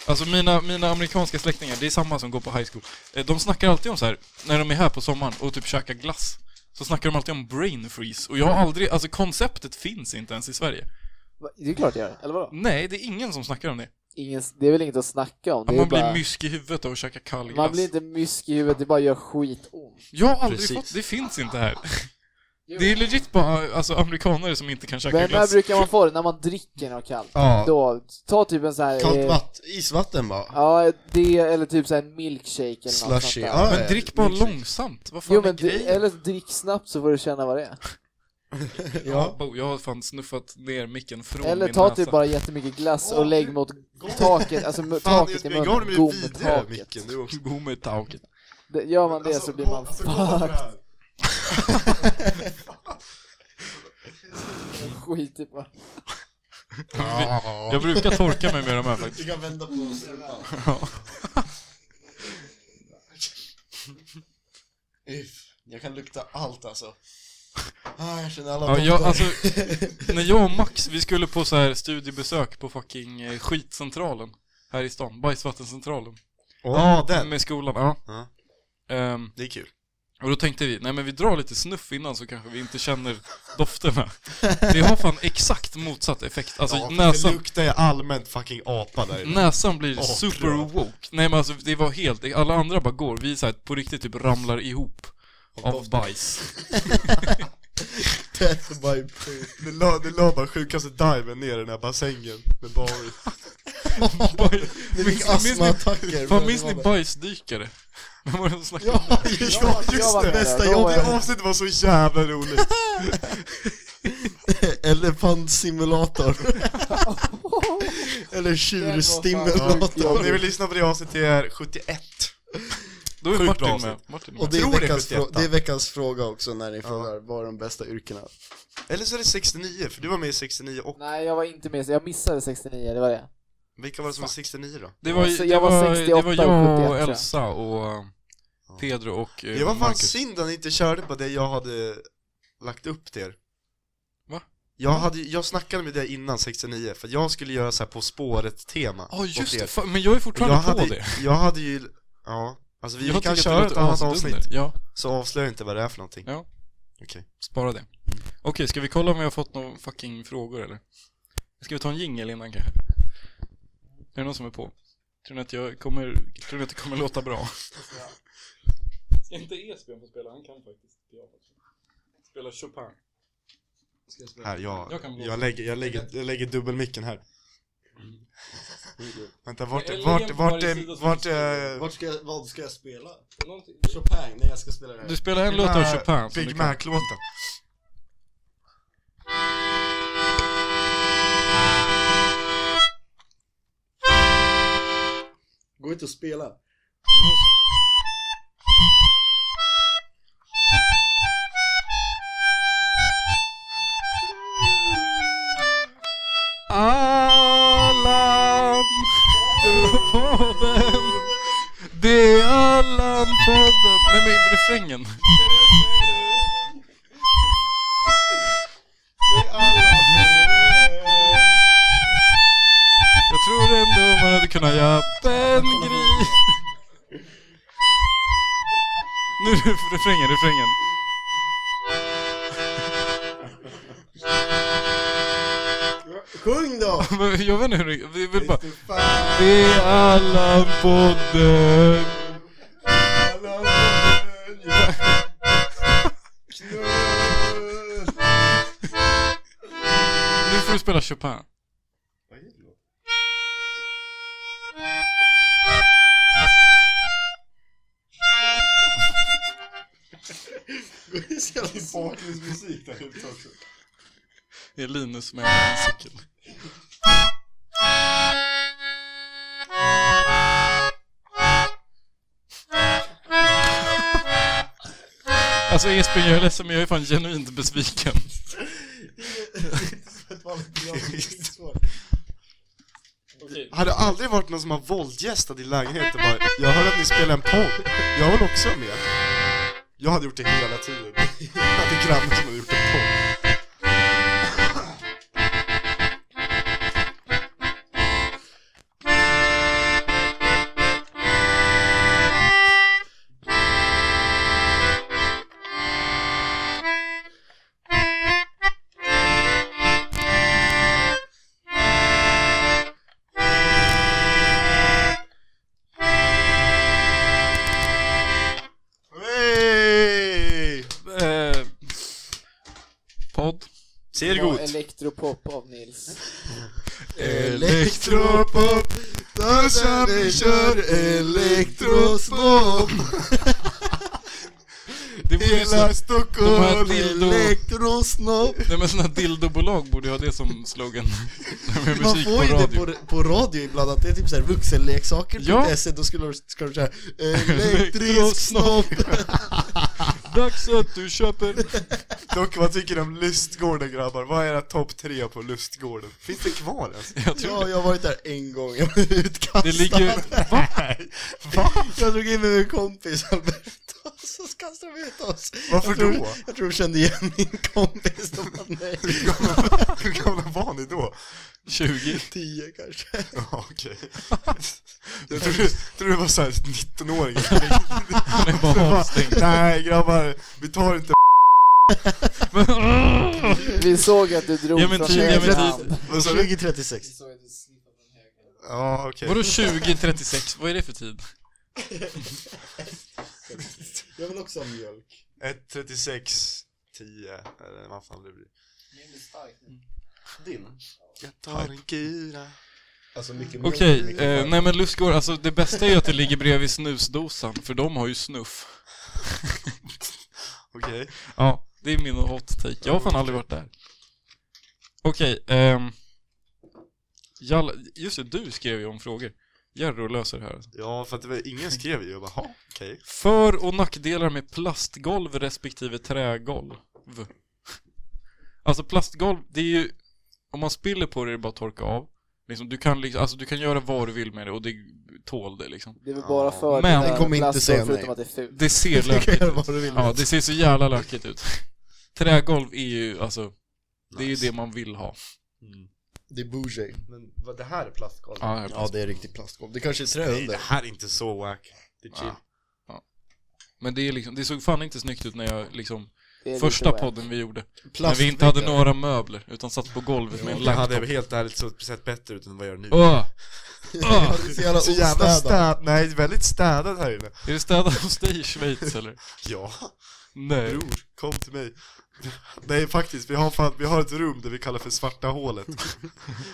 [SPEAKER 2] Alltså mina, mina amerikanska släktingar, det är samma som går på high school. Eh, De snackar alltid om så här, när de är här på sommaren och typ käkar glass, så snackar de alltid om brain freeze. Och jag har aldrig, alltså konceptet finns inte ens i Sverige.
[SPEAKER 3] Va? Det är klart det gör. Eller vadå?
[SPEAKER 2] Nej, det är ingen som snackar om det.
[SPEAKER 3] Ingen, det är väl inget att snacka om? Det
[SPEAKER 2] Att
[SPEAKER 3] är
[SPEAKER 2] man
[SPEAKER 3] bara-
[SPEAKER 2] blir mysk i huvudet av att käka kall glass.
[SPEAKER 3] Man blir inte mysk i huvudet, det bara gör skitont.
[SPEAKER 2] Jag har aldrig
[SPEAKER 1] Precis.
[SPEAKER 2] fått, det finns inte här. Det är legit bara alltså, amerikanare som inte kan käka
[SPEAKER 3] Men när
[SPEAKER 2] glass.
[SPEAKER 3] brukar man få det? När man dricker något kallt?
[SPEAKER 4] Ja,
[SPEAKER 3] Då, ta typ en sån här... eh,
[SPEAKER 4] kallt vatten, isvatten bara
[SPEAKER 3] Ja, det eller typ så här en milkshake eller något sånt
[SPEAKER 4] Slushy,
[SPEAKER 3] där.
[SPEAKER 4] ja.
[SPEAKER 2] Men drick bara
[SPEAKER 4] Milkshake.
[SPEAKER 2] långsamt, vad fan
[SPEAKER 3] Jo
[SPEAKER 2] är
[SPEAKER 3] men dri-
[SPEAKER 2] grejen?
[SPEAKER 3] eller drick snabbt så får du känna vad det är.
[SPEAKER 2] Ja. Bo, jag har fan snuffat ner micken från
[SPEAKER 3] Eller
[SPEAKER 2] min
[SPEAKER 3] ta
[SPEAKER 2] näsa.
[SPEAKER 3] typ bara jättemycket glass
[SPEAKER 1] Åh,
[SPEAKER 3] och lägg mot taket, alltså mot
[SPEAKER 1] Fan
[SPEAKER 3] taket i
[SPEAKER 1] Jesper, gav du
[SPEAKER 3] munnen.
[SPEAKER 1] mig
[SPEAKER 3] Gå mot
[SPEAKER 1] vidare micken
[SPEAKER 3] taket.
[SPEAKER 1] nu också?
[SPEAKER 2] Gå med tauket.
[SPEAKER 3] Det- Gör man det så blir man
[SPEAKER 1] Alltså, kolla på det
[SPEAKER 3] fucked.
[SPEAKER 1] här.
[SPEAKER 3] [LAUGHS] Skit i bara.
[SPEAKER 2] Jag brukar torka mig med de här faktiskt.
[SPEAKER 4] Du kan vända på strumpan
[SPEAKER 2] Ja.
[SPEAKER 4] [LAUGHS] Uff, jag kan lukta allt alltså ah, Jag känner alla
[SPEAKER 2] Ja, jag,
[SPEAKER 4] dofter.
[SPEAKER 2] alltså, när jag och Max, vi skulle på så här studiebesök på fucking eh, skitcentralen här i stan, bajsvattencentralen.
[SPEAKER 1] Ja, den!
[SPEAKER 2] Med skolan, ja.
[SPEAKER 1] Ja.
[SPEAKER 2] Ehm,
[SPEAKER 1] Det är kul
[SPEAKER 2] och då tänkte vi, nej men vi drar lite snuff innan så kanske vi inte känner dofterna. Det har fan exakt motsatt effekt. Alltså Mm.
[SPEAKER 1] Ja, Typ, Det
[SPEAKER 2] näsan,
[SPEAKER 1] luktar ju allmänt fucking apa där inne.
[SPEAKER 2] Näsan blir
[SPEAKER 1] Åh,
[SPEAKER 2] super
[SPEAKER 1] bra.
[SPEAKER 2] woke. Nej men alltså det var helt, alla andra bara går, vi såhär på riktigt typ ramlar ihop
[SPEAKER 1] [LAUGHS]
[SPEAKER 2] av bajs.
[SPEAKER 4] [LAUGHS] Death by poop
[SPEAKER 1] Det la, det la bara sjukaste diven ner i den här bassängen med Barry
[SPEAKER 2] Bajs.
[SPEAKER 4] Det
[SPEAKER 2] Minns-
[SPEAKER 4] fick
[SPEAKER 2] minns ni-
[SPEAKER 4] astmaattacker
[SPEAKER 2] Fan minns ni bajsdykare? [LAUGHS] Vem var det som snackade?
[SPEAKER 4] Ja,
[SPEAKER 1] Ja just
[SPEAKER 3] var
[SPEAKER 1] det!
[SPEAKER 3] med där.
[SPEAKER 1] Bästa
[SPEAKER 3] Då var
[SPEAKER 1] jobbet!
[SPEAKER 3] jag
[SPEAKER 1] Det
[SPEAKER 3] med.
[SPEAKER 1] avsnittet var så jävla roligt!
[SPEAKER 3] [LAUGHS]
[SPEAKER 4] [LAUGHS] elefantsimulator Eller
[SPEAKER 1] Om
[SPEAKER 4] tjurstimulator
[SPEAKER 1] ni vill lyssna på det avsnittet är 71
[SPEAKER 2] Då är
[SPEAKER 1] Sjukt bra
[SPEAKER 2] Martin med.
[SPEAKER 1] avsnitt.
[SPEAKER 2] Martin
[SPEAKER 4] Och
[SPEAKER 2] med.
[SPEAKER 4] det
[SPEAKER 1] tror
[SPEAKER 4] är,
[SPEAKER 1] det är
[SPEAKER 4] veckans
[SPEAKER 1] 71.
[SPEAKER 4] frå- det är veckans fråga också när ni frågar vad är de bästa yrkena?
[SPEAKER 1] Eller så är det 69, för du var med i 69 och...
[SPEAKER 3] Nej jag var inte med, jag missade 69, det var det.
[SPEAKER 1] Vilka var det som var 69 då?
[SPEAKER 2] Det var,
[SPEAKER 3] Alltså,
[SPEAKER 2] det
[SPEAKER 3] jag var
[SPEAKER 2] var, det var
[SPEAKER 3] 68
[SPEAKER 2] jag och
[SPEAKER 3] tror jag.
[SPEAKER 2] Elsa och eh, Pedro och eh,
[SPEAKER 1] Det var fan
[SPEAKER 2] Marcus.
[SPEAKER 1] synd att ni inte körde på det jag hade lagt upp till er
[SPEAKER 2] Va?
[SPEAKER 1] Jag, hade, jag snackade med dig innan 69, för jag skulle göra så här på spåret-tema
[SPEAKER 2] Ja just
[SPEAKER 1] åt er.
[SPEAKER 2] det, fan, men jag är
[SPEAKER 1] jag
[SPEAKER 2] fortfarande på
[SPEAKER 1] hade,
[SPEAKER 2] det.
[SPEAKER 1] jag hade ju... Ja, alltså vi
[SPEAKER 2] Jag
[SPEAKER 1] kan
[SPEAKER 2] tycker att det
[SPEAKER 1] köra ett
[SPEAKER 2] låter
[SPEAKER 1] annat
[SPEAKER 2] asdunder.
[SPEAKER 1] avsnitt
[SPEAKER 2] Ja,
[SPEAKER 1] Så avslöja inte vad det är för någonting.
[SPEAKER 2] Ja.
[SPEAKER 1] Okej.
[SPEAKER 2] spara det. Okej, ska vi kolla om vi har fått några fucking frågor eller? Ska vi ta en jingle innan kanske? Är det någon som är på? Tror ni att jag kommer, tror ni att det kommer låta bra? Ska inte Esbjörn få spela? Han kan faktiskt Spela Chopin.
[SPEAKER 1] Här, jag,
[SPEAKER 2] Jag kan
[SPEAKER 1] jag,
[SPEAKER 2] blåsa.
[SPEAKER 1] lägger, jag, lägger, jag lägger dubbelmicken här. Vänta, vart,
[SPEAKER 2] Eller
[SPEAKER 1] vart,
[SPEAKER 2] en på
[SPEAKER 1] vart,
[SPEAKER 2] varje
[SPEAKER 1] är-
[SPEAKER 2] sida som
[SPEAKER 1] vart,
[SPEAKER 2] står.
[SPEAKER 1] är-
[SPEAKER 4] Mm. Vart ska, jag- vad ska jag spela?
[SPEAKER 2] Någonting-
[SPEAKER 4] Chopin? Nej, jag ska spela det
[SPEAKER 2] Du
[SPEAKER 4] här.
[SPEAKER 2] spelar en låt av
[SPEAKER 1] Äh,
[SPEAKER 2] Chopin som du
[SPEAKER 1] Big
[SPEAKER 2] kan. [LAUGHS]
[SPEAKER 1] Mac-låten. [LAUGHS]
[SPEAKER 4] Gå inte och spela.
[SPEAKER 2] Allan podden Det är Allan podden Nej men refrängen Jag tror ändå man hade kunnat göra den gris Nu är det refrängen, refrängen
[SPEAKER 4] Sjung då!
[SPEAKER 2] [LAUGHS] Men Jag vet inte hur det det är väl bara
[SPEAKER 4] Visst du fan
[SPEAKER 2] Det är Allan podden
[SPEAKER 4] alla vänjer. Knull.
[SPEAKER 2] Nu får du spela Chopin
[SPEAKER 4] Det är så jävla svårt.
[SPEAKER 1] Bakgrundsmusik där ute också.
[SPEAKER 2] Det är Linus med en cykel Alltså Espen, jag är ledsen men jag är fan genuint besviken
[SPEAKER 4] Det var lite jag tycker det är svårt.
[SPEAKER 1] Har det aldrig varit någon som har våldgästat i lägenheten bara Jag hörde att ni spelar en podd, jag vill också vara med Jag hade gjort det hela tiden [LAUGHS] Jag hade grannar som hade gjort en podd Hey!
[SPEAKER 2] Eh, podd
[SPEAKER 1] Ser
[SPEAKER 3] Och Elektropop av Nils.
[SPEAKER 1] Elektropop, dansa vi kör elektrospop
[SPEAKER 2] Det borde ju
[SPEAKER 1] Hela
[SPEAKER 2] så, de här
[SPEAKER 1] Stockholm
[SPEAKER 2] dildo-
[SPEAKER 1] elektrosnopp
[SPEAKER 2] nej men sådana här dildobolag borde ju ha det som slogan När de gör
[SPEAKER 4] Man
[SPEAKER 2] musik
[SPEAKER 4] får ju
[SPEAKER 2] på
[SPEAKER 4] det
[SPEAKER 2] radio
[SPEAKER 4] på, på radio ibland, att det är typ såhär vuxenleksaker.se, E, då skulle du, ska du säga elektrisk snopp.
[SPEAKER 2] Dags att du köper
[SPEAKER 1] Dock, vad tycker ni om lustgården grabbar? Vad är era topp tre på lustgården? Finns det kvar ens?
[SPEAKER 2] Jag tror
[SPEAKER 4] Ja, [LAUGHS] jag har varit där en gång, jag blev utkastad.
[SPEAKER 2] det ligger Va?
[SPEAKER 4] Jag drog in med min kompis Alberto, [LAUGHS] och så kastade de ut oss.
[SPEAKER 1] Varför
[SPEAKER 4] jag tror,
[SPEAKER 1] då?
[SPEAKER 4] Jag tror de kände igen min kompis, de bara
[SPEAKER 1] [LAUGHS]
[SPEAKER 4] nej.
[SPEAKER 1] Hur gamla var ni då?
[SPEAKER 2] 20
[SPEAKER 4] Tio kanske.
[SPEAKER 1] [LAUGHS] Ja, okej Jag trodde, trodde det var såhär 19-åringar
[SPEAKER 2] Han är bara avstängd
[SPEAKER 1] Nej grabbar, vi tar inte [LAUGHS]
[SPEAKER 3] Vi såg att du drog
[SPEAKER 2] Ge mig
[SPEAKER 3] från
[SPEAKER 2] tid, ge mig
[SPEAKER 3] höger
[SPEAKER 2] tid.
[SPEAKER 3] hand.
[SPEAKER 1] Vad sa du?
[SPEAKER 4] 2036.
[SPEAKER 1] Ja okej
[SPEAKER 2] Vadå 2036? Vad är det för tid?
[SPEAKER 4] Jag vill också ha
[SPEAKER 1] [LAUGHS]
[SPEAKER 4] mjölk.
[SPEAKER 1] 1, 36, 10 eller vad fan det blir
[SPEAKER 4] Din?
[SPEAKER 1] Jag tar en kula
[SPEAKER 4] Alltså mycket mjölk.
[SPEAKER 2] Okej, eh, nej men lustgård, alltså det bästa är ju att det ligger bredvid snusdosan, för de har ju snuff.
[SPEAKER 1] Okej
[SPEAKER 2] Ja, det är min hot take. Jag har fan aldrig varit där. Okej, ehm... Jalla, just det, du skrev ju om frågor. Jarro löser det här. alltså.
[SPEAKER 1] Ja för att det var, ingen skrev ju, jag bara ha, okej
[SPEAKER 2] För- och nackdelar med plastgolv respektive trägolv. Alltså plastgolv, det är ju... Om man spiller på det är det bara att torka av. Liksom, du, kan, liksom- alltså, du kan göra vad du vill med det och det tål det liksom.
[SPEAKER 3] Det är väl bara för
[SPEAKER 2] Men-
[SPEAKER 3] det
[SPEAKER 2] Den
[SPEAKER 4] kommer inte säga nej.
[SPEAKER 3] förutom att det är fult.
[SPEAKER 2] Det ser
[SPEAKER 4] Du kan
[SPEAKER 2] lökigt
[SPEAKER 4] göra
[SPEAKER 2] ut.
[SPEAKER 4] vad du vill.
[SPEAKER 2] Ja, det ser så jävla lökigt ut. Trägolv är ju, alltså, det är ju
[SPEAKER 1] Nice.
[SPEAKER 2] det man vill ha.
[SPEAKER 4] Det är bougie.
[SPEAKER 1] Men vad, det här är plastgolv?
[SPEAKER 2] Ja, jag
[SPEAKER 4] Ja, det är riktigt plastgolv. Det kanske är trä
[SPEAKER 1] Nej det
[SPEAKER 4] under.
[SPEAKER 1] här är inte så wack Det är chill
[SPEAKER 2] Ja. Men det, är liksom, det såg fan inte snyggt ut när jag liksom,
[SPEAKER 3] Det är lite
[SPEAKER 2] första
[SPEAKER 3] wack.
[SPEAKER 2] podden vi gjorde. När vi inte hade några möbler, utan satt på golvet med en
[SPEAKER 1] Det
[SPEAKER 2] laptop.
[SPEAKER 1] hade helt ärligt så- sett bättre ut än vad jag gör nu
[SPEAKER 2] Åh!
[SPEAKER 4] Ja,
[SPEAKER 2] Åh!
[SPEAKER 4] det är så jävla
[SPEAKER 1] Så jävla
[SPEAKER 4] ostädat.
[SPEAKER 1] städat, nej väldigt städat här inne
[SPEAKER 2] Är det städat hos dig i Schweiz eller?
[SPEAKER 1] Ja,
[SPEAKER 2] Nej.
[SPEAKER 1] bror, kom till mig Nej faktiskt, vi har, fan, vi har ett rum där vi kallar för svarta hålet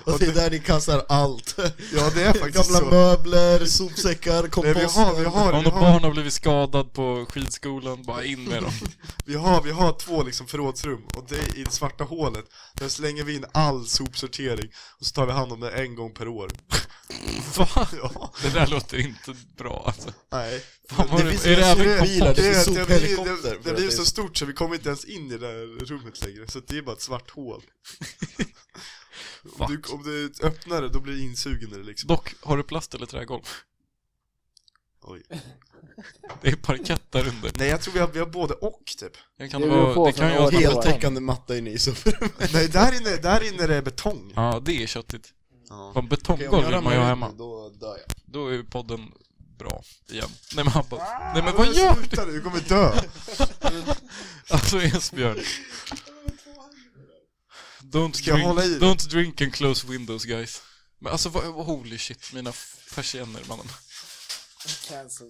[SPEAKER 4] Och det är där ni kastar allt.
[SPEAKER 1] Ja det är [LAUGHS] faktiskt
[SPEAKER 4] Gamla
[SPEAKER 1] så
[SPEAKER 4] möbler, sopsäckar,
[SPEAKER 1] Nej,
[SPEAKER 4] kompost.
[SPEAKER 1] vi har, vi har,
[SPEAKER 2] Om
[SPEAKER 1] vi
[SPEAKER 2] något
[SPEAKER 1] har,
[SPEAKER 2] barn har blivit skadad på skidskolan, bara in med dem. [LAUGHS]
[SPEAKER 1] vi har, vi har två liksom förrådsrum och det är i det svarta hålet Där slänger vi in all sopsortering och så tar vi hand om det en gång per år [LAUGHS]
[SPEAKER 2] Va?
[SPEAKER 1] Ja,
[SPEAKER 2] Det där låter inte bra alltså.
[SPEAKER 1] nej
[SPEAKER 2] Fan, vad
[SPEAKER 4] Det
[SPEAKER 2] är
[SPEAKER 4] finns
[SPEAKER 2] är det
[SPEAKER 4] massor
[SPEAKER 2] även
[SPEAKER 4] med bilar, det finns
[SPEAKER 1] det, det, blir,
[SPEAKER 4] sophelikopter.
[SPEAKER 1] det,
[SPEAKER 4] för
[SPEAKER 1] det
[SPEAKER 4] att
[SPEAKER 1] blir
[SPEAKER 4] är
[SPEAKER 1] så stort så vi kommer inte ens in i det där rummet längre, så det är bara ett svart hål Om du, om du öppnar det, då blir du insugen i det liksom
[SPEAKER 2] Dock, har du plast eller trägolv?
[SPEAKER 1] Oj.
[SPEAKER 2] Det är parkett där under.
[SPEAKER 1] Nej jag tror vi har, vi har både och typ
[SPEAKER 2] Det kan,
[SPEAKER 3] Det
[SPEAKER 2] det
[SPEAKER 3] beror på
[SPEAKER 2] vara, det
[SPEAKER 3] från
[SPEAKER 2] kan ju vara...
[SPEAKER 3] år.
[SPEAKER 4] Heltäckande matta inne i sovrummet.
[SPEAKER 1] Nej där inne, där inne är det betong
[SPEAKER 2] Ja, det är köttigt.
[SPEAKER 1] Ja.
[SPEAKER 2] Fan, betonggolv vill man ju ha hemma.
[SPEAKER 4] Då dör jag.
[SPEAKER 2] Då är ju podden bra igen. Nej men Abbas. Nej men vad gör du?
[SPEAKER 1] Sluta nu, du kommer dö!
[SPEAKER 2] Alltså Esbjörn. Don't
[SPEAKER 1] Ska jag
[SPEAKER 2] drink,
[SPEAKER 1] hålla i det?
[SPEAKER 2] don't drink and close windows guys. Men alltså vad, vad- holy shit, mina persienner mannen.
[SPEAKER 3] Cancel.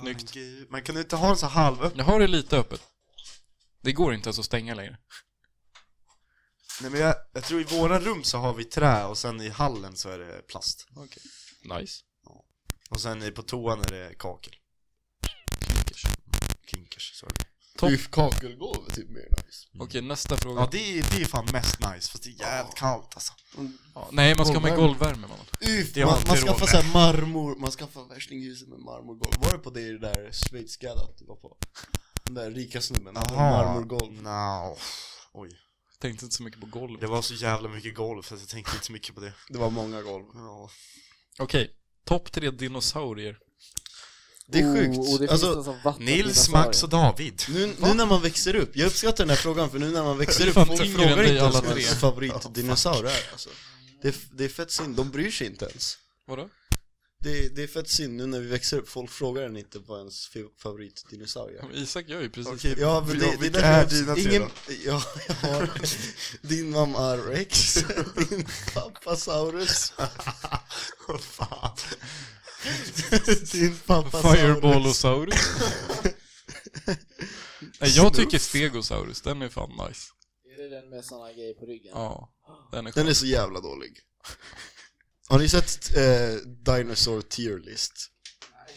[SPEAKER 2] Snyggt.
[SPEAKER 1] Man kan ju inte ha den så halv
[SPEAKER 2] Jag har det lite öppet. Det går inte ens att stänga längre.
[SPEAKER 1] Nej men jag, jag tror i våra rum så har vi trä och sen i hallen så är det plast
[SPEAKER 2] Nice.
[SPEAKER 1] Och sen i- på toan är det kakel
[SPEAKER 2] Kinkers.
[SPEAKER 1] Kinkers, sorry
[SPEAKER 2] Topp.
[SPEAKER 4] Uff, kakelgolv är typ mer nice.
[SPEAKER 2] Okej, nästa fråga.
[SPEAKER 1] Ja det är, det är fan mest nice, fast det är jävligt kallt alltså
[SPEAKER 2] Ja, Nej, man ska ha med golvvärme mannen.
[SPEAKER 4] Uff,
[SPEAKER 1] Det har
[SPEAKER 4] man,
[SPEAKER 1] alltid
[SPEAKER 4] man
[SPEAKER 1] råd
[SPEAKER 4] skaffar
[SPEAKER 1] med.
[SPEAKER 4] såhär marmor, man skaffar värstinghuset med marmorgolv. Var det på det i det där schweizgaddat du var på? Den där rika snubben, hade marmorgolv.
[SPEAKER 1] no. Oj,
[SPEAKER 2] Tänkte inte så mycket på golv.
[SPEAKER 1] det var så jävla mycket golv så jag tänkte inte så mycket på det
[SPEAKER 4] Det var många golv.
[SPEAKER 1] Ja,
[SPEAKER 2] Okej, topp tre dinosaurier.
[SPEAKER 4] Det är sjukt.
[SPEAKER 3] Oh, och det finns
[SPEAKER 4] alltså,
[SPEAKER 3] en sån vatten-
[SPEAKER 1] Nils,
[SPEAKER 3] dinosaurie.
[SPEAKER 1] Max och David
[SPEAKER 4] nu, nu när man växer upp, jag uppskattar den här frågan för nu när man växer
[SPEAKER 2] Det är
[SPEAKER 4] upp,
[SPEAKER 2] fan
[SPEAKER 4] folk
[SPEAKER 2] tyngre än
[SPEAKER 4] frågar
[SPEAKER 2] dig
[SPEAKER 4] inte ens
[SPEAKER 2] alla
[SPEAKER 4] vad
[SPEAKER 2] tre.
[SPEAKER 4] ens favoritdinosaur är alltså. det, är- det är fett synd, de bryr sig inte ens.
[SPEAKER 2] Vadå?
[SPEAKER 4] Det, det är fett synd nu när vi växer upp, folk frågar en inte vad ens fi- favoritdinosaurie är.
[SPEAKER 2] Ja, men Isak gör ju precis
[SPEAKER 1] Okej,
[SPEAKER 4] Ja, men det,
[SPEAKER 1] ja,
[SPEAKER 4] det
[SPEAKER 1] vilka
[SPEAKER 4] därför
[SPEAKER 1] är
[SPEAKER 4] jag-
[SPEAKER 1] dina tre
[SPEAKER 4] ingen, ja, jag har, Din mamma är Rex, din pappa Saurus
[SPEAKER 1] då? fan
[SPEAKER 4] Din pappa Saurus
[SPEAKER 2] Fireballosaurus. [LAUGHS] Nej, jag tycker
[SPEAKER 1] Snuff.
[SPEAKER 2] Stegosaurus, den är fan nice.
[SPEAKER 3] Är det den med såna grejer på ryggen?
[SPEAKER 2] Ja, den är skön.
[SPEAKER 4] Den är så jävla dålig Har ni sett eh, Dinosaur Tier List?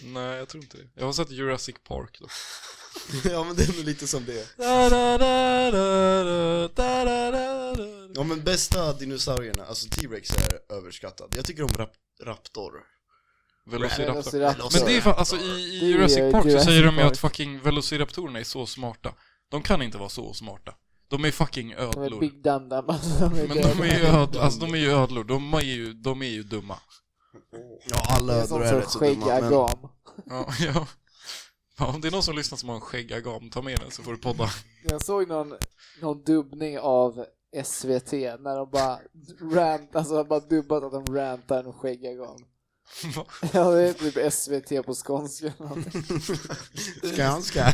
[SPEAKER 2] Nej, jag tror inte det. Jag har sett Jurassic Park då.
[SPEAKER 4] [LAUGHS] ja men den är lite som det Ja men bästa dinosaurierna, alltså T-Rex är överskattad. Jag tycker om rap Raptor.
[SPEAKER 2] Velociraptor.
[SPEAKER 3] Velociraptor.
[SPEAKER 2] Men det är fan, alltså i,
[SPEAKER 3] Det
[SPEAKER 2] i
[SPEAKER 3] är
[SPEAKER 2] Jurassic Park så
[SPEAKER 3] Jurassic
[SPEAKER 2] säger de ju
[SPEAKER 3] Park.
[SPEAKER 2] att fucking Velociraptorerna är så smarta. De kan inte vara så smarta. De är fucking
[SPEAKER 3] De är
[SPEAKER 2] ödlor.
[SPEAKER 3] big dam [LAUGHS] dam. alltså, de är
[SPEAKER 2] Men
[SPEAKER 3] döda.
[SPEAKER 2] de är ju ödlor, alltså de är ju ödlor. De är ju, de är ju dumma.
[SPEAKER 4] Ja alla
[SPEAKER 3] Det är sånt som
[SPEAKER 4] ödlor är rätt så dumma.
[SPEAKER 3] skäggiga
[SPEAKER 4] Men
[SPEAKER 3] gam.
[SPEAKER 2] Ja, [LAUGHS] ja. ja, om det är någon som lyssnar som har en skäggagam, ta med den så får du podda.
[SPEAKER 3] Jag såg någon, någon dubbning av SVT när de bara rant, alltså de bara dubbat att de rantar en skäggagam.
[SPEAKER 2] [LAUGHS] Va?
[SPEAKER 3] Ja, det är typ SVT på
[SPEAKER 2] [LAUGHS]
[SPEAKER 3] skånska eller någonting.
[SPEAKER 4] skånska,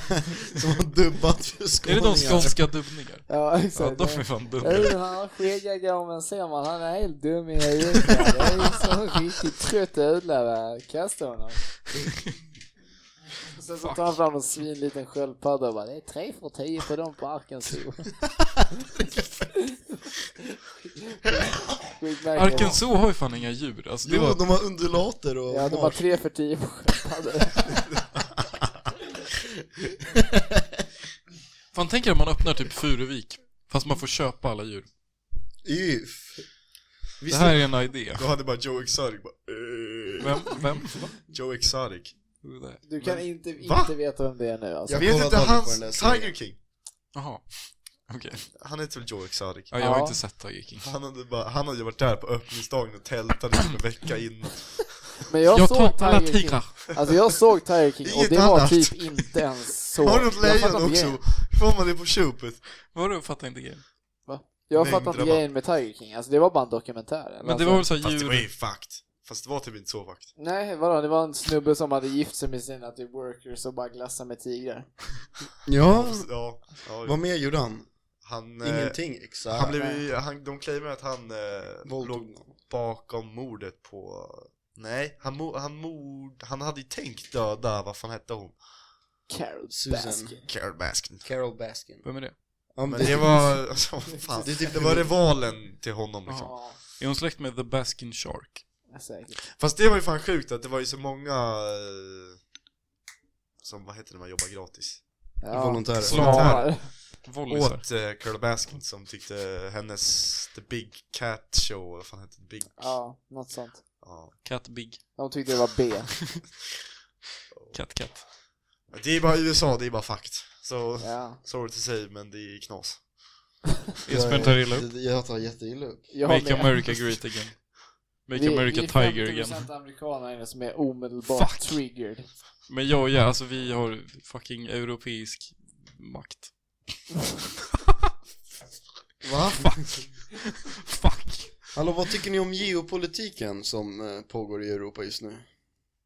[SPEAKER 4] som har dubbat för
[SPEAKER 2] Är det de
[SPEAKER 4] skåningar.
[SPEAKER 2] skånska dubbningar?
[SPEAKER 3] Ja,
[SPEAKER 2] Ja,
[SPEAKER 3] exakt.
[SPEAKER 2] de är fan dumma.
[SPEAKER 3] Ja, Han har skäggagamen ser man, han är helt dum i huvudet. Det är ju så riktigt trött ödla, va. kasta honom. Sen så tar han fram en svinliten sköldpadda och bara, det är tre för tio på dem på Arkansas. Skitmärkligt.
[SPEAKER 2] Arkansas har ju fan inga djur. Alltså, det
[SPEAKER 4] Jo,
[SPEAKER 2] var...
[SPEAKER 4] de har undulater och
[SPEAKER 3] Ja, de har
[SPEAKER 4] mars.
[SPEAKER 3] tre för tio på sköldpaddor.
[SPEAKER 2] Fan, tänk er om man öppnar typ Furuvik, fast man får köpa alla djur.
[SPEAKER 4] Yff.
[SPEAKER 2] Det
[SPEAKER 4] Visst,
[SPEAKER 2] här är en idé.
[SPEAKER 1] Då hade bara Joe Exotic bara eh,
[SPEAKER 2] Vem? Vem?
[SPEAKER 1] Joe Exotic
[SPEAKER 3] Du kan inte,
[SPEAKER 1] Va?
[SPEAKER 3] inte veta vem det är nu alltså.
[SPEAKER 4] Jag
[SPEAKER 1] Jag vet inte,
[SPEAKER 4] kollade aldrig på
[SPEAKER 1] hans,
[SPEAKER 4] den där serien.
[SPEAKER 1] Tiger King
[SPEAKER 2] Jaha. Okej.
[SPEAKER 1] Han heter väl Joe Exotic?
[SPEAKER 2] Ja, jag har
[SPEAKER 3] Ja.
[SPEAKER 2] inte sett Tiger King.
[SPEAKER 1] Han hade, bara, han hade ju varit där på öppningsdagen och tältat liksom en vecka innan
[SPEAKER 3] Men jag,
[SPEAKER 2] Jag
[SPEAKER 3] såg
[SPEAKER 2] tar alla
[SPEAKER 3] Tiger King.
[SPEAKER 2] tigrar.
[SPEAKER 3] Alltså jag såg Tiger King och
[SPEAKER 1] Inget
[SPEAKER 3] det var
[SPEAKER 1] annat.
[SPEAKER 3] typ inte ens så.
[SPEAKER 1] Har du ett
[SPEAKER 3] Jag fattar
[SPEAKER 1] lejon också?
[SPEAKER 3] inte grejen.
[SPEAKER 1] Får man det på köpet?
[SPEAKER 2] Vadå, fattar inte grejen.
[SPEAKER 3] Va? Jag
[SPEAKER 1] Mängd
[SPEAKER 3] fattar inte
[SPEAKER 1] rabatt.
[SPEAKER 3] grejen med Tiger King, alltså det var bara en dokumentär. eller?
[SPEAKER 2] Men det
[SPEAKER 3] alltså,
[SPEAKER 2] var väl såhär
[SPEAKER 1] Fast det var ju
[SPEAKER 2] djur...
[SPEAKER 1] fucked Fast det var typ inte så fucked
[SPEAKER 3] Nej, vadå? Det var en snubbe som hade gift sig med sina typ workers och bara glassade med tigrar.
[SPEAKER 4] ja,
[SPEAKER 1] Ja, ja
[SPEAKER 4] vad mer gjorde han?
[SPEAKER 1] han, eh,
[SPEAKER 4] Ingenting exakt.
[SPEAKER 1] han blev ju, han, de claimar att han eh, låg
[SPEAKER 4] Våldtog någon.
[SPEAKER 1] bakom mordet på Nej, han, mo- han, mord, han hade ju tänkt döda, vad fan hette hon?
[SPEAKER 3] Carol
[SPEAKER 4] Susan.
[SPEAKER 3] Baskin.
[SPEAKER 1] Carol Baskin.
[SPEAKER 4] Carol Baskin.
[SPEAKER 2] Vem är det?
[SPEAKER 4] Ja,
[SPEAKER 1] Men det var, alltså, vad fan,
[SPEAKER 4] Det är typ-
[SPEAKER 1] det var rivalen till honom liksom.
[SPEAKER 3] Ja,
[SPEAKER 2] Är hon släkt med The Baskin Shark?
[SPEAKER 3] säkert.
[SPEAKER 1] Fast det var ju fan sjukt att det var ju så många eh, som, vad heter det, man jobbar gratis.
[SPEAKER 3] Ja.
[SPEAKER 4] Volontärer.
[SPEAKER 1] Volontärer.
[SPEAKER 2] Volleysar?
[SPEAKER 1] Åt eh, Carol Baskin som tyckte hennes The Big Cat Show, vad fan hette det? Big...
[SPEAKER 3] Ja, något sånt.
[SPEAKER 1] Ja.
[SPEAKER 2] Cat Big?
[SPEAKER 3] De tyckte det var B.
[SPEAKER 2] Cat Cat?
[SPEAKER 1] Men Det är bara USA, det är bara fakt. Så,
[SPEAKER 3] Ja.
[SPEAKER 1] sorry to say, men det är knas.
[SPEAKER 2] Esbjörn tar illa upp.
[SPEAKER 4] Jag tar jätteilla upp.
[SPEAKER 3] Jag
[SPEAKER 2] Make
[SPEAKER 3] med.
[SPEAKER 2] America Great Again. Make
[SPEAKER 3] Vi-
[SPEAKER 2] America
[SPEAKER 3] vi är
[SPEAKER 2] Tiger
[SPEAKER 3] 50%
[SPEAKER 2] again.
[SPEAKER 3] amerikaner inne som är omedelbart
[SPEAKER 2] Fuck.
[SPEAKER 3] triggered.
[SPEAKER 2] Men ja, ja, alltså vi har fucking europeisk makt.
[SPEAKER 4] Va?
[SPEAKER 2] Fuck! Fuck!
[SPEAKER 4] Hallå, vad tycker ni om geopolitiken som eh, pågår i Europa just nu?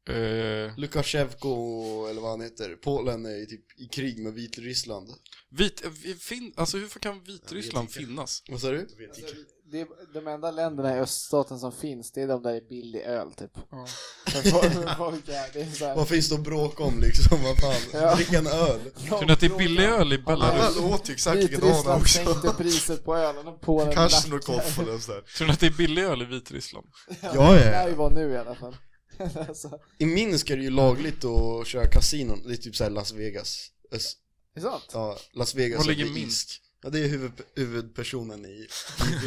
[SPEAKER 2] Eh,
[SPEAKER 4] Lukasjenko, eller vad han heter, Polen är ju typ i krig med Vitryssland.
[SPEAKER 2] vit, eh, fin, alltså hur fan kan Vitryssland
[SPEAKER 1] Jag vet inte.
[SPEAKER 2] finnas?
[SPEAKER 4] Vad sa du?
[SPEAKER 1] Jag vet
[SPEAKER 3] Alltså,
[SPEAKER 1] inte.
[SPEAKER 3] det, de enda länderna i öststaten som finns, det är de där i billig öl typ.
[SPEAKER 2] Ja.
[SPEAKER 3] För [LAUGHS] folk- för folk är- det är så här-
[SPEAKER 4] Vad finns det att bråka om liksom? Vad [LAUGHS] fan?
[SPEAKER 3] Ja.
[SPEAKER 4] Drick en öl.
[SPEAKER 2] Tror ni att det är billig öl i Belarus?
[SPEAKER 1] Alla åt ju exakt likadana
[SPEAKER 3] Vitryssland [LAUGHS]
[SPEAKER 1] också.
[SPEAKER 3] sänkte priset på ölen och Polen
[SPEAKER 1] Kanske något koff eller sådär.
[SPEAKER 2] Tror ni att det är billig öl i Vitryssland?
[SPEAKER 4] Ja,
[SPEAKER 3] Det lär ju vara nu i alla fall. [LAUGHS] alltså,
[SPEAKER 4] I Minsk är det ju lagligt att köra kasinon. Det är typ såhär Las Vegas. Öst,
[SPEAKER 3] det är sant.
[SPEAKER 4] ja, Las Vegas.
[SPEAKER 2] Var ligger
[SPEAKER 4] är i-
[SPEAKER 2] Minsk?
[SPEAKER 4] Ja, det är huvud, huvudpersonen i i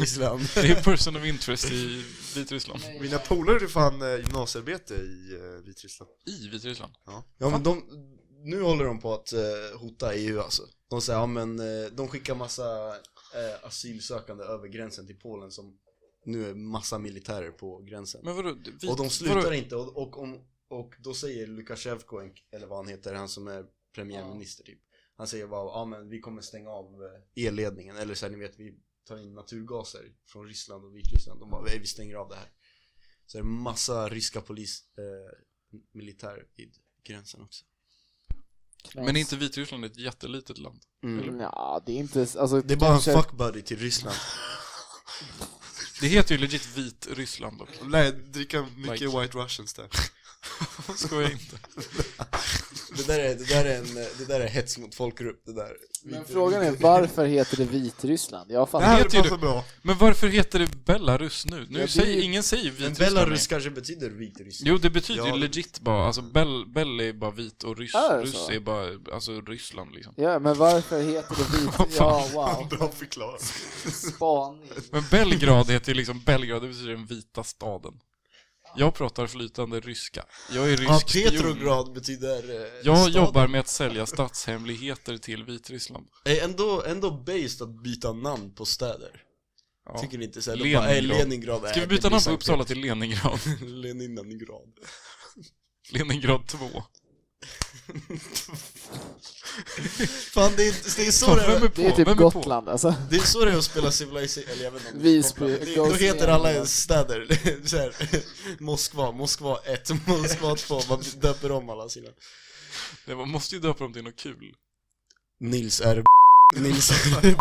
[SPEAKER 4] [LAUGHS] Ryssland.
[SPEAKER 2] Det är person of interest i Vitryssland.
[SPEAKER 1] Mina polare gjorde fan eh, gymnasiearbete i eh, Vitryssland.
[SPEAKER 2] I Vitryssland?
[SPEAKER 4] Ja men de, nu håller de på att eh, hota EU alltså. De säger, ja men eh, de skickar massa eh, asylsökande över gränsen till Polen som nu är massa militärer på gränsen.
[SPEAKER 2] Men vadå? Vit,
[SPEAKER 4] och de slutar
[SPEAKER 2] vadå?
[SPEAKER 4] inte och, och, om, och då säger Lukasjenko, en- eller vad han heter, han som är premiärminister typ. Han säger bara, ja men vi kommer stänga av eh, elledningen eller så här, ni vet vi tar in naturgaser från Ryssland och Vitryssland. De bara, "Nej, vi stänger av det här. Så är det massa ryska polis, eh, militär vid gränsen också.
[SPEAKER 2] Men är inte Vitryssland ett jättelitet land?
[SPEAKER 3] Ja, det är inte... Alltså,
[SPEAKER 4] Det är bara en
[SPEAKER 3] kanske-
[SPEAKER 4] fuckbuddy till Ryssland.
[SPEAKER 2] Det heter ju legit Vitryssland dock.
[SPEAKER 1] De lär dricka mycket
[SPEAKER 2] Like.
[SPEAKER 1] White Russians där.
[SPEAKER 2] Skojar inte.
[SPEAKER 4] Det där är, det där är, en, det där är hets mot folkgrupp, det där.
[SPEAKER 3] Men frågan är varför heter det Vitryssland? Jag
[SPEAKER 1] Det
[SPEAKER 3] fattar
[SPEAKER 1] här
[SPEAKER 2] heter ju
[SPEAKER 1] passar bra.
[SPEAKER 2] Men varför heter det Belarus nu? nu
[SPEAKER 3] Ja, det är
[SPEAKER 2] säger,
[SPEAKER 3] ju-
[SPEAKER 2] ingen säger
[SPEAKER 4] Men
[SPEAKER 2] Vitryssland
[SPEAKER 4] Belarus
[SPEAKER 2] längre.
[SPEAKER 4] kanske betyder Vitryssland.
[SPEAKER 2] Jo, det betyder
[SPEAKER 1] Ja.
[SPEAKER 2] ju legit bara, alltså Bell, Bell är bara vit och ryss,
[SPEAKER 3] Är det
[SPEAKER 2] ryss
[SPEAKER 3] så?
[SPEAKER 2] är bara, alltså Ryssland liksom.
[SPEAKER 3] Ja, men varför heter det Vitryssland? Ja, wow.
[SPEAKER 1] Bra förklarat.
[SPEAKER 3] Spaning.
[SPEAKER 2] Men Belgrad heter ju liksom Belgrad, det betyder den vita staden. Jag pratar flytande ryska. Jag är rysk
[SPEAKER 4] Ja,
[SPEAKER 2] spion.
[SPEAKER 4] Petrograd betyder eh,
[SPEAKER 2] Jag
[SPEAKER 4] stad.
[SPEAKER 2] jobbar med att sälja statshemligheter till Vitryssland.
[SPEAKER 4] Eh, Ändå, ändå based att byta namn på städer.
[SPEAKER 2] Ja.
[SPEAKER 4] Tycker ni inte såhär?
[SPEAKER 2] Leningrad.
[SPEAKER 4] Leningrad. Bara, eh, Leningrad
[SPEAKER 2] Ska vi
[SPEAKER 4] eh,
[SPEAKER 2] byta namn
[SPEAKER 4] det blir
[SPEAKER 2] från
[SPEAKER 4] Sankt
[SPEAKER 2] Uppsala till Leningrad? [LAUGHS]
[SPEAKER 4] Petersburg. [LAUGHS] Leningrad.
[SPEAKER 2] Leningrad 2.
[SPEAKER 4] Fan, det är, det är så
[SPEAKER 2] Fan,
[SPEAKER 4] det
[SPEAKER 2] vem
[SPEAKER 4] är.
[SPEAKER 2] är på?
[SPEAKER 3] Det är typ
[SPEAKER 2] vem är på?
[SPEAKER 3] Gotland alltså.
[SPEAKER 4] Det är så det är att spela Civilization, eller jag vet inte om det är
[SPEAKER 3] Visby,
[SPEAKER 4] kopplat. Det- Då
[SPEAKER 3] Ghost
[SPEAKER 4] heter alla
[SPEAKER 3] Leningrad.
[SPEAKER 4] ens städer [LAUGHS] så här, Moskva, Moskva 1, [LAUGHS] Moskva 2, man döper om alla sina
[SPEAKER 2] Nej, Man måste ju döpa dem till något kul.
[SPEAKER 4] Nils är [LAUGHS] Nils [LAUGHS]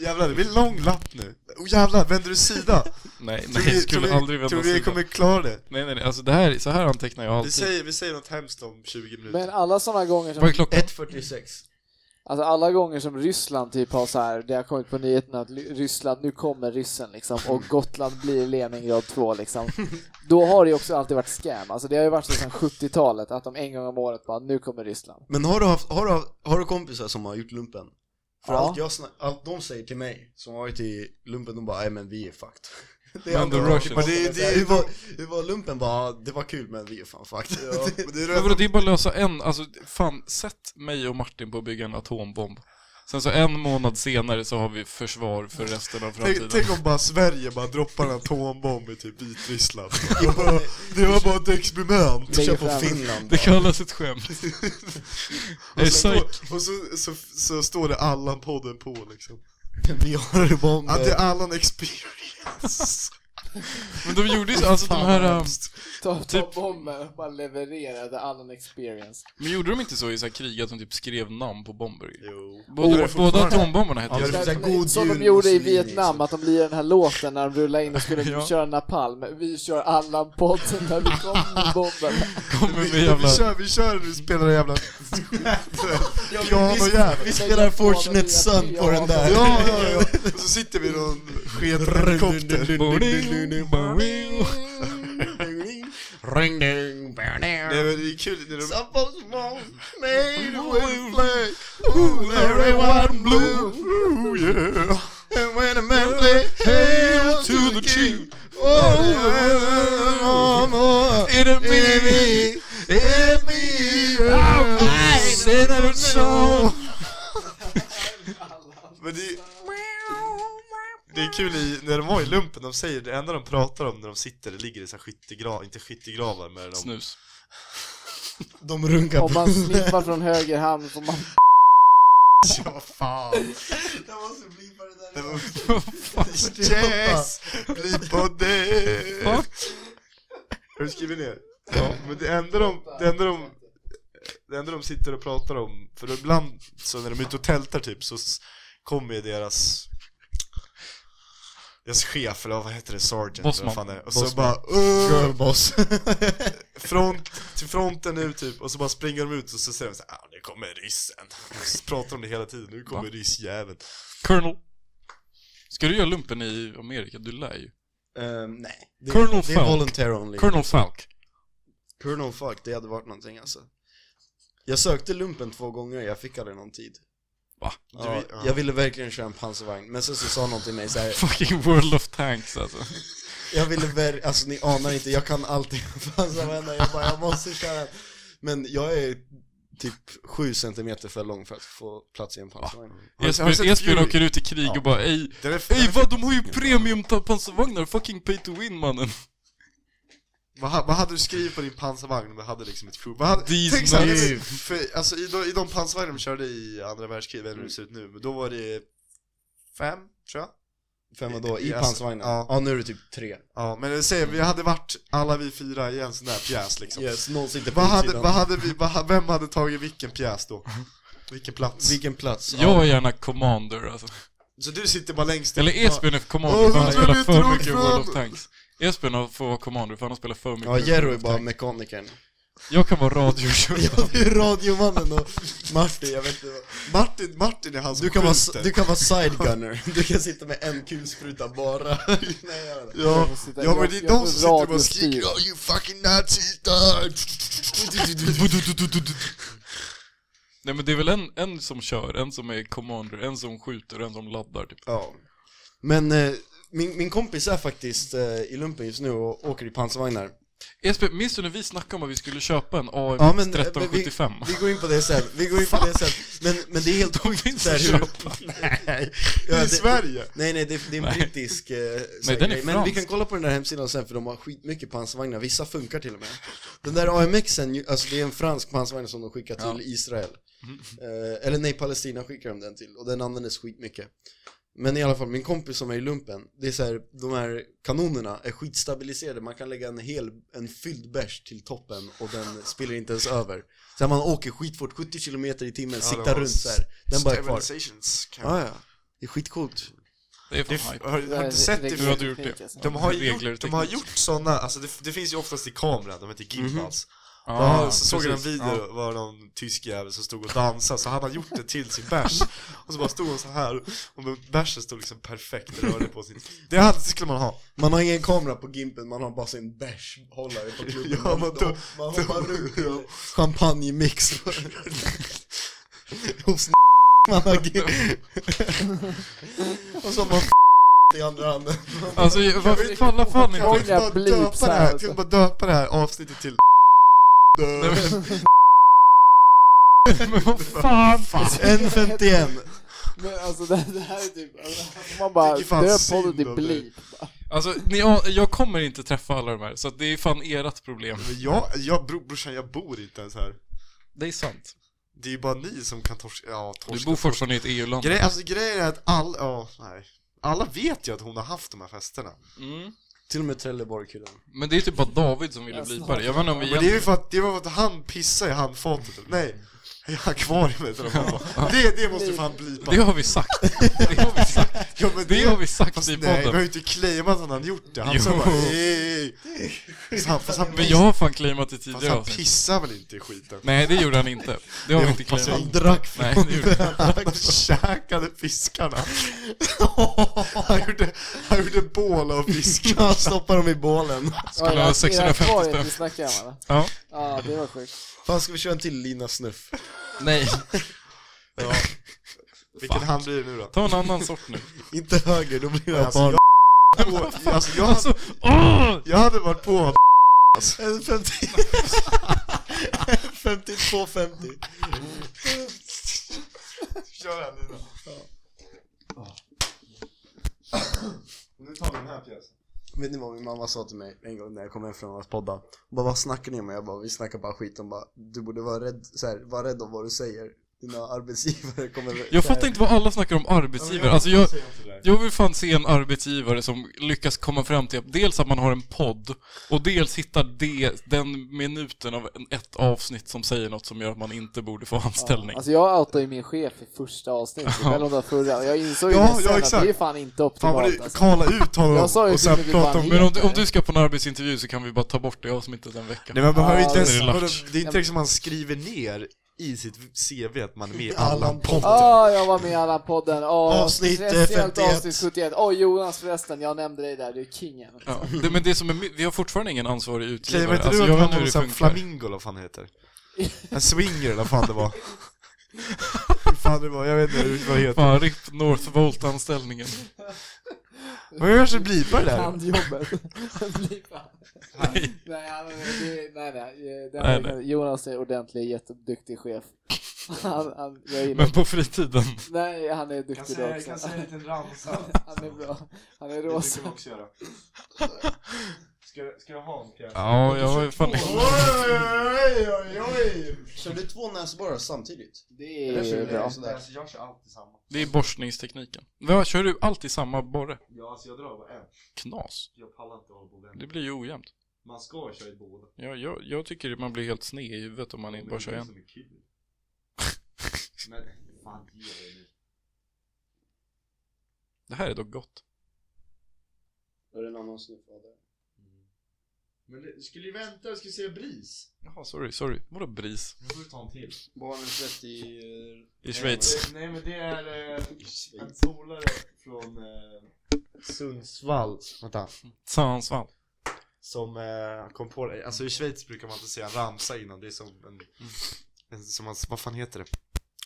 [SPEAKER 1] Jävlar, det blir lång lapp nu. Oh, jävlar, vänder du sida?
[SPEAKER 2] [LAUGHS] Nej,
[SPEAKER 1] Tror
[SPEAKER 2] nej,
[SPEAKER 1] vi-
[SPEAKER 2] skulle
[SPEAKER 1] tror vi-
[SPEAKER 2] aldrig vända
[SPEAKER 1] Tror vi
[SPEAKER 2] sida.
[SPEAKER 1] kommer klara det?
[SPEAKER 2] Nej, nej, nej, alltså det här, så här antecknar jag
[SPEAKER 1] Vi
[SPEAKER 2] alltid.
[SPEAKER 1] säger, vi säger något hemskt om 20 minuter.
[SPEAKER 3] Men alla sådana gånger som
[SPEAKER 2] Vad är klockan?
[SPEAKER 4] 1.46
[SPEAKER 3] Alltså alla gånger som Ryssland typ har så här, det har kommit på nyheterna att Ly- Ryssland, nu kommer ryssen liksom
[SPEAKER 2] [LAUGHS]
[SPEAKER 3] och Gotland blir Leningrad 2 liksom. Då har det ju också alltid varit scam, alltså det har ju varit så sedan 70-talet att de en gång om året bara, nu kommer Ryssland.
[SPEAKER 4] Men har du, haft, har, du, haft- har du kompisar som har gjort lumpen? För
[SPEAKER 3] Ja.
[SPEAKER 4] allt, jag snack, allt de säger till mig som har varit i lumpen, de bara nej men vi är fucked [LAUGHS] Det är
[SPEAKER 2] Men the
[SPEAKER 4] andra-
[SPEAKER 2] Russians.
[SPEAKER 4] Men det, det, hur, var, hur var lumpen? Bara, "Ja, det var kul men vi är fan fucked [LAUGHS]
[SPEAKER 1] Men det är
[SPEAKER 2] Men vadå,
[SPEAKER 1] redan...
[SPEAKER 2] det är bara att lösa en, alltså fan, sätt mig och Martin på att bygga en atombomb. Sen så en månad senare så har vi försvar för resten av framtiden.
[SPEAKER 1] Tänk, tänk om bara Sverige bara droppar en atombomb i typ Vitryssland. Jag bara, Det var bara ett experiment.
[SPEAKER 4] Vi kör
[SPEAKER 3] Lägger
[SPEAKER 4] på
[SPEAKER 3] fram-
[SPEAKER 4] Finland
[SPEAKER 2] Det kallas
[SPEAKER 1] [LAUGHS]
[SPEAKER 2] ett skämt. Är det
[SPEAKER 1] Och så,
[SPEAKER 2] psyk?
[SPEAKER 1] och så, så, så står det Allan-podden på liksom.
[SPEAKER 4] [LAUGHS] Vi har bomber
[SPEAKER 1] Att det är Allan experience.
[SPEAKER 2] Men de gjorde ju så, alltså de
[SPEAKER 1] Fan,
[SPEAKER 2] här,
[SPEAKER 1] vad
[SPEAKER 2] ähm,
[SPEAKER 1] hemskt.
[SPEAKER 3] Ta, ta
[SPEAKER 2] [LAUGHS] Typ-
[SPEAKER 3] bomben och bara leverera the Allen experience.
[SPEAKER 2] Men gjorde de inte så i så här krig att de typ skrev namn på bomber?
[SPEAKER 1] Jo.
[SPEAKER 2] Båda,
[SPEAKER 4] det
[SPEAKER 2] båda
[SPEAKER 4] fortfarande.
[SPEAKER 2] atombomberna hette ju
[SPEAKER 4] Ja, det
[SPEAKER 2] så.
[SPEAKER 4] är så här, god
[SPEAKER 3] Som
[SPEAKER 4] jul,
[SPEAKER 3] de gjorde i
[SPEAKER 4] Mussolini,
[SPEAKER 3] Vietnam,
[SPEAKER 4] liksom.
[SPEAKER 3] att de lirade den här låten när de rullade in och
[SPEAKER 2] [LAUGHS]
[SPEAKER 3] skulle
[SPEAKER 2] Ja.
[SPEAKER 3] köra napalm. Vi kör Allan-podden när vi kommer med bomben.
[SPEAKER 2] Kommer med
[SPEAKER 1] Vi, vi
[SPEAKER 2] jävla...
[SPEAKER 1] kör, vi kör, vi spelar den jävla pianojävel.
[SPEAKER 4] Vi spelar Fortunate Son på den där. [LAUGHS]
[SPEAKER 1] Ja, ja, ja. Och så sitter vi i någon sked helikopter.
[SPEAKER 4] Ring ding, bam,
[SPEAKER 1] Nej
[SPEAKER 4] ding.
[SPEAKER 1] men det är kul när de...
[SPEAKER 4] Somebody's mom made a
[SPEAKER 1] Will
[SPEAKER 4] way.
[SPEAKER 1] play. Ooh, everyone blue. Ooh, yeah.
[SPEAKER 4] And when a man play hail to the king.
[SPEAKER 1] Oh,
[SPEAKER 4] Oh, mama, enemy, enemy. I said I was so.
[SPEAKER 1] Men det, är- det är kul i, när de var i lumpen, de säger det enda de pratar om när de sitter, det ligger i så här skyttegravar, inte skyttegravar men de...
[SPEAKER 2] Snus.
[SPEAKER 4] De runkar
[SPEAKER 3] Om man sniffar från höger hand får man...
[SPEAKER 1] Ja, fan.
[SPEAKER 4] Jag måste bli på det där.
[SPEAKER 1] Det var- Yes! Bli på det! Har du skrivit ner? Ja, men det enda de, det enda de, det enda de sitter och pratar om, för ibland så när de är ute och tältar typ så s- kommer ju deras deras chef, eller vad heter det, sergeant eller
[SPEAKER 2] Bossman.
[SPEAKER 1] vad fan det är. Och så
[SPEAKER 4] Bossman.
[SPEAKER 1] bara "Åh,
[SPEAKER 4] Girlboss.
[SPEAKER 1] front, till fronten nu typ, och så bara springer de ut och så säger de såhär ah, nu kommer ryssen. [LAUGHS] Och så pratar de om det hela tiden, nu kommer ryssjäveln.
[SPEAKER 2] Colonel. Ska du göra lumpen i Amerika? Du lär ju.
[SPEAKER 4] Ehm, nej. Det,
[SPEAKER 2] Colonel
[SPEAKER 4] det
[SPEAKER 2] Falk.
[SPEAKER 4] är volunteer only.
[SPEAKER 2] Colonel Falk.
[SPEAKER 4] Colonel Falk, det hade varit någonting alltså. Jag sökte lumpen två gånger, jag fick aldrig någon tid.
[SPEAKER 2] Va?
[SPEAKER 4] Ja,
[SPEAKER 1] Du- ja.
[SPEAKER 4] Jag ville verkligen köra en pansarvagn, men sen så sa någon till mig så här.
[SPEAKER 2] Fucking World of Tanks alltså.
[SPEAKER 4] jag ville verkligen, alltså ni anar inte, jag kan alltid [LAUGHS] om pansarvagnar, jag bara jag måste köra en. Men jag är typ sju centimeter för lång för att få plats i en pansarvagn.
[SPEAKER 1] du- har du
[SPEAKER 2] Esbjörn
[SPEAKER 1] sett
[SPEAKER 2] Esbjörn
[SPEAKER 1] Fury?
[SPEAKER 2] åker ut i krig och bara ej,
[SPEAKER 1] Den är- den
[SPEAKER 2] ej
[SPEAKER 1] är-
[SPEAKER 2] vad de har ju premium pansarvagnar, fucking pay to win mannen.
[SPEAKER 1] Vad, ha- vad hade du skrivit på din pansarvagn om du hade liksom ett crew? Vad hade, [LAUGHS]
[SPEAKER 2] These
[SPEAKER 1] tänk så här,
[SPEAKER 2] knives.
[SPEAKER 1] alltså, för, alltså i de, i de pansarvagnar de körde i andra världskriget, eller hur det ser ut nu, men då var det fem, tror jag?
[SPEAKER 4] Fem och då, i
[SPEAKER 1] Yes.
[SPEAKER 4] pansarvagnen?
[SPEAKER 1] Ja.
[SPEAKER 4] Ja. nu är det typ tre.
[SPEAKER 1] Ja, men jag säger, vi hade varit alla vi fyra i en sån där pjäs liksom.
[SPEAKER 4] Yes, någon sitter på
[SPEAKER 1] Vad hade,
[SPEAKER 4] utsidan.
[SPEAKER 1] vad hade vi, vad, ha- vem hade tagit vilken pjäs då? Vilken plats?
[SPEAKER 4] Vilken plats?
[SPEAKER 2] Jag är gärna commander alltså.
[SPEAKER 1] Så du sitter bara längst
[SPEAKER 2] Eller Esbjörn är commander
[SPEAKER 1] Åh,
[SPEAKER 2] för han
[SPEAKER 1] vad
[SPEAKER 2] spelar
[SPEAKER 1] roligt,
[SPEAKER 2] för mycket
[SPEAKER 1] Roxanne!
[SPEAKER 2] World of Tanks. Esbjörn får vara commander för han spelar för mycket
[SPEAKER 4] Ja, Jerry
[SPEAKER 2] World
[SPEAKER 4] är
[SPEAKER 2] of
[SPEAKER 4] bara
[SPEAKER 2] Tanks.
[SPEAKER 4] mekanikern.
[SPEAKER 1] [LAUGHS]
[SPEAKER 2] Jag kan vara radiokörare.
[SPEAKER 4] [LAUGHS] Ja, du är
[SPEAKER 1] [LAUGHS]
[SPEAKER 4] radiomannen och Martin, jag vet inte vad.
[SPEAKER 1] Martin, Martin är han som
[SPEAKER 4] Du kan, vara,
[SPEAKER 1] skjuter.
[SPEAKER 4] du
[SPEAKER 1] [LAUGHS]
[SPEAKER 4] kan vara sidegunner, du kan sitta med en kulspruta
[SPEAKER 1] [LAUGHS]
[SPEAKER 4] bara. Nej, jag vet inte.
[SPEAKER 1] Ja,
[SPEAKER 3] Jag får sitta-
[SPEAKER 1] ja men
[SPEAKER 3] jag-
[SPEAKER 1] det är de
[SPEAKER 3] jag får
[SPEAKER 1] som sitter och bara
[SPEAKER 3] radiostyr.
[SPEAKER 1] skriker 'Oh you fucking nazis!'
[SPEAKER 4] [LAUGHS]
[SPEAKER 1] [LAUGHS]
[SPEAKER 2] Nej men det är väl en, en som kör, en som är commander, en som skjuter, en som laddar typ.
[SPEAKER 4] ja. Men eh, min, min kompis är faktiskt eh, i lumpen just nu och åker i pansarvagnar.
[SPEAKER 2] Esbjörn, minns du när vi snackade om att vi skulle köpa en AMX
[SPEAKER 4] Ja, men- men vi-
[SPEAKER 2] 1375?
[SPEAKER 4] Vi går in på det sen, vi går in på det sen. Men, men det är helt
[SPEAKER 2] De finns
[SPEAKER 4] så här
[SPEAKER 2] att
[SPEAKER 4] hur- [LAUGHS] Nej. Ja,
[SPEAKER 1] I
[SPEAKER 4] det-
[SPEAKER 1] Sverige!
[SPEAKER 4] Nej nej, det, det är en
[SPEAKER 2] Nej.
[SPEAKER 4] brittisk eh, så
[SPEAKER 2] Nej,
[SPEAKER 4] här
[SPEAKER 2] den är
[SPEAKER 4] grej. Men
[SPEAKER 2] fransk.
[SPEAKER 4] vi kan kolla på den där hemsidan sen för de har skitmycket pansarvagnar, vissa funkar till och med Den där AMXen, ju- alltså det är en fransk pansarvagn som de skickar till
[SPEAKER 2] Ja. Mm.
[SPEAKER 4] Israel eh, Eller nej, Palestina skickar de den till och den användes skitmycket Men i alla fall, min kompis som är i lumpen, det är så här, de här kanonerna är skitstabiliserade Man kan lägga en hel, en fylld bärs till toppen och den spiller inte ens över Så här, man åker skitfort, 70 km i timmen,
[SPEAKER 1] Ja, det
[SPEAKER 4] siktar
[SPEAKER 1] var
[SPEAKER 4] runt så här. den bara är kvar
[SPEAKER 1] Stabilizations kan
[SPEAKER 4] ah, ja. Det är skitcoolt
[SPEAKER 2] Ah, Det är fan
[SPEAKER 1] Det,
[SPEAKER 2] hype.
[SPEAKER 1] har, har inte sett det?
[SPEAKER 2] Hur har du gjort det?
[SPEAKER 1] De har ju
[SPEAKER 2] Regler, typ.
[SPEAKER 1] gjort, de har
[SPEAKER 2] teknik.
[SPEAKER 1] gjort såna, alltså det, det finns ju oftast i kameran, de heter gimbals.
[SPEAKER 2] Ah,
[SPEAKER 1] ja, så såg jag en
[SPEAKER 2] precis.
[SPEAKER 1] video, var någon tysk jävel som stod och dansade, så hade han gjort det till sin
[SPEAKER 2] [LAUGHS]
[SPEAKER 1] bärs. och så bara stod han så här och med bärsen stod liksom perfekt och rörde på sin... Det, hade, det skulle man ha.
[SPEAKER 4] Man har ingen kamera på Gimpen, man har bara sin bärshållare på klubben.
[SPEAKER 1] Ja, men då-
[SPEAKER 4] man
[SPEAKER 1] då-
[SPEAKER 4] hoppar runt i champagnemix.
[SPEAKER 1] [LAUGHS]
[SPEAKER 4] Hos [LAUGHS] man har Gimpen. Och så har man [LAUGHS] i
[SPEAKER 1] [LAUGHS]
[SPEAKER 4] andra handen.
[SPEAKER 2] Alltså, varför faller
[SPEAKER 1] Kan
[SPEAKER 2] fan
[SPEAKER 1] vi
[SPEAKER 2] inte?
[SPEAKER 1] inte bara
[SPEAKER 3] Många bleeps
[SPEAKER 1] döpa det
[SPEAKER 3] här
[SPEAKER 1] här? Kan vi
[SPEAKER 3] alltså.
[SPEAKER 1] bara döpa det här avsnittet till...
[SPEAKER 2] Nej, men- Men vad fan!
[SPEAKER 4] En 51.
[SPEAKER 3] Men alltså det, det här är typ, alltså, man bara
[SPEAKER 1] Tycker fan
[SPEAKER 3] döp
[SPEAKER 1] synd
[SPEAKER 3] podden till
[SPEAKER 1] om det.
[SPEAKER 3] Bleep.
[SPEAKER 2] Alltså, ni, ja, jag kommer inte träffa alla de här, så att det är fan ert problem.
[SPEAKER 1] Men jag, jag, bro, brorsan, jag bor inte ens här.
[SPEAKER 2] Det är sant.
[SPEAKER 1] Det är ju bara ni som kan torska, ja
[SPEAKER 2] Du
[SPEAKER 1] torska.
[SPEAKER 2] bor fortfarande i ett E EU-land.
[SPEAKER 1] Grej, alltså grejen är att all, ja, nej. Alla vet ju att hon har haft de här festerna.
[SPEAKER 2] Mm.
[SPEAKER 4] Till och med Trelleborg-killen.
[SPEAKER 2] Men det är typ bara David som ville
[SPEAKER 3] Jag
[SPEAKER 2] blipa
[SPEAKER 3] snart.
[SPEAKER 2] det. Jag vet inte om vi
[SPEAKER 1] Men det är
[SPEAKER 2] egentligen...
[SPEAKER 1] ju för att, det var för att han pissade i handfatet, nej, i akvariet eller vad
[SPEAKER 2] [LAUGHS]
[SPEAKER 1] det var. Det, det måste du fan blipa.
[SPEAKER 2] Det har vi sagt. Det har vi sagt.
[SPEAKER 1] Ja, men
[SPEAKER 2] Det har vi sagt
[SPEAKER 1] Fast
[SPEAKER 2] i
[SPEAKER 1] nej, vi har
[SPEAKER 2] podden.
[SPEAKER 1] ju inte claimat att han gjort det, han
[SPEAKER 2] Jo.
[SPEAKER 1] sa bara "Ey, ey, ey." Så han- Fast han,
[SPEAKER 2] Men jag har fan claimat det
[SPEAKER 1] fast
[SPEAKER 2] tidigare
[SPEAKER 1] han
[SPEAKER 2] avsnitt.
[SPEAKER 1] pissade väl inte i skiten?
[SPEAKER 2] Nej, det gjorde han inte. Det har vi
[SPEAKER 1] [LAUGHS]
[SPEAKER 2] inte
[SPEAKER 1] hoppas jag
[SPEAKER 2] claimat.
[SPEAKER 1] drack
[SPEAKER 4] [LAUGHS]
[SPEAKER 2] Nej, det gjorde han
[SPEAKER 1] Han käkade fiskarna. [LAUGHS] Han gjorde, han gjorde bål av
[SPEAKER 2] [LAUGHS]
[SPEAKER 1] fiskarna.
[SPEAKER 4] Han stoppar dem i bålen.
[SPEAKER 3] Skulle
[SPEAKER 2] ha 650 spänn.
[SPEAKER 3] Du snackar om eller?
[SPEAKER 2] Ja.
[SPEAKER 3] Ja, det var sjukt.
[SPEAKER 4] Fan, ska vi köra en till Lina Snuff?
[SPEAKER 2] Nej.
[SPEAKER 1] Vilken hand blir det nu då?
[SPEAKER 2] Ta en annan sort
[SPEAKER 1] [LAUGHS]
[SPEAKER 2] nu.
[SPEAKER 4] Inte höger, då blir det
[SPEAKER 1] Alltså,
[SPEAKER 4] barn.
[SPEAKER 1] jag, på, alltså, jag,
[SPEAKER 2] Alltså, åh!
[SPEAKER 1] jag hade varit på
[SPEAKER 4] En 50... [LAUGHS] 52, 50.
[SPEAKER 1] Kör den nu då. Nu tar vi den här pjäsen.
[SPEAKER 4] Vet ni vad min mamma sa till mig en gång när jag kom hem från att podda? Hon bara, vad snackar ni om? Jag bara, vi snackar bara skit. Hon bara, du borde vara rädd, så här, var rädd om vad du säger. Dina arbetsgivare kommer...
[SPEAKER 2] Jag fattar inte vad alla snackar om arbetsgivare. Alltså jag, jag vill fan se en arbetsgivare som lyckas komma fram till att dels att man har en podd och dels hittar det, den minuten av en- ett avsnitt som säger något som gör att man inte borde få anställning.
[SPEAKER 3] Alltså jag outade ju min chef i första avsnittet, eller om det var förra, och jag insåg ju
[SPEAKER 1] Ja,
[SPEAKER 3] sen
[SPEAKER 1] ja,
[SPEAKER 3] att
[SPEAKER 1] exakt.
[SPEAKER 3] det är fan inte
[SPEAKER 1] Fan vad
[SPEAKER 3] optimalt
[SPEAKER 1] du
[SPEAKER 3] alltså.
[SPEAKER 1] kala ut honom
[SPEAKER 3] Jag sa ju
[SPEAKER 1] och sen
[SPEAKER 3] till mig,
[SPEAKER 1] prata om...
[SPEAKER 3] fan,
[SPEAKER 2] Men om du, om du ska på en arbetsintervju så kan vi bara ta bort det avsnittet en vecka.
[SPEAKER 1] Nej man behöver
[SPEAKER 3] Ja,
[SPEAKER 1] inte ens...
[SPEAKER 2] det är
[SPEAKER 1] vadå,
[SPEAKER 2] lack.
[SPEAKER 1] Det är inte liksom man skriver ner i sitt CV att man är med i Allan Potter.
[SPEAKER 3] Ja, jag var med i alla podden. Oh,
[SPEAKER 4] Avsnitt, eh, 51.
[SPEAKER 3] avsnitt 71. Åh Jonas förresten, jag nämnde dig där, du är kingen.
[SPEAKER 2] Ja, det, men det som är, mi- vi har fortfarande ingen ansvarig utgivare.
[SPEAKER 1] Claimar inte
[SPEAKER 2] Alltså,
[SPEAKER 1] du
[SPEAKER 2] jag
[SPEAKER 1] att
[SPEAKER 2] vet
[SPEAKER 1] han var
[SPEAKER 2] inte hur
[SPEAKER 1] som
[SPEAKER 2] det funkar.
[SPEAKER 1] flamingo eller vad fan det heter? En swinger eller vad fan det var? Hur fan det var, jag vet inte vad det heter.
[SPEAKER 2] Fan, RIP Northvolt-anställningen.
[SPEAKER 1] Men jag kanske blipar det där.
[SPEAKER 2] [LAUGHS]
[SPEAKER 3] Handjobbet. Bli fan.
[SPEAKER 2] Nej.
[SPEAKER 3] nej, han- det- nej, nej. det-
[SPEAKER 2] Nej,
[SPEAKER 3] det- Jonas är ordentlig, jätteduktig
[SPEAKER 2] [LAUGHS]
[SPEAKER 3] chef. Han, han, jag gillar
[SPEAKER 2] Men på fritiden.
[SPEAKER 3] Nej, han är duktig då också.
[SPEAKER 1] en liten [LAUGHS] ramsa.
[SPEAKER 3] Han är bra. Han är rosa.
[SPEAKER 1] också göra. Ska, ska jag ha en pjäs?
[SPEAKER 2] Ja, jag har ju fan...
[SPEAKER 1] Oj, oj, oj!
[SPEAKER 4] Kör du två näsborrar samtidigt?
[SPEAKER 3] Det är bra.
[SPEAKER 1] alltså, Jag kör alltid samma.
[SPEAKER 2] Det är borstningstekniken. Vad, kör du alltid samma borre?
[SPEAKER 1] Ja, alltså jag drar bara en.
[SPEAKER 2] Knas.
[SPEAKER 1] Jag pallar inte hålla på den.
[SPEAKER 2] Det blir ju ojämnt.
[SPEAKER 1] Man ska köra i båda.
[SPEAKER 2] Jag, jag, jag tycker man blir helt sned i huvudet om man inte bara kör en.
[SPEAKER 1] Men fan, ge dig nu.
[SPEAKER 2] Det här är dock gott.
[SPEAKER 4] Är det en annan snuff?
[SPEAKER 1] Men det, skulle ju vänta, jag skulle säga bris.
[SPEAKER 2] Jaha, sorry, sorry. Vadå bris?
[SPEAKER 1] Nu får du ta en till.
[SPEAKER 4] Barnens rätt i...
[SPEAKER 2] I Schweiz.
[SPEAKER 1] Nej, men det är eh, en polare från eh, Sundsvall. Vänta.
[SPEAKER 2] Sundsvall.
[SPEAKER 1] Som eh, kom på det. Alltså i Schweiz brukar man inte säga en ramsa innan. Det är som en... en som man, vad fan heter det?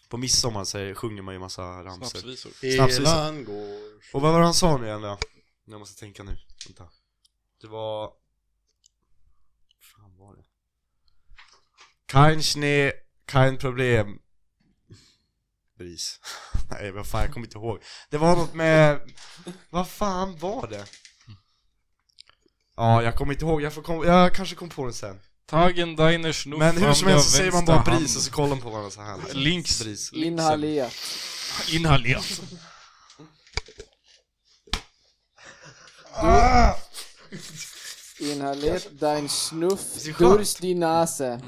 [SPEAKER 1] På midsommar så sjunger man ju massa ramsor.
[SPEAKER 2] Snapsvisor.
[SPEAKER 1] Snapsvisan.
[SPEAKER 4] Elan går...
[SPEAKER 1] Och vad var det han sa nu igen då? Jag måste tänka nu, vänta Det var... fan var det? Kein Schnee, kein Problem Bris [LAUGHS] Nej vad fan, jag kommer inte ihåg Det var något med... Vad fan var det? Ja, jag kommer inte ihåg, jag, får kom... jag kanske kom på det sen
[SPEAKER 2] Tagen deiner Schnuff
[SPEAKER 1] Men hur
[SPEAKER 2] an
[SPEAKER 1] som
[SPEAKER 2] der
[SPEAKER 1] helst så säger man bara
[SPEAKER 2] vänster
[SPEAKER 1] bris och
[SPEAKER 2] hand.
[SPEAKER 1] så kollar man på varandra så här.
[SPEAKER 2] Links.
[SPEAKER 1] Bris
[SPEAKER 3] Inhalera.
[SPEAKER 2] Inhalerat.
[SPEAKER 3] Inhaliert dein Schnuff
[SPEAKER 1] Det är skönt.
[SPEAKER 3] durch die Nase.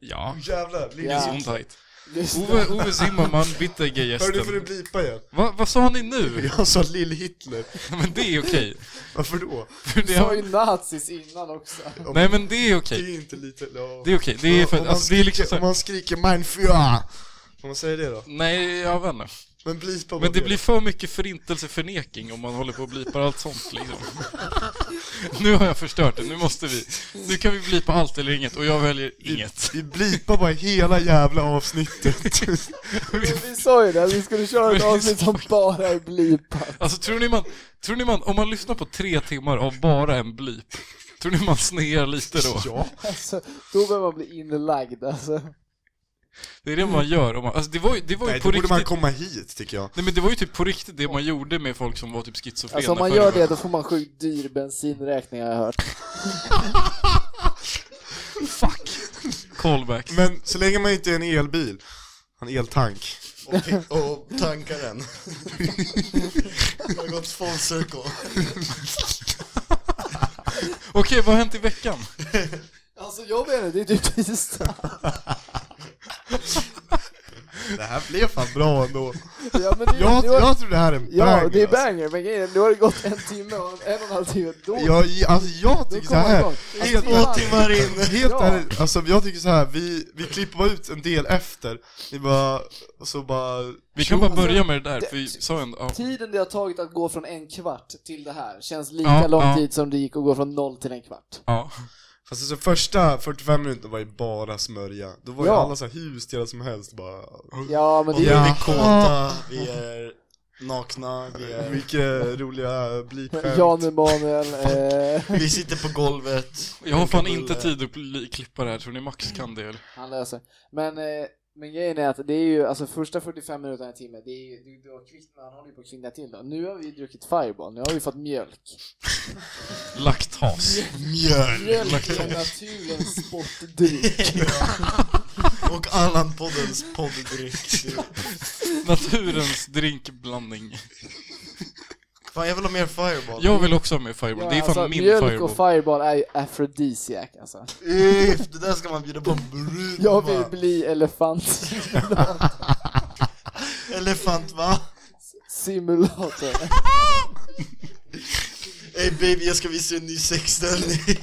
[SPEAKER 2] Ja.
[SPEAKER 1] Jävlar, Linus
[SPEAKER 3] Ja.
[SPEAKER 2] Gesundheit.
[SPEAKER 3] Just
[SPEAKER 2] Ove, Ove Zimmermann, bitte
[SPEAKER 1] Hör nu får du
[SPEAKER 2] gejesten.
[SPEAKER 1] blipa igen
[SPEAKER 2] Va, vad sa ni nu?
[SPEAKER 1] Jag sa Lill-Hitler,
[SPEAKER 2] [LAUGHS] Men det är okej.
[SPEAKER 1] varför då?
[SPEAKER 2] För
[SPEAKER 3] Du
[SPEAKER 2] det
[SPEAKER 3] sa
[SPEAKER 2] har-
[SPEAKER 3] ju nazis innan också.
[SPEAKER 2] Nej men det är okej.
[SPEAKER 1] Det är inte lite... Ja.
[SPEAKER 2] Det är okej. Det är
[SPEAKER 1] om,
[SPEAKER 2] för,
[SPEAKER 1] man
[SPEAKER 2] alltså, det
[SPEAKER 1] skriker,
[SPEAKER 2] är liksom så
[SPEAKER 1] om
[SPEAKER 2] här,
[SPEAKER 1] man skriker 'Mein Führer' Får man säga det då?
[SPEAKER 2] Nej, jag vet inte.
[SPEAKER 1] Men blipa
[SPEAKER 2] Men det blir för mycket förintelseförneking om man håller på och blipar allt
[SPEAKER 1] [LAUGHS]
[SPEAKER 2] sånt liksom. Nu har jag förstört det, nu måste vi. Nu kan vi blipa allt eller inget och jag väljer inget.
[SPEAKER 1] Vi blipar bara hela jävla
[SPEAKER 2] [LAUGHS]
[SPEAKER 1] avsnittet
[SPEAKER 3] Vi sa ju det, vi skulle köra ett avsnitt som bara är blipat.
[SPEAKER 2] Alltså tror ni man, tror ni man om man lyssnar på tre timmar av bara en blip, tror ni man snear lite då?
[SPEAKER 1] Ja,
[SPEAKER 3] Alltså, då behöver man bli inlagd alltså.
[SPEAKER 2] Det är det man gör. Om man, alltså det var ju, det var ju
[SPEAKER 1] nej då
[SPEAKER 2] på
[SPEAKER 1] borde man
[SPEAKER 2] riktigt.
[SPEAKER 1] komma hit tycker jag
[SPEAKER 2] Nej men det var ju typ på riktigt det man gjorde med folk som var typ schizofrena
[SPEAKER 3] Alltså om man
[SPEAKER 2] förr i
[SPEAKER 3] gör
[SPEAKER 2] världen.
[SPEAKER 3] det då får man sjukt dyr bensinräkning har jag hört.
[SPEAKER 2] Fuck! Callbacks.
[SPEAKER 1] Men så länge man inte är en elbil En eltank
[SPEAKER 4] Och, och tankar den. Det har gått full circle.
[SPEAKER 2] Okej, vad har hänt i veckan?
[SPEAKER 3] Alltså jag menar, det är typ tisdag.
[SPEAKER 1] Det här blev fan bra ändå.
[SPEAKER 3] Ja, men det, är-
[SPEAKER 1] Jag,
[SPEAKER 3] det var-
[SPEAKER 1] jag tror det här är en
[SPEAKER 3] ja,
[SPEAKER 1] banger,
[SPEAKER 3] det är
[SPEAKER 1] alltså.
[SPEAKER 3] banger, men grejen är, nu har det gått en timme och en och en halv timme. Då,
[SPEAKER 1] Jag, alltså jag
[SPEAKER 3] då
[SPEAKER 1] tycker
[SPEAKER 3] kommer jag
[SPEAKER 1] såhär,
[SPEAKER 3] igång. Alltså,
[SPEAKER 1] helt-
[SPEAKER 3] det är-
[SPEAKER 1] in. [LAUGHS] Helt
[SPEAKER 3] Ja.
[SPEAKER 1] ärligt, alltså jag tycker så här, vi, vi klipper bara ut en del efter, vi bara, och så bara...
[SPEAKER 2] Vi kan
[SPEAKER 3] alltså,
[SPEAKER 2] bara börja med det där, för vi sa ändå... Ja.
[SPEAKER 3] Tiden det har tagit att gå från en kvart till det här känns lika
[SPEAKER 2] Ja,
[SPEAKER 3] lång
[SPEAKER 2] ja.
[SPEAKER 3] tid som det gick att gå från noll till en kvart.
[SPEAKER 2] ja.
[SPEAKER 1] Fast alltså första 45 minuterna var ju bara smörja, då var ju
[SPEAKER 3] Ja.
[SPEAKER 1] alla så här hur stela som helst bara...
[SPEAKER 3] Ja, men
[SPEAKER 4] Och
[SPEAKER 3] det
[SPEAKER 4] vi
[SPEAKER 3] är
[SPEAKER 1] Ja.
[SPEAKER 4] är kåta, vi är nakna, vi, är,
[SPEAKER 1] Mycket roliga blipskämt.
[SPEAKER 3] Jan Emanuel, eh,
[SPEAKER 4] vi sitter på golvet.
[SPEAKER 2] Jag har fan
[SPEAKER 4] dricker
[SPEAKER 2] inte
[SPEAKER 4] bulle.
[SPEAKER 2] tid att li- klippa det här, tror ni Max kan det eller?
[SPEAKER 3] han löser. Men, eh, men grejen är att det är ju, alltså första 45 minuterna en timme, det är ju, du, du har kvitt, han håller ju på att klinga till då. Nu har vi ju druckit Fireball, nu har vi fått mjölk.
[SPEAKER 2] Laktas.
[SPEAKER 4] Mjöl!
[SPEAKER 3] Mjölk är naturens sportdryck.
[SPEAKER 4] Och Allan-poddens podddryck.
[SPEAKER 2] [LAUGHS] Naturens drinkblandning.
[SPEAKER 4] Fan jag vill ha mer fireball.
[SPEAKER 2] Jag vill också ha med Fireball, det är fan
[SPEAKER 3] alltså,
[SPEAKER 2] min
[SPEAKER 3] mjölk
[SPEAKER 2] Fireball.
[SPEAKER 3] och Fireball är ju afrodisiak alltså.
[SPEAKER 4] If, Det där ska man bjuda på brun
[SPEAKER 3] Jag
[SPEAKER 4] va?
[SPEAKER 3] vill bli elefant
[SPEAKER 4] Elefant va?
[SPEAKER 3] simulator.
[SPEAKER 4] Ey baby jag ska visa en ny sexställning.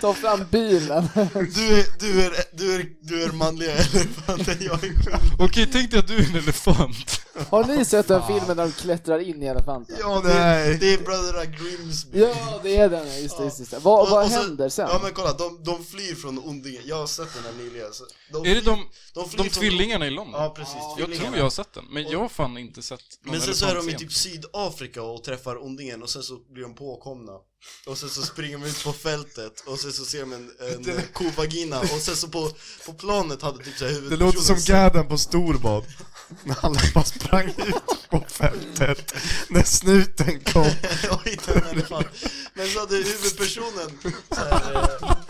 [SPEAKER 3] Ta fram bilen.
[SPEAKER 4] Du är, du är, du är, du är manliga elefanten, jag är kvinna.
[SPEAKER 2] Okej, tänk dig att du är en elefant.
[SPEAKER 3] Har ni sett den filmen där de klättrar in i elefanten?
[SPEAKER 1] Ja,
[SPEAKER 4] Det,
[SPEAKER 1] nej.
[SPEAKER 4] det är bröderna Grimsby.
[SPEAKER 3] Ja, det är den. ja. Just det, just det, just det. Vad,
[SPEAKER 4] Och-
[SPEAKER 3] vad
[SPEAKER 4] och så-
[SPEAKER 3] händer sen?
[SPEAKER 4] Ja men kolla, de, de flyr från ondingen. Jag har sett den här nyligen. så De,
[SPEAKER 2] Är det de,
[SPEAKER 4] de, flyr
[SPEAKER 2] de
[SPEAKER 4] från-
[SPEAKER 2] tvillingarna i London?
[SPEAKER 4] Ja precis,
[SPEAKER 2] Jag
[SPEAKER 4] tvillingarna.
[SPEAKER 2] tror jag har sett den, men jag har fan inte sett någon
[SPEAKER 4] Men sen så är de i
[SPEAKER 2] elefantscen.
[SPEAKER 4] typ Sydafrika och träffar ondingen och sen så blir de påkomna. Och sen så springer de ut på fältet och sen så ser de en, en kovagina och sen så på, på planet hade typ såhär
[SPEAKER 1] Det
[SPEAKER 4] huvudpersonen
[SPEAKER 1] låter som
[SPEAKER 4] sex. [LAUGHS]
[SPEAKER 1] Gärden på storbad, när alla bara sprang ut på fältet, när snuten kom.
[SPEAKER 4] och hittade en elefant. Men så hade huvudpersonen såhär, eh,
[SPEAKER 2] [LAUGHS]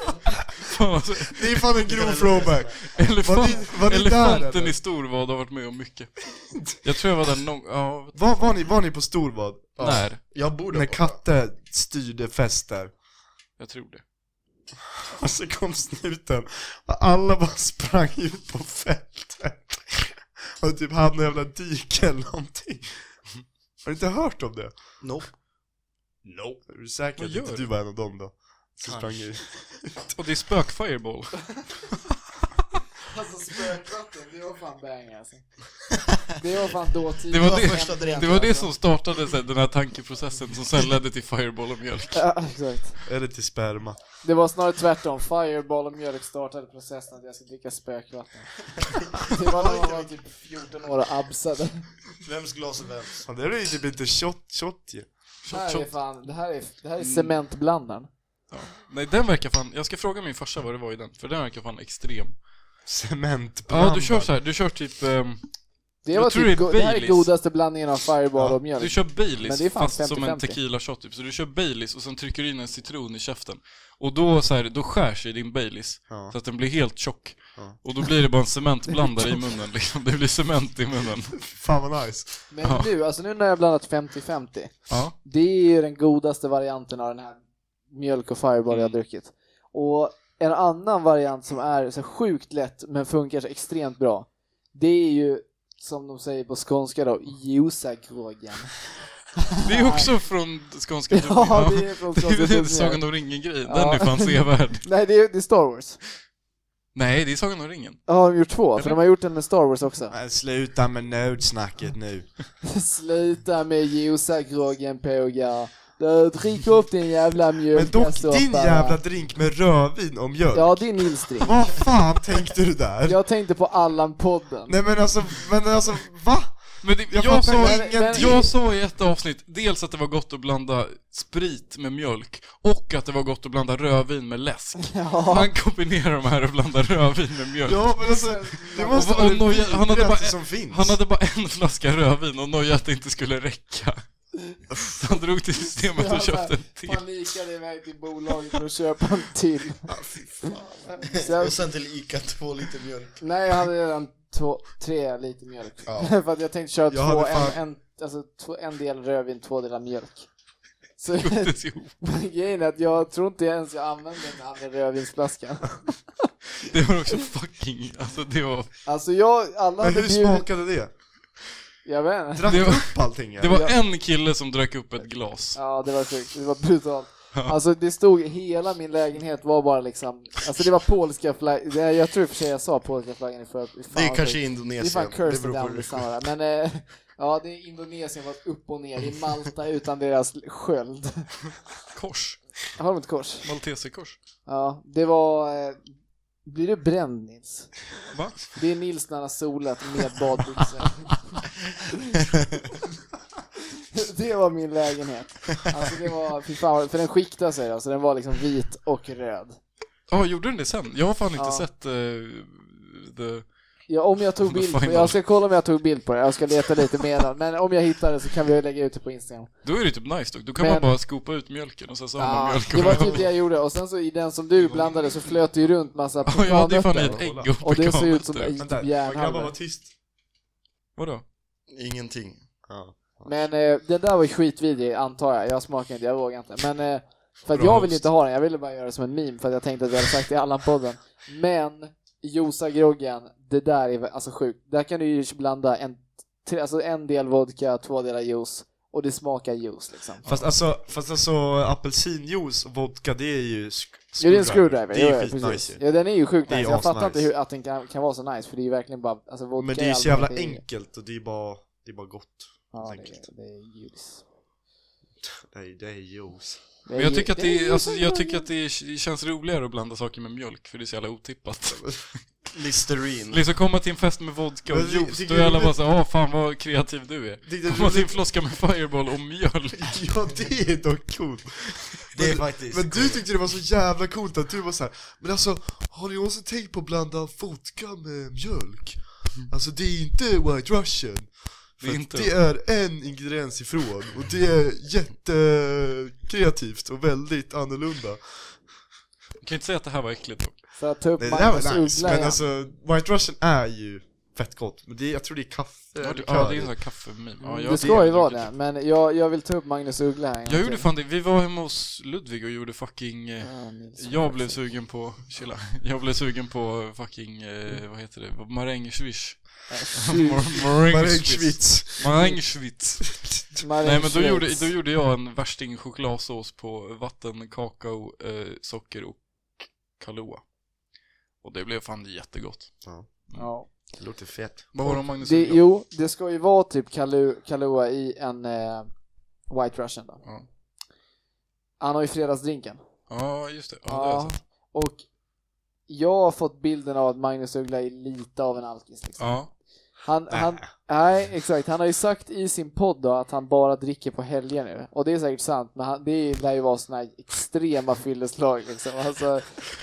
[SPEAKER 2] Fan, alltså,
[SPEAKER 1] Det är fan en grov throwback.
[SPEAKER 2] elefant,
[SPEAKER 1] Var ni- var ni där,
[SPEAKER 2] elefanten
[SPEAKER 1] eller?
[SPEAKER 2] i Storvad har varit med om mycket. Jag tror jag var där någon, ja,
[SPEAKER 1] Var, var, ni, var ni på storbad?
[SPEAKER 2] när?
[SPEAKER 4] jag borde
[SPEAKER 1] När
[SPEAKER 4] vara.
[SPEAKER 1] Katte styrde fester.
[SPEAKER 2] Jag tror det.
[SPEAKER 1] [LAUGHS] Och så kom snuten och alla bara sprang ut på fältet. Och typ hamnade i jävla diken eller någonting. Har du inte hört om det?
[SPEAKER 4] Nope. Nope.
[SPEAKER 1] Är du säker
[SPEAKER 2] Vad
[SPEAKER 1] att
[SPEAKER 2] gör
[SPEAKER 1] inte
[SPEAKER 2] du?
[SPEAKER 1] du var en av dem då? Så
[SPEAKER 4] Kanske.
[SPEAKER 1] sprang ju-
[SPEAKER 2] Och det är spökfireball.
[SPEAKER 3] Alltså spökvatten, det var fan bang
[SPEAKER 2] [LAUGHS]
[SPEAKER 3] alltså. Det var fan dåtid.
[SPEAKER 2] Det var det-
[SPEAKER 4] första drinken.
[SPEAKER 2] Det var det som startade så här, den här tankeprocessen som sen ledde till fireball och mjölk.
[SPEAKER 3] [LAUGHS] Ja, exakt.
[SPEAKER 1] Eller till sperma.
[SPEAKER 3] Det var snarare tvärtom. Fireball och mjölk startade processen att jag ska
[SPEAKER 2] [LAUGHS]
[SPEAKER 3] dricka spökvatten. Det var när man var typ 14 år och absade.
[SPEAKER 4] Vems glas är vems?
[SPEAKER 1] Ja, det är ju typ inte shot, shot ju.
[SPEAKER 3] Det här är fan, det här är, det
[SPEAKER 2] Mm.
[SPEAKER 3] här är cementblandaren.
[SPEAKER 2] Ja. Nej, den verkar fan, jag ska fråga min farsa vad det var i den, för den verkar fan extrem.
[SPEAKER 1] Cementblandad.
[SPEAKER 2] Ja, du kör så här, du kör typ, ehm,
[SPEAKER 3] Det,
[SPEAKER 2] Jag
[SPEAKER 3] var
[SPEAKER 2] tror
[SPEAKER 3] typ,
[SPEAKER 2] det är
[SPEAKER 3] go- det här är
[SPEAKER 2] Baileys.
[SPEAKER 3] godaste blandningen av Fireball och
[SPEAKER 2] du
[SPEAKER 3] mjölk.
[SPEAKER 2] kör
[SPEAKER 3] Men
[SPEAKER 2] Baileys
[SPEAKER 3] det är fan
[SPEAKER 2] fast som en
[SPEAKER 3] 50-50.
[SPEAKER 2] tequila shot typ, så du kör Baileys och sen trycker du in en citron i käften. Och då så här, då skär sig din Baileys,
[SPEAKER 1] Ja.
[SPEAKER 2] så att den blir helt tjock.
[SPEAKER 1] Ja.
[SPEAKER 2] Och då blir det bara en cementblandare i munnen liksom, det blir cement i munnen.
[SPEAKER 1] Fan vad nice.
[SPEAKER 3] Men
[SPEAKER 2] Ja.
[SPEAKER 3] nu, alltså nu när jag blandat 50-50.
[SPEAKER 2] Ja.
[SPEAKER 3] Det är ju den godaste varianten av den här mjölk och fireball jag har druckit. Och en annan variant som är så sjukt lätt men funkar så extremt bra. Det är ju som de säger på skånska då, juicagroggen.
[SPEAKER 2] Det är också från skånska
[SPEAKER 3] [LAUGHS] Ja, [LAUGHS] det är från
[SPEAKER 2] [LAUGHS] Det
[SPEAKER 3] skånska
[SPEAKER 2] är ju
[SPEAKER 3] dubbningar.
[SPEAKER 2] Sagan om ringen-grejen, den
[SPEAKER 3] Ja.
[SPEAKER 2] är fan sevärd.
[SPEAKER 3] Nej, det är, det är Star Wars.
[SPEAKER 2] Nej, det är Sagan om ringen.
[SPEAKER 3] Ja, de har gjort två, för
[SPEAKER 2] Eller?
[SPEAKER 3] de har gjort en med Star Wars också.
[SPEAKER 1] Men sluta med nödsnacket nu.
[SPEAKER 3] Sluta med juicagroggen pågar. Du, drick upp din jävla
[SPEAKER 1] Men dock
[SPEAKER 3] mjölkasoppa.
[SPEAKER 1] din jävla drink med rödvin och mjölk.
[SPEAKER 3] Ja, det är Nils drink.
[SPEAKER 1] Vad fan tänkte du där?
[SPEAKER 3] Jag tänkte på Allan-podden.
[SPEAKER 1] Nej men alltså, men alltså va?
[SPEAKER 2] Men det, jag,
[SPEAKER 1] Jag typ. fattar
[SPEAKER 2] sa,
[SPEAKER 3] ingenting. Men-
[SPEAKER 2] jag sa i ett avsnitt dels att det var gott att blanda sprit med mjölk och att det var gott att blanda rödvin med läsk.
[SPEAKER 3] Ja.
[SPEAKER 2] Han kombinerar de här och blandar rödvin med
[SPEAKER 1] [LAUGHS]
[SPEAKER 2] mjölk.
[SPEAKER 1] Ja men alltså, det måste
[SPEAKER 2] Och-
[SPEAKER 1] vara
[SPEAKER 2] och
[SPEAKER 1] det
[SPEAKER 2] Noja- han hade
[SPEAKER 1] vidrigaste
[SPEAKER 2] bara-
[SPEAKER 1] som finns.
[SPEAKER 2] Han hade bara en flaska rödvin och nojade att det inte skulle räcka. Så han drog till systemet och köpte en till.
[SPEAKER 3] Panikade iväg till bolaget för att köpa en till. Sen,
[SPEAKER 4] Och sen till Ica två liter mjölk.
[SPEAKER 3] nej, jag hade redan två, tre liter mjölk. [LAUGHS] för att jag tänkte köra
[SPEAKER 1] Jag
[SPEAKER 3] två,
[SPEAKER 1] hade
[SPEAKER 3] en,
[SPEAKER 1] fan- [LAUGHS]
[SPEAKER 3] en, alltså, två, en del rödvin, två delar mjölk. Så
[SPEAKER 2] Gottis ihop.
[SPEAKER 3] grejen är att jag tror inte ens jag använde den här med rödvinsflaskan.
[SPEAKER 2] Det var också fucking, alltså det var,
[SPEAKER 3] Alltså jag, alla
[SPEAKER 1] Men
[SPEAKER 3] hade
[SPEAKER 1] hur
[SPEAKER 3] bjudit...
[SPEAKER 1] smakade det?
[SPEAKER 3] Jag vet inte.
[SPEAKER 1] Drack
[SPEAKER 2] Det
[SPEAKER 1] du
[SPEAKER 2] var-
[SPEAKER 1] upp allting?
[SPEAKER 2] det
[SPEAKER 1] eller?
[SPEAKER 2] var en kille som drack upp ett glas.
[SPEAKER 3] Ja, det var sjukt. Det var brutalt. Alltså det stod, hela min lägenhet var bara liksom, alltså det var polska flagg, det- jag tror i och för sig jag sa polska flaggan i förra... fan
[SPEAKER 1] Det är
[SPEAKER 3] vad
[SPEAKER 1] kanske
[SPEAKER 3] sjukt.
[SPEAKER 1] i
[SPEAKER 3] Det är
[SPEAKER 1] Indonesien,
[SPEAKER 3] fan
[SPEAKER 1] det beror
[SPEAKER 3] cursed
[SPEAKER 1] på
[SPEAKER 3] down
[SPEAKER 1] hur
[SPEAKER 3] det samma där. Men eh, ja, det är Indonesien fast upp och ner. Det är Malta utan deras sköld.
[SPEAKER 2] Kors,
[SPEAKER 3] Har de ett kors?
[SPEAKER 2] malteserkors.
[SPEAKER 3] Ja, det var... Eh, blir du bränd Nils?
[SPEAKER 2] Va?
[SPEAKER 3] Det är Nils när han har solat med badbyxor. det var min lägenhet. Alltså det var, fy fan, vad- för den skiktade sig då, så den var liksom vit och röd.
[SPEAKER 2] Ja, gjorde den det sen? Jag har fan inte
[SPEAKER 3] Ja.
[SPEAKER 2] sett uh, the...
[SPEAKER 3] Ja, om jag tog
[SPEAKER 2] The
[SPEAKER 3] bild på
[SPEAKER 2] final.
[SPEAKER 3] jag ska kolla om jag tog bild på det, jag ska leta lite mer då. men om jag hittar det så kan vi lägga ut det på Instagram.
[SPEAKER 2] Då är det typ nice dock, då kan
[SPEAKER 3] Men-
[SPEAKER 2] man bara skopa ut mjölken och sen så har man
[SPEAKER 3] Ja,
[SPEAKER 2] mjölk
[SPEAKER 3] det
[SPEAKER 2] och
[SPEAKER 3] var
[SPEAKER 2] öl.
[SPEAKER 3] typ det jag gjorde, och sen så i den som du blandade så flöt det ju runt massa
[SPEAKER 2] Ja, jag hade ju fan i
[SPEAKER 3] pekannötter.
[SPEAKER 2] ett ägg och,
[SPEAKER 3] Och det ser ut som
[SPEAKER 2] pekannötter.
[SPEAKER 1] Vänta,
[SPEAKER 3] typ
[SPEAKER 1] grabbar var
[SPEAKER 3] järnhalvor.
[SPEAKER 1] tyst.
[SPEAKER 2] Vadå?
[SPEAKER 1] Ingenting. Ja.
[SPEAKER 3] Men eh, den där var ju skitvidrig antar jag, jag smakade inte, jag vågar inte. Men eh, för att
[SPEAKER 2] Bra
[SPEAKER 3] jag ville
[SPEAKER 2] host.
[SPEAKER 3] inte ha den, jag ville bara göra det som en meme för att jag tänkte att vi hade sagt det i Allan-podden. Men Josa-groggen, det där är alltså sjukt. Där kan du ju blanda en, tre, alltså en del vodka, två delar juice och det smakar juice liksom.
[SPEAKER 1] Fast alltså, fast alltså apelsinjuice och vodka det är ju sk-
[SPEAKER 3] Jo, det är en screwdriver.
[SPEAKER 1] Det är ju
[SPEAKER 3] Jo, ja,
[SPEAKER 1] skitnice
[SPEAKER 3] precis.
[SPEAKER 1] ju.
[SPEAKER 3] Ja, den är ju sjukt
[SPEAKER 1] Det är
[SPEAKER 3] nice. Jag fattar
[SPEAKER 1] asnice.
[SPEAKER 3] inte hur att den kan, kan vara så nice, för det är ju verkligen bara... Alltså, vodka
[SPEAKER 1] Men det är ju så
[SPEAKER 3] allt,
[SPEAKER 1] jävla
[SPEAKER 3] det är-
[SPEAKER 1] enkelt och det är bara, det är bara gott.
[SPEAKER 3] Ja, det
[SPEAKER 1] enkelt.
[SPEAKER 3] är, det är juice.
[SPEAKER 1] Det är, det är juice.
[SPEAKER 3] Det
[SPEAKER 2] Men jag
[SPEAKER 3] ju-
[SPEAKER 2] tycker att
[SPEAKER 3] är
[SPEAKER 2] det,
[SPEAKER 3] juice.
[SPEAKER 2] alltså, jag tycker att det känns roligare att blanda saker med mjölk, för det är så jävla otippat. [LAUGHS]
[SPEAKER 4] Listerine.
[SPEAKER 2] Liksom komma till en fest med vodka och
[SPEAKER 1] Men det-
[SPEAKER 2] juice,
[SPEAKER 1] det-
[SPEAKER 2] då är alla bara såhär, ah fan vad kreativ du är.
[SPEAKER 1] Det- det-
[SPEAKER 2] Komma till en flaska med fireball och mjölk.
[SPEAKER 1] Ja det är dock coolt.
[SPEAKER 4] Det är faktiskt
[SPEAKER 1] Men du tyckte det var så jävla coolt att du var så här. men alltså har ni någonsin tänkt på att blanda vodka med mjölk? Alltså det är inte White Russian. För
[SPEAKER 2] Mm. Det är
[SPEAKER 1] att
[SPEAKER 2] inte-
[SPEAKER 1] det är en ingrediens ifrån och det är jättekreativt och väldigt annorlunda.
[SPEAKER 2] Jag kan inte säga att det här var äckligt dock.
[SPEAKER 3] Så att ta upp
[SPEAKER 1] Nej, det där
[SPEAKER 3] Magnus
[SPEAKER 1] var nice,
[SPEAKER 3] Uggla
[SPEAKER 1] men
[SPEAKER 3] igen.
[SPEAKER 1] alltså White Russian är ju fett gott, men det, jag tror det är kaffe
[SPEAKER 2] Ja,
[SPEAKER 1] eller
[SPEAKER 2] det,
[SPEAKER 1] curry.
[SPEAKER 2] är en sån här kaffememe. Ja, jag-
[SPEAKER 3] Mm. det ska ju
[SPEAKER 2] jag-
[SPEAKER 3] vara det, men jag, jag vill ta upp Magnus Uggla här. en
[SPEAKER 2] Jag
[SPEAKER 3] gång
[SPEAKER 2] gjorde
[SPEAKER 3] till.
[SPEAKER 2] fan det, vi var hemma hos Ludvig och gjorde fucking... eh,
[SPEAKER 3] Ja, Nils.
[SPEAKER 2] Jag blev sugen på, chilla, [LAUGHS] jag blev sugen på fucking, eh, vad heter det, marängsviss. Marängsviss.
[SPEAKER 1] Marängschwitz.
[SPEAKER 2] Marängsviss.
[SPEAKER 3] Marie
[SPEAKER 2] Nej men då
[SPEAKER 3] Schwartz.
[SPEAKER 2] gjorde, då gjorde jag en värsting chokladsås på vatten, kakao, eh, socker och Kahlua. Och det blev fan jättegott.
[SPEAKER 3] Ja.
[SPEAKER 1] Det låter fett.
[SPEAKER 2] Vad var det om Magnus?
[SPEAKER 3] Det,
[SPEAKER 2] Uggla?
[SPEAKER 3] jo, det ska ju vara typ Kalu- Kahlua i en eh, White Russian då.
[SPEAKER 2] Ja.
[SPEAKER 3] Han har ju fredagsdrinken.
[SPEAKER 2] Ja, just det. Ja, det har
[SPEAKER 3] Ja,
[SPEAKER 2] jag sett.
[SPEAKER 3] och jag har fått bilden av att Magnus Uggla är lite av en alkis. Liksom.
[SPEAKER 2] ja.
[SPEAKER 3] Han, han, nej, exakt. Han har ju sagt i sin podd då att han bara dricker på helger nu. Och det är säkert sant, men han, det lär ju vara såna här extrema fylleslag liksom. Alltså,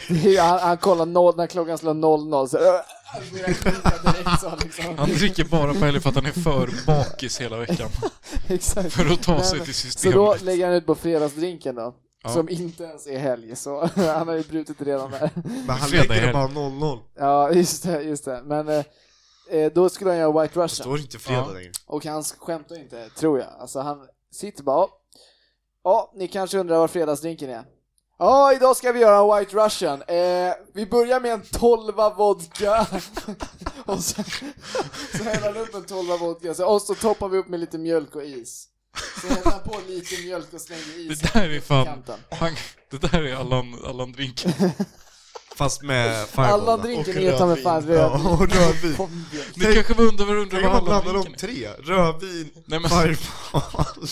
[SPEAKER 3] det är, ju- han, han kollar noll, när klockan slår 00 så... "Åh!" Alltså, det är direkt så,
[SPEAKER 1] [LAUGHS]
[SPEAKER 3] liksom.
[SPEAKER 2] Han dricker bara på helger för att han är för bakis hela veckan.
[SPEAKER 3] Exakt.
[SPEAKER 2] För att ta
[SPEAKER 3] Nej,
[SPEAKER 2] sig
[SPEAKER 3] men-
[SPEAKER 2] till
[SPEAKER 3] Så då
[SPEAKER 2] systemet.
[SPEAKER 3] lägger han ut på fredagsdrinken då.
[SPEAKER 2] Ja.
[SPEAKER 3] Som inte ens är helg, så [LAUGHS] han har ju brutit redan där.
[SPEAKER 1] Men han
[SPEAKER 2] Fredag
[SPEAKER 1] lägger
[SPEAKER 2] helg.
[SPEAKER 1] det bara 0-0.
[SPEAKER 3] Ja, [LAUGHS] just det, just det. Men eh, eh, då skulle han göra White Russian.
[SPEAKER 1] Står inte fredag
[SPEAKER 2] Ja.
[SPEAKER 1] längre.
[SPEAKER 3] Och han skämtar inte, tror jag. Alltså han sitter bara "Ja, Ja, ni kanske undrar vad fredagsdrinken är? Ja, idag ska vi göra en White Russian. Eh, vi börjar med en tolva vodka. [LAUGHS] och så, så häller han upp en tolva vodka. Så, och så toppar vi upp med lite mjölk och is. Så häller han på lite mjölk och slänger is
[SPEAKER 2] Det där är
[SPEAKER 3] i
[SPEAKER 2] fan...
[SPEAKER 3] kanten.
[SPEAKER 2] Han, det där är Allan, Allan Drinken.
[SPEAKER 1] Fast med fireball
[SPEAKER 3] Alla
[SPEAKER 1] då.
[SPEAKER 3] drinker
[SPEAKER 1] Och
[SPEAKER 3] är ta mig
[SPEAKER 1] rödvin.
[SPEAKER 3] fan
[SPEAKER 1] Ja, och rödvin.
[SPEAKER 3] [LAUGHS] rödvin.
[SPEAKER 2] Ni kanske var undrar vad undrar
[SPEAKER 1] Tänk
[SPEAKER 2] vad
[SPEAKER 1] om man blandar
[SPEAKER 2] Allan
[SPEAKER 1] de
[SPEAKER 2] Drinken är.
[SPEAKER 1] tre. Rödvin,
[SPEAKER 2] Nej men
[SPEAKER 1] fireball.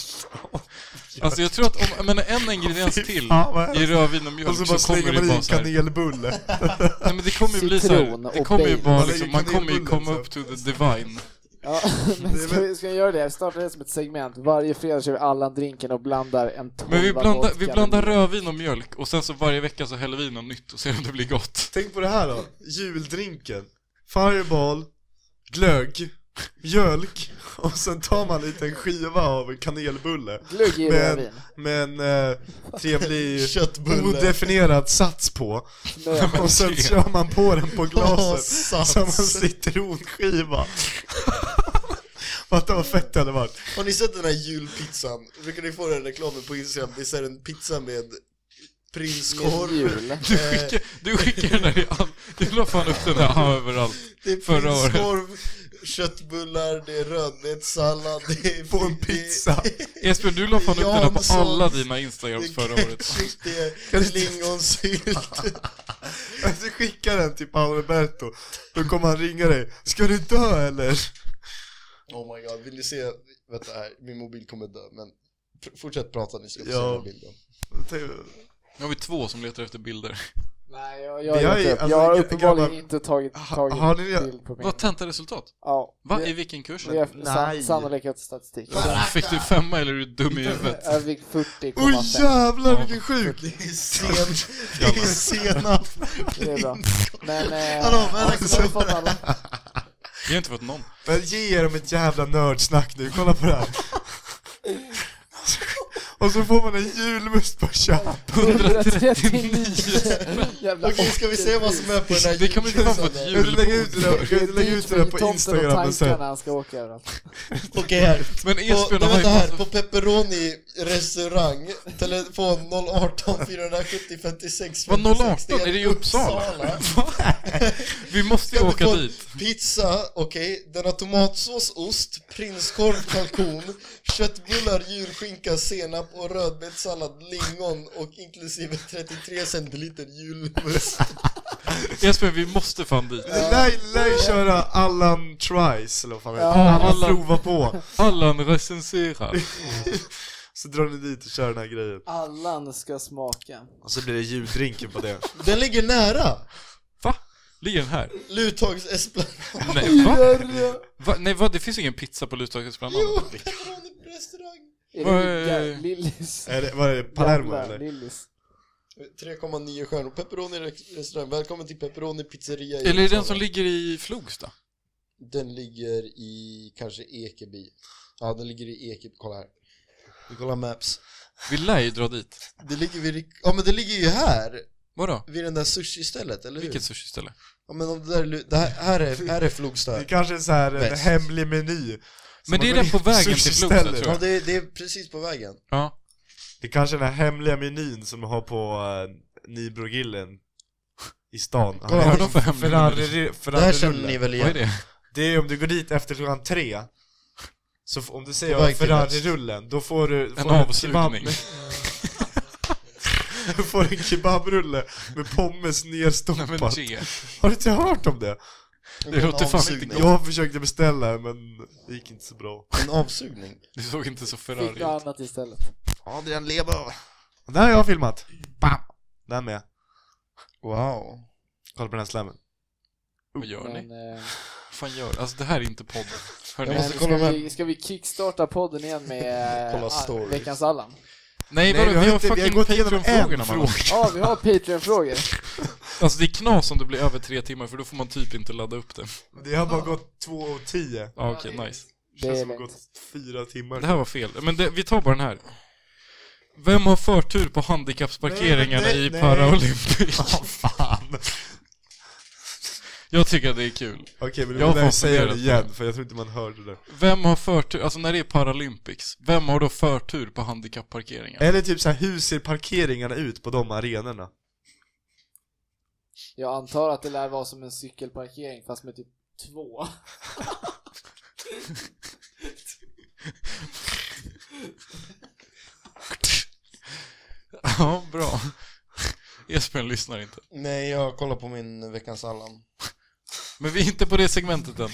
[SPEAKER 2] alltså jag tror att om, jag menar en ingrediens till
[SPEAKER 1] Fan, vad
[SPEAKER 2] i
[SPEAKER 1] hemskt.
[SPEAKER 2] rödvin och mjölk
[SPEAKER 1] Och så
[SPEAKER 2] så,
[SPEAKER 1] bara
[SPEAKER 2] kommer
[SPEAKER 1] slänger
[SPEAKER 2] det
[SPEAKER 1] man i
[SPEAKER 2] bara så här,
[SPEAKER 1] kanelbulle.
[SPEAKER 2] Nej men det kommer ju bli så
[SPEAKER 3] Citron
[SPEAKER 2] här, det
[SPEAKER 3] och
[SPEAKER 2] kommer ju
[SPEAKER 3] bail.
[SPEAKER 2] bara
[SPEAKER 1] Man
[SPEAKER 2] liksom, man
[SPEAKER 1] lägger
[SPEAKER 2] kommer ju
[SPEAKER 1] kanelbullen
[SPEAKER 2] komma
[SPEAKER 1] så.
[SPEAKER 2] upp to the divine.
[SPEAKER 4] [LAUGHS]
[SPEAKER 3] Ja, men ska, vi, ska vi göra det? Starta det som ett segment. Varje fredag kör vi Allan drinken och blandar en tolva
[SPEAKER 2] Men vi blandar,
[SPEAKER 3] vodka
[SPEAKER 2] vi
[SPEAKER 3] med
[SPEAKER 2] blandar
[SPEAKER 3] mjölk.
[SPEAKER 2] rödvin och mjölk och sen så varje vecka så häller vi i något nytt och ser om det blir gott.
[SPEAKER 1] Tänk på det här då. Juldrinken. Fireball, glögg, mjölk och sen tar man en liten skiva av en kanelbulle
[SPEAKER 3] Glögg i
[SPEAKER 1] Men-
[SPEAKER 3] rödvin.
[SPEAKER 1] med en eh, trevlig
[SPEAKER 4] Köttbulle.
[SPEAKER 1] odefinierad sats på.
[SPEAKER 3] Knöl.
[SPEAKER 1] Och sen kör man på den på
[SPEAKER 4] Åh,
[SPEAKER 1] Alltså, glaset
[SPEAKER 4] sats.
[SPEAKER 1] som en citronskiva. Fatta vad fett det hade varit.
[SPEAKER 4] Har ni sett den här julpizzan? Brukar ni få den reklamen på Instagram? Det är så här en pizza med prinskorv. Eh,
[SPEAKER 3] Jul.
[SPEAKER 2] Du skickar, du skickar den här i all... Du la fan upp den här överallt.
[SPEAKER 4] Det är
[SPEAKER 2] Förra året.
[SPEAKER 4] prinskorv, köttbullar, det är rödbetssallad, det är...
[SPEAKER 1] På en pizza.
[SPEAKER 2] Jesper, du la fan upp den här på
[SPEAKER 4] Jansson.
[SPEAKER 2] alla dina
[SPEAKER 4] Det är
[SPEAKER 2] Instagrams förra året.
[SPEAKER 4] ketchup,
[SPEAKER 2] [LAUGHS]
[SPEAKER 4] det är lingonsylt.
[SPEAKER 1] Alltså skicka den till Paolo Roberto. Då kommer han ringa dig. Ska du dö eller?
[SPEAKER 4] Oh my god, vill ni se? Vänta här, min mobil kommer dö, men pr- fortsätt prata, ni ska få
[SPEAKER 1] Ja.
[SPEAKER 4] se den bilden.
[SPEAKER 2] Nu har vi två som letar efter bilder.
[SPEAKER 3] Nej, jag, jag,
[SPEAKER 1] Vi har
[SPEAKER 3] har
[SPEAKER 1] ju-
[SPEAKER 3] inte, upp-
[SPEAKER 1] alltså,
[SPEAKER 3] jag har
[SPEAKER 1] gra-
[SPEAKER 3] uppenbarligen
[SPEAKER 1] grabbar,
[SPEAKER 3] inte tagit,
[SPEAKER 1] ha-
[SPEAKER 3] tagit
[SPEAKER 1] har ni-
[SPEAKER 3] bild på min.
[SPEAKER 2] Vad tentaresultat?
[SPEAKER 3] Ja,
[SPEAKER 2] Va? I
[SPEAKER 3] det,
[SPEAKER 2] vilken kurs?
[SPEAKER 3] det är
[SPEAKER 1] Nej.
[SPEAKER 3] san, sannolikhetsstatistik.
[SPEAKER 2] Fick du femma eller är du dum i huvudet?
[SPEAKER 3] Jag fick
[SPEAKER 1] Oj
[SPEAKER 3] 40,5.
[SPEAKER 1] jävlar vilken sjuk!
[SPEAKER 4] Det är sen, det är senap.
[SPEAKER 3] Det är bra. Men... Eh,
[SPEAKER 4] Hallå, men-
[SPEAKER 3] har du fått alla?
[SPEAKER 2] Jag har inte fått någon.
[SPEAKER 1] Men ge dem ett jävla nördsnack nu, kolla på det här. Och så får man en julmust på köp.
[SPEAKER 2] 139!
[SPEAKER 3] [LAUGHS] Jävla
[SPEAKER 4] Okej, ska vi se vad som är på den här
[SPEAKER 2] Det kan vi inte fan få
[SPEAKER 4] julpizzaden?
[SPEAKER 2] ett
[SPEAKER 1] Jag vill lägga
[SPEAKER 2] julbord
[SPEAKER 1] ut det där, jag vill lägga ut det där på Instagram och
[SPEAKER 3] och sen.
[SPEAKER 1] sen.
[SPEAKER 3] han ska åka överallt.
[SPEAKER 4] Okej här.
[SPEAKER 2] Men
[SPEAKER 4] På,
[SPEAKER 2] Esbjörn
[SPEAKER 4] nej,
[SPEAKER 2] har ju
[SPEAKER 4] vänta här, på
[SPEAKER 2] massa...
[SPEAKER 4] Pepperoni restaurang, telefon 018 470 56
[SPEAKER 2] Vad
[SPEAKER 4] 56,
[SPEAKER 2] 018? Är det i Uppsala? Vi måste ju
[SPEAKER 4] Kan du
[SPEAKER 2] åka
[SPEAKER 4] få
[SPEAKER 2] dit.
[SPEAKER 4] Pizza, okej, den har tomatsås, ost, prinskorv, kalkon, köttbullar, julskinka, senap och rödbetssallad, lingon och inklusive 33 centiliter julmust.
[SPEAKER 2] Esbjörn, vi måste fan dit.
[SPEAKER 1] Det lär ju- lär ju köra Allan tries eller vad fan det heter.
[SPEAKER 3] Ja,
[SPEAKER 1] Allan
[SPEAKER 2] Allan.
[SPEAKER 1] prova på.
[SPEAKER 2] Allan recenserar.
[SPEAKER 1] Så drar ni dit och kör den här grejen.
[SPEAKER 3] Allan ska smaka.
[SPEAKER 1] Och så blir det ljuddrinken på det.
[SPEAKER 4] Den ligger nära
[SPEAKER 2] Va? Ligger den här?
[SPEAKER 4] Luthags esplanad.
[SPEAKER 2] Nej, va? va? Nej, va? Det finns ingen pizza på Luthagens bland
[SPEAKER 4] Jo,
[SPEAKER 2] annat.
[SPEAKER 4] Pepperoni restaurang.
[SPEAKER 3] Är
[SPEAKER 2] Oj.
[SPEAKER 3] det Rickard? Lillis?
[SPEAKER 1] [LAUGHS] Är det, vad är det, Palermo
[SPEAKER 3] Jävla
[SPEAKER 1] eller?
[SPEAKER 3] Lillis.
[SPEAKER 4] 3,9 stjärnor. Pepperoni restaurang. Välkommen till Pepperoni pizzeria. i
[SPEAKER 2] Eller är det den
[SPEAKER 4] Uppsala.
[SPEAKER 2] som ligger i Flogsta?
[SPEAKER 4] Den ligger i kanske Ekeby. Ja, den ligger i Ekeby. Kolla här. Vi kollar maps.
[SPEAKER 2] Vi lär ju dra dit.
[SPEAKER 4] Det ligger vid... Rik- Ja, men det ligger ju här.
[SPEAKER 2] Vadå?
[SPEAKER 4] Vid den där sushi-stället, eller hur?
[SPEAKER 2] Vilket sushiställe?
[SPEAKER 4] Ja, men om det där är... Lu- Det här, här är, här är Flogsta.
[SPEAKER 1] Det kanske är så här en
[SPEAKER 4] Väst.
[SPEAKER 1] hemlig meny. Så
[SPEAKER 2] Men det
[SPEAKER 1] man
[SPEAKER 2] är
[SPEAKER 1] går
[SPEAKER 2] den på
[SPEAKER 1] in på
[SPEAKER 2] vägen till Flogsta
[SPEAKER 1] sushiställe.
[SPEAKER 2] tror
[SPEAKER 4] Ja,
[SPEAKER 2] jag.
[SPEAKER 4] det är, det är precis på vägen.
[SPEAKER 2] Ja.
[SPEAKER 1] Det är kanske är den här hemliga menyn som de har på uh, Nibrogillen i stan.
[SPEAKER 4] Kolla, vad
[SPEAKER 2] är det för hemlig
[SPEAKER 1] Ferrari,
[SPEAKER 4] Det här känner ni
[SPEAKER 1] Ferrari
[SPEAKER 4] väl
[SPEAKER 2] Vad är
[SPEAKER 4] igen?
[SPEAKER 2] det?
[SPEAKER 1] Det är om du går dit efter klockan tre så f- om du säger
[SPEAKER 4] På väg till
[SPEAKER 1] Ferrari-rullen, då får du får
[SPEAKER 2] En
[SPEAKER 1] du en
[SPEAKER 2] avslutning.
[SPEAKER 1] kebab- Du får en kebabrulle med pommes
[SPEAKER 2] Nej men typ-
[SPEAKER 1] nerstoppat.
[SPEAKER 2] det.
[SPEAKER 1] Har du inte hört om det?
[SPEAKER 2] Det låter fan
[SPEAKER 4] avsugning.
[SPEAKER 2] inte
[SPEAKER 1] Jag försökte beställa men det gick inte så bra.
[SPEAKER 4] En avsugning.
[SPEAKER 2] Det såg inte så
[SPEAKER 3] Fick
[SPEAKER 2] Ferrari
[SPEAKER 3] något
[SPEAKER 2] ut.
[SPEAKER 3] annat istället.
[SPEAKER 4] Adrian Leber.
[SPEAKER 1] Den har jag filmat. Bam! Den med.
[SPEAKER 4] Wow.
[SPEAKER 1] Kolla på den här slammen.
[SPEAKER 2] Vad gör ni?
[SPEAKER 3] Men, eh,
[SPEAKER 2] Vad fan gör Alltså det här är inte podden.
[SPEAKER 4] Jag
[SPEAKER 2] Hörni.
[SPEAKER 3] men
[SPEAKER 4] måste kolla
[SPEAKER 3] ska,
[SPEAKER 4] med-
[SPEAKER 3] vi, ska vi kickstarta podden igen
[SPEAKER 4] [LAUGHS]
[SPEAKER 3] med eh,
[SPEAKER 4] Kolla
[SPEAKER 3] ah,
[SPEAKER 4] stories.
[SPEAKER 3] veckans Allan?
[SPEAKER 2] Nej
[SPEAKER 1] Nej,
[SPEAKER 2] vadå?
[SPEAKER 1] vi har
[SPEAKER 2] Vi har
[SPEAKER 1] inte- vi har
[SPEAKER 2] fucking
[SPEAKER 1] gått igenom
[SPEAKER 2] Patreon-frågorna
[SPEAKER 1] en
[SPEAKER 2] man.
[SPEAKER 3] Ja, vi har Patreon-frågor.
[SPEAKER 2] Alltså det är knas om det blir över tre timmar för då får man typ inte ladda upp det.
[SPEAKER 1] Det har bara gått två och tio.
[SPEAKER 2] Ja okej, nice.
[SPEAKER 1] Det känns som det
[SPEAKER 3] lugnt.
[SPEAKER 1] har gått fyra timmar.
[SPEAKER 2] Det här var fel. Men det, vi tar bara den här. Vem har förtur på handikappsparkeringarna
[SPEAKER 1] Nej, nej,
[SPEAKER 2] i
[SPEAKER 1] nej.
[SPEAKER 2] Paralympic?
[SPEAKER 1] Åh, fan.
[SPEAKER 2] Jag tycker att det är kul.
[SPEAKER 1] Okej, men
[SPEAKER 2] Jag
[SPEAKER 1] du
[SPEAKER 2] har
[SPEAKER 1] vill säga det
[SPEAKER 2] funderat på
[SPEAKER 1] igen, för jag tror inte man hörde det.
[SPEAKER 2] Vem har förtur, alltså när det är Paralympics, vem har då förtur på handikappparkeringar?
[SPEAKER 1] Eller typ så här, hur ser parkeringarna ut på de arenorna?
[SPEAKER 3] Jag antar att det lär vara som en cykelparkering fast med typ två.
[SPEAKER 2] Ja, bra. Esbjörn lyssnar inte.
[SPEAKER 4] Nej, jag kollar på min veckans Allan.
[SPEAKER 2] Men vi är inte på det segmentet än.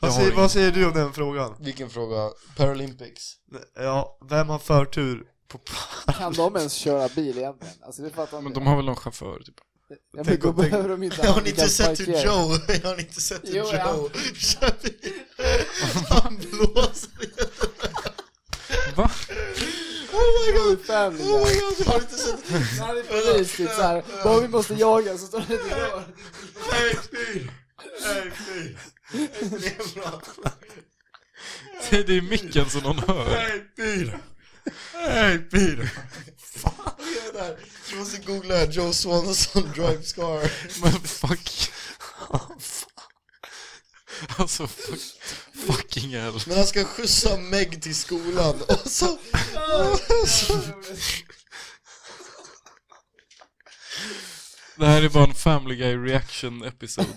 [SPEAKER 1] Vad
[SPEAKER 2] har
[SPEAKER 1] säger,
[SPEAKER 2] ingen.
[SPEAKER 1] vad säger du om den frågan?
[SPEAKER 4] Vilken fråga? Paralympics.
[SPEAKER 1] Ja, vem har förtur på...
[SPEAKER 3] Kan de ens köra bil egentligen? Alltså det fattar
[SPEAKER 2] Men
[SPEAKER 3] inte
[SPEAKER 2] de
[SPEAKER 3] jag.
[SPEAKER 2] har väl någon chaufför typ.
[SPEAKER 3] Ja, men
[SPEAKER 1] tänk
[SPEAKER 3] då
[SPEAKER 1] om- tänk-
[SPEAKER 3] behöver de
[SPEAKER 4] [LAUGHS]
[SPEAKER 3] inte
[SPEAKER 4] Jag har ni inte sett hur
[SPEAKER 3] handikappsparkering.
[SPEAKER 4] Joe, jag har ni inte sett hur
[SPEAKER 3] Jo,
[SPEAKER 4] Joe
[SPEAKER 3] ja.
[SPEAKER 4] kör bil? Han blåser i-
[SPEAKER 2] Va?
[SPEAKER 4] Oh my god!
[SPEAKER 3] Family
[SPEAKER 4] Oh
[SPEAKER 3] Guy.
[SPEAKER 4] my god! Har du inte sett?
[SPEAKER 3] När det är polis typ såhär, bara vi måste jaga så står det inte kvar.
[SPEAKER 4] Nej fy! Nej fy! Det är bra!
[SPEAKER 2] Det det är micken som någon hör.
[SPEAKER 4] Nej fy! Nej fy! Fan! vad är det där? Du måste googla här, Joe Swanson drives car.
[SPEAKER 2] Men fuck. Alltså fuck. Fuck Peking
[SPEAKER 4] Men han ska skjutsa Meg till skolan och så...
[SPEAKER 2] Det här är bara en Family Guy reaction episode.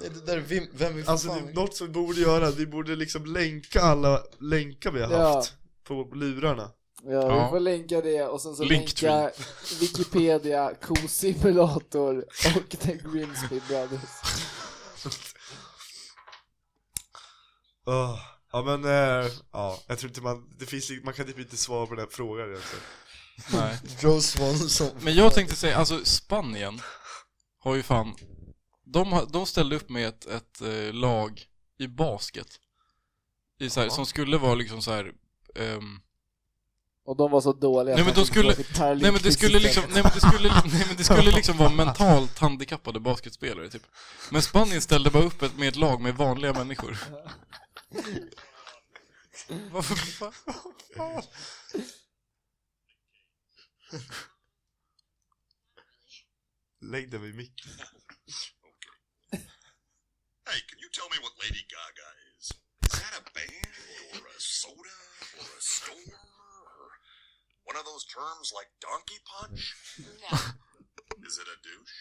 [SPEAKER 4] Nej, det där är vem, vem vill
[SPEAKER 1] Alltså det är något som vi borde göra, vi borde liksom länka alla länkar vi har
[SPEAKER 3] Ja.
[SPEAKER 1] haft på lurarna
[SPEAKER 3] Ja,
[SPEAKER 2] Ja.
[SPEAKER 3] vi får länka det och sen så
[SPEAKER 2] Linktree.
[SPEAKER 3] länka [LAUGHS] Wikipedia, kosimulator och The Grimsby Brothers.
[SPEAKER 1] Åh, Ja men, eh, ja, jag tror inte man, det finns, man kan typ inte svara på den här frågan egentligen
[SPEAKER 2] Nej.
[SPEAKER 4] Joe Swanson.
[SPEAKER 2] Men jag tänkte säga, alltså Spanien har ju fan, de, har- de ställde upp med ett, ett eh, lag i basket. I så här, som skulle vara liksom så här. ehm,
[SPEAKER 3] Och de var så dåliga.
[SPEAKER 2] Nej, men
[SPEAKER 3] att
[SPEAKER 2] då
[SPEAKER 3] de
[SPEAKER 2] skulle-
[SPEAKER 3] fick Paralympics
[SPEAKER 2] nej men det skulle liksom,
[SPEAKER 3] istället.
[SPEAKER 2] nej men det skulle, nej men det skulle liksom vara mentalt handikappade basketspelare typ. Men Spanien ställde bara upp ett, med ett lag med vanliga människor. Varför? va?
[SPEAKER 1] Lägg den vid micken
[SPEAKER 6] Hey, can you tell me what Lady Gaga is? Is that a band or a soda or a storm or one of those terms like donkey punch?
[SPEAKER 7] No.
[SPEAKER 6] Is it a douche?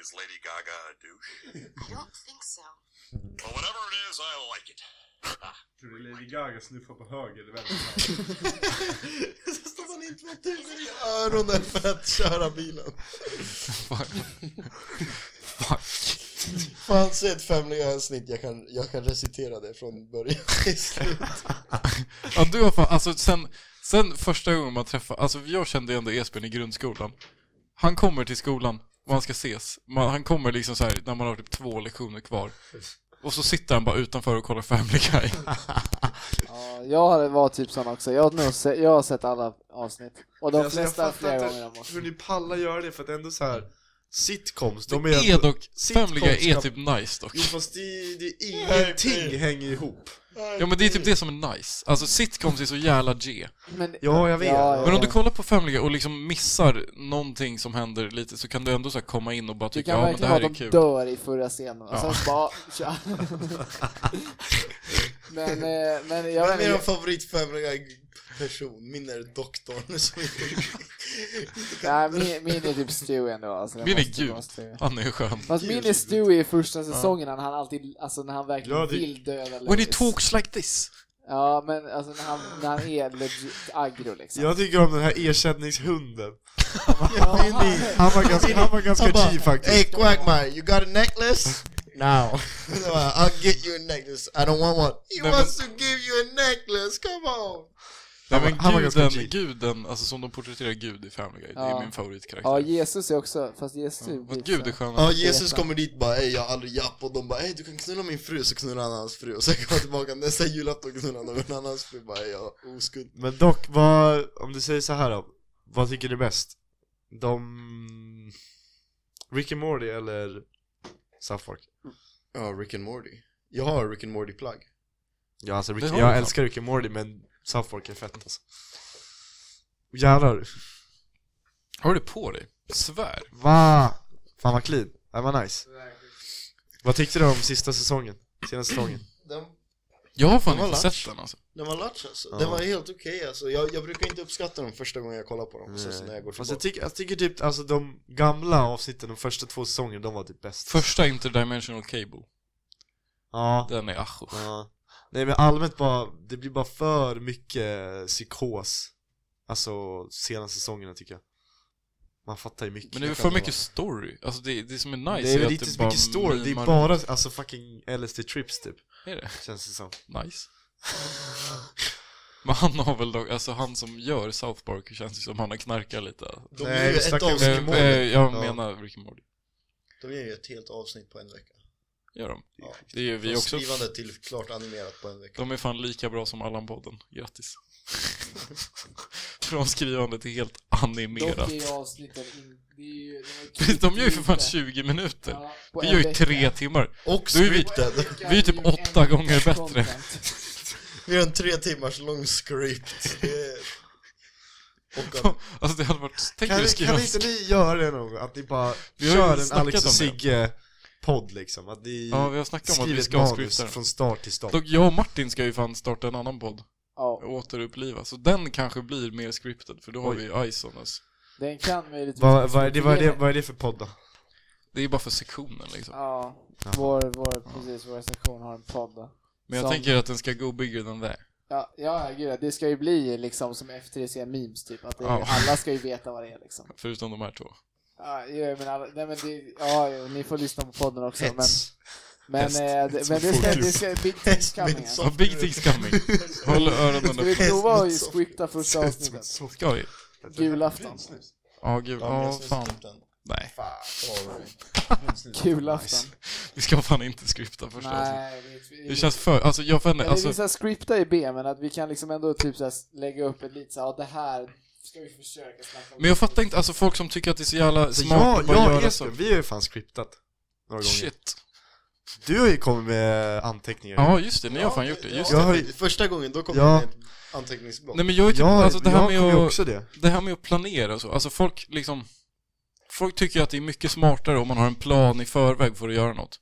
[SPEAKER 6] Is Lady Gaga a douche?
[SPEAKER 7] I don't think so.
[SPEAKER 6] Well, whatever it is, I like it.
[SPEAKER 1] Tror du Lady Gaga snuffar på höger eller vänster?
[SPEAKER 4] Så står man inte med tusen i öronen för att köra bilen.
[SPEAKER 2] Fuck. Fuck.
[SPEAKER 4] Fan, se ett Family Guy-avsnitt, jag kan, jag kan recitera det från början till slut.
[SPEAKER 2] Ja, du har fan, alltså sen, sen första gången man träffade, alltså jag kände ju ändå Esbjörn i grundskolan. Han kommer till skolan och han ska ses. Man, han kommer liksom så här när man har typ två lektioner kvar. Och så sitter han bara utanför och kollar Family Guy. liksom-
[SPEAKER 3] Ja, jag hade- var typ sån också. Jag har, nog se, jag har sett alla avsnitt. Och de
[SPEAKER 1] Alltså, jag
[SPEAKER 3] flesta
[SPEAKER 1] fattar
[SPEAKER 3] flera
[SPEAKER 1] inte
[SPEAKER 3] gånger om oss.
[SPEAKER 1] Hur ni pallar göra det för att ändå så här sitcoms, de
[SPEAKER 2] Det
[SPEAKER 1] är,
[SPEAKER 2] är
[SPEAKER 1] ändå-
[SPEAKER 2] dock, Family Guy är
[SPEAKER 1] sitcomskap-
[SPEAKER 2] typ nice dock.
[SPEAKER 1] Jo fast det, det är ingenting hänger ihop
[SPEAKER 2] Ja men det är typ det som är nice. Alltså sitcoms är så jävla G.
[SPEAKER 3] Men,
[SPEAKER 1] Ja jag vet
[SPEAKER 3] Ja, ja.
[SPEAKER 2] Men om du kollar på Family Guy och liksom missar någonting som händer lite så kan du ändå så här komma in och bara
[SPEAKER 3] det
[SPEAKER 2] tycka
[SPEAKER 3] kan
[SPEAKER 2] ja men det här
[SPEAKER 3] verkligen vara
[SPEAKER 2] är
[SPEAKER 3] att de
[SPEAKER 2] kul.
[SPEAKER 3] dör i förra scenen. Och
[SPEAKER 2] Ja.
[SPEAKER 3] sen bara,
[SPEAKER 2] [LAUGHS]
[SPEAKER 3] tja. men, eh, men jag
[SPEAKER 4] Vem
[SPEAKER 3] vet
[SPEAKER 4] är din
[SPEAKER 3] inte.
[SPEAKER 4] favorit Family Guy-person? Min är doktorn som inte...
[SPEAKER 3] Nej, min, min är typ Stewie ändå. Alltså, det
[SPEAKER 2] Min är
[SPEAKER 3] måste vara
[SPEAKER 2] gud.
[SPEAKER 3] Stewie.
[SPEAKER 2] Han är skön.
[SPEAKER 3] Fast min är Stewie i första säsongen, han, han alltid, alltså när han verkligen
[SPEAKER 1] Ja, det-
[SPEAKER 3] vill döda
[SPEAKER 2] When he
[SPEAKER 3] Lois.
[SPEAKER 2] talks like this.
[SPEAKER 3] Ja, men alltså när han, när han är legit aggro liksom.
[SPEAKER 1] Jag tycker om den här
[SPEAKER 3] [LAUGHS]
[SPEAKER 1] ersättningshunden
[SPEAKER 3] Ja,
[SPEAKER 1] Han var ganska, han var ganska
[SPEAKER 4] Han bara,
[SPEAKER 1] G faktiskt
[SPEAKER 4] [LAUGHS] Hey Quagmire, you got a necklace? Now. Så bara, [LAUGHS] I'll get you a necklace. I don't want one. He
[SPEAKER 2] Nej,
[SPEAKER 4] wants to give you a necklace, come on!
[SPEAKER 2] Nej,
[SPEAKER 1] Han
[SPEAKER 2] men
[SPEAKER 1] var- han var ganska
[SPEAKER 2] guden,
[SPEAKER 1] chill.
[SPEAKER 2] guden, alltså som de porträtterar Gud i Family Guy, det är
[SPEAKER 3] Ja.
[SPEAKER 2] min favoritkaraktär.
[SPEAKER 3] ja,
[SPEAKER 2] Ja,
[SPEAKER 3] Jesus är också, fast Jesus är
[SPEAKER 2] men
[SPEAKER 3] typ
[SPEAKER 2] Gud är
[SPEAKER 3] så-
[SPEAKER 2] skön.
[SPEAKER 4] Ja, Jesus kommer dit bara ey jag har aldrig japp och de bara ey du kan knulla min fru så knullar han hans fru och sen kommer han tillbaka nästa julafton och knullar någon annans fru bara ey jag har oskuld.
[SPEAKER 1] Men dock, vad, om du säger så här då, vad tycker du är bäst? De... Rick and Morty eller South Park?
[SPEAKER 4] Ja, Rick and Morty. Jag har Rick and Morty plagg.
[SPEAKER 1] Ja alltså Rick,
[SPEAKER 2] Det har du
[SPEAKER 1] jag
[SPEAKER 2] fan.
[SPEAKER 1] älskar Rick and Morty men South Park är fett alltså Jävlar,
[SPEAKER 2] Har du det på dig? Svär.
[SPEAKER 1] va? Fan vad clean, det var nice Vad tyckte du om sista säsongen? Senaste säsongen?
[SPEAKER 4] [CLEARS THROAT] Den,
[SPEAKER 2] Jag har fan
[SPEAKER 4] Det var
[SPEAKER 2] inte
[SPEAKER 4] lattjo.
[SPEAKER 2] sett den alltså.
[SPEAKER 4] den var latch alltså.
[SPEAKER 1] Ja.
[SPEAKER 4] Den var helt okej alltså. Jag, jag brukar inte uppskatta dem första gången jag kollar på dem. Sen så när jag går
[SPEAKER 1] Fast jag
[SPEAKER 4] tillbaka.
[SPEAKER 1] tycker, jag tycker typ, alltså de gamla avsnitten, de första två säsongerna, de var typ bäst
[SPEAKER 2] Första Interdimensional Cable,
[SPEAKER 1] Ja,
[SPEAKER 2] den är ajo.
[SPEAKER 1] ja Nej men allmänt bara, det blir bara för mycket psykos Alltså senaste säsongerna tycker jag Man fattar ju mycket
[SPEAKER 2] Men det är
[SPEAKER 1] Jag
[SPEAKER 2] för
[SPEAKER 1] kan
[SPEAKER 2] mycket story, alltså det, det som är
[SPEAKER 1] bara-
[SPEAKER 2] nice
[SPEAKER 1] Det är väl
[SPEAKER 2] att
[SPEAKER 1] inte så
[SPEAKER 2] bara
[SPEAKER 1] mycket story, det
[SPEAKER 2] mimar-
[SPEAKER 1] är bara alltså fucking LSD trips typ,
[SPEAKER 2] Är det?
[SPEAKER 1] känns det som
[SPEAKER 2] Nice. Men han har väl dock, alltså han som gör South Park känns ju som han har knarkat lite.
[SPEAKER 4] De
[SPEAKER 1] Nej,
[SPEAKER 4] gör ju
[SPEAKER 1] vi
[SPEAKER 4] ett
[SPEAKER 1] snackar om-
[SPEAKER 4] avsnitt,
[SPEAKER 2] Eh,
[SPEAKER 1] Morty.
[SPEAKER 2] eh, jag
[SPEAKER 1] Ja.
[SPEAKER 2] menar Rick and Morty.
[SPEAKER 4] de gör ju ett helt avsnitt på en vecka.
[SPEAKER 2] Gör de?
[SPEAKER 4] Ja.
[SPEAKER 2] Det gör vi
[SPEAKER 4] Från
[SPEAKER 2] också.
[SPEAKER 4] skrivande till klart animerat på en vecka.
[SPEAKER 2] De är fan lika bra som Allan-podden.
[SPEAKER 1] [LAUGHS]
[SPEAKER 2] Grattis. Från skrivande till helt animerat.
[SPEAKER 3] Dock är ju avsnitten in, det är ju... De,
[SPEAKER 2] Precis, [LAUGHS] De gör ju för fan 20 minuter.
[SPEAKER 3] Ja, på
[SPEAKER 2] Vi
[SPEAKER 3] en
[SPEAKER 2] gör ju
[SPEAKER 3] vecka.
[SPEAKER 2] tre timmar.
[SPEAKER 4] Och
[SPEAKER 2] Då är vi-
[SPEAKER 4] scripted.
[SPEAKER 3] Vecka
[SPEAKER 2] vi är typ
[SPEAKER 3] ju
[SPEAKER 2] åtta
[SPEAKER 3] en
[SPEAKER 2] gånger
[SPEAKER 3] veckas
[SPEAKER 2] bättre.
[SPEAKER 3] content.
[SPEAKER 4] Vi gör en tre timmars lång script. Det [LAUGHS] är- Och om-
[SPEAKER 2] Alltså det hade varit... Tänk
[SPEAKER 1] Kan,
[SPEAKER 2] dig att
[SPEAKER 1] ni-
[SPEAKER 2] skriva...
[SPEAKER 1] kan inte ni göra det någon gång? Att ni bara
[SPEAKER 2] Vi har ju
[SPEAKER 1] kör en
[SPEAKER 2] snackat
[SPEAKER 1] Alex och
[SPEAKER 2] om det.
[SPEAKER 1] Sigge podd liksom, att ni
[SPEAKER 2] Ja, vi har snackat om att vi
[SPEAKER 1] skriver ett
[SPEAKER 2] ska
[SPEAKER 1] manus
[SPEAKER 2] avskrifta den.
[SPEAKER 1] från start till start.
[SPEAKER 2] Dock, jag och Martin ska ju fan starta en annan podd,
[SPEAKER 3] Ja,
[SPEAKER 2] återuppliva, så den kanske blir mer scripted, för då har
[SPEAKER 1] Oj.
[SPEAKER 2] vi Ice on us.
[SPEAKER 3] den kan liksom möjligtvis...
[SPEAKER 1] Vad vad är det, vad är det, vad är det för podd då?
[SPEAKER 2] Det är bara för sektionen liksom.
[SPEAKER 3] Ja,
[SPEAKER 1] Jaha.
[SPEAKER 3] vår, vår, precis, vår sektion har en podd då.
[SPEAKER 2] Men jag
[SPEAKER 3] Som-
[SPEAKER 2] tänker att den ska go bigger than that.
[SPEAKER 3] Ja, ja, gud, det ska ju bli liksom som F3C memes typ, att det,
[SPEAKER 2] Ja.
[SPEAKER 3] alla ska ju veta vad det är liksom.
[SPEAKER 2] Förutom de här två.
[SPEAKER 3] Ja, jo, men, alla, nej, men det, ja, jo, ni får lyssna på podden också, men,
[SPEAKER 1] Hets.
[SPEAKER 3] men,
[SPEAKER 1] Häst.
[SPEAKER 3] eh, det, men det ska, det ska, big things coming. alltså.
[SPEAKER 2] Ja, big things
[SPEAKER 1] [LAUGHS]
[SPEAKER 2] coming. Håll öronen
[SPEAKER 3] Ska vi
[SPEAKER 2] öppna.
[SPEAKER 3] prova att scripta första avsnittet?
[SPEAKER 2] Ska vi?
[SPEAKER 3] Julafton.
[SPEAKER 2] Ja, gud. Ja, fan. Nej.
[SPEAKER 3] Julafton.
[SPEAKER 2] Vi ska fan inte scripta första avsnittet.
[SPEAKER 3] Nej, det,
[SPEAKER 2] Det känns för... Alltså jag vet
[SPEAKER 3] men
[SPEAKER 2] inte,
[SPEAKER 3] det
[SPEAKER 2] alltså...
[SPEAKER 3] finns att scripta i B, men att vi kan liksom ändå typ så här, lägga upp ett litet såhär, ja det här ska vi försöka snacka om.
[SPEAKER 2] Men jag fattar inte, alltså folk som tycker att det är så jävla
[SPEAKER 1] Så
[SPEAKER 2] smart
[SPEAKER 1] jag,
[SPEAKER 2] att bara
[SPEAKER 1] jag och
[SPEAKER 2] göra så.
[SPEAKER 1] Esbjörn, vi har ju fan skriptat några gånger.
[SPEAKER 2] Shit.
[SPEAKER 1] Du har ju kommit med anteckningar.
[SPEAKER 2] Ja, just det. Ni har fan gjort det. Just
[SPEAKER 1] ja.
[SPEAKER 2] det.
[SPEAKER 1] har ju-
[SPEAKER 4] Första gången, då kom
[SPEAKER 1] Ja.
[SPEAKER 4] det en anteckningsblock.
[SPEAKER 2] Nej men jag är typ,
[SPEAKER 1] jag
[SPEAKER 2] alltså det här
[SPEAKER 1] jag
[SPEAKER 2] med
[SPEAKER 1] kommer ju
[SPEAKER 2] att...
[SPEAKER 1] också det.
[SPEAKER 2] det här med att planera och så, alltså folk liksom Folk tycker att det är mycket smartare om man har en plan i förväg för att göra något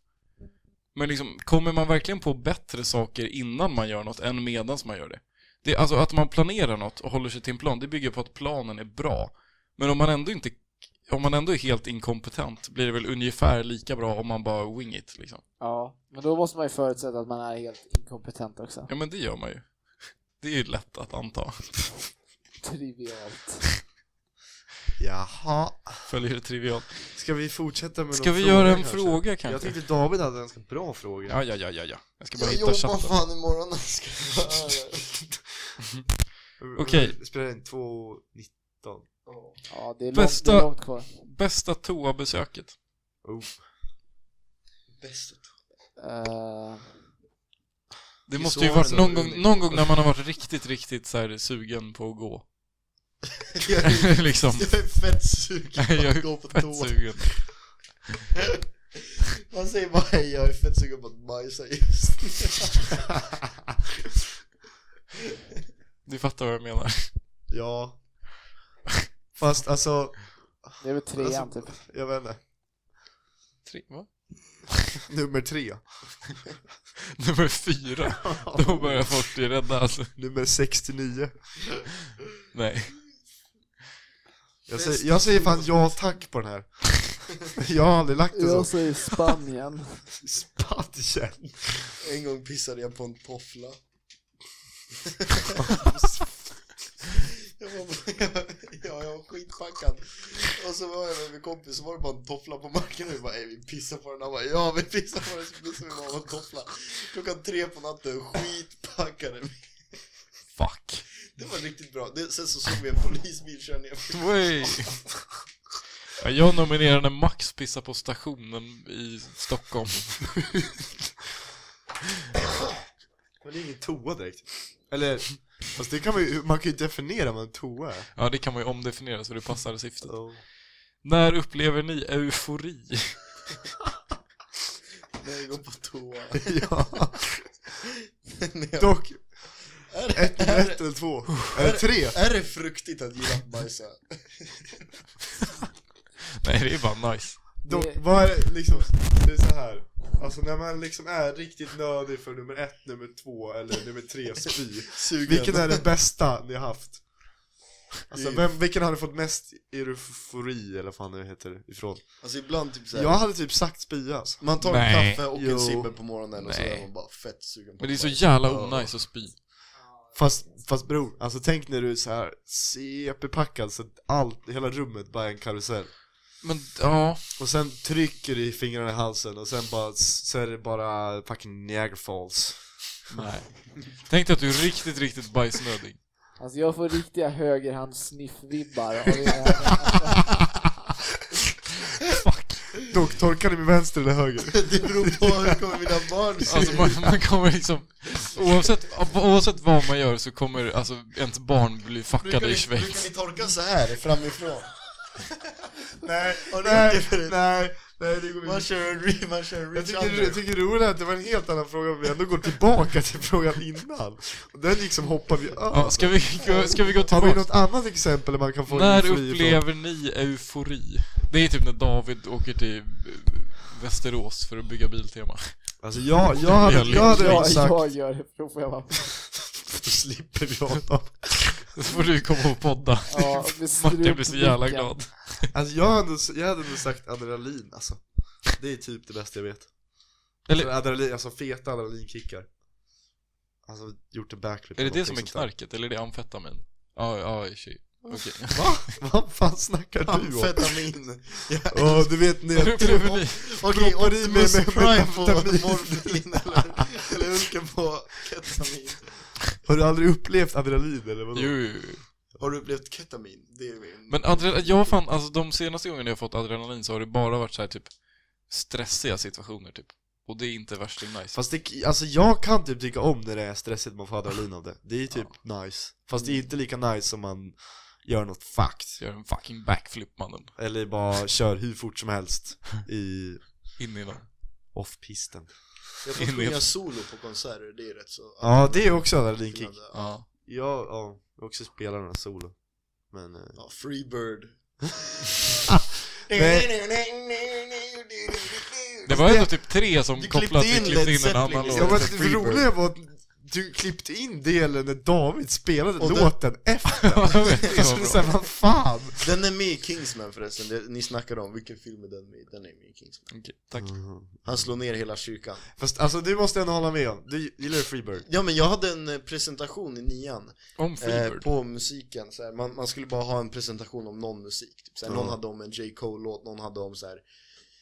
[SPEAKER 2] Men liksom, kommer man verkligen på bättre saker innan man gör något än medans man gör det? det alltså att man planerar något och håller sig till en plan, det bygger på att planen är bra Men om man ändå inte om man ändå är helt inkompetent blir det väl ungefär lika bra om man bara wing it liksom.
[SPEAKER 3] Ja, men då måste man ju förutsätta att man är helt inkompetent också.
[SPEAKER 2] Ja men det gör man ju. Det är ju lätt att anta.
[SPEAKER 3] Trivialt.
[SPEAKER 1] Jaha.
[SPEAKER 2] Följer det trivialt.
[SPEAKER 1] Ska vi fortsätta med
[SPEAKER 2] Ska
[SPEAKER 1] någon
[SPEAKER 2] vi
[SPEAKER 1] fråga
[SPEAKER 2] göra en
[SPEAKER 1] kanske?
[SPEAKER 2] fråga
[SPEAKER 1] Jag
[SPEAKER 2] kanske?
[SPEAKER 1] tyckte David hade en ganska bra fråga.
[SPEAKER 2] Ja, ja, ja, ja, ja. Jag ska bara
[SPEAKER 4] jag
[SPEAKER 2] hitta
[SPEAKER 4] jobbar
[SPEAKER 2] chatten.
[SPEAKER 4] fan imorgon. Ska jag
[SPEAKER 2] Okej.
[SPEAKER 1] Spelar in 2.19.
[SPEAKER 3] Ja, det är, långt, det
[SPEAKER 2] Bästa-
[SPEAKER 3] är långt kvar.
[SPEAKER 2] Bästa toabesöket?
[SPEAKER 1] Oh.
[SPEAKER 4] Bäst.
[SPEAKER 3] Eh,
[SPEAKER 2] Det
[SPEAKER 4] Vi
[SPEAKER 2] måste ju
[SPEAKER 4] sover
[SPEAKER 2] varit
[SPEAKER 4] ändå
[SPEAKER 2] någon
[SPEAKER 4] under
[SPEAKER 2] gång,
[SPEAKER 4] jorden.
[SPEAKER 2] någon gång när man har varit riktigt, riktigt så här sugen på att gå. [LAUGHS]
[SPEAKER 4] Jag är,
[SPEAKER 2] liksom.
[SPEAKER 4] jag är fett sugen
[SPEAKER 2] [LAUGHS] Jag
[SPEAKER 4] på att gå på
[SPEAKER 2] är fett
[SPEAKER 4] toa.
[SPEAKER 2] sugen.
[SPEAKER 4] Man säger bara hej, jag är fett sugen på att bajsa just
[SPEAKER 2] Du fattar vad jag menar.
[SPEAKER 1] Ja. Fast alltså,
[SPEAKER 3] det är väl trean
[SPEAKER 1] Alltså-
[SPEAKER 3] typ.
[SPEAKER 1] jag vet inte. [LAUGHS]
[SPEAKER 2] Tre, va?
[SPEAKER 1] Nummer tre.
[SPEAKER 2] Nummer fyra. Då börjar folk bli rädda alltså.
[SPEAKER 1] Nummer 69.
[SPEAKER 2] Nej.
[SPEAKER 1] Jag säger, jag säger fan ja tack på den här. [LAUGHS] Jag har aldrig lagt det
[SPEAKER 3] Jag
[SPEAKER 1] så.
[SPEAKER 3] säger Spanien.
[SPEAKER 1] Spanien.
[SPEAKER 4] En gång pissade jag på en toffla. jag, var, [LAUGHS] jag, ja, jag var skitpackad. Och så var jag med min kompis, så var det bara en toffla på marken och vi bara "Ey, vi pissar på den. Han bara ja vi pissar på den så pissar vi bara på en toffla. Klockan tre på natten, skitpackade.
[SPEAKER 2] Fuck.
[SPEAKER 4] Det var riktigt bra. Det, sen så såg vi en polisbil köra ner.
[SPEAKER 2] Way. Ja, jag nominerar när Max pissar på stationen i Stockholm.
[SPEAKER 1] Men det är ingen toa direkt. Eller, fast det kan man ju, man kan ju definiera vad en toa är. [LAUGHS]
[SPEAKER 2] Ja, det kan man ju omdefiniera så det passar syftet. När upplever ni eufori? [LAUGHS]
[SPEAKER 4] När jag går på toa.
[SPEAKER 1] Ja,
[SPEAKER 4] När jag-
[SPEAKER 1] dock.
[SPEAKER 4] Är det-
[SPEAKER 1] Ett, ett eller två. Eller tre.
[SPEAKER 4] Är det fruktigt att giraffbajsa?
[SPEAKER 2] Nej, det är bara nice.
[SPEAKER 1] Dock,
[SPEAKER 3] Det-
[SPEAKER 1] vad är det liksom, det är så här. Alltså när man liksom är riktigt nödig för nummer ett, nummer två eller nummer tre spy.
[SPEAKER 4] Sugen.
[SPEAKER 1] Vilken är den bästa ni har haft? Alltså
[SPEAKER 4] I-
[SPEAKER 1] vem, vilken har ni fått mest eufori eller vad fan det heter ifrån?
[SPEAKER 4] Alltså ibland typ såhär,
[SPEAKER 1] Jag hade typ sagt spya alltså.
[SPEAKER 4] man tar
[SPEAKER 2] Nej.
[SPEAKER 4] en kaffe och
[SPEAKER 1] Jo.
[SPEAKER 4] en sipper på morgonen och så
[SPEAKER 2] Nej.
[SPEAKER 4] är man bara fett sugen på
[SPEAKER 2] Men det är så
[SPEAKER 4] bajs.
[SPEAKER 2] jävla onajs att spy.
[SPEAKER 1] Fast, fast bror, alltså tänk när du är så här CP-packad så att allt, hela rummet bara är en karusell.
[SPEAKER 2] Men ja,
[SPEAKER 1] Och sen trycker du i fingrarna i halsen och sen bara, så är det bara fucking Niagara Falls.
[SPEAKER 2] Nej. Tänk dig att du är riktigt, riktigt bajsnödig.
[SPEAKER 3] Alltså jag får riktiga högerhands-sniff-vibbar. av det här.
[SPEAKER 2] Fuck.
[SPEAKER 1] Dock, torkar ni med vänster eller höger?
[SPEAKER 4] Det beror på hur kommer mina barn se
[SPEAKER 2] Alltså
[SPEAKER 4] ut.
[SPEAKER 2] man, man kommer liksom, oavsett, oavsett vad man gör så kommer alltså ens barn bli
[SPEAKER 4] brukar,
[SPEAKER 2] fuckade i
[SPEAKER 4] ni- brukar
[SPEAKER 2] Schweiz.
[SPEAKER 4] ni torka så här [LAUGHS] framifrån?
[SPEAKER 1] nej,
[SPEAKER 4] Har ni gjort
[SPEAKER 1] nej,
[SPEAKER 4] det förut?
[SPEAKER 1] nej, nej, det går
[SPEAKER 4] Man
[SPEAKER 1] inte.
[SPEAKER 4] kör en re- man kör en
[SPEAKER 1] Jag
[SPEAKER 4] reach
[SPEAKER 1] tycker, jag
[SPEAKER 4] under.
[SPEAKER 1] tycker det roliga är att det var en helt annan fråga, men vi ändå går tillbaka till frågan innan. Och den liksom hoppar vi över.
[SPEAKER 2] Ja, ska, vi gå, ska vi gå
[SPEAKER 1] Har vi
[SPEAKER 2] tillbaka?
[SPEAKER 1] något annat exempel där man kan få
[SPEAKER 2] När
[SPEAKER 1] eufori ifrån?
[SPEAKER 2] upplever ni eufori? Det är typ när David åker till eh, Västerås för att bygga Biltema. [LAUGHS]
[SPEAKER 1] Alltså jag, jag hade, jag hade
[SPEAKER 3] Jag,
[SPEAKER 1] exakt
[SPEAKER 3] jag gör det, då får jag vara
[SPEAKER 1] Då slipper vi honom
[SPEAKER 2] Då får du komma och podda.
[SPEAKER 3] ja,
[SPEAKER 2] Martin blir så jävla glad.
[SPEAKER 1] Alltså jag hade, jag hade nog sagt adrenalin alltså Det är typ det bästa jag vet
[SPEAKER 2] Eller-
[SPEAKER 1] Eller adrenalin, alltså feta adrenalinkickar Alltså gjort en backflip
[SPEAKER 2] Är det
[SPEAKER 1] eller
[SPEAKER 2] det som är
[SPEAKER 1] någonting sånt
[SPEAKER 2] knarket, eller är det amfetamin? Ja, ja, i och för
[SPEAKER 1] [LAUGHS]
[SPEAKER 2] sig. Okej.
[SPEAKER 1] där. Vad fan snackar du om?
[SPEAKER 4] Amfetamin. Jag
[SPEAKER 1] Ja du vet när jag
[SPEAKER 2] Okay.
[SPEAKER 1] tror
[SPEAKER 4] Okej, och det är
[SPEAKER 1] med- med-
[SPEAKER 4] med Prime
[SPEAKER 1] med
[SPEAKER 4] på
[SPEAKER 1] amfetamin.
[SPEAKER 4] morfin eller, eller Hulken på ketamin.
[SPEAKER 1] Har du aldrig upplevt adrenalin eller vadå?
[SPEAKER 2] Jo, jo, jo.
[SPEAKER 4] Har du upplevt ketamin? Det är min...
[SPEAKER 2] Men adre- jag har fan, alltså de senaste gångerna jag har fått adrenalin så har det bara varit så här typ stressiga situationer typ. Och det är inte värsting nice.
[SPEAKER 1] Fast det, alltså jag kan typ tycka om när det är stressigt man får adrenalin av det Det är typ nice Fast det är inte lika nice som man gör något fucked
[SPEAKER 2] Gör en fucking backflip mannen.
[SPEAKER 1] Eller bara kör hur fort som helst i
[SPEAKER 2] In i någon.
[SPEAKER 1] off-pisten
[SPEAKER 4] Jag [LAUGHS] får sjunga solo på konserter, det är rätt så...
[SPEAKER 1] Ja det är också adrenalinkick
[SPEAKER 2] Ja.
[SPEAKER 1] Jag, ja, jag också spelar några solo Men, eh,
[SPEAKER 4] Ja, [LAUGHS] Freebird.
[SPEAKER 1] Nej.
[SPEAKER 2] Det var ändå typ tre som
[SPEAKER 4] Du
[SPEAKER 2] kopplade att vi
[SPEAKER 4] klippte in
[SPEAKER 2] klippte
[SPEAKER 4] Led
[SPEAKER 2] in en annan
[SPEAKER 4] Zeppelin.
[SPEAKER 1] ja, men det
[SPEAKER 2] låt. [LAUGHS]
[SPEAKER 1] roliga var att du klippte in delen när David spelade
[SPEAKER 4] Och det-
[SPEAKER 1] låten efter
[SPEAKER 2] Jag vet,
[SPEAKER 1] [LAUGHS]
[SPEAKER 2] det
[SPEAKER 1] Jag
[SPEAKER 2] var
[SPEAKER 1] skulle
[SPEAKER 2] bra.
[SPEAKER 4] [LAUGHS]
[SPEAKER 1] säga, vad fan?
[SPEAKER 4] Den är med i Kingsman förresten, det, ni snackade om vilken film är den med i? Den är med i Kingsman.
[SPEAKER 2] Okej, tack.
[SPEAKER 4] Mm. Han slår ner hela kyrkan.
[SPEAKER 1] Mm. Fast alltså du måste jag ändå hålla med om, du gillar ju Freebird
[SPEAKER 4] Ja men jag hade en eh, presentation i nian
[SPEAKER 2] Om
[SPEAKER 4] eh,
[SPEAKER 2] Freebird.
[SPEAKER 4] på musiken, så här. Man, man skulle bara ha en presentation om någon musik. Typ. Så här,
[SPEAKER 1] Ja.
[SPEAKER 4] Någon hade om en J. Cole-låt, någon hade om så här,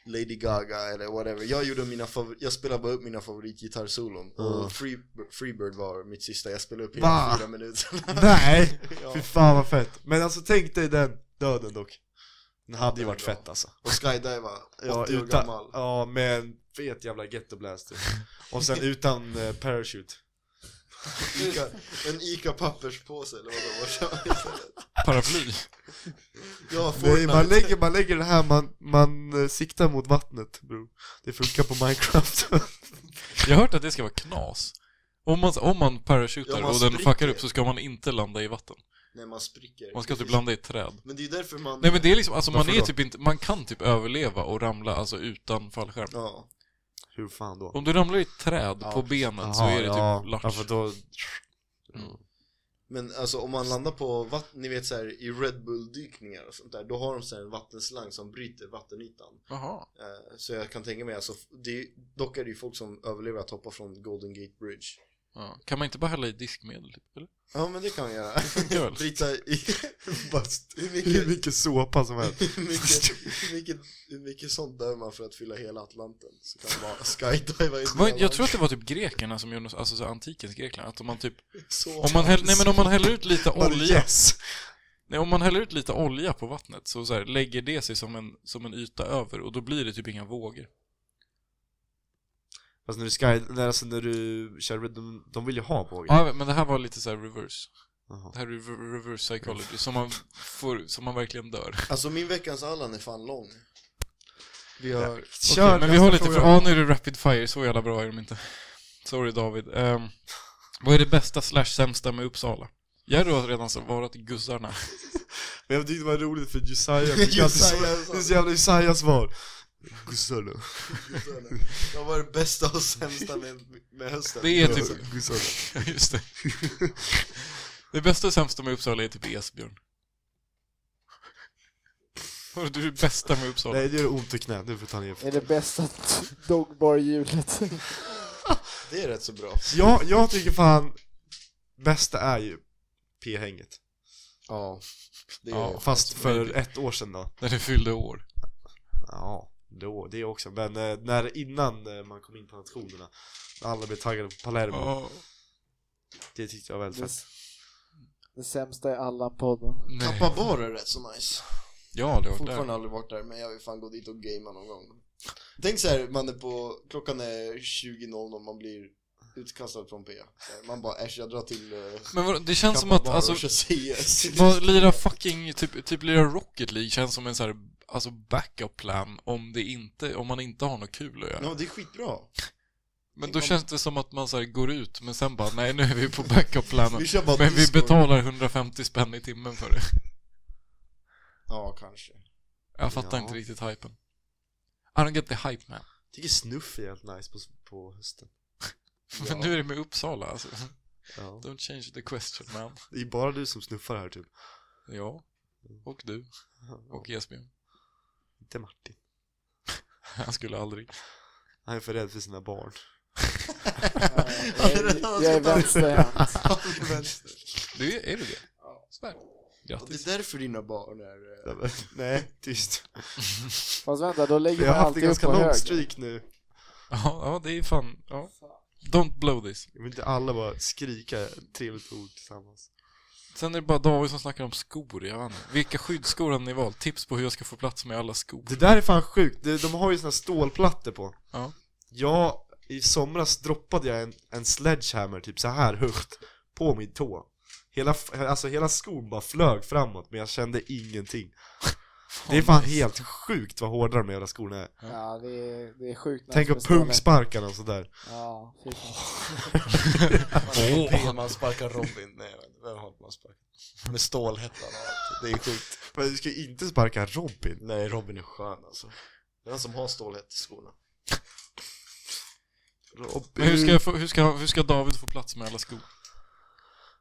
[SPEAKER 4] Lady Gaga eller whatever. Jag, gjorde mina favor- jag spelade bara upp mina favoritgitarrsolon
[SPEAKER 1] Ja.
[SPEAKER 4] och Free- Freebird var mitt sista, jag spelade upp
[SPEAKER 1] Va?
[SPEAKER 4] hela fyra minuter.
[SPEAKER 1] [LAUGHS]
[SPEAKER 4] [LAUGHS]
[SPEAKER 1] Nej!
[SPEAKER 4] Ja.
[SPEAKER 1] Fy fan vad fett Men alltså tänk dig den döden dock Den hade ju
[SPEAKER 4] Den
[SPEAKER 1] varit
[SPEAKER 4] var-
[SPEAKER 1] fett alltså
[SPEAKER 4] Och skydiva, 80
[SPEAKER 1] Ja,
[SPEAKER 4] år
[SPEAKER 1] utan,
[SPEAKER 4] gammal.
[SPEAKER 1] ja med en fet jävla ghetto blaster Och [LAUGHS] sen utan eh, parachute
[SPEAKER 4] Ica, en Ica-papperspåse eller vadå? Vad kör [LAUGHS] man istället?
[SPEAKER 2] Paraply.
[SPEAKER 4] Ja,
[SPEAKER 1] Nej,
[SPEAKER 4] Fortnite.
[SPEAKER 1] man lägger, man lägger det här, man, man eh, siktar mot vattnet bro. Det funkar på Minecraft [LAUGHS]
[SPEAKER 2] Jag har hört att det ska vara knas. Om man, om man parachutar
[SPEAKER 4] Ja, man
[SPEAKER 2] och den
[SPEAKER 4] spricker.
[SPEAKER 2] fuckar upp så ska man inte landa i vatten.
[SPEAKER 4] Nej, man spricker.
[SPEAKER 2] Man ska typ landa i ett träd.
[SPEAKER 4] Men det är ju därför man...
[SPEAKER 2] Nej men det är liksom, alltså man
[SPEAKER 1] Varför
[SPEAKER 2] är
[SPEAKER 1] då?
[SPEAKER 2] typ inte, man kan typ överleva och ramla alltså utan fallskärm.
[SPEAKER 4] Ja.
[SPEAKER 1] Hur fan då?
[SPEAKER 2] Om du ramlar i ett träd
[SPEAKER 4] Ja,
[SPEAKER 2] på benen så är det typ
[SPEAKER 1] ja,
[SPEAKER 2] larch.
[SPEAKER 1] ja, för då,
[SPEAKER 4] Men alltså om man landar på vatten, ni vet så här i Red Bull-dykningar och sånt där, då har de så här en vattenslang som bryter vattenytan.
[SPEAKER 2] Jaha.
[SPEAKER 4] Eh, så jag kan tänka mig, alltså, det är, dock är det ju folk som överlever att hoppa från Golden Gate Bridge.
[SPEAKER 2] Ja. Kan man inte bara hälla i diskmedel typ, eller?
[SPEAKER 4] Ja, men det kan jag göra.
[SPEAKER 2] Funkar väl?
[SPEAKER 4] [LAUGHS] Bryta [LAUGHS] i... Bara st- hur mycket,
[SPEAKER 1] hur mycket såpa som helst
[SPEAKER 4] hur, mycket, hur, mycket, hur mycket sånt behöver man för att fylla hela Atlanten? Så kan man bara
[SPEAKER 2] [LAUGHS]
[SPEAKER 4] skydiva in
[SPEAKER 2] Vad- Jag tror att det var typ grekerna som gjorde, alltså så här antikens Grekland, att om man typ,
[SPEAKER 4] så...
[SPEAKER 2] om man häller, nej men om man häller ut lite olja,
[SPEAKER 1] Yes!
[SPEAKER 2] nej om man häller ut lite olja på vattnet så, så här, lägger det sig som en, som en yta över och då blir det typ inga vågor.
[SPEAKER 1] Fast när du sky, när, alltså när du kör, Red- de, de vill ju ha bågen
[SPEAKER 2] Ja men det här var lite så här reverse,
[SPEAKER 1] Jaha.
[SPEAKER 2] det här är rever- reverse psychology, som man får, som man verkligen dör.
[SPEAKER 4] Alltså min veckans Allan är fan lång. Vi [LAUGHS] har...
[SPEAKER 2] Okej, men vi
[SPEAKER 1] nästa
[SPEAKER 2] har lite
[SPEAKER 1] fråga.
[SPEAKER 2] frågor. Ja, nu är det rapid fire. Så jävla bra är de inte. Sorry David. Ehm, vad är det bästa slash sämsta med Uppsala? Jerry har redan svarat gussarna.
[SPEAKER 1] Men jag tyckte det var roligt för
[SPEAKER 2] [LAUGHS]
[SPEAKER 1] Josiah fick alltid så-
[SPEAKER 4] Josiah sa-
[SPEAKER 1] Det är så jävla Josiahs svar Gussarna
[SPEAKER 4] Vad var det bästa och sämsta med, med hösten?
[SPEAKER 2] Det är typ... [LAUGHS]
[SPEAKER 1] Gussarna
[SPEAKER 2] Just det. Det bästa och sämsta med Uppsala är typ Esbjörn. Vad är det bästa med Uppsala?
[SPEAKER 1] Nej det gör ont i knät, nu får du ta ner
[SPEAKER 3] Är det bästa [LAUGHS] dogbar-hjulet?
[SPEAKER 4] Det är rätt så bra.
[SPEAKER 1] jag, jag tycker fan, bästa är ju P-hänget
[SPEAKER 4] Ja. Det är...
[SPEAKER 2] Ja,
[SPEAKER 1] Fast för
[SPEAKER 2] maybe.
[SPEAKER 1] ett år sedan då?
[SPEAKER 2] När det fyllde år.
[SPEAKER 1] Ja, då, det också. Men eh, när, innan eh, man kom in på nationerna, när alla blev taggade på Palermo,
[SPEAKER 2] Ja.
[SPEAKER 1] det tyckte jag var väldigt
[SPEAKER 3] Det,
[SPEAKER 1] fett.
[SPEAKER 3] det sämsta är Allan-podden.
[SPEAKER 2] Nej.
[SPEAKER 4] Kappa Bar är rätt så nice.
[SPEAKER 2] Jag har aldrig varit
[SPEAKER 4] Fortfarande
[SPEAKER 2] där.
[SPEAKER 4] aldrig varit där, men jag vill fan gå dit och gamea någon gång. Tänk så här, man är på... Klockan är 20.00, man blir utkastad från P. Så här, Man bara äsch, jag drar till eh,
[SPEAKER 2] Men vadå, det känns som
[SPEAKER 4] Kappa
[SPEAKER 2] att
[SPEAKER 4] Bar
[SPEAKER 2] alltså,
[SPEAKER 4] och kör CS.
[SPEAKER 2] [LAUGHS] Vad lira fucking, typ, typ lira Rocket League känns som en så här, alltså backup plan om det inte, om man inte har något kul att göra.
[SPEAKER 4] Ja, det är skitbra.
[SPEAKER 2] men då känns det som att man så här går ut, men sen bara nej nu är vi på backup planen.
[SPEAKER 4] Vi kör bara
[SPEAKER 2] Men vi
[SPEAKER 4] Discord.
[SPEAKER 2] betalar 150 spänn i timmen för det.
[SPEAKER 4] Ja, kanske.
[SPEAKER 2] Jag fattar
[SPEAKER 1] Ja.
[SPEAKER 2] inte riktigt hypen. I don't get the hype man. [LAUGHS]
[SPEAKER 1] tycker Snuff är helt nice på, på hösten
[SPEAKER 2] Men nu är det med Uppsala alltså.
[SPEAKER 1] ja.
[SPEAKER 2] Don't change the question man.
[SPEAKER 1] Det är bara du som snuffar här
[SPEAKER 4] [LAUGHS]
[SPEAKER 1] typ
[SPEAKER 2] Ja. Och du. Och Esbjörn.
[SPEAKER 1] Inte Martin
[SPEAKER 2] Han skulle aldrig.
[SPEAKER 1] Han är för rädd för sina barn
[SPEAKER 3] Jag är, jag är vänsterhänt.
[SPEAKER 2] [LAUGHS] Du, är du det? Sådär. Grattis.
[SPEAKER 4] Det är därför dina barn är... eh,
[SPEAKER 1] [LAUGHS] Nej, tyst
[SPEAKER 3] Fast vänta, då lägger
[SPEAKER 1] Vi har
[SPEAKER 3] man
[SPEAKER 1] haft en
[SPEAKER 3] alltid upp
[SPEAKER 1] ganska
[SPEAKER 3] på
[SPEAKER 1] lång
[SPEAKER 3] höger.
[SPEAKER 1] streak nu
[SPEAKER 2] Ja, ja, det är fan. Ja. Don't blow this.
[SPEAKER 1] Jag vill inte alla bara skrika trevligt ord tillsammans
[SPEAKER 2] Sen är det bara David som snackar om skor. Jag vet inte. Vilka skyddsskor har ni valt? Tips på hur jag ska få plats med alla skor.
[SPEAKER 1] Det där är fan sjukt, de, de har ju såna stålplattor på
[SPEAKER 2] Ja.
[SPEAKER 1] Jag, i somras droppade jag en, en sledgehammer typ så här högt på min tå Hela, f- alltså hela skon bara flög framåt men jag kände [LAUGHS] ingenting Det är fan helt sjukt vad hårda de jävla skorna är
[SPEAKER 3] Ja, det är, det är sjukt.
[SPEAKER 1] Tänk
[SPEAKER 3] nice
[SPEAKER 1] om
[SPEAKER 3] med stålet.
[SPEAKER 1] pungsparkarna och sådär
[SPEAKER 3] Ja, fy fan.
[SPEAKER 4] P, Man sparkar Robin, nej jag vet inte, vem har inte man sparkat? Med stålhättan och allt, det är sjukt
[SPEAKER 1] Men du ska ju inte sparka Robin
[SPEAKER 4] Nej Robin är skön alltså Det är han som har stålhätt i skorna
[SPEAKER 1] Robin
[SPEAKER 2] Men hur ska, jag få, hur, ska, hur ska David få plats med alla skor?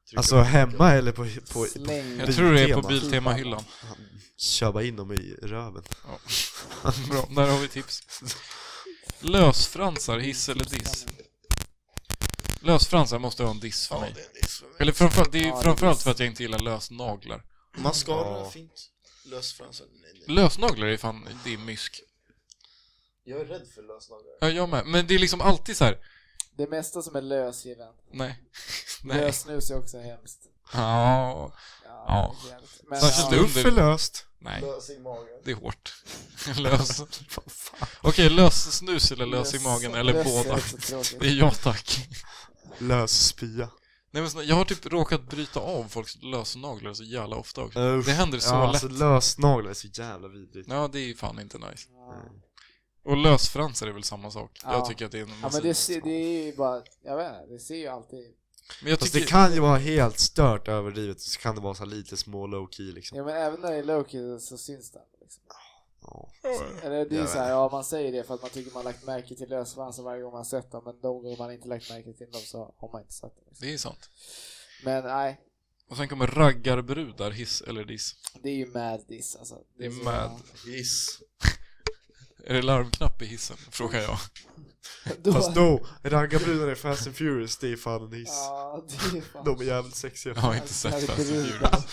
[SPEAKER 4] Trycker
[SPEAKER 1] Alltså
[SPEAKER 4] på-
[SPEAKER 1] hemma eller på, på, på
[SPEAKER 3] Släng.
[SPEAKER 2] Jag tror det är på
[SPEAKER 1] Biltema.
[SPEAKER 2] Biltema-hyllan.
[SPEAKER 1] köpa in dem i röven
[SPEAKER 2] Bra, där har vi tips. Lösfransar, hiss eller diss? Lösfransar måste ha en diss för
[SPEAKER 4] Ja,
[SPEAKER 2] mig.
[SPEAKER 4] det är det som är
[SPEAKER 2] Eller framförallt, det är
[SPEAKER 3] Ja, det är
[SPEAKER 2] framförallt
[SPEAKER 3] diss.
[SPEAKER 2] för att jag inte gillar lösnaglar.
[SPEAKER 4] Mascara
[SPEAKER 1] Ja.
[SPEAKER 4] är fint, lösfransar, nej nej
[SPEAKER 2] Lösnaglar är fan, det är mysk.
[SPEAKER 4] Jag är rädd för lösnaglar
[SPEAKER 2] Ja, jag med. Men det är liksom alltid så här.
[SPEAKER 3] Det mesta som är lös gillar jag inte.
[SPEAKER 2] nej. Nej.
[SPEAKER 3] Lösnus är också hemskt.
[SPEAKER 2] Ja, Ja.
[SPEAKER 3] det är jävligt. Men,
[SPEAKER 2] Särskilt
[SPEAKER 3] ja,
[SPEAKER 2] du.
[SPEAKER 1] Duff är löst
[SPEAKER 2] nej.
[SPEAKER 4] Lös i magen
[SPEAKER 2] Det är hårt. [LAUGHS] Lös. Okej, lös snus eller lös i magen eller
[SPEAKER 3] lös är [LAUGHS]
[SPEAKER 2] båda.
[SPEAKER 3] också tråkigt.
[SPEAKER 2] Det är ja tack.
[SPEAKER 1] Lös spya
[SPEAKER 2] Nej, men snälla, jag har typ råkat bryta av folks lösnaglar så jävla ofta också.
[SPEAKER 1] Usch.
[SPEAKER 2] Det händer så
[SPEAKER 1] ja,
[SPEAKER 2] lätt.
[SPEAKER 1] alltså lösnaglar är så jävla vidrigt
[SPEAKER 2] Ja, det är fan inte nice.
[SPEAKER 3] Ja.
[SPEAKER 2] Och lösfransar är väl samma sak.
[SPEAKER 3] Ja.
[SPEAKER 2] Jag tycker att det är en
[SPEAKER 3] Ja
[SPEAKER 2] massa...
[SPEAKER 3] men det, ser, det är ju bara, jag vet inte, det ser ju alltid
[SPEAKER 2] Men jag
[SPEAKER 1] Fast
[SPEAKER 2] tycker...
[SPEAKER 1] det kan ju vara helt stört överdrivet, så kan det vara så här lite små low key liksom
[SPEAKER 3] Ja men även när det är lowkey så syns det liksom.
[SPEAKER 1] ja.
[SPEAKER 3] Eller det är
[SPEAKER 1] Jag
[SPEAKER 3] ju såhär, ja man säger det för att man tycker man lagt märke till lösvansen varje gång man sett dem men de gånger man inte lagt märke till dem så har man inte sett dem liksom.
[SPEAKER 2] Det är sant.
[SPEAKER 3] Men nej,
[SPEAKER 2] Och sen kommer raggarbrudar, hiss eller diss.
[SPEAKER 3] det är ju mad diss alltså
[SPEAKER 2] Det är
[SPEAKER 3] så-
[SPEAKER 2] mad.
[SPEAKER 4] Hiss
[SPEAKER 2] [LAUGHS] Är det larmknapp i hissen? Frågar jag.
[SPEAKER 3] [LAUGHS] Då,
[SPEAKER 1] Fast då, raggarbrudar i Fast and Furious, det är fan en hiss
[SPEAKER 3] Ja, det är fan
[SPEAKER 1] De är jävligt sexiga
[SPEAKER 2] Jag har inte
[SPEAKER 3] Ja,
[SPEAKER 2] sett
[SPEAKER 3] det är
[SPEAKER 2] Fast and
[SPEAKER 3] brudar.
[SPEAKER 2] Furious.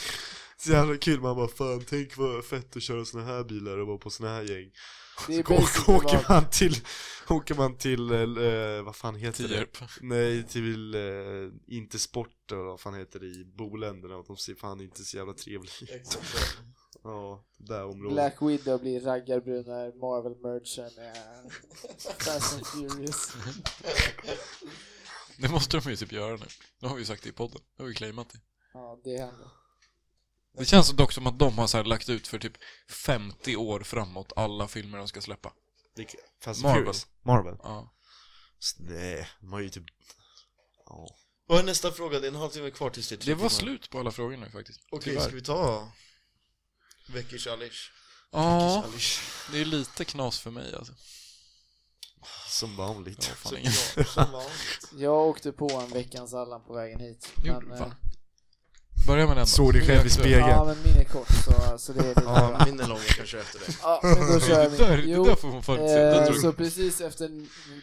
[SPEAKER 1] Så jävla kul, man bara fan tänk vad fett att köra såna här bilar och vara på såna här gäng
[SPEAKER 3] Det är
[SPEAKER 1] Och
[SPEAKER 3] basically
[SPEAKER 1] åker
[SPEAKER 3] bara,
[SPEAKER 1] man till, åker man till, eh, vad fan heter det?
[SPEAKER 2] Tierp.
[SPEAKER 1] Nej, till eh, inte sport och vad fan heter det i boländerna och de ser fan inte så jävla trevliga ut Ja, det där området
[SPEAKER 3] Black Widow blir raggarbrudar, Marvel merger med
[SPEAKER 2] [LAUGHS]
[SPEAKER 3] Fast and Furious
[SPEAKER 2] Det måste de ju typ göra nu. Det har vi ju sagt det i podden. Det har vi claimat det.
[SPEAKER 3] Ja, det händer
[SPEAKER 2] Det känns dock som att de har så här lagt ut för typ 50 år framåt alla filmer de ska släppa.
[SPEAKER 1] Vilka- Fast
[SPEAKER 2] Marvel.
[SPEAKER 1] Marvel Furious. Marvel?
[SPEAKER 2] Ja.
[SPEAKER 1] S- Nej, de har ju typ... Ja.
[SPEAKER 4] Vad är nästa fråga? Det är en halvtimme kvar tills det är
[SPEAKER 2] Det
[SPEAKER 4] tre
[SPEAKER 2] var
[SPEAKER 4] timmar.
[SPEAKER 2] slut på alla frågor nu faktiskt.
[SPEAKER 4] Okej,
[SPEAKER 2] Tyvärr.
[SPEAKER 4] ska vi ta Veckors Alish?
[SPEAKER 2] Ja, det är lite knas för mig alltså.
[SPEAKER 1] Som vanligt.
[SPEAKER 2] Jag har [LAUGHS] fan ingen.
[SPEAKER 3] Jag åkte på en veckans Allan på vägen hit
[SPEAKER 2] Gjorde
[SPEAKER 3] men,
[SPEAKER 2] du
[SPEAKER 3] eh,
[SPEAKER 2] fan? Börja med den då.
[SPEAKER 1] Såg dig själv i
[SPEAKER 2] Aktuell.
[SPEAKER 1] spegeln.
[SPEAKER 3] Ja, men min är kort så, så det är lite bra.
[SPEAKER 4] Ja, min är långa kanske efter det
[SPEAKER 3] Ja, men då kör
[SPEAKER 2] [LAUGHS]
[SPEAKER 3] jag
[SPEAKER 2] Det där,
[SPEAKER 3] min.
[SPEAKER 2] det
[SPEAKER 3] Jo,
[SPEAKER 2] där får man fan inte säga.
[SPEAKER 3] eh,
[SPEAKER 2] Det drog-
[SPEAKER 3] så precis efter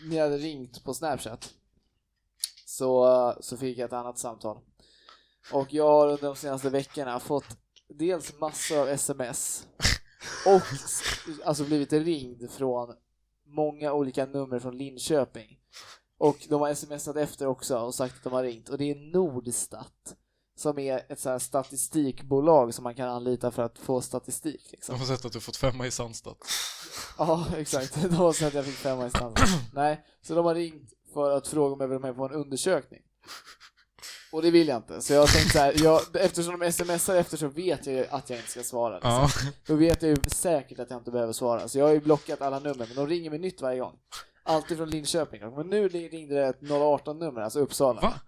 [SPEAKER 3] ni hade ringt på Snapchat så, så fick jag ett annat samtal. Och jag har under de senaste veckorna fått dels massor av sms och s- alltså blivit ringd från många olika nummer från Linköping. Och de har smsat efter också och sagt att de har ringt. Och det är Nordstat som är ett så här statistikbolag som man kan anlita för att få statistik. Liksom.
[SPEAKER 2] De har sett att du fått femma i Sandstad.
[SPEAKER 3] Ja, [LAUGHS] exakt. Det var så att jag fick femma i standard. Nej, så de har ringt för att fråga om jag vill vara med på en undersökning. Och det vill jag inte. Så jag tänkte så här, jag, eftersom de smsar efter så vet jag ju att jag inte ska svara. Liksom.
[SPEAKER 2] Ja.
[SPEAKER 3] Då vet jag ju säkert att jag inte behöver svara. Så jag har ju blockat alla nummer, men de ringer mig nytt varje gång. Alltid från Linköping. Men nu ringde det ett 018-nummer, alltså Uppsala.
[SPEAKER 2] Va?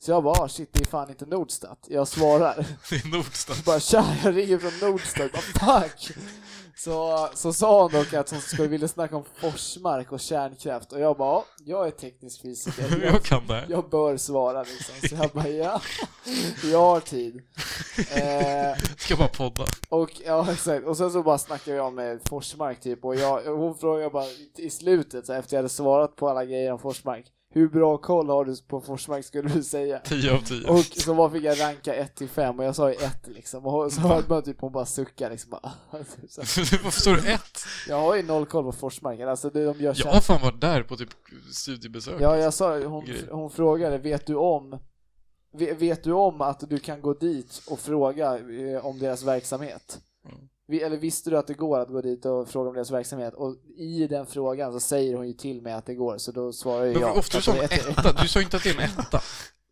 [SPEAKER 3] Så jag bara, "Ah, shit det är fan inte Nordstat. Jag svarar.
[SPEAKER 2] [LAUGHS] Det är Nordstan.
[SPEAKER 3] Bara tja, jag ringer från Nordstat. Bara fuck! Så, så sa hon dock att hon skulle vilja snacka om Forsmark och kärnkraft och jag bara, "Ja, jag är teknisk fysiker. Jag,
[SPEAKER 2] Jag kan det här.
[SPEAKER 3] jag bör svara liksom. Så jag bara, ja, jag har tid. Eh,
[SPEAKER 2] Ska bara podda.
[SPEAKER 3] och ja, exakt. Och sen så bara snackade jag med Forsmark typ och jag, hon frågade bara i slutet, så här, efter jag hade svarat på alla grejer om Forsmark, hur bra koll har du på Forsmark skulle du säga?
[SPEAKER 2] 10 av 10. [LAUGHS]
[SPEAKER 3] Och så bara fick jag ranka 1 till 5 och jag sa ju 1 liksom och så hörde man typ hon bara sucka liksom bara, [LAUGHS] typ så här.
[SPEAKER 2] Varför står det 1?
[SPEAKER 3] Jag har ju noll koll på Forsmark, alltså det de gör
[SPEAKER 2] Jag
[SPEAKER 3] ja.
[SPEAKER 2] har fan varit där på typ studiebesök.
[SPEAKER 3] ja, jag sa ju- hon,
[SPEAKER 2] Grej.
[SPEAKER 3] hon frågade, vet du om ve- Vet du om att du kan gå dit och fråga eh, om deras verksamhet?
[SPEAKER 2] Mm.
[SPEAKER 3] Vi, eller visste du att det går att gå dit och fråga om deras verksamhet? Och i den frågan så säger hon ju till mig att det går, så då svarar ju
[SPEAKER 2] Men
[SPEAKER 3] jag.
[SPEAKER 2] ofta
[SPEAKER 3] att
[SPEAKER 2] sa
[SPEAKER 3] det
[SPEAKER 2] en
[SPEAKER 3] är ett-
[SPEAKER 2] etta, du sa inte att det är en etta.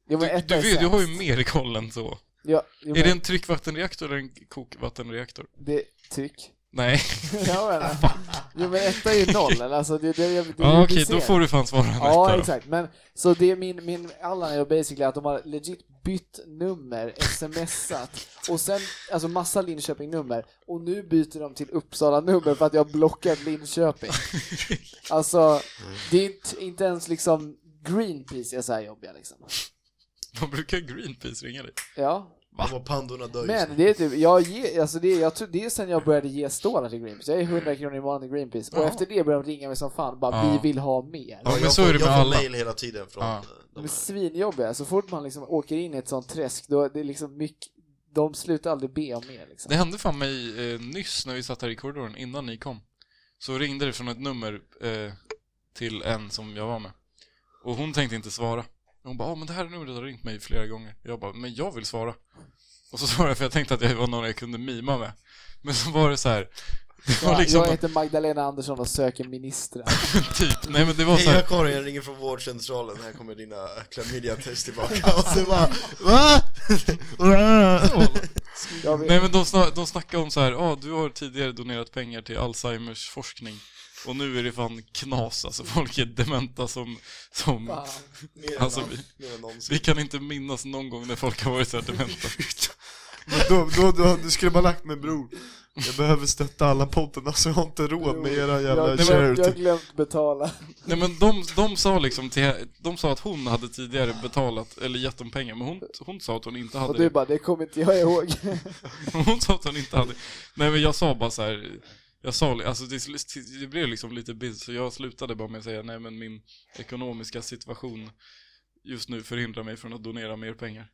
[SPEAKER 3] Jo, [LAUGHS] men
[SPEAKER 2] Du,
[SPEAKER 3] ett
[SPEAKER 2] du,
[SPEAKER 3] är
[SPEAKER 2] vet, du har ju
[SPEAKER 3] sämst.
[SPEAKER 2] mer koll än så.
[SPEAKER 3] Ja, jo,
[SPEAKER 2] Är det
[SPEAKER 3] men
[SPEAKER 2] en tryckvattenreaktor eller en kokvattenreaktor?
[SPEAKER 3] det... Tryck.
[SPEAKER 2] Nej.
[SPEAKER 3] Jag menar. Jo men etta är ju noll, eller? alltså det är det, det, det,
[SPEAKER 2] Ja,
[SPEAKER 3] vi
[SPEAKER 2] okej,
[SPEAKER 3] ser.
[SPEAKER 2] då får du fan svara en
[SPEAKER 3] Ja,
[SPEAKER 2] etta då.
[SPEAKER 3] exakt. Men, så det är min, min Allan är basically att de har legit bytt nummer, smsat, och sen, alltså massa Linköping-nummer, och nu byter de till Uppsala-nummer för att jag har blockat
[SPEAKER 2] [LAUGHS]
[SPEAKER 3] Linköping. Alltså, det är inte, inte ens liksom Greenpeace är så här jobbiga liksom.
[SPEAKER 2] Vad brukar Greenpeace ringa dig?
[SPEAKER 3] Ja.
[SPEAKER 1] De och pandorna dör just nu.
[SPEAKER 3] Men det är typ, jag ger, alltså det, är- jag tror, det är sen jag började ge stålar till Greenpeace. Jag är 100 kronor i månaden till Greenpeace. Och
[SPEAKER 2] Ja.
[SPEAKER 3] efter det började de ringa mig som fan, bara
[SPEAKER 2] Ja.
[SPEAKER 3] vi vill ha mer.
[SPEAKER 2] Ja, men
[SPEAKER 1] jag
[SPEAKER 2] så
[SPEAKER 1] får,
[SPEAKER 2] är det med
[SPEAKER 1] jag får
[SPEAKER 2] alla.
[SPEAKER 1] mail hela tiden från
[SPEAKER 2] Ja.
[SPEAKER 1] eh, de
[SPEAKER 3] De är
[SPEAKER 1] här.
[SPEAKER 3] svinjobbiga, så fort man liksom åker in i ett sånt träsk, då är det liksom mycket, de slutar aldrig be om mer liksom.
[SPEAKER 2] Det hände fan mig eh, nyss när vi satt här i korridoren innan ni kom. Så ringde det från ett nummer eh, till en som jag var med. Och hon tänkte inte svara. Hon bara, ah, men det här numret har ringt mig flera gånger. Jag bara, men jag vill svara. Och så [LAUGHS] svarade jag för jag tänkte att det var någon jag kunde mima med. Men så var det så här. Det var
[SPEAKER 3] Jag,
[SPEAKER 2] liksom
[SPEAKER 3] jag heter Magdalena Andersson och söker ministrar.
[SPEAKER 2] typ, nej men det var
[SPEAKER 1] Hej
[SPEAKER 2] så här.
[SPEAKER 1] jag Karin, jag ringer från vårdcentralen, här kommer dina eh, klamydia-test [LAUGHS] tillbaka och så bara Va?
[SPEAKER 3] Jag vet,
[SPEAKER 2] Nej men de, sna- de snackade om så här, ah, du har tidigare donerat pengar till Alzheimers forskning. Och nu är det fan knas alltså, folk är dementa som, som
[SPEAKER 3] fan.
[SPEAKER 1] Mer än,
[SPEAKER 2] Alltså,
[SPEAKER 1] någon-
[SPEAKER 2] vi-
[SPEAKER 1] mer än
[SPEAKER 2] Vi
[SPEAKER 1] någonsin
[SPEAKER 2] kan inte minnas någon gång när folk har varit så här dementa.
[SPEAKER 1] Men då, då, då, du skulle bara lagt med bror Jag behöver stötta alla podden, alltså jag har inte råd med era
[SPEAKER 3] jag,
[SPEAKER 1] jävla
[SPEAKER 3] har glömt- jag har
[SPEAKER 1] charity
[SPEAKER 3] glömt betala.
[SPEAKER 2] Nej men de, de sa liksom till, de sa att hon hade tidigare betalat, eller gett dem pengar, men hon, hon sa att hon inte
[SPEAKER 3] Och
[SPEAKER 2] hade
[SPEAKER 3] du
[SPEAKER 2] det.
[SPEAKER 3] bara, det kommer inte jag ihåg.
[SPEAKER 2] [LAUGHS] Hon sa att hon inte hade Nej men jag sa bara så här. Jag sa, li- alltså det, sl- det blev liksom lite bild så jag slutade bara med att säga nej men min ekonomiska situation just nu förhindrar mig från att donera mer pengar.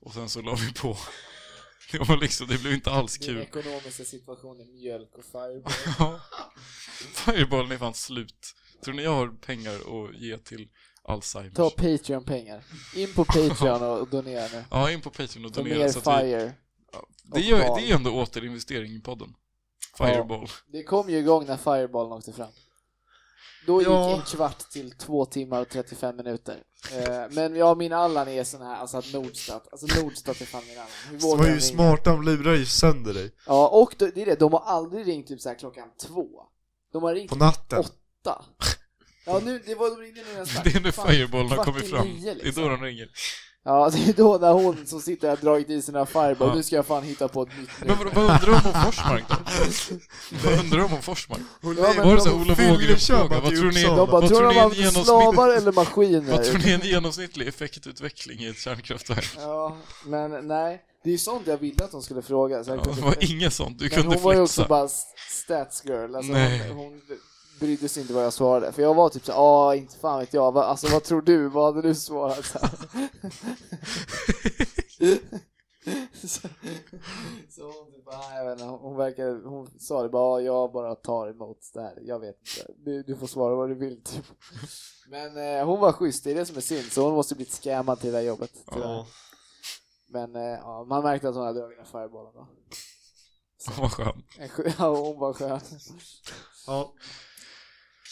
[SPEAKER 2] Och sen så la vi på. [LAUGHS] Det var liksom, det blev inte alls
[SPEAKER 3] Min
[SPEAKER 2] kul.
[SPEAKER 3] ekonomiska situation är mjölk och fireball.
[SPEAKER 2] [LAUGHS] Ja. Fireballen är fan slut. Tror ni jag har pengar att ge till Alzheimers?
[SPEAKER 3] Ta Patreon-pengar. In på Patreon och donera nu.
[SPEAKER 2] Ja, in på Patreon och
[SPEAKER 3] Ta
[SPEAKER 2] donera.
[SPEAKER 3] mer
[SPEAKER 2] Så att vi,
[SPEAKER 3] fire.
[SPEAKER 2] det, gör, det är ju ändå återinvestering i podden. Fireball. [LAUGHS]
[SPEAKER 3] Det kom ju igång när fireballen åkte fram. Då gick
[SPEAKER 1] Ja.
[SPEAKER 3] en kvart till två timmar och 35 minuter. Eh, men jag och min Allan är sån här, alltså att Nordstat, alltså Nordstat är fan min Allan. Hur
[SPEAKER 1] De
[SPEAKER 3] vågar
[SPEAKER 1] var
[SPEAKER 3] de
[SPEAKER 1] ju
[SPEAKER 3] ringa?
[SPEAKER 1] smarta, de lurar ju sönder dig
[SPEAKER 3] Ja, och då, det är det, de har aldrig ringt typ så här klockan två. De har ringt
[SPEAKER 1] På natten
[SPEAKER 3] åtta. Ja, nu, det var, de ringde nu nästan.
[SPEAKER 2] Det är när
[SPEAKER 3] Fan.
[SPEAKER 2] fireballen har
[SPEAKER 3] kvart i
[SPEAKER 2] kommit fram.
[SPEAKER 3] nio,
[SPEAKER 2] Det är
[SPEAKER 3] liksom.
[SPEAKER 2] då de ringer.
[SPEAKER 3] Ja, det är då när hon som sitter här har dragit i sina fireball,
[SPEAKER 2] Ja.
[SPEAKER 3] nu ska jag fan hitta på ett nytt nu.
[SPEAKER 2] Men vad, vad undrar de om Forsmark [LAUGHS] då? vad undrar de om Forsmark?
[SPEAKER 3] Ja, men
[SPEAKER 2] Var det
[SPEAKER 3] de-
[SPEAKER 2] så här Olof
[SPEAKER 1] fyller
[SPEAKER 2] Ågren-fråga?
[SPEAKER 1] köpa
[SPEAKER 2] Vad
[SPEAKER 1] till
[SPEAKER 2] tror ni
[SPEAKER 1] Uppsala.
[SPEAKER 3] De bara,
[SPEAKER 2] vad
[SPEAKER 3] tror
[SPEAKER 2] tror
[SPEAKER 3] de
[SPEAKER 2] ni en
[SPEAKER 3] använder
[SPEAKER 2] genomsnittlig-
[SPEAKER 3] slavar eller maskiner?
[SPEAKER 2] Vad tror ni är en genomsnittlig effektutveckling i ett kärnkraftverk?
[SPEAKER 3] Ja, men nej. Det är ju sånt jag ville att hon skulle fråga. Så jag
[SPEAKER 2] Ja,
[SPEAKER 3] kunde-
[SPEAKER 2] det var inget sånt, du
[SPEAKER 3] men
[SPEAKER 2] kunde
[SPEAKER 3] hon var ju också
[SPEAKER 2] flexa.
[SPEAKER 3] bara s- stats girl. Alltså
[SPEAKER 2] Nej.
[SPEAKER 3] hon, hon brydde sig inte vad jag svarade. För jag var typ så här, ah inte fan vet jag. Va, alltså vad tror du? Vad hade du svarat? Så, här. [LAUGHS] så, så hon typ bara, "Nej, jag vet inte. Hon, verkar, hon sa det bara, ah, jag bara tar emot det här. Jag vet inte. Du, du får svara vad du vill typ. Men eh, hon var schysst, det är det som är synd. Så hon måste blivit scammad till det här jobbet. tyvärr.
[SPEAKER 1] Ja.
[SPEAKER 3] Men eh, ja, man märkte att hon hade dragit den fireballen då.
[SPEAKER 2] Vad skönt.
[SPEAKER 3] En skö- [LAUGHS] Ja, hon var skön.
[SPEAKER 1] ja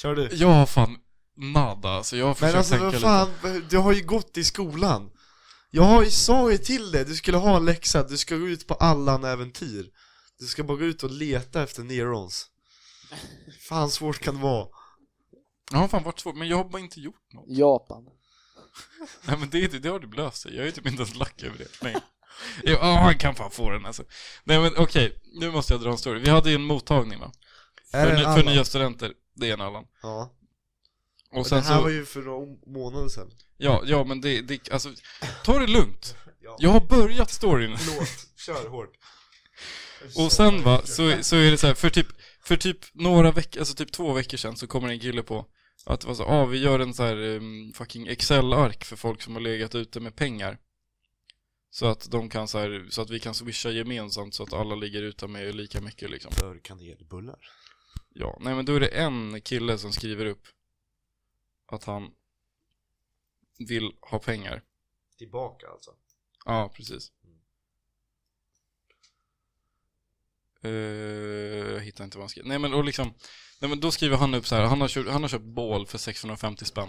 [SPEAKER 1] Kör du
[SPEAKER 2] Jag har fan nada, alltså jag har försökt
[SPEAKER 1] Men alltså
[SPEAKER 2] tänka
[SPEAKER 1] vad
[SPEAKER 2] lite.
[SPEAKER 1] fan, du har ju gått i skolan Jag har ju- sa ju till dig, du skulle ha en läxa, du ska gå ut på Allan-äventyr Du ska bara gå ut och leta efter Nerons Fan svårt kan det vara
[SPEAKER 2] Jag har fan varit svårt, men jag har bara inte gjort något.
[SPEAKER 3] Japan.
[SPEAKER 2] Nej men det, är det, det har du löst sig. Jag är typ inte ens lack över det. Nej. Jo, ja, han kan fan få den alltså. Nej men okej, nu måste jag dra en story. Vi hade ju en mottagning va?
[SPEAKER 1] Är det
[SPEAKER 2] För,
[SPEAKER 1] en
[SPEAKER 2] ny- för
[SPEAKER 1] Allan?
[SPEAKER 2] nya studenter. Det är en Allan.
[SPEAKER 1] Ja.
[SPEAKER 2] Och
[SPEAKER 1] Och
[SPEAKER 2] sen
[SPEAKER 1] det här
[SPEAKER 2] så,
[SPEAKER 1] var ju för några månader sedan.
[SPEAKER 2] ja, ja men det, det, alltså, ta det lugnt.
[SPEAKER 1] Ja.
[SPEAKER 2] Jag har börjat storyn.
[SPEAKER 1] Förlåt, kör hårt.
[SPEAKER 2] Och sen va, så, så är det så här, för typ, för typ några veckor, alltså typ två veckor sedan så kommer en kille på att det var så, ah, vi gör en så här ehm, fucking Excel-ark för folk som har legat ute med pengar. Så att de kan så här, så att vi kan swisha gemensamt så att alla ligger ute med lika mycket liksom.
[SPEAKER 1] För kanelbullar.
[SPEAKER 2] Ja, nej men då är det en kille som skriver upp att han vill ha pengar.
[SPEAKER 1] Tillbaka alltså.
[SPEAKER 2] Ja, precis. Eh, jag hittar inte vad han skriver. Nej men, och liksom, nej men då skriver han upp så här, han har köpt, han har köpt bål för 650 spänn.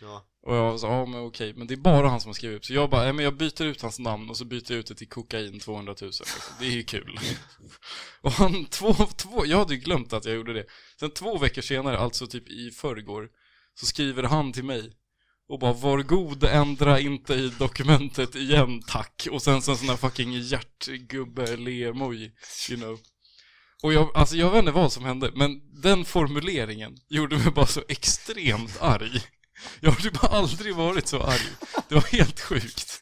[SPEAKER 1] Ja.
[SPEAKER 2] Och jag sa, ja men okej, men det är bara han som har skrivit upp. Så jag bara, nej men jag byter ut hans namn och så byter jag ut det till kokain 200 000. Liksom. Det är ju kul. [LAUGHS] och han, två, två, jag hade ju glömt att jag gjorde det. Sen två veckor senare, alltså typ i förrgår, så skriver han till mig och bara, var god, ändra inte i dokumentet igen tack. Och sen så en sån här fucking hjärtgubbe le emoji you know. Och jag, alltså jag vet inte vad som hände, men den formuleringen gjorde mig bara så extremt arg. Jag har typ aldrig varit så arg. Det var helt sjukt.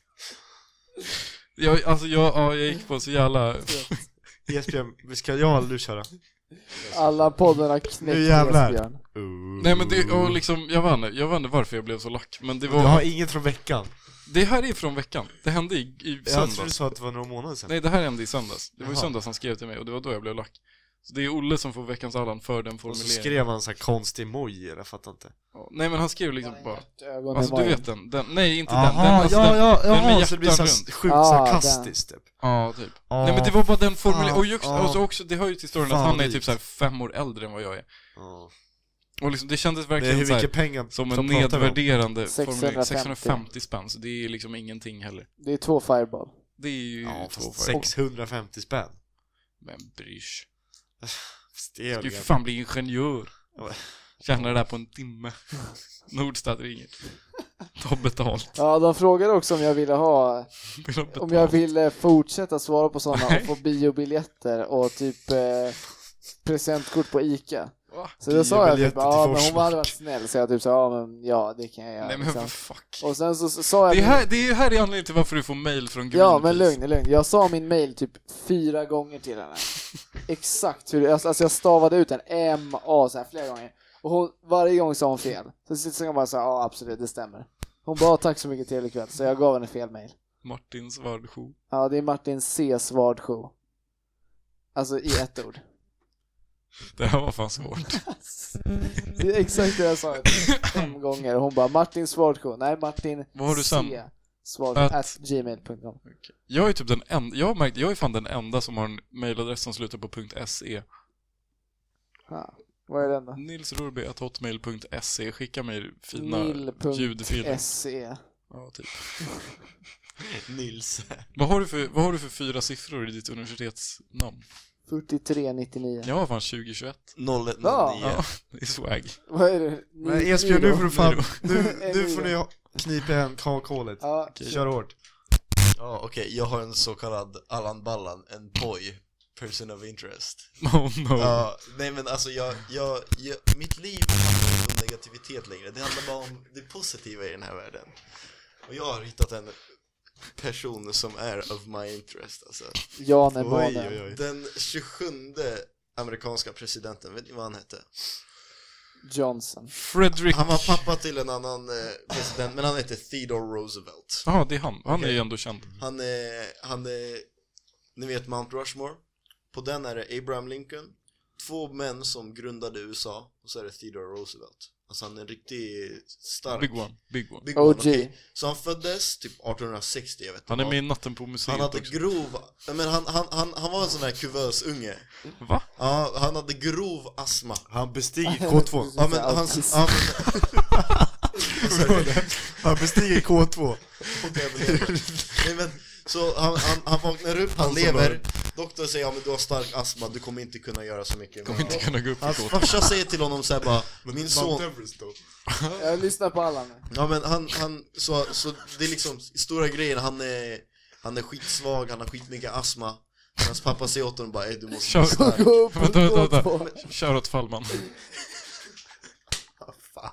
[SPEAKER 2] Jag, alltså jag, ja, jag gick på så jävla...
[SPEAKER 1] Esbjörn, vi ska jag eller du köra?
[SPEAKER 3] Alla poddarna knäckte
[SPEAKER 1] Nu jävlar.
[SPEAKER 3] Esbjörn.
[SPEAKER 2] Nej men det, och liksom, jag vet inte, jag vet inte varför jag blev så lack. Men det
[SPEAKER 1] Jag har
[SPEAKER 2] var,
[SPEAKER 1] inget från veckan.
[SPEAKER 2] det här är från veckan. Det hände i, i
[SPEAKER 1] Jag trodde du
[SPEAKER 2] söndags.
[SPEAKER 1] sa att det var några månader sedan.
[SPEAKER 2] Nej det här hände i söndags. Det var i
[SPEAKER 1] Jaha.
[SPEAKER 2] söndags han skrev till mig och det var då jag blev lack. Så det är Olle som får veckans Allan för den
[SPEAKER 1] Och så
[SPEAKER 2] formuleringen.
[SPEAKER 1] skrev han så här konstig emoji, jag fattar inte.
[SPEAKER 2] Ja, Nej men han skrev liksom bara...
[SPEAKER 3] Ögonen
[SPEAKER 2] Alltså
[SPEAKER 3] var
[SPEAKER 2] du
[SPEAKER 3] ju-
[SPEAKER 2] vet den, den nej inte den, den alltså
[SPEAKER 1] ja,
[SPEAKER 2] den,
[SPEAKER 1] ja,
[SPEAKER 2] den med
[SPEAKER 1] ja, så det blir så
[SPEAKER 2] hjärtan
[SPEAKER 1] här
[SPEAKER 2] runt.
[SPEAKER 1] sjukt
[SPEAKER 3] Ah,
[SPEAKER 1] sarkastiskt typ.
[SPEAKER 2] Ja, typ.
[SPEAKER 1] Ah,
[SPEAKER 2] nej men det var bara den formuleringen,
[SPEAKER 1] fan,
[SPEAKER 2] och just,
[SPEAKER 1] ja.
[SPEAKER 2] alltså också, det hör ju till storyn att
[SPEAKER 1] Fan,
[SPEAKER 2] han är
[SPEAKER 1] likt.
[SPEAKER 2] typ såhär fem år äldre än vad jag är.
[SPEAKER 1] ja.
[SPEAKER 2] Och liksom det kändes
[SPEAKER 1] Det är
[SPEAKER 2] verkligen
[SPEAKER 1] hur
[SPEAKER 2] såhär,
[SPEAKER 1] mycket pengar
[SPEAKER 2] som en
[SPEAKER 1] som pratar vi om?
[SPEAKER 2] nedvärderande formulering.
[SPEAKER 3] 650.
[SPEAKER 2] 650 spänn, så det är liksom ingenting heller.
[SPEAKER 3] Det är två fireball.
[SPEAKER 2] Det är ju
[SPEAKER 1] Ja,
[SPEAKER 2] två
[SPEAKER 1] fast
[SPEAKER 2] för...
[SPEAKER 1] 650 spänn.
[SPEAKER 2] Men bryr sig.
[SPEAKER 1] Fast det är
[SPEAKER 2] Du
[SPEAKER 1] väl
[SPEAKER 2] ska ju för fan bli ingenjör.
[SPEAKER 1] Ja, men-
[SPEAKER 2] Tjäna det där på en timme. Nordstad ringer. Ta betalt.
[SPEAKER 3] Ja, de frågade också om jag ville ha,
[SPEAKER 2] Vill ha betalt.
[SPEAKER 3] om jag ville fortsätta svara på sådana
[SPEAKER 2] Nej. [LAUGHS]
[SPEAKER 3] och få biobiljetter och typ eh, presentkort på Ica.
[SPEAKER 2] Va?
[SPEAKER 3] Så då sa jag typ,
[SPEAKER 1] Biobiljetter
[SPEAKER 3] ja
[SPEAKER 1] till
[SPEAKER 3] men hon
[SPEAKER 1] Forsmark.
[SPEAKER 3] hade varit snäll, så jag typ sa, ja men ja det kan jag göra.
[SPEAKER 2] Nej men
[SPEAKER 3] liksom.
[SPEAKER 2] vad fuck.
[SPEAKER 3] Och sen så, så sa jag...
[SPEAKER 2] Det är här, det är här är anledningen till varför du får mail från Greenpeace.
[SPEAKER 3] Ja, men lugn, lugn. Jag sa min mail typ fyra gånger till henne. Exakt hur det, alltså alltså jag stavade ut en M-A så här flera gånger. Och hon, varje gång sa hon fel. Så sen hon bara så här, ja absolut, det stämmer. Hon bara, tack så mycket, trevlig kväll. Så jag gav henne fel mail.
[SPEAKER 2] Martin Svardsjö.
[SPEAKER 3] Ja, det är Martin C. Svardsjö. Alltså i ett ord.
[SPEAKER 2] Det här var fan svårt.
[SPEAKER 3] Det är exakt det jag sa typ fem gånger. Hon bara, Martin Svardsjö. Nej, Martin
[SPEAKER 2] Vad har du
[SPEAKER 3] C.
[SPEAKER 2] sen?
[SPEAKER 3] Svardsjö.
[SPEAKER 2] Att-
[SPEAKER 3] At gmail.com.
[SPEAKER 2] Jag är typ den enda, jag har märkt, jag är fan den enda som har en mailadress som slutar på E. .se.
[SPEAKER 3] Ja. Vad är den då?
[SPEAKER 2] Nilsrorby.hotmail.se, E. skicka mig fina ljudfiler.
[SPEAKER 3] E. Nil.se.
[SPEAKER 2] Ja, typ.
[SPEAKER 1] Nils.
[SPEAKER 2] Vad har, du för, vad har du för fyra siffror i ditt universitetsnamn?
[SPEAKER 3] 4399.
[SPEAKER 2] Jag har fan 2021.
[SPEAKER 4] 0109.
[SPEAKER 3] Ja.
[SPEAKER 2] Ja, det är swag. [LAUGHS]
[SPEAKER 3] Vad är det?
[SPEAKER 1] Men Esbjörn, nu får du fan, nu,
[SPEAKER 3] Nej,
[SPEAKER 1] nu
[SPEAKER 3] nej.
[SPEAKER 1] får ni knipa en kakhålet.
[SPEAKER 3] Ja,
[SPEAKER 1] Kör hårt.
[SPEAKER 4] Ja, okej, jag har en så kallad Allan Ballan, en poj, person of interest.
[SPEAKER 2] Oh no.
[SPEAKER 1] Mm.
[SPEAKER 4] Ja, nej men alltså jag, jag, jag, mitt liv handlar inte om negativitet längre, det handlar bara om det positiva i den här världen. Och jag har hittat en person som är of my interest alltså.
[SPEAKER 3] Jan är
[SPEAKER 1] Oj,
[SPEAKER 3] barnen.
[SPEAKER 1] oj, oj.
[SPEAKER 4] Den 27 amerikanska presidenten, vet ni vad han hette?
[SPEAKER 3] Johnson.
[SPEAKER 2] Frederick.
[SPEAKER 4] Han var pappa till en annan eh, president, men han hette Theodore Roosevelt.
[SPEAKER 2] Ja, det är han. Han är
[SPEAKER 4] Okej.
[SPEAKER 2] ju ändå känd.
[SPEAKER 4] Han är, han är, ni vet Mount Rushmore? På den är det Abraham Lincoln, två män som grundade USA och så är det Theodore Roosevelt. Alltså han är en riktigt stark.
[SPEAKER 2] Big one. Big one.
[SPEAKER 4] Big one,
[SPEAKER 3] OG.
[SPEAKER 4] okej. Så han föddes typ 1860, jag vet inte
[SPEAKER 2] Han är
[SPEAKER 4] vad.
[SPEAKER 2] med i Natten på
[SPEAKER 4] Han
[SPEAKER 2] museet
[SPEAKER 4] hade
[SPEAKER 2] också.
[SPEAKER 4] grov, nej, men han, han, han, han var en sån här kuvösunge.
[SPEAKER 2] Va?
[SPEAKER 4] Ja, han hade grov astma.
[SPEAKER 1] Han bestiger [LAUGHS]
[SPEAKER 3] [LAUGHS]
[SPEAKER 1] K2.
[SPEAKER 4] Ja men hans, ja, men,
[SPEAKER 1] Han bestiger K2.
[SPEAKER 4] Okej,
[SPEAKER 2] [LAUGHS]
[SPEAKER 4] jag lever. Nej, men, så han, han, han vaknar upp, han,
[SPEAKER 1] Han som
[SPEAKER 4] lever. Doktorn säger ja men du har stark astma, du kommer inte kunna göra så mycket.
[SPEAKER 2] Kommer inte kunna gå upp i
[SPEAKER 4] Hans
[SPEAKER 2] kåt.
[SPEAKER 4] farsa säger till honom såhär bara, min son,
[SPEAKER 3] Jag lyssnar på alla nu.
[SPEAKER 4] [LAUGHS] ja men han, han så, så det är liksom stora grejer, han är Han är skitsvag, han har skitmycket astma. Men Hans pappa säger åt honom bara "Ey, du måste
[SPEAKER 2] Kör.
[SPEAKER 4] bli stark.
[SPEAKER 3] Gå upp
[SPEAKER 2] Vänta, vänta,
[SPEAKER 3] gå
[SPEAKER 2] vänta.
[SPEAKER 3] på.
[SPEAKER 2] Shoutout
[SPEAKER 4] [LAUGHS]
[SPEAKER 2] Fallman.
[SPEAKER 4] Fan.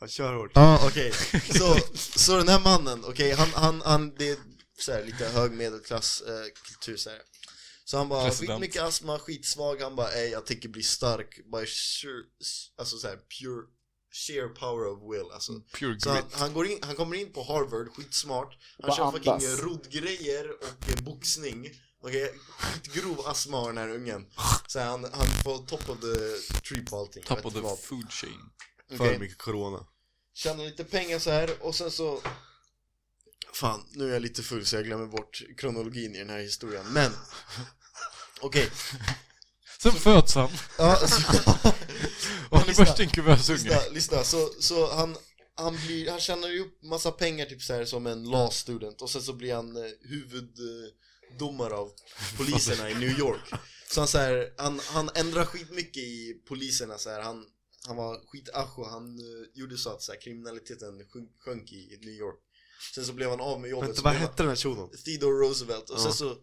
[SPEAKER 1] Ja, kör hårt.
[SPEAKER 4] Ja, [LAUGHS] okej. Så, så den här mannen, okej, han, han, han, det är så här, lite hög medelklass eh, kultur så här. Så han bara,
[SPEAKER 2] President.
[SPEAKER 4] skitmycket astma, skitsvag, han bara, ey jag tänker bli stark by sheer, alltså så här, pure, sheer power of will, alltså.
[SPEAKER 2] Pure
[SPEAKER 4] Så han,
[SPEAKER 2] grit.
[SPEAKER 4] han, går in, han kommer in på Harvard, skitsmart, han
[SPEAKER 3] Bara
[SPEAKER 4] kör fucking
[SPEAKER 3] andas.
[SPEAKER 4] roddgrejer och eh, boxning. Okej, skitgrov astma har den här ungen. Så här, han, han får top of the tree på allting. jag
[SPEAKER 2] Top
[SPEAKER 4] vet
[SPEAKER 2] of
[SPEAKER 4] inte
[SPEAKER 2] the
[SPEAKER 4] vad.
[SPEAKER 2] food chain.
[SPEAKER 4] Okej.
[SPEAKER 1] För mycket corona.
[SPEAKER 4] Tjänar lite pengar så här och sen så Fan, nu är jag lite full så jag glömmer bort kronologin i den här historien, [LAUGHS] men Okej,
[SPEAKER 2] Sen föds han.
[SPEAKER 4] [LAUGHS] ja, så...
[SPEAKER 2] Och han är
[SPEAKER 4] Lyssna.
[SPEAKER 2] först en kuvösunge.
[SPEAKER 4] lyssna, lyssna, så, så han, han, blir, han tjänar ju upp massa pengar typ så här som
[SPEAKER 1] Mm.
[SPEAKER 4] en law student och sen så blir han eh, huvuddomare av poliserna i New York Så han så här, han, han ändrar skitmycket i poliserna så här. Han, han var skitascho, han eh, gjorde så att så här, kriminaliteten sjönk, sjönk i New York Sen så blev han av med jobbet
[SPEAKER 1] Vänta,
[SPEAKER 4] så
[SPEAKER 1] vad
[SPEAKER 4] blev han-
[SPEAKER 1] hette den här shunon?
[SPEAKER 4] Theodore Roosevelt och sen
[SPEAKER 1] Ja.
[SPEAKER 4] så,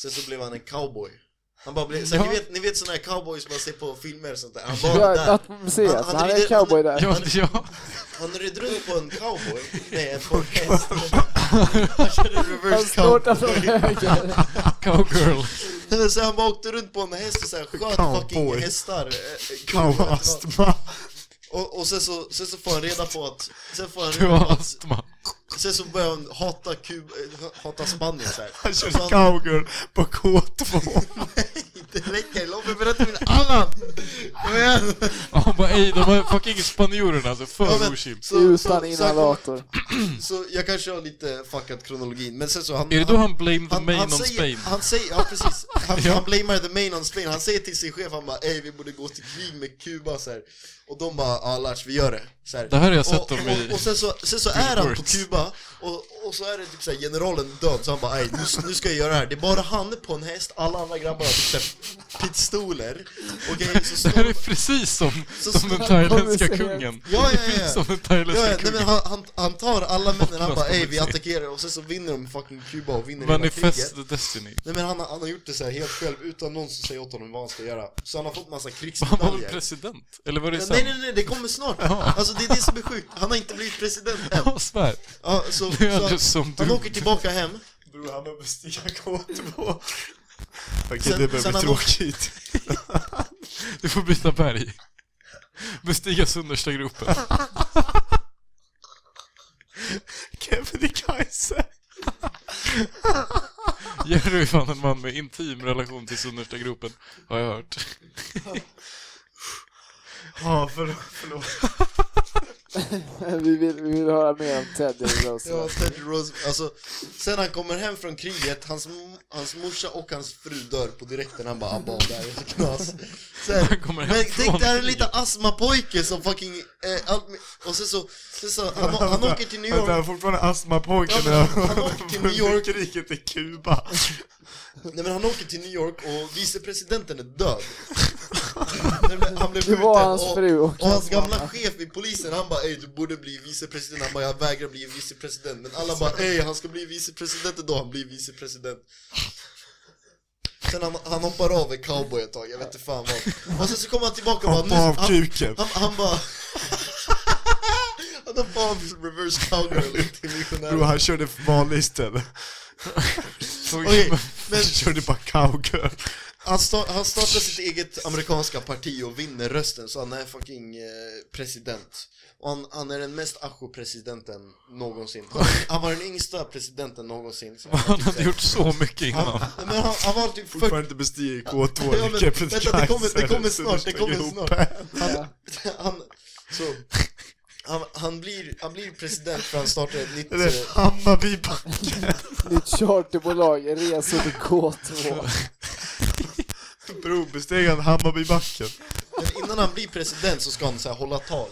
[SPEAKER 4] sen så blev han en cowboy Han bara blev, så här,
[SPEAKER 2] Ja.
[SPEAKER 4] ni vet, ni vet såna här cowboys man ser på filmer och sånt där, han var
[SPEAKER 3] Kör
[SPEAKER 4] där
[SPEAKER 3] nattmuseet,
[SPEAKER 4] Han- han
[SPEAKER 3] han, är
[SPEAKER 4] rider-
[SPEAKER 3] cowboy där.
[SPEAKER 2] Ja, ja.
[SPEAKER 4] Han red runt på en cowboy, nej en på en häst Han körde
[SPEAKER 3] Han
[SPEAKER 4] reverse
[SPEAKER 3] snortar från
[SPEAKER 4] cowboy
[SPEAKER 3] höger.
[SPEAKER 4] [LAUGHS]
[SPEAKER 2] Cowgirl.
[SPEAKER 4] Så han bara åkte runt på en häst och så här, sköt fucking
[SPEAKER 1] Cowboy.
[SPEAKER 4] hästar eh,
[SPEAKER 1] astma.
[SPEAKER 4] och, och sen så, sen så får han reda på att, sen får han
[SPEAKER 2] Du
[SPEAKER 4] reda på
[SPEAKER 2] har
[SPEAKER 4] att,
[SPEAKER 2] astma.
[SPEAKER 4] sen så börjar han hata Kuba, eh, hata Spanien såhär
[SPEAKER 1] Han körde cowgirl på K2.
[SPEAKER 4] [LAUGHS] Det räcker, låt mig berätta min annan! Kom igen!
[SPEAKER 2] Ja, han bara ey, de var fucking spanjorerna alltså.
[SPEAKER 4] Ja,
[SPEAKER 2] För
[SPEAKER 4] men-
[SPEAKER 2] ochips.
[SPEAKER 4] så-
[SPEAKER 3] [LAUGHS] Utan
[SPEAKER 4] så han kommer-
[SPEAKER 3] inhalator. [LAUGHS]
[SPEAKER 4] Så jag kanske har lite fuckat kronologin, men sen så han...
[SPEAKER 2] Är det då han blame the
[SPEAKER 4] han,
[SPEAKER 2] main on
[SPEAKER 4] säger,
[SPEAKER 2] Spain?
[SPEAKER 4] Han säger, ja precis, han,
[SPEAKER 2] Ja.
[SPEAKER 4] han blamar the main on Spain, han säger till sin chef, han bara ey vi borde gå till krig med Kuba så här. Och de bara ja Lars vi gör det. Så här.
[SPEAKER 2] Det här har jag sett
[SPEAKER 4] och,
[SPEAKER 2] dem
[SPEAKER 4] och,
[SPEAKER 2] i...
[SPEAKER 4] och sen så, sen så är han på
[SPEAKER 2] Words.
[SPEAKER 4] Kuba, och, och så är det typ såhär generalen död, så han bara ey nu, nu ska jag göra det här. Det är bara han på en häst, alla andra grabbar har typ såhär pistoler. Okej, så
[SPEAKER 2] Det
[SPEAKER 4] står
[SPEAKER 2] här är precis som,
[SPEAKER 4] Så
[SPEAKER 2] som den
[SPEAKER 4] snabbt
[SPEAKER 2] thailändska
[SPEAKER 3] kommer det
[SPEAKER 2] kungen.
[SPEAKER 4] Ja, ja,
[SPEAKER 2] Det
[SPEAKER 4] ja,
[SPEAKER 2] är precis
[SPEAKER 4] ja.
[SPEAKER 2] som den
[SPEAKER 4] Ja, ja,
[SPEAKER 2] thailändska
[SPEAKER 4] nej, men
[SPEAKER 2] kungen.
[SPEAKER 4] han, han, han tar alla männen, han
[SPEAKER 2] Hoppas
[SPEAKER 4] bara
[SPEAKER 2] på
[SPEAKER 4] ey vi
[SPEAKER 2] politik."
[SPEAKER 4] attackerar och sen så vinner de fucking Kuba och vinner hela kriget
[SPEAKER 2] Manifest the destiny.
[SPEAKER 4] Nej men han, har- han har gjort det så här helt själv utan någon som säger åt honom vad han ska göra Så han har fått massa
[SPEAKER 2] Han var väl
[SPEAKER 4] krigsmedaljer
[SPEAKER 2] president? Eller var det
[SPEAKER 4] Men
[SPEAKER 2] sen?
[SPEAKER 4] Nej nej nej, det kommer snart! Alltså det är det som är sjukt, han har inte blivit president än!
[SPEAKER 2] Ja, svär.
[SPEAKER 4] Ja, så,
[SPEAKER 2] Nu är
[SPEAKER 4] så
[SPEAKER 2] han just som
[SPEAKER 4] han
[SPEAKER 2] du.
[SPEAKER 4] åker tillbaka hem
[SPEAKER 1] Bror han behöver stiga K2. Okej
[SPEAKER 4] Sen-
[SPEAKER 1] det börjar
[SPEAKER 4] sen
[SPEAKER 1] bli
[SPEAKER 4] han-
[SPEAKER 1] tråkigt.
[SPEAKER 2] Du får byta berg. Bestiga Sunnersta
[SPEAKER 4] [LAUGHS]
[SPEAKER 2] gropen.
[SPEAKER 1] Kebnekaise.
[SPEAKER 2] [LAUGHS] Jerry är fan en man med intim relation till Sunnersta gropen, har jag hört.
[SPEAKER 1] Ja förlåt. förlåt.
[SPEAKER 3] vi, vill, vi vill höra mer om Teddy
[SPEAKER 4] Ja,
[SPEAKER 3] Roosevelt.
[SPEAKER 4] Teddy Roosevelt, alltså Sen han kommer hem från kriget, hans, hans morsa och hans fru dör på direkten Han bara abba det här är så knas så här,
[SPEAKER 2] [LAUGHS] Han kommer hem
[SPEAKER 4] Men
[SPEAKER 2] från
[SPEAKER 4] tänk det här är
[SPEAKER 2] kriget.
[SPEAKER 4] lite astmapojke som fucking, eh, allt, och sen så, sen så han, han åker till New
[SPEAKER 1] Vänta,
[SPEAKER 4] York
[SPEAKER 2] [LAUGHS]
[SPEAKER 1] jag har fortfarande astmapojken
[SPEAKER 4] Ja, men han- han åker till New York.
[SPEAKER 1] kriget i Kuba.
[SPEAKER 4] Nej men han åker till New York och vicepresidenten är
[SPEAKER 2] [LAUGHS]
[SPEAKER 4] död Nej, men Han blev
[SPEAKER 3] Det var
[SPEAKER 4] skjuten
[SPEAKER 3] hans
[SPEAKER 4] och-
[SPEAKER 3] fru och
[SPEAKER 4] Och hans gamla
[SPEAKER 3] mamma.
[SPEAKER 4] chef vid polisen, han bara ey du borde bli vicepresident, han bara jag vägrar bli vicepresident Men alla bara ey han ska bli vicepresident idag, han blir vicepresident Sen han, han hoppar av en cowboy ett tag, jag vet inte fan vad Och sen så kommer han tillbaka och
[SPEAKER 1] Hoppa
[SPEAKER 4] bara
[SPEAKER 1] av typ.
[SPEAKER 4] nu,
[SPEAKER 1] kuken.
[SPEAKER 4] han, han, han bara [LAUGHS] Han hoppar av reverse cowgirl till
[SPEAKER 1] Bro,
[SPEAKER 4] missionären
[SPEAKER 1] han körde vanlig istället.
[SPEAKER 2] Så-
[SPEAKER 4] Okej, men
[SPEAKER 1] Han körde bara cowgirl.
[SPEAKER 4] Han, sta- han startar sitt eget amerikanska parti och vinner rösten så han är fucking eh, president Och han, han är den mest ajo presidenten någonsin Han- Han var den yngsta presidenten någonsin så han, var
[SPEAKER 2] Han
[SPEAKER 4] typ
[SPEAKER 2] hade
[SPEAKER 4] såhär-
[SPEAKER 2] gjort så mycket innan.
[SPEAKER 4] han, men han, han var typ 40
[SPEAKER 1] Fortfarande inte bestigit K2
[SPEAKER 4] Ja,
[SPEAKER 1] eller
[SPEAKER 4] men
[SPEAKER 1] Kebnekaise.
[SPEAKER 4] vänta, det kommer- det kommer snart, det kommer
[SPEAKER 1] Sydöstra
[SPEAKER 4] snart.
[SPEAKER 1] Europa.
[SPEAKER 4] han, han, så, han, han, blir, han blir president för han startar ett nytt
[SPEAKER 1] Eller
[SPEAKER 4] eh,
[SPEAKER 1] Hammarbybacken.
[SPEAKER 3] Nytt charterbolag, resor till K2.
[SPEAKER 1] Bro, besteg han Hammarbybacken?
[SPEAKER 4] Men innan han blir president så ska han så här hålla tal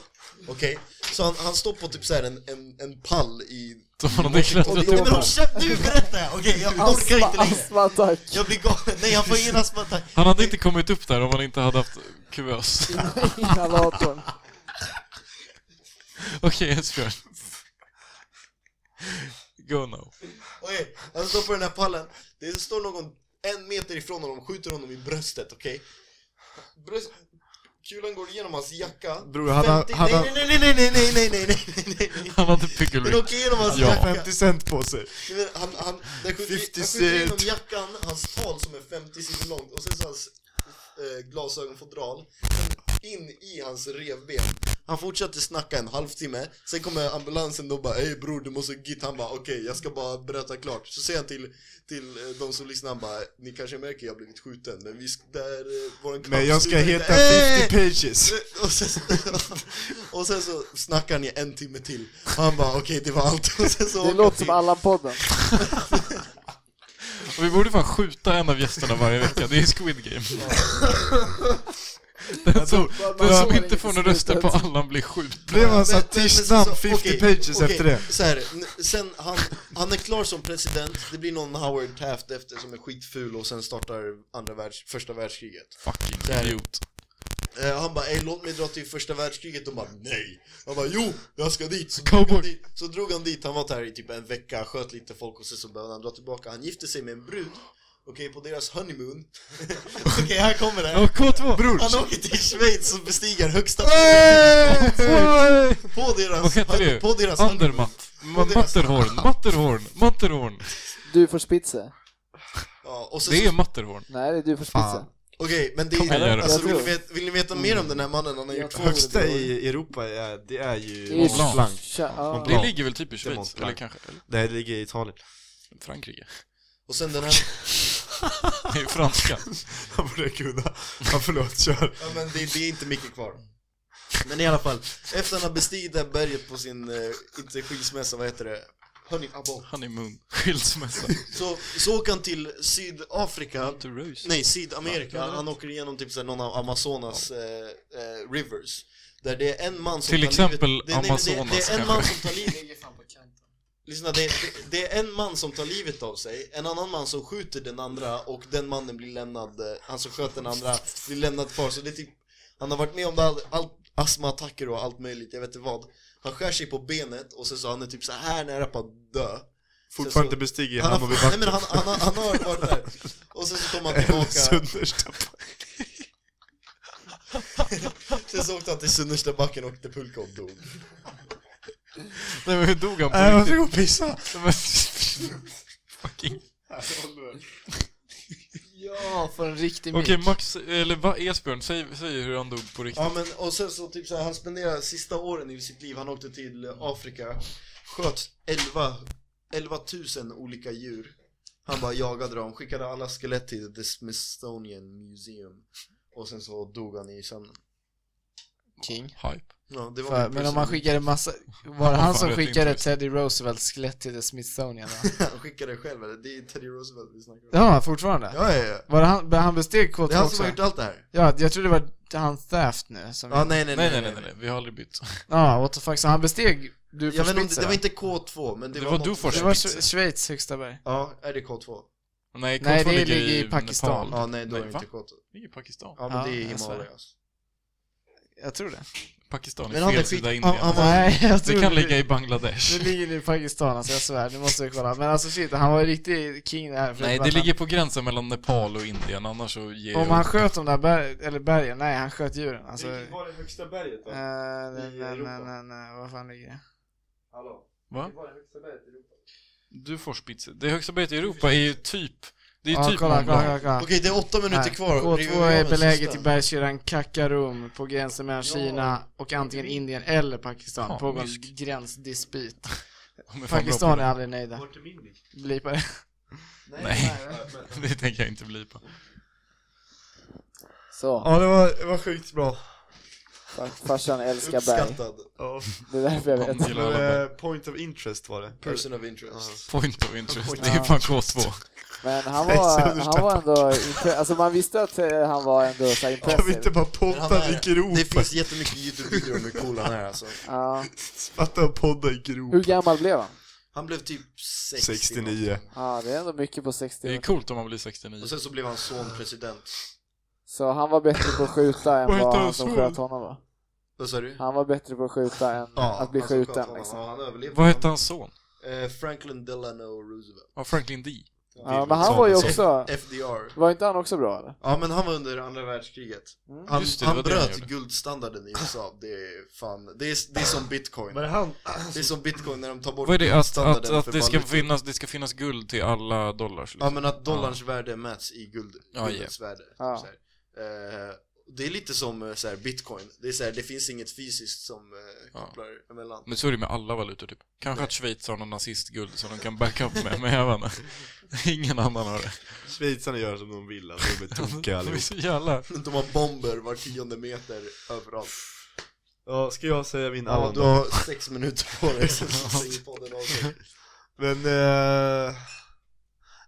[SPEAKER 4] Okej? Så han, han står på typ såhär en, en, en pall i
[SPEAKER 2] Som han hade
[SPEAKER 4] Och,
[SPEAKER 2] klättrat
[SPEAKER 4] nej, men
[SPEAKER 2] upp på.
[SPEAKER 4] håll käft, nu berättar jag! Okej, jag orkar inte
[SPEAKER 3] Astma,
[SPEAKER 4] längre
[SPEAKER 3] astmaattack.
[SPEAKER 4] [LAUGHS] Jag blir galen, nej jag får ingen astmaattack
[SPEAKER 2] Han hade inte kommit upp där om han inte hade haft
[SPEAKER 4] [LAUGHS]
[SPEAKER 2] kuvös.
[SPEAKER 3] Inhalatorn.
[SPEAKER 2] Okej, Esbjörn. Go now.
[SPEAKER 4] Okej, han står på den här pallen. Det står någon en meter ifrån honom och skjuter honom i bröstet, okej? Bröst... Kulan går igenom hans jacka.
[SPEAKER 1] Bror, hade han-
[SPEAKER 4] 50
[SPEAKER 1] hade han-
[SPEAKER 4] nej, nej, nej, nej, nej, nej, nej, nej, nej, nej, nej.
[SPEAKER 2] Han hade pickle
[SPEAKER 4] Den åker igenom hans
[SPEAKER 2] Ja.
[SPEAKER 4] jacka.
[SPEAKER 1] 50 cent på sig.
[SPEAKER 4] Nej, men Han, han, den skjuter,
[SPEAKER 1] 50
[SPEAKER 4] han skjuter igenom
[SPEAKER 1] cent.
[SPEAKER 4] jackan, hans tal som är 50 cm långt och sen så hans eh, glasögonfodral sen in i hans revben. Han fortsatte snacka en halvtimme, sen kommer ambulansen och bara Ey bror du måste git, han bara okej jag ska bara berätta klart. Så säger han till, till eh, de som lyssnar, han bara Ni kanske märker jag har blivit skjuten men vi sk- där eh, våran kamp
[SPEAKER 1] Men jag ska
[SPEAKER 4] slutar inte."
[SPEAKER 1] heta
[SPEAKER 4] "Ey!"
[SPEAKER 1] 50 pages.
[SPEAKER 4] [LAUGHS] Och sen, [LAUGHS] och sen så snackar han i en timme till, han bara okej det var allt. [LAUGHS] Och sen så åker
[SPEAKER 3] Det
[SPEAKER 4] han
[SPEAKER 3] låter som
[SPEAKER 4] till-
[SPEAKER 3] Allan-podden.
[SPEAKER 2] Och vi borde fan skjuta en av gästerna varje vecka, det är Squid
[SPEAKER 4] [LAUGHS]
[SPEAKER 2] Game. Den som, den som inte får några röster på Allan blir skjuten.
[SPEAKER 1] Blev hans
[SPEAKER 4] Men- men- men sen
[SPEAKER 1] affischnamn
[SPEAKER 4] så-
[SPEAKER 1] 50
[SPEAKER 4] okej,
[SPEAKER 1] Alltså, pages
[SPEAKER 4] okej,
[SPEAKER 1] efter det?
[SPEAKER 4] Så här, n- sen han, han är klar som president, det blir någon Howard Taft efter som är skitful och sen startar andra världs, första världskriget.
[SPEAKER 2] Fucking
[SPEAKER 4] Där.
[SPEAKER 2] idiot.
[SPEAKER 4] Eh, han bara "Ey, låt mig dra till första världskriget, de bara nej. Han bara jo, jag ska dit. Så
[SPEAKER 2] Cowboy.
[SPEAKER 4] drog, han dit. så drog han dit, han var där i typ en vecka, sköt lite folk och sen så behövde han dra tillbaka. Han gifte sig med en brud, okej på deras honeymoon. [LAUGHS] okej här kommer det.
[SPEAKER 2] K2! Bror!
[SPEAKER 4] Han åker till Schweiz och bestiger högsta på
[SPEAKER 2] Vad
[SPEAKER 4] deras,
[SPEAKER 2] heter det?
[SPEAKER 4] på deras honeymoon.
[SPEAKER 2] Andermatt. Ma- Matterhorn, Matterhorn, Matterhorn.
[SPEAKER 3] Du får spitze.
[SPEAKER 4] Ja, och sen
[SPEAKER 2] Det
[SPEAKER 4] så
[SPEAKER 2] är Matterhorn.
[SPEAKER 3] Nej, det är du får spitze.
[SPEAKER 4] Okej, men det
[SPEAKER 2] Kom igen
[SPEAKER 4] är,
[SPEAKER 2] då.
[SPEAKER 4] alltså,
[SPEAKER 3] Jag
[SPEAKER 4] vill, ni
[SPEAKER 3] tror- Mm.
[SPEAKER 4] veta, vill ni veta mer om den här mannen? Han har
[SPEAKER 3] Jag
[SPEAKER 4] gjort två
[SPEAKER 3] tror-
[SPEAKER 1] Högsta i Europa är, det är ju
[SPEAKER 3] Det är ju
[SPEAKER 1] Mont Blanc.
[SPEAKER 3] Tja, ja.
[SPEAKER 1] Blanc.
[SPEAKER 2] Det ligger väl typ i
[SPEAKER 1] Det är
[SPEAKER 2] Schweiz,
[SPEAKER 1] Mont
[SPEAKER 2] eller
[SPEAKER 1] Blanc.
[SPEAKER 2] kanske eller
[SPEAKER 1] Det här ligger i Italien.
[SPEAKER 2] Frankrike. [LAUGHS]
[SPEAKER 4] Och sen den här,
[SPEAKER 2] Det är ju franska.
[SPEAKER 1] Han borde kunna. Ja, förlåt, kör.
[SPEAKER 4] ja men det, det är inte mycket kvar Men i alla fall, efter han har bestigit det här berget på sin, eh, inte skilsmässa, vad heter det? Honey, abort.
[SPEAKER 2] Honeymoon. [LAUGHS] Skilsmässa.
[SPEAKER 4] Så, så åker han till Sydafrika
[SPEAKER 2] To Rose.
[SPEAKER 4] Nej, Sydamerika, han åker igenom typ såhär, någon av Amazonas eh, eh, rivers Där det är en man som
[SPEAKER 2] Till
[SPEAKER 4] tar
[SPEAKER 2] exempel
[SPEAKER 4] livet, det, nej, men det,
[SPEAKER 2] Amazonas
[SPEAKER 4] det är en man
[SPEAKER 2] kanske.
[SPEAKER 4] som tar livet Lyssna, det, det, det är en man som tar livet av sig, en annan man som skjuter den andra och den mannen blir lämnad, eh, han som sköt den andra blir lämnad kvar så det är typ Han har varit med om det, all, all, astmaattacker och allt möjligt, jag vet inte vad Han skär sig på benet och sen så han är typ så här nära på att dö
[SPEAKER 1] Fortfarande inte
[SPEAKER 4] Sen så-
[SPEAKER 1] bestiger
[SPEAKER 4] han
[SPEAKER 1] Hammarby
[SPEAKER 4] har, nej
[SPEAKER 1] backen.
[SPEAKER 4] men han, han, har- han har varit där, och sen så kommer han
[SPEAKER 2] [LAUGHS]
[SPEAKER 1] Eller
[SPEAKER 4] tillbaka
[SPEAKER 1] Sundersta.
[SPEAKER 4] Sen så åkte han till Sunnerstabacken och åkte pulka och dog.
[SPEAKER 2] Nej men hur dog han
[SPEAKER 1] Nej,
[SPEAKER 2] på
[SPEAKER 1] jag
[SPEAKER 2] riktigt?
[SPEAKER 1] fick gå och pissa.
[SPEAKER 2] Nej, men- [LAUGHS] Fucking.
[SPEAKER 3] ja, för en riktig
[SPEAKER 2] Okej
[SPEAKER 3] mick.
[SPEAKER 2] Max, eller vad Esbjörn, säg, säg hur han dog på riktigt.
[SPEAKER 4] Ja men och sen så typ så här, han spenderade sista åren i sitt liv, han åkte till eh, Afrika, sköt 11, 11 000 olika djur. Han bara jagade dem, skickade alla skelett till The Smithsonian Museum. Och sen så dog han i sömnen.
[SPEAKER 3] King.
[SPEAKER 2] Hype.
[SPEAKER 4] Ja, det var
[SPEAKER 3] För,
[SPEAKER 4] min
[SPEAKER 3] men om
[SPEAKER 4] person.
[SPEAKER 3] man skickade massa... Var det
[SPEAKER 2] Fan,
[SPEAKER 3] han som
[SPEAKER 2] rätt
[SPEAKER 3] skickade
[SPEAKER 2] intressant.
[SPEAKER 3] Teddy Roosevelts skelett till The Smithsonian? va?
[SPEAKER 4] Han skickade själv eller? Det är Teddy Roosevelt vi snackar om.
[SPEAKER 3] Det har han fortfarande?
[SPEAKER 4] [LAUGHS] Ja, ja, ja.
[SPEAKER 3] Var det han, han besteg
[SPEAKER 4] Det
[SPEAKER 3] K2
[SPEAKER 4] är han
[SPEAKER 3] också?
[SPEAKER 4] som har gjort allt det här.
[SPEAKER 3] Ja, jag tror det var han Theft nu som...
[SPEAKER 4] Ja,
[SPEAKER 3] Ja,
[SPEAKER 4] nej, nej,
[SPEAKER 2] Nej nej nej, nej, nej. vi har aldrig bytt.
[SPEAKER 3] what the fuck, så han besteg du
[SPEAKER 4] Jag
[SPEAKER 3] för
[SPEAKER 4] vet inte,
[SPEAKER 3] Spitzer?
[SPEAKER 4] det var inte K2, men det,
[SPEAKER 2] Det var
[SPEAKER 4] något-
[SPEAKER 2] Dufors.
[SPEAKER 3] Det var Schwe- Schweiz högsta berg.
[SPEAKER 4] Ja, är det K2?
[SPEAKER 2] Nej, K2
[SPEAKER 3] Nej, det
[SPEAKER 2] ligger,
[SPEAKER 3] ligger i Pakistan.
[SPEAKER 2] Nepal.
[SPEAKER 4] Ja, nej, då
[SPEAKER 2] Nej,
[SPEAKER 4] är det
[SPEAKER 2] va?
[SPEAKER 4] inte K2.
[SPEAKER 2] ligger i Pakistan.
[SPEAKER 4] Ja, men
[SPEAKER 3] Ja,
[SPEAKER 4] det är
[SPEAKER 2] alltså.
[SPEAKER 3] jag svär.
[SPEAKER 4] Himalayas.
[SPEAKER 3] Jag tror det.
[SPEAKER 2] Pakistan
[SPEAKER 4] Men
[SPEAKER 2] är
[SPEAKER 4] han
[SPEAKER 2] fel
[SPEAKER 4] fick-
[SPEAKER 2] sida
[SPEAKER 4] han-
[SPEAKER 2] Indien.
[SPEAKER 4] han var-
[SPEAKER 3] Nej, jag tror
[SPEAKER 2] Det kan
[SPEAKER 3] det.
[SPEAKER 2] ligga i
[SPEAKER 3] Det
[SPEAKER 2] Bangladesh.
[SPEAKER 3] ligger i Pakistan alltså, jag svär. Nu måste vi kolla. Men alltså shit, han var ju riktig king där. för
[SPEAKER 2] Nej,
[SPEAKER 3] att
[SPEAKER 2] det
[SPEAKER 3] han-
[SPEAKER 2] ligger på gränsen mellan Nepal och Indien, annars så ger
[SPEAKER 3] Om
[SPEAKER 2] jag
[SPEAKER 3] han
[SPEAKER 2] upp.
[SPEAKER 3] sköt de där bergen, eller bergen, nej han sköt djuren. Alltså,
[SPEAKER 1] Vilket var det högsta berget då?
[SPEAKER 3] eh, nej,
[SPEAKER 1] I
[SPEAKER 3] nej, nej,
[SPEAKER 1] Europa.
[SPEAKER 3] nej, nej, vad fan ligger det?
[SPEAKER 1] Hallå?
[SPEAKER 2] Va?
[SPEAKER 1] Vilket var det högsta berget i Europa?
[SPEAKER 2] Du får spitsen. Det högsta berget i Europa är ju typ... Det är ju
[SPEAKER 3] Ja,
[SPEAKER 2] typ
[SPEAKER 3] kolla,
[SPEAKER 2] Mont Blanc.
[SPEAKER 3] kolla, kolla, kolla.
[SPEAKER 4] Okej, det är åtta minuter
[SPEAKER 3] Nej,
[SPEAKER 4] kvar.
[SPEAKER 3] K2
[SPEAKER 4] Rivieranen
[SPEAKER 3] är beläget
[SPEAKER 4] sista.
[SPEAKER 3] i bergskedjan Kakarum på gränsen mellan Kina och antingen Indien eller Pakistan.
[SPEAKER 2] Ja,
[SPEAKER 3] pågår
[SPEAKER 2] mysk.
[SPEAKER 3] en gränsdispyt.
[SPEAKER 2] De är fan bra
[SPEAKER 3] Pakistan
[SPEAKER 2] på
[SPEAKER 3] är aldrig nöjda.
[SPEAKER 1] Vart är min mick?
[SPEAKER 3] Blipa det.
[SPEAKER 2] det. Nej, [LAUGHS] det tänker jag inte bli på.
[SPEAKER 3] [LAUGHS] Så,
[SPEAKER 1] Ja, det var, det var sjukt bra.
[SPEAKER 3] farsan älskar
[SPEAKER 4] Uppskattad.
[SPEAKER 1] Ja,
[SPEAKER 3] Det är därför jag
[SPEAKER 2] Han gillar alla berg.
[SPEAKER 1] eh, point of interest var det.
[SPEAKER 4] Person of interest.
[SPEAKER 2] Point of interest,
[SPEAKER 1] Point
[SPEAKER 2] det är
[SPEAKER 3] of
[SPEAKER 2] fan K2.
[SPEAKER 3] Men
[SPEAKER 2] [LAUGHS]
[SPEAKER 3] han
[SPEAKER 1] Nej,
[SPEAKER 3] var,
[SPEAKER 1] Söderstadt.
[SPEAKER 3] han var ändå, impre- alltså man visste att eh, han var ändå
[SPEAKER 2] [LAUGHS]
[SPEAKER 3] så här
[SPEAKER 1] Kan vi inte
[SPEAKER 3] impressiv.
[SPEAKER 1] bara
[SPEAKER 4] Men han
[SPEAKER 1] podda i
[SPEAKER 4] är, det
[SPEAKER 1] gropen?
[SPEAKER 4] finns jättemycket YouTube-videor om hur cool han är alltså.
[SPEAKER 3] Ja.
[SPEAKER 1] Fatta att podda i
[SPEAKER 3] Hur
[SPEAKER 1] gropen.
[SPEAKER 3] gammal blev han?
[SPEAKER 4] Han blev typ 60.
[SPEAKER 1] 69.
[SPEAKER 3] Ja, det är ändå mycket på 60
[SPEAKER 2] Det är
[SPEAKER 3] år.
[SPEAKER 2] coolt om man blir 69.
[SPEAKER 4] Och sen så blev hans son president.
[SPEAKER 3] Så han var bättre på att skjuta än
[SPEAKER 2] Vad
[SPEAKER 3] vad
[SPEAKER 2] heter
[SPEAKER 3] han
[SPEAKER 2] hans
[SPEAKER 3] som
[SPEAKER 2] son?
[SPEAKER 3] sköt honom va?
[SPEAKER 4] Vad sa du?
[SPEAKER 3] Han var bättre på att skjuta än att bli
[SPEAKER 4] han som sköt
[SPEAKER 3] skjuten
[SPEAKER 4] honom.
[SPEAKER 3] liksom.
[SPEAKER 4] Ja, han överlevde.
[SPEAKER 2] Vad hette hans son?
[SPEAKER 4] Eh, Eh, Franklin Delano Roosevelt.
[SPEAKER 2] Ja, Franklin D.
[SPEAKER 3] Ja, men han var ju
[SPEAKER 1] Sånt.
[SPEAKER 3] också...
[SPEAKER 4] FDR.
[SPEAKER 3] Var inte han också bra eller?
[SPEAKER 4] Ja men han var under andra världskriget.
[SPEAKER 3] Mm.
[SPEAKER 4] Han,
[SPEAKER 2] Just det, det
[SPEAKER 4] han
[SPEAKER 2] var det han
[SPEAKER 4] bröt
[SPEAKER 2] gjorde.
[SPEAKER 4] guldstandarden i USA. Det är fan, det är, det är som bitcoin.
[SPEAKER 1] Var det han?
[SPEAKER 4] Det är som bitcoin när de tar bort
[SPEAKER 2] Vad är det? Att,
[SPEAKER 4] guldstandarden
[SPEAKER 2] att, att
[SPEAKER 4] för
[SPEAKER 2] det, ska
[SPEAKER 4] valutor.
[SPEAKER 2] finnas, det ska finnas guld till alla dollars
[SPEAKER 4] Ja
[SPEAKER 2] liksom.
[SPEAKER 4] men att dollarns värde mäts i guld,
[SPEAKER 2] Ja,
[SPEAKER 4] guldets värde. typ
[SPEAKER 3] Ja.
[SPEAKER 4] Så här. Eh, det är lite som eh, så här, bitcoin, det, är så här, det finns inget fysiskt som eh,
[SPEAKER 2] Ja.
[SPEAKER 4] kopplar emellan. [LAUGHS]
[SPEAKER 2] Men så är det med alla valutor typ. Kanske att Schweiz har någon nazistguld som de kan backa upp med, men jag vet inte. [LAUGHS] Ingen annan har det.
[SPEAKER 1] Schweizarna gör som de vill, alltså, de är tokiga
[SPEAKER 2] De är
[SPEAKER 1] allihop
[SPEAKER 2] så jävla...
[SPEAKER 4] De har bomber var tionde meter överallt.
[SPEAKER 1] Ja, ska jag säga min
[SPEAKER 4] Ja,
[SPEAKER 1] Allan
[SPEAKER 4] du
[SPEAKER 1] då?
[SPEAKER 4] har sex minuter på
[SPEAKER 2] [LAUGHS]
[SPEAKER 4] dig så stänger podden av sig.
[SPEAKER 1] Men, eh,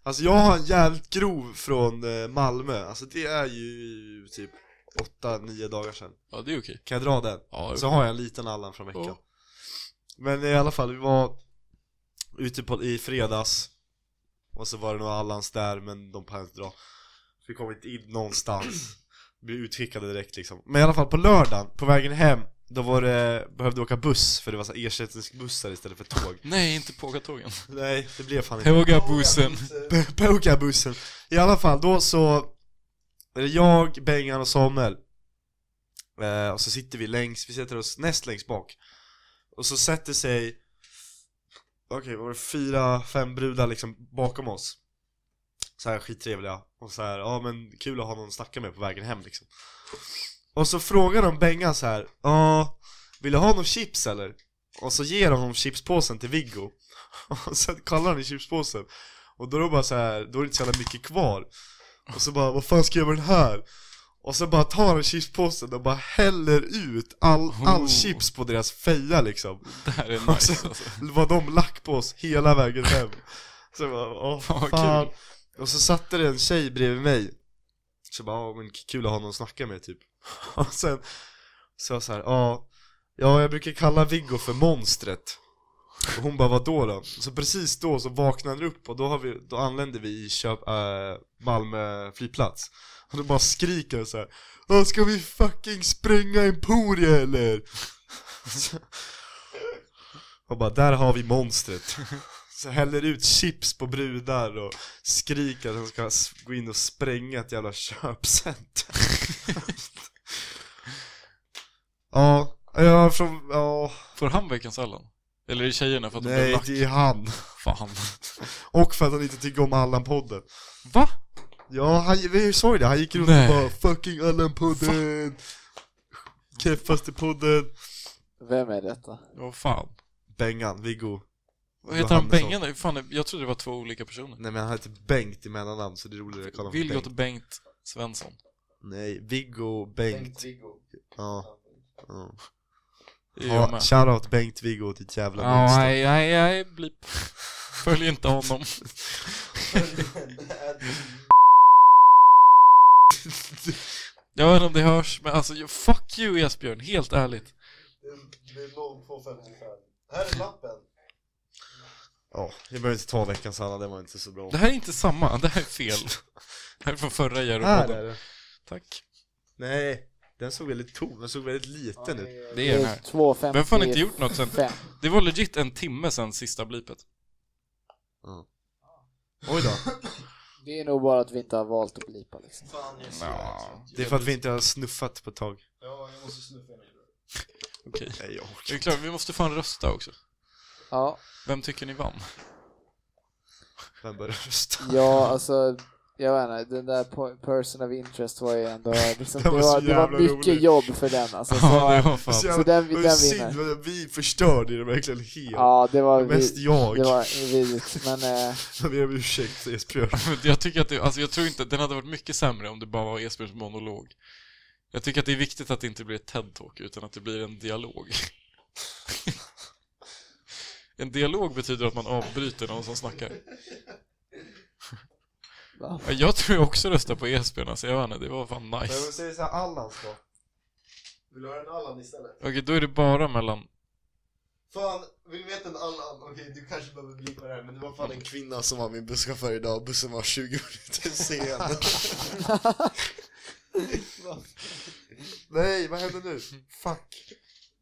[SPEAKER 1] alltså jag har en jävligt grov från eh, Malmö, alltså det är ju typ 8-9 dagar sedan
[SPEAKER 2] Ja, det är okej.
[SPEAKER 1] Kan jag dra den?
[SPEAKER 2] Ja,
[SPEAKER 1] Så har jag en liten Allan från veckan
[SPEAKER 2] Ja.
[SPEAKER 1] Men i alla fall, vi var ute på, i fredags Och så var det några Allans där, men de hann inte dra Så vi kom inte in någonstans Blev utskickade direkt liksom Men i alla fall på lördagen, på vägen hem Då var det, behövde åka buss för det var så här ersättningsbussar istället för tåg
[SPEAKER 2] Nej, inte pågatågen.
[SPEAKER 1] Nej, det blev fan inte
[SPEAKER 2] Pågabussen.
[SPEAKER 1] [LAUGHS] Påka bussen I alla fall, då så är det jag, Bengan och Samuel eh, Och så sitter vi längst, vi sätter oss näst längst bak Och så sätter sig Okej, vad var det? Fyra, fem brudar liksom bakom oss så här skittrevliga och så här, ja men kul att ha någon att snacka med på vägen hem liksom Och så frågar de Bengan så här, ja vill du ha någon chips eller? Och så ger de honom chipspåsen till Viggo [LAUGHS] Och sen kollar han i chipspåsen Och då är det bara så här, då är det inte så jävla mycket kvar Och så bara, vad fan ska jag göra med den här? Och så bara tar han chipspåsen och bara häller ut all, all
[SPEAKER 2] Oh.
[SPEAKER 1] chips på deras feja liksom
[SPEAKER 2] Det här är nice [LAUGHS] alltså.
[SPEAKER 1] var de lack på oss hela vägen hem Så jag bara, åh
[SPEAKER 2] [LAUGHS] Fan, vad
[SPEAKER 1] fan Och så satte det en tjej bredvid mig Så jag bara, åh men kul att ha någon att snacka med typ [LAUGHS] Och sen så jag så här, ja Ja jag brukar kalla Viggo för monstret Och hon bara, vadå då? Så precis då så vaknade han upp och då, har vi, då anländer vi i Köp, äh, Malmö flygplats Och då bara skriker han så här, "Ja, ska vi fucking spränga Emporia eller? [LAUGHS] Så- och bara, där har vi monstret. [LAUGHS] Så häller ut chips på brudar och skriker att de ska s- gå in och spränga ett jävla [LAUGHS] köpcenter. ja, ja, från, ja,
[SPEAKER 2] Får han veckans Allan? Eller är det tjejerna för att de blev
[SPEAKER 1] nej
[SPEAKER 2] lack?
[SPEAKER 1] det är han.
[SPEAKER 2] Fan.
[SPEAKER 1] Och för att han inte tycker om Allan-podden.
[SPEAKER 2] Va?
[SPEAKER 1] Ja, han, vi såg det, han gick runt
[SPEAKER 2] Nej.
[SPEAKER 1] och bara 'Fucking Allan-podden' Keffaste podden
[SPEAKER 3] Vem är detta?
[SPEAKER 2] Ja, fan.
[SPEAKER 1] Bengan, Viggo
[SPEAKER 2] Vad heter han?
[SPEAKER 1] Johannesson.
[SPEAKER 2] Bengen? Fan, jag trodde det var två olika personer.
[SPEAKER 1] Nej men han heter Bengt i mellannamn så det är roligare att kalla honom för
[SPEAKER 2] Vilgot
[SPEAKER 1] Bengt
[SPEAKER 2] Bengt Svensson.
[SPEAKER 1] Nej, Viggo, Bengt,
[SPEAKER 4] Bengt-Viggo.
[SPEAKER 1] Ja, ja.
[SPEAKER 2] Det är jag med.
[SPEAKER 1] Shoutout Bengt-Viggo, ditt jävla
[SPEAKER 2] Ja,
[SPEAKER 1] monster
[SPEAKER 2] nej, nej, nej, blip. [LAUGHS] Följ
[SPEAKER 1] [LAUGHS]
[SPEAKER 2] inte honom. Jag vet inte om det hörs, men alltså, fuck you Esbjörn, helt ärligt.
[SPEAKER 4] Det är långt på 55. Här är lappen.
[SPEAKER 1] Ja, jag behöver inte ta veckans alla, den var inte så bra
[SPEAKER 2] Det här är inte samma, det här är fel. Det här är från förra
[SPEAKER 1] Här
[SPEAKER 2] Jerry-podden.
[SPEAKER 1] är det
[SPEAKER 2] Tack.
[SPEAKER 1] Nej, den såg väldigt tom, den såg väldigt liten ut
[SPEAKER 2] Det är den här.
[SPEAKER 3] Två, fem,
[SPEAKER 2] Vi har fan inte gjort något sen.
[SPEAKER 3] Fem.
[SPEAKER 2] Det var legit en timme sen sista blipet.
[SPEAKER 1] Oj då
[SPEAKER 3] Det är nog bara att vi inte har valt att blipa liksom.
[SPEAKER 4] Fan, jag ser
[SPEAKER 2] Ja.
[SPEAKER 1] Det är för att vi inte har snuffat på ett tag
[SPEAKER 4] Ja, jag måste snuffa mig.
[SPEAKER 2] Okej.
[SPEAKER 1] Nej, jag
[SPEAKER 2] Är
[SPEAKER 1] orkar
[SPEAKER 2] vi klara? Vi måste fan rösta också.
[SPEAKER 3] Ja,
[SPEAKER 2] Vem tycker ni vann?
[SPEAKER 1] Vem börjar rösta?
[SPEAKER 3] ja alltså. Jag vet inte, den där po- person of interest var ju
[SPEAKER 2] [LAUGHS]
[SPEAKER 3] ändå liksom, det,
[SPEAKER 1] Den var så
[SPEAKER 3] var, det var
[SPEAKER 1] jävla
[SPEAKER 3] mycket
[SPEAKER 1] rolig.
[SPEAKER 3] jobb för den alltså. Så,
[SPEAKER 2] [LAUGHS] Ja, det var fan.
[SPEAKER 1] Så jävla-
[SPEAKER 3] så den, den
[SPEAKER 1] Vad synd,
[SPEAKER 3] vinner.
[SPEAKER 1] vad vi förstörde det verkligen helt
[SPEAKER 3] Ja, det var,
[SPEAKER 1] Mest
[SPEAKER 3] vid,
[SPEAKER 1] jag, [LAUGHS]
[SPEAKER 3] det var vidrigt. Men eh,
[SPEAKER 1] jag ber om ursäkt Esbjörn
[SPEAKER 2] Jag tycker att det, alltså jag tror inte, den hade varit mycket sämre om det bara var Esbjörns monolog. Jag tycker att det är viktigt att det inte blir ett TED-talk utan att det blir en dialog. [LAUGHS] en dialog betyder att man avbryter någon som snackar.
[SPEAKER 3] Va?
[SPEAKER 2] Ja, Jag tror jag också röstar på Esbjörn alltså, jag vet inte, det var fan nice.
[SPEAKER 1] säger såhär, Allans då?
[SPEAKER 4] Vill du höra en Allan istället?
[SPEAKER 2] Okej, då är det bara mellan...
[SPEAKER 4] Fan, vill du veta en Allan? Okej, du kanske behöver blipa det här, men det var fan en kvinna som var min busschaufför idag och bussen var 20 minuter [LAUGHS] sen.
[SPEAKER 1] [LAUGHS] Nej, vad händer nu? Fuck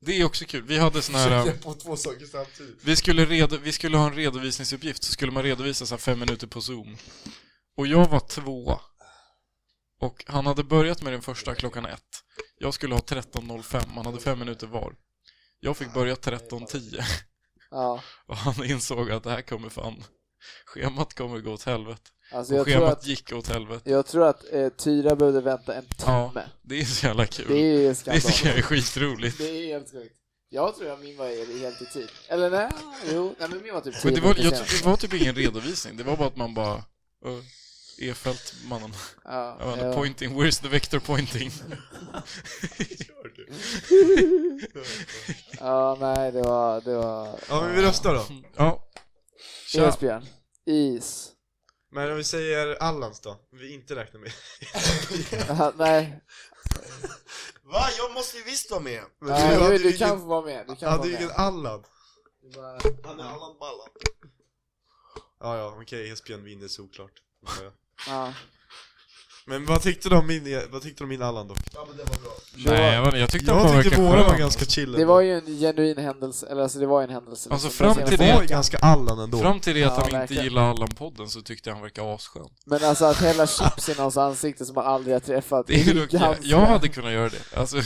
[SPEAKER 2] Det är också kul. Vi hade sån
[SPEAKER 4] [LAUGHS]
[SPEAKER 2] här...
[SPEAKER 1] på två saker samtidigt.
[SPEAKER 2] Vi skulle, redo, vi skulle ha en redovisningsuppgift, så skulle man redovisa så här fem minuter på Zoom. Och jag var tvåa. Och han hade börjat med den första klockan ett. Jag skulle ha 13.05, han hade fem minuter var. Jag fick börja 13.10
[SPEAKER 3] Ja,
[SPEAKER 2] och han insåg att det här kommer fan... Schemat kommer gå åt helvete.
[SPEAKER 3] alltså
[SPEAKER 2] Och
[SPEAKER 3] jag tror
[SPEAKER 2] schemat
[SPEAKER 3] att,
[SPEAKER 2] gick åt helvete.
[SPEAKER 3] jag tror att eh, Tyra behövde vänta en
[SPEAKER 2] Ja.
[SPEAKER 3] timme.
[SPEAKER 2] Det är så jävla
[SPEAKER 3] Det
[SPEAKER 2] kul.
[SPEAKER 3] är ju
[SPEAKER 2] Det tycker
[SPEAKER 3] skandal.
[SPEAKER 2] jag är skitroligt.
[SPEAKER 3] Det är helt sjukt. Jag tror att min var helt i tid. Eller nej, jo, nej men min var typ 10
[SPEAKER 2] Men det var,
[SPEAKER 3] minuter
[SPEAKER 2] jag,
[SPEAKER 3] senare.
[SPEAKER 2] det var typ ingen redovisning, det var bara att man bara... "Ö, Efelt, mannen.
[SPEAKER 3] Ja,
[SPEAKER 2] Jag vet
[SPEAKER 3] ja.
[SPEAKER 2] inte, pointing, where's the vector pointing?
[SPEAKER 3] ja, nej det var, det var...
[SPEAKER 1] Ja men vi röstar då.
[SPEAKER 2] Ja. Tja.
[SPEAKER 3] Esbjörn. Is.
[SPEAKER 1] Men om vi säger Allans då? Om Vi inte räknar med.
[SPEAKER 3] Ja, nej,
[SPEAKER 4] Va? Jag måste ju visst vara med!
[SPEAKER 1] Men
[SPEAKER 3] nej
[SPEAKER 1] hade
[SPEAKER 3] du, du
[SPEAKER 1] ingen-
[SPEAKER 3] kan få vara med. Du kan
[SPEAKER 1] Hade
[SPEAKER 3] vara
[SPEAKER 1] ju ingen
[SPEAKER 3] med.
[SPEAKER 1] Allan.
[SPEAKER 3] Du bara-
[SPEAKER 4] Han är Allan Ballan.
[SPEAKER 1] Ja ja, okej Esbjörn vinner såklart. Ja, ja.
[SPEAKER 3] Ja.
[SPEAKER 1] Men vad tyckte du om min, vad tyckte du om min Allan då?
[SPEAKER 4] Ja men det var bra.
[SPEAKER 2] Nej, jag, vet inte, jag tyckte han
[SPEAKER 1] Jag tyckte
[SPEAKER 2] verkar
[SPEAKER 1] våra
[SPEAKER 2] skön.
[SPEAKER 1] var ganska chill
[SPEAKER 3] Det
[SPEAKER 1] ändå.
[SPEAKER 3] var ju en genuin händelse, eller alltså det var ju en händelse.
[SPEAKER 2] Alltså,
[SPEAKER 3] den
[SPEAKER 2] fram
[SPEAKER 1] Det
[SPEAKER 2] till
[SPEAKER 3] senaste
[SPEAKER 1] var ju
[SPEAKER 3] veckan.
[SPEAKER 1] ganska Allan ändå.
[SPEAKER 2] Fram till det att
[SPEAKER 3] Ja,
[SPEAKER 2] han inte
[SPEAKER 3] verkligen.
[SPEAKER 2] gillar Allan-podden så tyckte jag han verkade asskön.
[SPEAKER 3] Men alltså att hälla chips i någons ansikte som man aldrig har träffat.
[SPEAKER 2] Det är dock, jag,
[SPEAKER 3] ganska-
[SPEAKER 2] jag hade kunnat göra det. Alltså,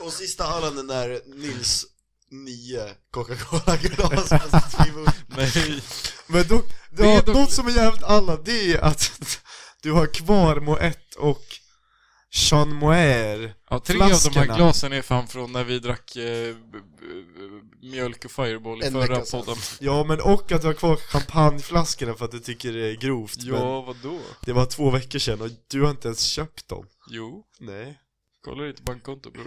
[SPEAKER 4] Och sista Allan den där Nils nio Coca-Cola-glas på sitt skrivbord.
[SPEAKER 2] nej.
[SPEAKER 1] Men dock,
[SPEAKER 2] Det är
[SPEAKER 1] ja,
[SPEAKER 2] dock-
[SPEAKER 1] något som är jävligt Allan, det är att [LAUGHS] du har kvar Moët och Jean Moer.
[SPEAKER 2] Ja, tre av de
[SPEAKER 1] Flaskorna.
[SPEAKER 2] här glasen är fan från när vi drack eh, b- b- b- mjölk och fireball i
[SPEAKER 4] En
[SPEAKER 2] förra
[SPEAKER 4] vecka sedan.
[SPEAKER 2] podden.
[SPEAKER 1] Ja men och att du har kvar champagneflaskorna för att du tycker det är grovt. Men
[SPEAKER 2] [LAUGHS] Ja, vadå?
[SPEAKER 1] det var två veckor sedan och du har inte ens köpt dem.
[SPEAKER 2] Jo,
[SPEAKER 1] Nej.
[SPEAKER 2] kolla ditt
[SPEAKER 1] [LAUGHS]
[SPEAKER 2] bankkonto bror.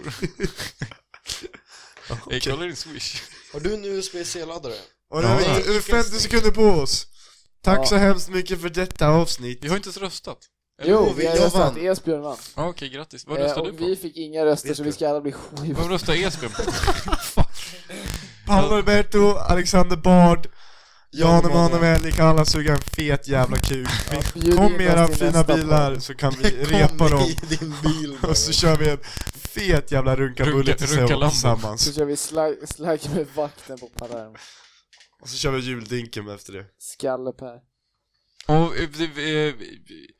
[SPEAKER 1] Ja,
[SPEAKER 2] Nej,
[SPEAKER 1] okej.
[SPEAKER 2] kolla din swish.
[SPEAKER 4] Har du en USB-C-laddare?
[SPEAKER 1] Och nu har
[SPEAKER 2] Ja.
[SPEAKER 1] vi 50 sekunder på oss. Tack
[SPEAKER 3] Ja.
[SPEAKER 1] så hemskt mycket för detta avsnitt.
[SPEAKER 2] Vi har inte ens röstat.
[SPEAKER 3] Jo, vi har
[SPEAKER 4] Jag
[SPEAKER 3] röstat.
[SPEAKER 4] vann.
[SPEAKER 3] Esbjörn vann.
[SPEAKER 2] Ja, okej, grattis. Vad
[SPEAKER 3] Eh,
[SPEAKER 2] röstade
[SPEAKER 3] och
[SPEAKER 2] du på?
[SPEAKER 3] Vi fick inga röster så vi
[SPEAKER 1] Esbjörn.
[SPEAKER 3] ska alla bli sju.
[SPEAKER 2] Vem röstade Esbjörn på? Fuck.
[SPEAKER 1] Paolo Roberto, Alexander Bard, Jan
[SPEAKER 4] Jan
[SPEAKER 1] Emanuel, ni kan alla suga en fet jävla kuk.
[SPEAKER 3] Ja, bjud
[SPEAKER 1] Kom
[SPEAKER 3] in
[SPEAKER 1] med
[SPEAKER 3] oss
[SPEAKER 1] era
[SPEAKER 3] till
[SPEAKER 1] fina
[SPEAKER 3] nästa
[SPEAKER 1] bilar
[SPEAKER 3] podd.
[SPEAKER 1] så kan [LAUGHS] vi repa
[SPEAKER 4] Kom
[SPEAKER 1] dem. Alltså,
[SPEAKER 4] i din
[SPEAKER 1] [LAUGHS]
[SPEAKER 4] bil bara.
[SPEAKER 1] Och så kör vi en fet jävla runkabulle
[SPEAKER 2] Runka- runkalambo.
[SPEAKER 3] Så
[SPEAKER 1] tillsammans.
[SPEAKER 3] kör vi slagg slag med vakten på Palermo.
[SPEAKER 1] Och så kör vi juldinken efter det.
[SPEAKER 3] Skalle-Per.
[SPEAKER 2] Och, eh, vi- vi- vi-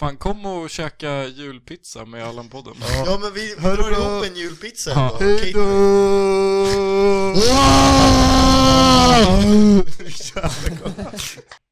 [SPEAKER 2] fan, kom och käka julpizza med Allan-podden.
[SPEAKER 4] Ja men vi
[SPEAKER 1] Hör
[SPEAKER 4] drar
[SPEAKER 1] du då?
[SPEAKER 4] ihop en julpizza
[SPEAKER 2] Ja.
[SPEAKER 4] ändå.
[SPEAKER 1] Hej då! Jävla gott.